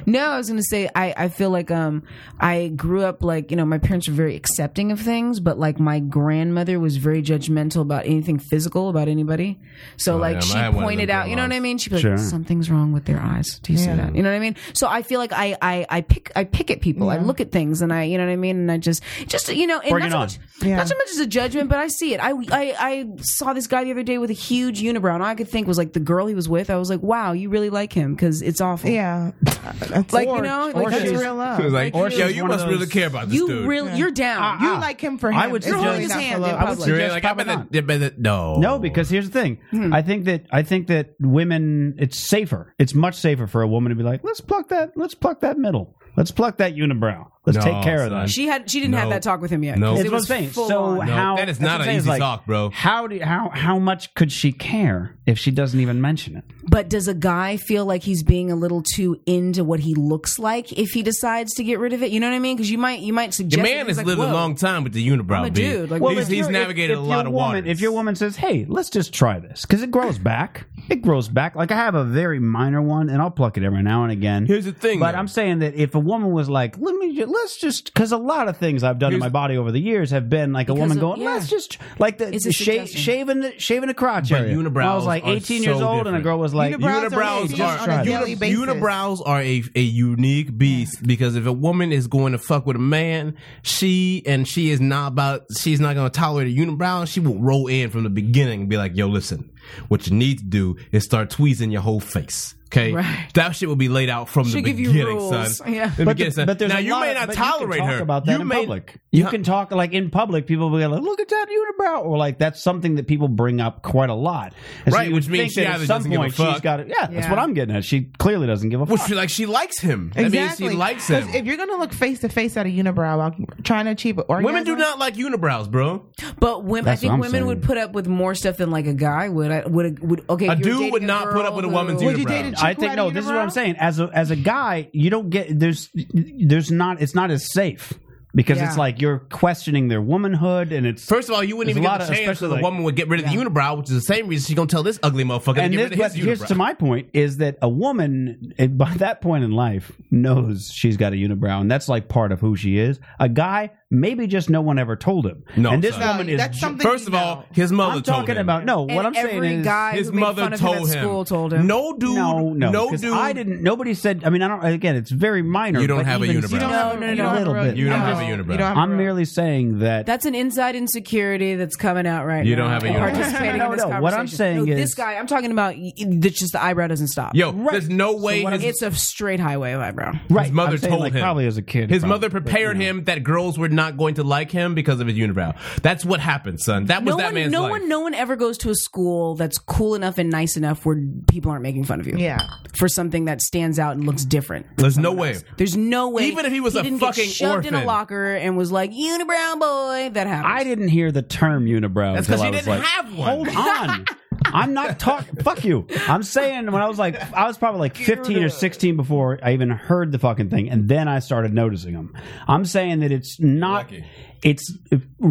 Speaker 8: No, I was gonna say I, I feel like um I grew up like you know my parents were very accepting of things, but like my grandmother was very judgmental about anything physical about anybody. So like
Speaker 7: Oh, yeah, I
Speaker 8: she
Speaker 7: had one of
Speaker 8: pointed
Speaker 7: them
Speaker 8: out, you know what I
Speaker 7: grandmas.
Speaker 8: mean? She'd be like,
Speaker 5: Sure.
Speaker 8: something's wrong with their eyes. Do you see that? You know what I mean? So I feel like I I, I pick I pick at people. I look at things and I you know what I mean? And I just just you know and
Speaker 5: Bring
Speaker 8: not
Speaker 5: it
Speaker 8: so
Speaker 5: on.
Speaker 8: much not so much as a judgment, but I see it. I, I I saw this guy the other day with a huge unibrow, and all I could think was like the girl he was with. I was like, wow, you really like him because it's awful.
Speaker 9: Yeah. That's
Speaker 8: Like
Speaker 9: or-
Speaker 8: you know,
Speaker 5: or
Speaker 8: like
Speaker 9: that's
Speaker 5: she's-
Speaker 9: real love.
Speaker 7: like,
Speaker 5: Or she
Speaker 7: yo,
Speaker 5: was
Speaker 7: you
Speaker 5: one of
Speaker 7: must really
Speaker 5: those-
Speaker 7: care about this
Speaker 8: you
Speaker 7: dude. Ah.
Speaker 8: really you're down.
Speaker 9: you like him for him.
Speaker 5: I would
Speaker 9: It's
Speaker 5: suggest-
Speaker 9: really
Speaker 5: You're
Speaker 9: not
Speaker 8: holding
Speaker 9: for
Speaker 8: his hand in
Speaker 9: love. I would
Speaker 8: public.
Speaker 7: You're really
Speaker 8: You're
Speaker 9: suggest-
Speaker 7: like, I bet
Speaker 5: probably
Speaker 7: that, I bet that, no.
Speaker 5: No, because here's the thing.
Speaker 8: Hmm.
Speaker 5: I think that I think that women it's safer. It's much safer for a woman to be like, let's pluck that, let's pluck that middle. Let's pluck that unibrow. Let's
Speaker 7: No,
Speaker 5: take care of
Speaker 7: son.
Speaker 5: that.
Speaker 8: She had she didn't have
Speaker 7: No.
Speaker 8: that talk with him yet.
Speaker 7: No.
Speaker 8: 'cause
Speaker 5: That's
Speaker 8: it
Speaker 5: what I'm
Speaker 8: was
Speaker 5: saying.
Speaker 8: full
Speaker 5: So
Speaker 8: on.
Speaker 7: No,
Speaker 5: how
Speaker 7: that is
Speaker 5: that's what
Speaker 7: not
Speaker 5: I'm
Speaker 7: an
Speaker 5: saying,
Speaker 7: easy
Speaker 5: like,
Speaker 7: talk, bro.
Speaker 5: How do how how much could she care if she doesn't even mention it?
Speaker 8: But does a guy feel like he's being a little too into what he looks like if he decides to get rid of it? You know what I mean? Because you might you might suggest
Speaker 7: Your
Speaker 8: it,
Speaker 7: man has
Speaker 8: he's like,
Speaker 7: lived a
Speaker 8: "Whoa."
Speaker 7: long time with the unibrow,
Speaker 8: I'm a
Speaker 7: B.
Speaker 8: dude, like-
Speaker 7: he's,
Speaker 5: if
Speaker 7: he's
Speaker 5: you're-
Speaker 7: navigated
Speaker 5: if-
Speaker 7: a
Speaker 5: if
Speaker 7: lot
Speaker 5: your
Speaker 7: of
Speaker 5: woman,
Speaker 7: waters.
Speaker 5: If your woman says, "Hey, let's just try this," because it grows back, it grows back. Like I have a very minor one, and I'll pluck it every now and again.
Speaker 7: Here's the thing,
Speaker 5: but
Speaker 7: though.
Speaker 5: I'm saying that if a woman was like, "Let me, ju- let's just," because a lot of things I've done in
Speaker 7: Here's-
Speaker 5: my body over the years have been like a
Speaker 8: Because
Speaker 5: woman
Speaker 8: of-
Speaker 5: going,
Speaker 8: yeah.
Speaker 5: "Let's just like the
Speaker 8: It's a
Speaker 5: sha-
Speaker 8: suggestion.
Speaker 5: shaving the, shaving the crotch
Speaker 7: But
Speaker 5: area." When I was
Speaker 7: unibrows
Speaker 5: like
Speaker 7: are
Speaker 5: 18
Speaker 7: so
Speaker 5: years old, and a
Speaker 7: different.
Speaker 5: girl was like,
Speaker 9: Unibrow- Unibrows
Speaker 7: unibrows
Speaker 9: are
Speaker 7: are,
Speaker 9: made on
Speaker 5: a
Speaker 7: uni-
Speaker 9: daily basis.
Speaker 7: unibrows are a, a unique beast because if a woman is going to fuck with a man, she and she is not about she's not going to tolerate a unibrow. She will roll in from the beginning and be like, "Yo, listen, what you need to do is start tweezing your whole face." Okay,
Speaker 8: Right.
Speaker 7: that shit will be laid out from
Speaker 8: She'll
Speaker 7: the
Speaker 8: give you
Speaker 7: beginning,
Speaker 8: rules.
Speaker 7: son.
Speaker 8: Yeah.
Speaker 7: The
Speaker 5: But,
Speaker 7: beginning,
Speaker 5: the,
Speaker 7: son.
Speaker 5: but there's
Speaker 7: now
Speaker 5: a
Speaker 7: you
Speaker 5: lot
Speaker 7: may
Speaker 5: of-
Speaker 7: not
Speaker 5: but you can
Speaker 7: tolerate
Speaker 5: talk
Speaker 7: her.
Speaker 5: about that
Speaker 7: you
Speaker 5: in
Speaker 7: may,
Speaker 5: public. You can talk like in public. People will be like, "Look at that unibrow," or like that's something that people bring up quite a lot. And
Speaker 7: Right,
Speaker 5: you
Speaker 7: which
Speaker 5: would
Speaker 7: means
Speaker 5: think
Speaker 7: she
Speaker 5: that
Speaker 7: either
Speaker 5: at some
Speaker 7: doesn't give a
Speaker 5: point she's
Speaker 7: fuck-
Speaker 5: got it. Yeah, that's
Speaker 8: Yeah.
Speaker 5: what I'm getting at. She clearly doesn't give a
Speaker 7: Well,
Speaker 5: fuck.
Speaker 7: she like she likes him. That
Speaker 9: Exactly.
Speaker 7: means she likes
Speaker 9: 'Cause
Speaker 7: him.
Speaker 9: If you're gonna look face to face at a unibrow while trying to achieve an orgasm,
Speaker 7: Women do not like unibrows, bro.
Speaker 8: But women, I
Speaker 5: That's what
Speaker 8: think
Speaker 5: I'm
Speaker 8: women
Speaker 5: saying.
Speaker 8: would put up with more stuff than like a guy would. I, would would okay?
Speaker 7: A
Speaker 8: if you were
Speaker 7: dude
Speaker 8: dating
Speaker 7: would
Speaker 8: a
Speaker 7: not put
Speaker 8: girl
Speaker 7: up with a woman's
Speaker 8: who-
Speaker 9: Would you
Speaker 7: unibrow.
Speaker 9: date a chick
Speaker 5: I
Speaker 9: who
Speaker 5: think
Speaker 9: had
Speaker 5: no.
Speaker 9: a
Speaker 5: This is
Speaker 9: unibrow?
Speaker 5: what I'm saying. As a as a guy, you don't get there's there's not it's not as safe because it's
Speaker 8: Yeah.
Speaker 5: like you're questioning their womanhood and it's
Speaker 7: First of all, you wouldn't
Speaker 5: There's a
Speaker 7: even
Speaker 5: lot
Speaker 7: get
Speaker 5: of-
Speaker 7: a chance that
Speaker 5: especially
Speaker 7: the
Speaker 5: like-
Speaker 7: woman would get rid of the unibrow, which is the same reason she's gonna tell this ugly motherfucker
Speaker 5: and
Speaker 7: to
Speaker 5: this,
Speaker 7: get rid of
Speaker 5: but
Speaker 7: his
Speaker 5: here's
Speaker 7: unibrow.
Speaker 5: to my point is that a woman eh, by that point in life knows she's got a unibrow and that's like part of who she is a guy maybe just no one ever told him
Speaker 7: No,
Speaker 5: and this
Speaker 7: son.
Speaker 5: woman is
Speaker 9: That's
Speaker 5: ju-
Speaker 9: something.
Speaker 7: First
Speaker 9: you
Speaker 7: of all,
Speaker 9: know.
Speaker 7: his mother
Speaker 5: i'm
Speaker 7: told
Speaker 5: talking
Speaker 7: him.
Speaker 5: about no
Speaker 8: And
Speaker 5: what i'm saying
Speaker 8: every
Speaker 5: is
Speaker 8: guy
Speaker 7: his
Speaker 8: who made
Speaker 7: mother
Speaker 8: fun of
Speaker 7: told
Speaker 8: him at
Speaker 7: him.
Speaker 8: school told him.
Speaker 7: No dude.
Speaker 5: no no
Speaker 7: No
Speaker 5: 'cause
Speaker 7: dude.
Speaker 5: I didn't. Nobody said. I mean, I don't. Again, it's very minor.
Speaker 7: You don't
Speaker 5: but
Speaker 7: have a
Speaker 5: even
Speaker 7: unibrow.
Speaker 5: still-
Speaker 9: You don't have a-
Speaker 8: No, no,
Speaker 9: you don't
Speaker 8: no.
Speaker 9: have
Speaker 5: Little bit.
Speaker 7: You don't
Speaker 9: no.
Speaker 7: have a unibrow.
Speaker 9: You don't have a
Speaker 5: I'm
Speaker 9: unibrow.
Speaker 5: merely saying that.
Speaker 8: That's an inside insecurity that's coming out right
Speaker 7: You
Speaker 8: now.
Speaker 7: don't have a
Speaker 8: and
Speaker 7: unibrow.
Speaker 8: *laughs* participating
Speaker 5: No,
Speaker 8: in this
Speaker 5: no, what I'm
Speaker 8: conversation.
Speaker 5: saying
Speaker 8: No,
Speaker 5: is-
Speaker 8: this guy. I'm talking about. y- That's just the eyebrow doesn't stop.
Speaker 7: Yo, there's no way his,
Speaker 8: it's a straight highway of eyebrow.
Speaker 5: right.
Speaker 7: his mother
Speaker 5: I'm saying,
Speaker 7: told
Speaker 5: like,
Speaker 7: him.
Speaker 5: probably as a kid.
Speaker 7: his
Speaker 5: probably,
Speaker 7: mother
Speaker 5: but,
Speaker 7: prepared
Speaker 5: you know.
Speaker 7: him that girls were not going to like him because of his unibrow. That's what happened, son. That was
Speaker 8: No
Speaker 7: that
Speaker 8: one,
Speaker 7: man's
Speaker 8: no
Speaker 7: life.
Speaker 8: one, no one ever goes to a school that's cool enough and nice enough where people aren't making fun of you.
Speaker 9: Yeah.
Speaker 8: for something that stands out and looks different.
Speaker 7: There's no way.
Speaker 8: There's no way.
Speaker 7: Even if he was a
Speaker 8: didn't
Speaker 7: fucking
Speaker 8: get shoved in a
Speaker 7: orphan.
Speaker 8: locker and was like unibrow boy, that happened.
Speaker 5: I didn't hear the term unibrow.
Speaker 7: That's
Speaker 5: until
Speaker 7: because
Speaker 5: I
Speaker 7: he didn't
Speaker 5: was like,
Speaker 7: have one.
Speaker 5: Hold on.
Speaker 7: *laughs*
Speaker 5: I'm not talking. Fuck you. I'm saying when I was like, I was probably like 15 or 16 before I even heard the fucking thing, and then I started noticing them. I'm saying that it's not.
Speaker 7: Lucky.
Speaker 5: It's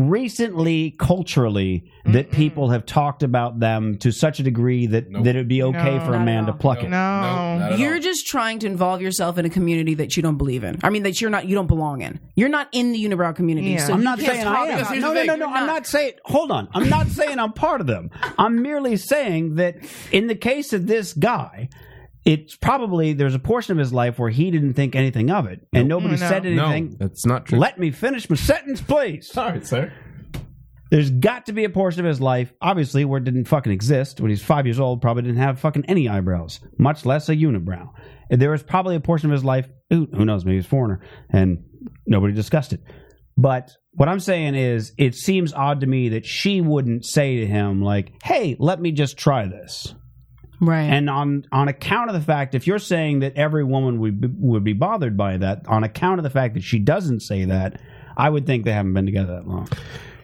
Speaker 5: recently culturally that people have talked about them to such a degree that that it'd be okay for a
Speaker 8: Not
Speaker 5: man
Speaker 8: at
Speaker 5: to
Speaker 8: all.
Speaker 5: pluck it.
Speaker 9: No.
Speaker 8: You're just trying to involve yourself in a community that you don't believe in. I mean, that you're not, you don't belong in. You're not in the unibrow community.
Speaker 9: Yeah.
Speaker 8: So
Speaker 5: I'm
Speaker 8: you
Speaker 5: not
Speaker 8: can't
Speaker 5: saying
Speaker 8: talk
Speaker 5: I
Speaker 8: about
Speaker 5: am.
Speaker 8: it.
Speaker 5: No, no, no, no.
Speaker 8: You're
Speaker 5: I'm not saying. Hold on. I'm not saying I'm part of them. I'm merely saying that in the case of this guy, it's probably there's a portion of his life where he didn't think anything of it, and nobody said
Speaker 7: No,
Speaker 5: anything.
Speaker 7: that's not true.
Speaker 5: Let me finish my sentence, please.
Speaker 7: Sorry, sir.
Speaker 5: There's got to be a portion of his life, obviously, where it didn't fucking exist. When he's five years old, probably didn't have fucking any eyebrows, much less a unibrow. And there was probably a portion of his life, who, who knows, maybe he was a foreigner, and nobody discussed it. But what I'm saying is, it seems odd to me that she wouldn't say to him, like, hey, let me just try this.
Speaker 8: Right.
Speaker 5: And um, on on account of the fact, if you're saying that every woman would be, would be bothered by that, on account of the fact that she doesn't say that, I would think they haven't been together that long.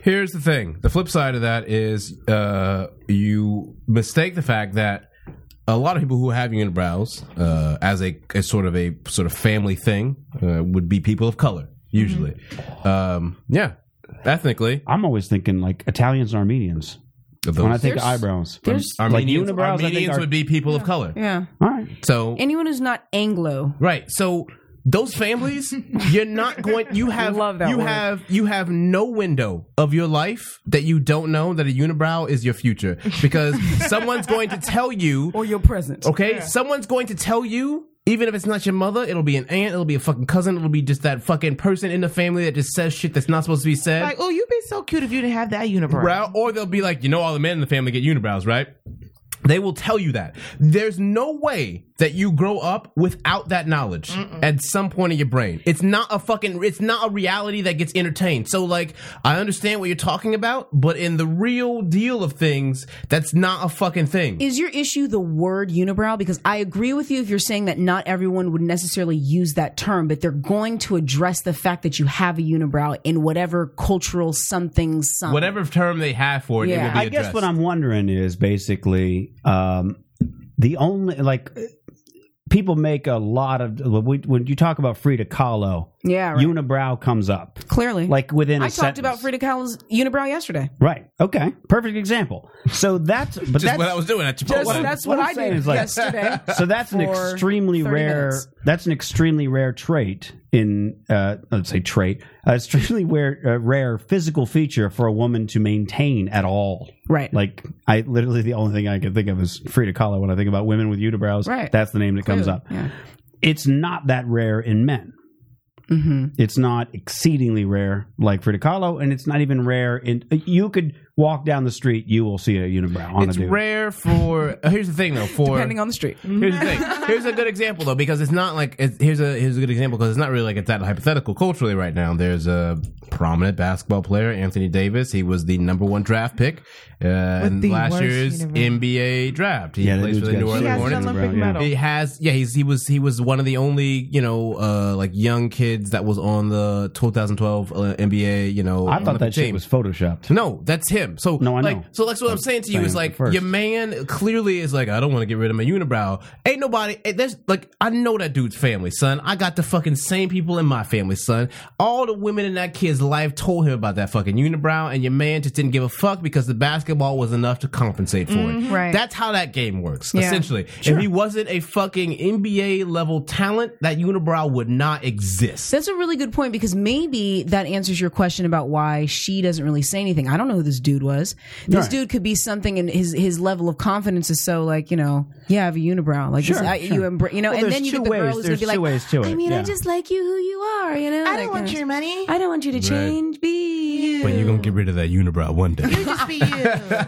Speaker 7: Here's the thing. The flip side of that is uh, you mistake the fact that a lot of people who have unibrows uh, as a as sort of a sort of family thing uh, would be people of color usually. Um, yeah, ethnically.
Speaker 5: I'm always thinking like Italians and Armenians when I think of
Speaker 8: There's-
Speaker 5: eyebrows.
Speaker 8: there's-
Speaker 7: Armenians,
Speaker 5: like unibrows, I think,
Speaker 7: Armenians
Speaker 5: are-
Speaker 7: would be people of color.
Speaker 8: yeah.
Speaker 5: All right,
Speaker 7: So
Speaker 8: Anyone who's not Anglo.
Speaker 7: Right. So those
Speaker 8: *laughs*
Speaker 7: families, you're not going. You have
Speaker 8: Love that
Speaker 7: you
Speaker 8: word.
Speaker 7: have you have no window of your life that you don't know that a unibrow is your future
Speaker 8: *laughs*
Speaker 7: because someone's going to tell you.
Speaker 8: Or your present.
Speaker 7: Okay, someone's going to tell you. Even if it's not your mother, it'll be an aunt, it'll be a fucking cousin, it'll be just that fucking person in the family that just says shit that's not supposed to be said.
Speaker 9: Like, oh, you'd be so cute if you didn't have that unibrow.
Speaker 7: Brow, or they'll be like, you know, all the men in the family get unibrows, right? They will tell you that. There's no way that you grow up without that knowledge at some point in your brain. It's not a fucking, it's not a reality that gets entertained. So, like, I understand what you're talking about, but in the real deal of things, that's not a fucking thing.
Speaker 8: Is your issue the word unibrow? Because I agree with you if you're saying that not everyone would necessarily use that term, but they're going to address the fact that you have a unibrow in whatever cultural something, something.
Speaker 7: Whatever term they have for it, it
Speaker 8: Yeah.
Speaker 7: will be
Speaker 5: I
Speaker 7: addressed.
Speaker 5: guess what I'm wondering is basically um, the only like people make a lot of when when you talk about Frida Kahlo,
Speaker 8: Yeah, right.
Speaker 5: unibrow comes up
Speaker 8: Clearly.
Speaker 5: like within. a
Speaker 8: I talked
Speaker 5: sentence.
Speaker 8: about Frida Kahlo's unibrow yesterday.
Speaker 5: Right. Okay. Perfect example. So that's but
Speaker 7: Just
Speaker 5: that's
Speaker 7: what I was doing at Chipotle.
Speaker 8: Just- that's
Speaker 5: what
Speaker 8: what,
Speaker 5: I'm
Speaker 8: I
Speaker 5: saying
Speaker 8: did
Speaker 5: is, like,
Speaker 8: yesterday.
Speaker 5: *laughs* so that's an
Speaker 8: for
Speaker 5: extremely
Speaker 8: 30
Speaker 5: rare
Speaker 8: minutes.
Speaker 5: that's an extremely rare trait in uh, let's say trait uh, extremely *laughs* rare uh, rare physical feature for a woman to maintain at all
Speaker 8: Right.
Speaker 5: like i literally the only thing i can think of is frida kahlo when i think about women with unibrows
Speaker 8: Right.
Speaker 5: that's the name that comes
Speaker 8: Clearly,
Speaker 5: up
Speaker 8: yeah.
Speaker 5: it's not that rare in men
Speaker 8: Mm-hmm.
Speaker 5: it's not exceedingly rare like frida kahlo and it's not even rare in uh, you could Walk down the street, you will see a unibrow on
Speaker 7: it's
Speaker 5: a dude.
Speaker 7: rare for. uh, here's the thing though. For
Speaker 8: Depending on the street.
Speaker 5: Mm-hmm.
Speaker 7: Here's the
Speaker 9: *laughs*
Speaker 7: thing. Here's a good example though, because it's not like it's, here's a here's a good example because it's not really like it's that hypothetical culturally right now. There's a prominent basketball player, Anthony Davis. He was the number one draft pick uh, in
Speaker 9: the
Speaker 7: last
Speaker 9: worst
Speaker 7: year's
Speaker 9: universe.
Speaker 7: NBA draft. He
Speaker 5: Yeah, that
Speaker 7: plays for
Speaker 5: dude's
Speaker 7: the New Orleans
Speaker 5: got
Speaker 9: He has an
Speaker 7: Hornets.
Speaker 9: Olympic medal.
Speaker 7: He has, yeah. He's he was he was one of the only you know uh like young kids that was on the 2012 uh, NBA. You know,
Speaker 5: I thought
Speaker 7: Olympic
Speaker 5: that shit
Speaker 7: team.
Speaker 5: was photoshopped.
Speaker 7: No, that's him. So
Speaker 5: No, I
Speaker 7: like,
Speaker 5: know.
Speaker 7: So that's what I'm saying to you
Speaker 5: Saying
Speaker 7: is
Speaker 5: it
Speaker 7: like
Speaker 5: first.
Speaker 7: your man clearly is like I don't want to get rid of my unibrow. Ain't nobody. eh, There's like I know that dude's family, son. I got the fucking same people in my family, son. All the women in that kid's life told him about that fucking unibrow, and your man just didn't give a fuck because the basketball was enough to compensate for it.
Speaker 14: Right.
Speaker 7: That's how that game works
Speaker 8: Yeah.
Speaker 7: essentially. If he wasn't a fucking NBA level talent, that unibrow would not exist.
Speaker 8: That's a really good point because maybe that answers your question about why she doesn't really say anything. I don't know who this dude was. This dude could be something, and his his level of confidence is so like you know, yeah, I have a unibrow, like this, I, you embrace, you know,
Speaker 5: Well,
Speaker 8: and
Speaker 5: there's
Speaker 8: then you
Speaker 5: two
Speaker 8: get the girl
Speaker 5: ways-
Speaker 8: who's gonna
Speaker 5: there's
Speaker 8: be
Speaker 5: two
Speaker 8: like,
Speaker 5: ways to
Speaker 8: I
Speaker 5: it,
Speaker 8: mean, I
Speaker 5: yeah.
Speaker 8: just like you who you are, you know.
Speaker 9: I don't want your money.
Speaker 8: I don't want you to change. Be you.
Speaker 7: But you're gonna get rid of that unibrow one day.
Speaker 9: You just
Speaker 7: *laughs*
Speaker 9: be you.
Speaker 5: *laughs*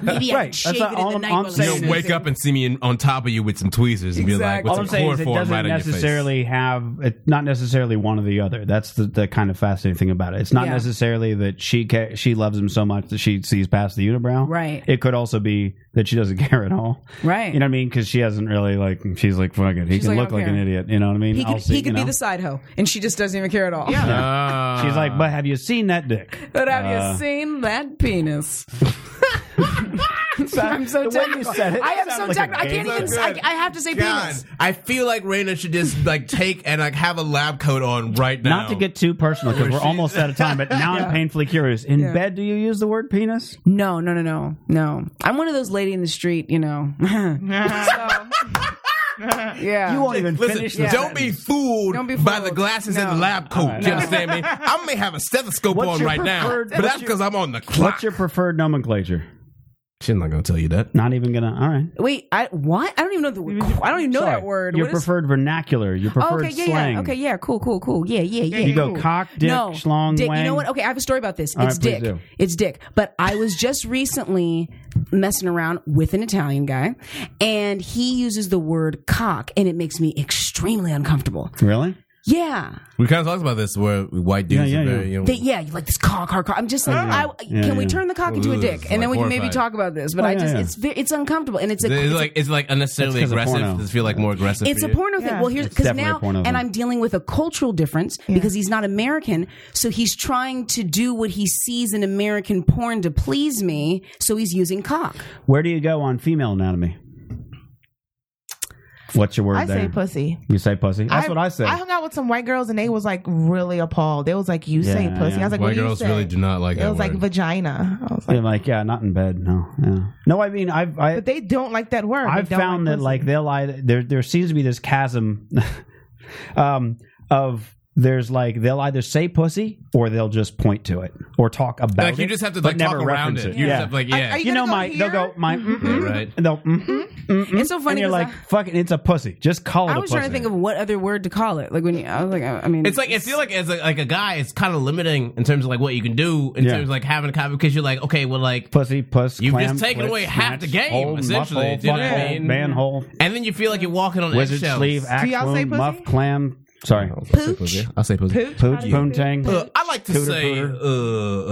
Speaker 14: Maybe I
Speaker 5: Right.
Speaker 14: can shave
Speaker 5: That's
Speaker 14: it
Speaker 5: all
Speaker 14: in the night.
Speaker 5: I'm- I'm
Speaker 14: while I'm
Speaker 5: saying
Speaker 14: sleeping.
Speaker 5: is-
Speaker 7: wake up and see me in, on top of you with some tweezers and be
Speaker 8: Exactly.
Speaker 7: like,
Speaker 5: All I'm
Speaker 7: with some
Speaker 5: saying is it
Speaker 7: chloroform
Speaker 5: doesn't
Speaker 7: right on your face.
Speaker 5: necessarily have it's not necessarily one or the other. That's the, the kind of fascinating thing about it. It's not
Speaker 8: Yeah.
Speaker 5: necessarily that she ca- she loves him so much that she sees past the unibrow.
Speaker 8: Right.
Speaker 5: It could also be that she doesn't *laughs* care at all.
Speaker 8: Right.
Speaker 5: You know what I mean? Because she hasn't really like she's like fuck it. He
Speaker 8: She's
Speaker 5: can
Speaker 8: like,
Speaker 5: look
Speaker 8: I don't
Speaker 5: like an
Speaker 8: care.
Speaker 5: idiot. You know what I mean?
Speaker 8: He
Speaker 5: I'll
Speaker 8: could,
Speaker 5: see,
Speaker 8: he
Speaker 5: you
Speaker 8: could be
Speaker 5: know?
Speaker 8: the side hoe, and she just doesn't even care at all. Yeah.
Speaker 5: *laughs*
Speaker 7: Ah.
Speaker 5: She's like, but have you seen that dick?
Speaker 8: *laughs* But have
Speaker 5: Uh,
Speaker 8: you seen that penis? *laughs* I'm so
Speaker 5: the way you
Speaker 8: technical.
Speaker 5: said it,
Speaker 8: I
Speaker 5: it
Speaker 8: am so
Speaker 5: sounded like a
Speaker 8: technical. I can't
Speaker 5: game
Speaker 8: even.
Speaker 7: show.
Speaker 8: I, I have to say
Speaker 7: God,
Speaker 8: penis.
Speaker 7: I feel like Raina should just like take and like have a lab coat on right now.
Speaker 5: Not to get too personal because we're almost out of time,
Speaker 8: *laughs*
Speaker 5: but now I'm painfully curious. In bed, do you use the word penis?
Speaker 8: No, no, no, no, no. I'm one of those lady in the street, you know. *laughs* yeah.
Speaker 5: You won't even
Speaker 7: Listen,
Speaker 5: finish. the
Speaker 7: don't be fooled
Speaker 8: Don't be
Speaker 7: by the
Speaker 8: fooled.
Speaker 7: glasses and the
Speaker 8: No.
Speaker 7: lab coat.
Speaker 5: right.
Speaker 7: Do you understand
Speaker 5: *laughs*
Speaker 7: me? I may have a stethoscope
Speaker 5: What's
Speaker 7: on
Speaker 5: your
Speaker 7: right now,
Speaker 5: preferred-
Speaker 7: but
Speaker 5: what's
Speaker 7: that's
Speaker 5: your-
Speaker 7: because I'm on the clock.
Speaker 5: What's your preferred nomenclature?
Speaker 7: She's not gonna tell you that.
Speaker 5: Not even gonna. All right.
Speaker 8: Wait, I what? I don't even know the word. I don't even know
Speaker 5: Sorry,
Speaker 8: that word.
Speaker 5: Your
Speaker 8: What is- Oh,
Speaker 5: preferred vernacular. Your preferred
Speaker 8: okay, yeah,
Speaker 5: slang.
Speaker 8: yeah. Okay, yeah. Cool, cool, cool. Yeah, yeah, yeah.
Speaker 5: You go
Speaker 8: cool.
Speaker 5: cock, dick,
Speaker 8: no,
Speaker 5: schlong,
Speaker 8: dick. You
Speaker 5: wang.
Speaker 8: know what? Okay, I have a story about this.
Speaker 5: All
Speaker 8: it's
Speaker 5: right, please
Speaker 8: dick.
Speaker 5: do.
Speaker 8: It's dick. But I was just recently messing around with an Italian guy, and he uses the word cock, and it makes me extremely uncomfortable.
Speaker 5: Really?
Speaker 8: Yeah,
Speaker 7: We kind of talked about this where white dudes
Speaker 5: Yeah, yeah,
Speaker 7: are very,
Speaker 5: yeah.
Speaker 7: you know,
Speaker 8: They- yeah. You like this cock, hard cock. I'm just like, I,
Speaker 5: Oh, Yeah,
Speaker 8: can we
Speaker 5: yeah.
Speaker 8: turn the cock into a
Speaker 7: Ooh,
Speaker 8: dick,
Speaker 7: it's
Speaker 8: and then
Speaker 7: like
Speaker 8: we can maybe
Speaker 7: horrifying.
Speaker 8: talk about this? But
Speaker 5: Oh,
Speaker 8: I
Speaker 5: yeah,
Speaker 8: just,
Speaker 5: yeah.
Speaker 8: it's ve- it's uncomfortable, and it's a,
Speaker 7: it's
Speaker 8: it's a
Speaker 7: like it's like unnecessarily
Speaker 5: That's 'cause of
Speaker 7: aggressive.
Speaker 5: porno.
Speaker 7: Does it feel like more aggressive?
Speaker 8: It's
Speaker 7: for
Speaker 8: a
Speaker 7: you?
Speaker 8: porno thing.
Speaker 9: Yeah.
Speaker 8: Well, here's
Speaker 5: It's
Speaker 8: because
Speaker 5: definitely a
Speaker 8: now,
Speaker 5: porno thing.
Speaker 8: and I'm dealing with a cultural difference because he's not American, so he's trying to do what he sees in American porn to please me. So he's using cock.
Speaker 5: Where do you go on female anatomy? What's your word
Speaker 9: I
Speaker 5: there?
Speaker 9: say pussy.
Speaker 5: You say pussy. That's
Speaker 9: I-
Speaker 5: what I say.
Speaker 9: I hung out with some white girls and they was like really appalled. They was like, "You say
Speaker 5: Yeah,
Speaker 9: pussy."
Speaker 5: yeah.
Speaker 9: I was like, "What
Speaker 7: White
Speaker 9: do you
Speaker 7: girls
Speaker 9: say?"
Speaker 7: really do not like
Speaker 9: It
Speaker 7: that
Speaker 9: was like
Speaker 7: word.
Speaker 9: vagina. I was like,
Speaker 5: They're like, yeah, not in bed. No, yeah. No, I mean, I've I,
Speaker 9: but they don't like that word. They
Speaker 5: I've
Speaker 9: don't
Speaker 5: found that
Speaker 9: pussy.
Speaker 5: like they'll either there there seems to be this chasm *laughs* um of there's like they'll either say pussy or they'll just point to it or talk about
Speaker 7: Like
Speaker 5: it.
Speaker 7: you just have to
Speaker 5: but
Speaker 7: like
Speaker 5: never
Speaker 7: talk around
Speaker 5: reference
Speaker 7: it.
Speaker 5: it.
Speaker 7: You
Speaker 5: Yeah.
Speaker 7: just have to, like yeah.
Speaker 9: Are you
Speaker 5: you know,
Speaker 9: gonna go
Speaker 5: my
Speaker 9: here?
Speaker 5: they'll go my
Speaker 7: *laughs*
Speaker 5: mm-mm,
Speaker 7: Yeah, right.
Speaker 5: and they'll mm-mm, mm-mm.
Speaker 8: It's so funny
Speaker 5: And you're like,
Speaker 8: 'cause I-
Speaker 5: fucking, it's a pussy. Just call it.
Speaker 8: I
Speaker 5: a
Speaker 8: was trying to
Speaker 5: pussy.
Speaker 8: think of what other word to call it. Like when you, I was like, I, I mean,
Speaker 7: It's like I feel like as a, like a guy, it's kind of limiting in terms of like what you can do in
Speaker 5: Yeah.
Speaker 7: terms of like having a copy because you're like, okay, well, like,
Speaker 5: pussy, puss.
Speaker 7: You've
Speaker 5: clam,
Speaker 7: just taken
Speaker 5: clit,
Speaker 7: away half the
Speaker 5: snatch,
Speaker 7: game,
Speaker 5: hole,
Speaker 7: essentially,
Speaker 5: muffle,
Speaker 7: do you know what I
Speaker 5: butthole,
Speaker 7: mean?
Speaker 5: manhole,
Speaker 7: and then you feel like you're walking on
Speaker 5: wizard
Speaker 7: eggshells.
Speaker 5: sleeve, axe
Speaker 9: y'all say
Speaker 5: wound,
Speaker 9: pussy?
Speaker 5: muff, clam. Sorry,
Speaker 8: pooch.
Speaker 7: I'll say pussy.
Speaker 9: Pooch?
Speaker 5: pooch,
Speaker 9: How do you
Speaker 5: poon,
Speaker 9: say
Speaker 5: tang,
Speaker 7: Uh, I like to
Speaker 5: Cooter
Speaker 7: say
Speaker 5: pooter.
Speaker 7: uh,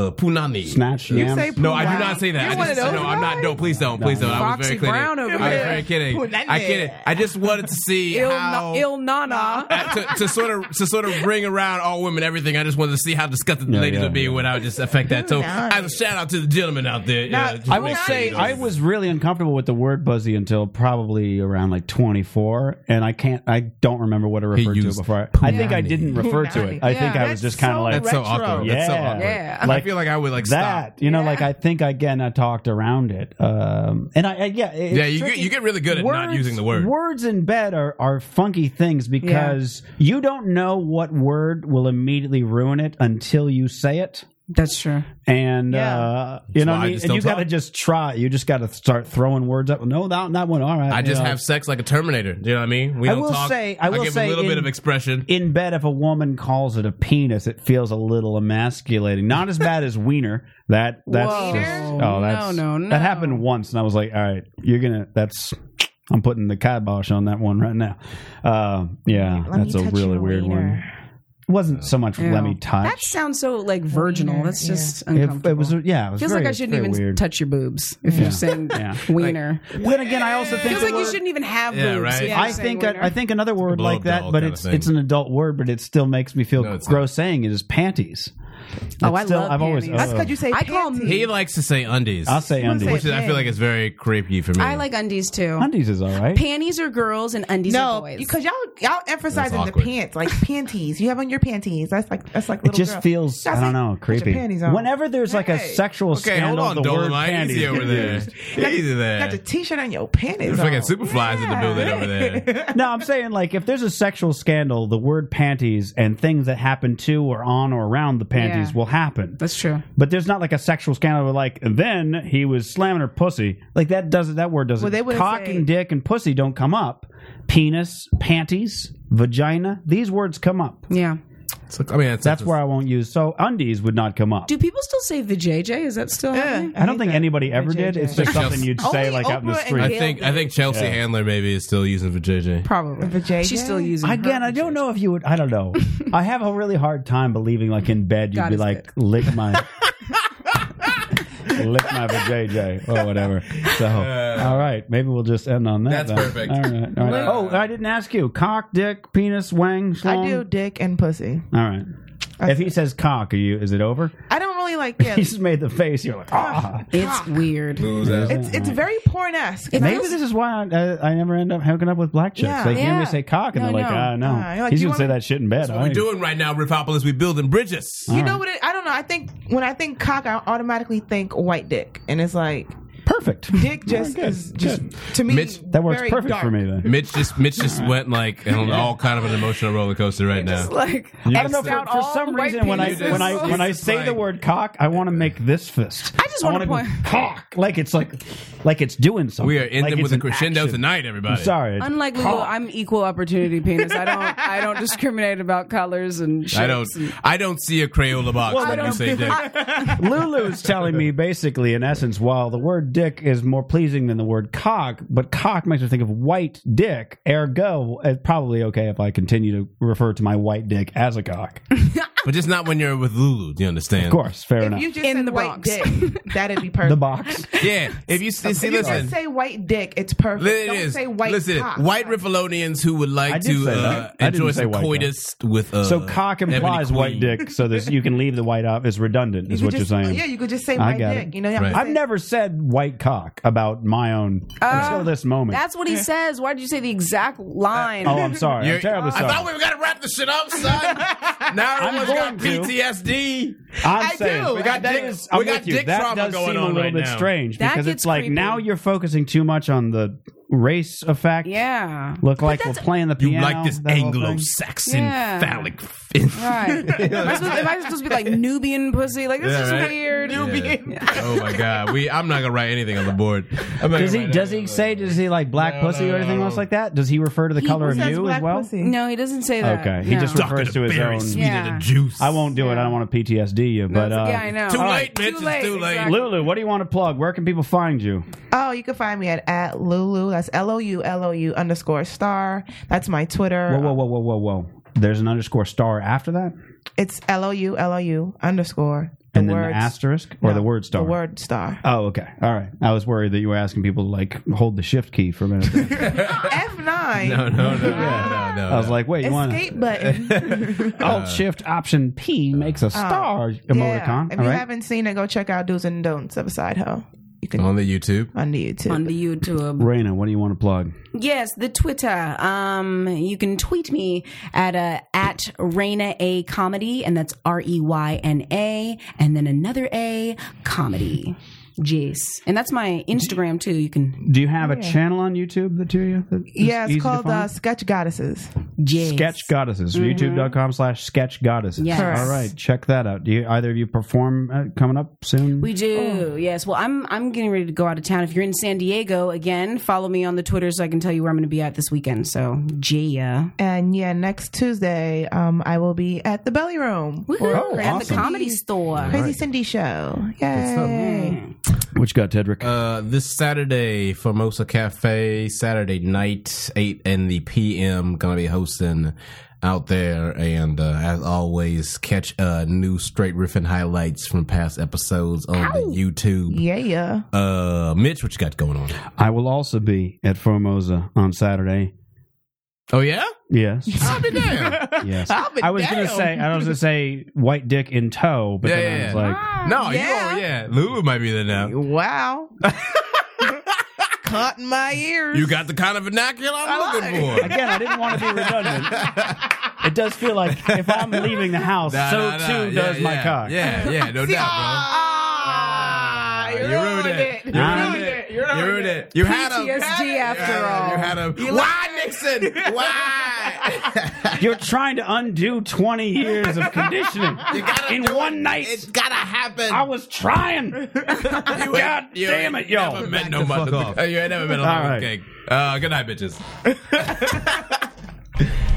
Speaker 7: uh, punani.
Speaker 5: snatch,
Speaker 9: You
Speaker 5: yam.
Speaker 9: say
Speaker 7: No, I
Speaker 9: punani.
Speaker 7: do not say that.
Speaker 9: You're
Speaker 7: I
Speaker 9: one of
Speaker 7: just,
Speaker 9: those
Speaker 7: no, I'm not.
Speaker 9: guys?
Speaker 7: No, please don't. Please don't. I was
Speaker 8: Foxy
Speaker 7: very kidding.
Speaker 8: Brown over
Speaker 7: I was
Speaker 8: there.
Speaker 7: very kidding.
Speaker 9: Punani.
Speaker 7: I kidding. I just wanted to see
Speaker 8: Il,
Speaker 7: how.
Speaker 8: il nana.
Speaker 7: to, to sort of to sort of bring around all women everything. I just wanted to see how disgusted the
Speaker 5: Yeah,
Speaker 7: ladies
Speaker 5: yeah,
Speaker 7: would be
Speaker 5: yeah.
Speaker 7: when I would just affect that. So,
Speaker 9: Nice.
Speaker 7: as a shout out to the gentlemen out there.
Speaker 9: Now,
Speaker 7: yeah, just
Speaker 5: I will
Speaker 7: make sure you
Speaker 5: say
Speaker 7: know.
Speaker 5: I was really uncomfortable with the word "buzzy" until probably around like 24, and I can't. I don't remember what I referred to it
Speaker 7: used
Speaker 5: before. I, I think I didn't refer to it. I think I was
Speaker 9: That's
Speaker 5: just kind
Speaker 9: so
Speaker 5: of like
Speaker 7: That's so
Speaker 9: Retro.
Speaker 7: awkward. That's so
Speaker 5: Yeah.
Speaker 7: awkward.
Speaker 8: Yeah.
Speaker 7: I
Speaker 5: Like-
Speaker 7: feel like I would like
Speaker 5: that.
Speaker 7: stop.
Speaker 5: You know, like I think again I talked around it, um, and I, I yeah, it's
Speaker 7: Yeah, you
Speaker 5: tricky.
Speaker 7: get, you get really good at not using the word.
Speaker 5: Words in bed are, are funky things because you don't know what word will immediately ruin it until you say it.
Speaker 8: That's true.
Speaker 5: And uh, you know,
Speaker 7: why
Speaker 5: what
Speaker 7: I
Speaker 5: I mean?
Speaker 7: just
Speaker 5: and
Speaker 7: don't
Speaker 5: you got to
Speaker 7: talk.
Speaker 5: just try. You just got to start throwing words up. No, that that one. All right. Uh,
Speaker 7: I
Speaker 5: you
Speaker 7: just
Speaker 5: know.
Speaker 7: have sex like a Terminator. Do you know what I mean? We
Speaker 5: I
Speaker 7: don't
Speaker 5: will
Speaker 7: talk.
Speaker 5: say- I will
Speaker 7: give
Speaker 5: say
Speaker 7: a little
Speaker 5: in-
Speaker 7: bit of expression.
Speaker 5: in bed. If a woman calls it a penis, it feels a little emasculating. Not as bad as wiener. That that's
Speaker 8: Whoa.
Speaker 5: just- oh that's
Speaker 8: No, no,
Speaker 5: that
Speaker 8: no.
Speaker 5: happened once, and I was like, all right, you're gonna that's. I'm putting the kibosh on that one right now. Uh, yeah,
Speaker 8: Let me
Speaker 5: that's a
Speaker 8: touch
Speaker 5: really
Speaker 8: your
Speaker 5: weird one.
Speaker 8: wiener.
Speaker 5: It wasn't so much
Speaker 8: Ew.
Speaker 5: let me
Speaker 8: That
Speaker 5: touch.
Speaker 8: sounds so like virginal. That's just
Speaker 5: It,
Speaker 8: uncomfortable.
Speaker 5: it was yeah. It was
Speaker 8: Feels
Speaker 5: very,
Speaker 8: like I shouldn't
Speaker 5: very
Speaker 8: even
Speaker 5: weird.
Speaker 8: touch your boobs if
Speaker 5: Yeah.
Speaker 8: you're saying
Speaker 5: *laughs* Yeah.
Speaker 8: wiener.
Speaker 5: Then again, I also think
Speaker 8: Feels
Speaker 5: the
Speaker 8: like you
Speaker 5: word-
Speaker 8: shouldn't even have
Speaker 7: Yeah,
Speaker 8: boobs.
Speaker 7: right.
Speaker 8: if you're
Speaker 5: I
Speaker 8: saying
Speaker 5: think a,
Speaker 8: wiener.
Speaker 5: I think another word
Speaker 7: blow
Speaker 5: like that,
Speaker 7: doll
Speaker 5: but
Speaker 7: kinda
Speaker 5: it's
Speaker 7: thing.
Speaker 5: it's an adult word, but it still makes me feel
Speaker 7: No, it's
Speaker 5: gross saying it is panties.
Speaker 8: Oh, I
Speaker 5: still-
Speaker 8: love
Speaker 5: I've always- uh,
Speaker 8: panties.
Speaker 9: That's because you say
Speaker 15: I call
Speaker 9: panties.
Speaker 7: He likes to say undies.
Speaker 5: I'll say
Speaker 9: gonna say
Speaker 5: undies.
Speaker 7: which is, I feel like it's very creepy for me.
Speaker 15: I like undies too.
Speaker 5: Undies is all right.
Speaker 15: Panties are girls and undies are
Speaker 9: No,
Speaker 15: boys.
Speaker 9: because y'all y'all emphasizing the
Speaker 7: awkward.
Speaker 9: pants, like panties. You have on your panties. That's like that's like
Speaker 5: It
Speaker 9: little
Speaker 5: just
Speaker 9: girl.
Speaker 5: feels
Speaker 9: That's
Speaker 5: I don't
Speaker 9: like,
Speaker 5: know
Speaker 9: put your
Speaker 5: creepy.
Speaker 9: panties on.
Speaker 5: Whenever there's like a
Speaker 9: Hey.
Speaker 5: sexual
Speaker 7: Okay, hold
Speaker 5: scandal,
Speaker 7: on,
Speaker 5: the word
Speaker 7: Dolomite.
Speaker 5: panties.
Speaker 7: Easy over
Speaker 5: *laughs*
Speaker 7: there. Easy
Speaker 9: got your
Speaker 7: there.
Speaker 9: t-shirt and your panties.
Speaker 7: There's fucking
Speaker 9: on.
Speaker 7: superflies in the building over
Speaker 9: *laughs*
Speaker 7: there.
Speaker 5: no, I'm saying like if there's a sexual scandal, the word panties and things that happen to or on or around the panties
Speaker 8: Yeah.
Speaker 5: will happen.
Speaker 8: that's true.
Speaker 5: But there's not like a sexual scandal where like then he was slamming her pussy. Like that doesn't that word doesn't
Speaker 9: Well, they wouldn't
Speaker 5: cock
Speaker 9: say-
Speaker 5: and dick and pussy don't come up. Penis, panties, vagina, these words come up.
Speaker 8: Yeah.
Speaker 7: So, I mean, that's,
Speaker 5: That's where I won't use so undies would not come up.
Speaker 8: Do people still say the JJ? Is that still happening?
Speaker 5: I don't think anybody ever did. It's
Speaker 7: Just-
Speaker 5: just something you'd say
Speaker 9: Only
Speaker 5: like out in the
Speaker 9: Oprah and
Speaker 5: street.
Speaker 7: I think. I think Chelsea Handler maybe is still using vajayjay.
Speaker 8: Probably.
Speaker 9: The JJ?
Speaker 8: She's still using her
Speaker 5: Again, I don't know if you would. I
Speaker 7: *laughs*
Speaker 5: don't know. I have a really hard time believing, like in bed, you'd
Speaker 8: God
Speaker 5: be
Speaker 8: is
Speaker 5: like, lick
Speaker 7: *laughs*
Speaker 5: my, lick my vajayjay or whatever. So, all right, maybe we'll just end on that.
Speaker 7: Uh, That's
Speaker 5: then.
Speaker 7: perfect.
Speaker 5: All right, all right. Oh, I didn't ask you. Cock, dick, penis, wang, schlong.
Speaker 9: I do dick and pussy.
Speaker 5: All right. If he says cock, are you? Is it over?
Speaker 9: I don't really like
Speaker 5: *laughs*
Speaker 9: yeah.
Speaker 5: He just made the face. You're like, ah.
Speaker 8: It's weird.
Speaker 9: It's it's very porn esque.
Speaker 5: Maybe this is why I, I, I never end up hooking up with black chicks.
Speaker 9: Yeah.
Speaker 5: They hear
Speaker 15: Yeah.
Speaker 5: me say cock, and
Speaker 15: No,
Speaker 5: they're like,
Speaker 15: no.
Speaker 5: ah, no.
Speaker 9: Ah, you're like,
Speaker 5: He's
Speaker 9: you
Speaker 5: gonna say
Speaker 9: wanna-
Speaker 5: that shit in bed.
Speaker 7: What
Speaker 5: I
Speaker 7: we
Speaker 5: ain't-
Speaker 7: doing right now, Ripopolis? We building bridges.
Speaker 9: You know what? It, I don't know. I think when I think cock, I automatically think white dick, and it's like
Speaker 5: Perfect.
Speaker 9: dick just
Speaker 5: good,
Speaker 9: is just to me.
Speaker 7: Mitch-
Speaker 5: That works
Speaker 9: very
Speaker 5: perfect
Speaker 9: dark.
Speaker 5: for me then.
Speaker 7: Mitch just Mitch just went like on all kind of an emotional roller coaster right now.
Speaker 8: Like
Speaker 5: I don't know.
Speaker 8: Xed out
Speaker 5: For, for
Speaker 8: all
Speaker 5: some
Speaker 8: the white
Speaker 5: reason, when I
Speaker 7: penises.
Speaker 5: when I when I
Speaker 7: It's
Speaker 5: say the
Speaker 7: like-
Speaker 5: word cock, I want to make this fist. I
Speaker 8: just wanna
Speaker 5: wanna go
Speaker 8: point-
Speaker 5: cock, like it's like like it's doing something.
Speaker 7: we are ending
Speaker 5: like it's
Speaker 7: with a
Speaker 5: an
Speaker 7: crescendo
Speaker 5: action.
Speaker 7: tonight, everybody.
Speaker 5: I'm sorry.
Speaker 8: *laughs* Unlike Lulu, I'm equal opportunity penis.
Speaker 15: *laughs*
Speaker 8: I don't I don't discriminate about colors and shapes.
Speaker 7: I don't.
Speaker 8: and-
Speaker 7: I don't see a Crayola box
Speaker 5: Well, I
Speaker 7: when you
Speaker 5: don't-
Speaker 7: say dick.
Speaker 5: Lulu's telling me basically, in essence, while the word dick is more pleasing than the word cock, but cock makes me think of white dick. Ergo, it's probably okay if I continue to refer to my white dick as a cock. Of
Speaker 7: But just not when you're with Lulu. Do you understand? Of
Speaker 5: course, fair
Speaker 9: If
Speaker 5: enough.
Speaker 9: you just
Speaker 8: In
Speaker 9: said
Speaker 8: the
Speaker 9: white
Speaker 8: box.
Speaker 9: dick,
Speaker 5: *laughs*
Speaker 9: that'd be perfect.
Speaker 5: the box.
Speaker 7: Yeah. If you see, see
Speaker 9: If you just
Speaker 7: listen.
Speaker 9: say white dick, it's perfect.
Speaker 7: Li- It
Speaker 9: Don't
Speaker 7: is.
Speaker 9: say white
Speaker 7: Listen,
Speaker 9: cock.
Speaker 7: white Riffalonians who would
Speaker 5: I
Speaker 7: like
Speaker 5: did
Speaker 7: to
Speaker 5: say
Speaker 7: uh,
Speaker 5: that. I
Speaker 7: enjoy
Speaker 5: didn't say
Speaker 7: some
Speaker 5: white
Speaker 7: coitus with uh,
Speaker 5: so cock
Speaker 7: Ebony
Speaker 5: implies white
Speaker 7: Queen.
Speaker 5: dick, so that you can leave the white off is redundant,
Speaker 9: You
Speaker 5: is
Speaker 9: could
Speaker 5: what
Speaker 9: just,
Speaker 5: you're saying.
Speaker 9: Yeah, you could just say
Speaker 5: I
Speaker 9: white
Speaker 5: got
Speaker 9: dick.
Speaker 5: it.
Speaker 9: You know, you don't
Speaker 7: Right.
Speaker 9: have to
Speaker 5: I've
Speaker 9: say-
Speaker 5: never said white cock about my own until this moment.
Speaker 15: That's what he says. Why did you say the exact line?
Speaker 5: *laughs* oh, I'm sorry.
Speaker 7: You're-
Speaker 5: I'm terribly
Speaker 7: I
Speaker 5: sorry.
Speaker 7: thought we were gonna wrap this shit up,
Speaker 5: *laughs*
Speaker 7: son. now everyone's got
Speaker 5: going to.
Speaker 7: PTSD.
Speaker 5: I'm
Speaker 7: I
Speaker 5: saying
Speaker 7: do. We got
Speaker 5: that
Speaker 7: dick-
Speaker 5: is- I'm
Speaker 7: we got
Speaker 5: with you.
Speaker 7: dick
Speaker 5: that
Speaker 7: trauma
Speaker 5: does
Speaker 7: going
Speaker 5: seem
Speaker 7: on
Speaker 5: a little
Speaker 7: right
Speaker 5: bit
Speaker 7: now.
Speaker 5: strange
Speaker 8: That
Speaker 5: because
Speaker 8: gets
Speaker 5: it's like
Speaker 8: creepy.
Speaker 5: now you're focusing too much on the race effect.
Speaker 8: Yeah.
Speaker 5: Look like we're playing the
Speaker 7: You
Speaker 5: piano.
Speaker 7: like this
Speaker 5: that whole thing.
Speaker 7: Anglo-Saxon
Speaker 8: Yeah.
Speaker 7: phallic? *laughs*
Speaker 8: Right. am, I supposed, am I supposed to be like Nubian pussy? Like this
Speaker 7: Yeah,
Speaker 8: is
Speaker 7: right.
Speaker 8: weird.
Speaker 7: Oh my god, we. I'm not gonna write anything on the board. I'm not
Speaker 5: Does
Speaker 7: gonna
Speaker 5: he
Speaker 7: write
Speaker 5: does
Speaker 7: anything
Speaker 5: he
Speaker 7: on
Speaker 5: say does he like black
Speaker 7: no,
Speaker 5: pussy
Speaker 7: no,
Speaker 5: or anything
Speaker 7: no.
Speaker 5: else like that? Does he refer to the color of
Speaker 9: Says
Speaker 5: you
Speaker 9: black
Speaker 5: as well?
Speaker 9: pussy.
Speaker 8: No, he doesn't say that.
Speaker 5: Okay, he
Speaker 8: No.
Speaker 5: just
Speaker 7: the board.
Speaker 5: refers to his
Speaker 7: Berry,
Speaker 5: own.
Speaker 7: sweeter
Speaker 8: Yeah.
Speaker 7: than juice.
Speaker 5: I won't do it. I don't want to PTSD you. But
Speaker 8: yeah,
Speaker 5: uh,
Speaker 8: I know.
Speaker 7: Too
Speaker 8: All
Speaker 7: late, bitch. It's too late.
Speaker 8: exactly.
Speaker 5: Lulu, what do you want to plug? Where can people find you?
Speaker 9: Oh, you can find me at, at Lulu. That's L O U L O U underscore star. That's my Twitter.
Speaker 5: Whoa, whoa, whoa, whoa, whoa, whoa. There's an underscore star after that,
Speaker 9: It's L O U L O U underscore. The
Speaker 5: and then
Speaker 9: words-
Speaker 5: the asterisk or
Speaker 9: no,
Speaker 5: the word star.
Speaker 9: The word star.
Speaker 5: Oh, okay. All right. I was worried that you were asking people to like hold the shift key for a
Speaker 9: *laughs*
Speaker 5: minute. there.
Speaker 9: F
Speaker 7: *laughs*
Speaker 9: nine.
Speaker 7: No, no, no, no, no. Uh,
Speaker 5: I was like, wait, you want
Speaker 9: Escape
Speaker 7: *laughs*
Speaker 9: button.
Speaker 5: Alt Shift Option P makes a star
Speaker 9: Oh, yeah.
Speaker 5: emoticon.
Speaker 9: If
Speaker 5: All
Speaker 9: you
Speaker 5: right.
Speaker 9: haven't seen it, go check out Do's and Don'ts of a Side Hoe. You can
Speaker 7: on the YouTube.
Speaker 9: on the YouTube.
Speaker 15: on the YouTube.
Speaker 5: Raina, what do you want to plug?
Speaker 15: Yes, the Twitter. Um, you can tweet me at uh, at Reina A Comedy, and that's R E Y N A, and then another A Comedy.
Speaker 8: Jace. And that's my Instagram too. You can
Speaker 5: Do you have a
Speaker 9: Yeah.
Speaker 5: channel on YouTube, the two of you? that is
Speaker 9: Yeah,
Speaker 5: easy
Speaker 9: it's
Speaker 5: to
Speaker 9: called
Speaker 5: find?
Speaker 9: uh, Mm-hmm. Sketch Goddesses.
Speaker 8: Jace.
Speaker 5: Sketch Goddesses. YouTube.com slash Sketch Goddesses.
Speaker 8: Yes. Correct.
Speaker 5: All right, check that out. Do you, either of you perform uh, coming up soon?
Speaker 8: We do, yes. Well, I'm I'm getting ready to go out of town. If you're in San Diego again, follow me on the Twitter so I can tell you where I'm going to be at this weekend. So, Gia.
Speaker 9: And yeah, next Tuesday, um, I will be at the Belly Room for
Speaker 8: Woohoo!
Speaker 7: Oh,
Speaker 9: Crazy
Speaker 8: at the
Speaker 9: Cindy-
Speaker 8: comedy store.
Speaker 9: Crazy Cindy show.
Speaker 7: stuff.
Speaker 9: Yay!
Speaker 5: Which got Tedrick?
Speaker 7: Uh, this Saturday, Formosa Cafe, Saturday night, 8 in the PM. Gonna be hosting out there. And uh, as always, catch uh, new straight riffing highlights from past episodes on the YouTube.
Speaker 9: Yeah, yeah.
Speaker 7: Uh, Mitch, what you got going on?
Speaker 5: I will also be at Formosa on Saturday.
Speaker 7: Oh, yeah?
Speaker 5: Yes.
Speaker 7: *laughs* I'll be
Speaker 5: *laughs*
Speaker 7: damned.
Speaker 5: Yes.
Speaker 9: I'll be
Speaker 5: I was gonna
Speaker 9: damned.
Speaker 5: say I was gonna say white dick in tow, but
Speaker 7: Yeah,
Speaker 5: then
Speaker 7: yeah,
Speaker 5: I was
Speaker 7: yeah.
Speaker 5: like,
Speaker 7: no,
Speaker 9: Yeah.
Speaker 7: you are, yeah. Lulu might be there now. *laughs*
Speaker 9: Wow. Caught in my ears.
Speaker 7: You got the kind of vernacular I'm
Speaker 9: I
Speaker 7: looking for.
Speaker 5: again, I didn't want to be
Speaker 7: *laughs*
Speaker 5: redundant. It does feel like if I'm leaving the house,
Speaker 7: Nah,
Speaker 5: so
Speaker 7: nah, nah.
Speaker 5: too
Speaker 7: Yeah,
Speaker 5: does my
Speaker 7: yeah.
Speaker 5: cock.
Speaker 7: Yeah, yeah,
Speaker 9: *laughs*
Speaker 7: no doubt,
Speaker 9: Ah,
Speaker 7: bro.
Speaker 9: you ruined it.
Speaker 7: You
Speaker 9: You
Speaker 7: ruined
Speaker 9: ruined
Speaker 7: it.
Speaker 9: it.
Speaker 7: You ruined it. You had him.
Speaker 8: PTSD after all.
Speaker 7: You had him. Why, Nixon? Why? *laughs*
Speaker 5: You're trying to undo 20 years of conditioning in one night.
Speaker 7: It's gotta happen.
Speaker 5: I was
Speaker 7: *laughs*
Speaker 5: trying.
Speaker 7: you
Speaker 5: God damn it, y'all.
Speaker 7: Never met no mother. Uh, *laughs* You ain't never met a
Speaker 5: All
Speaker 7: mother
Speaker 5: right.
Speaker 7: cake. Uh, good night, bitches.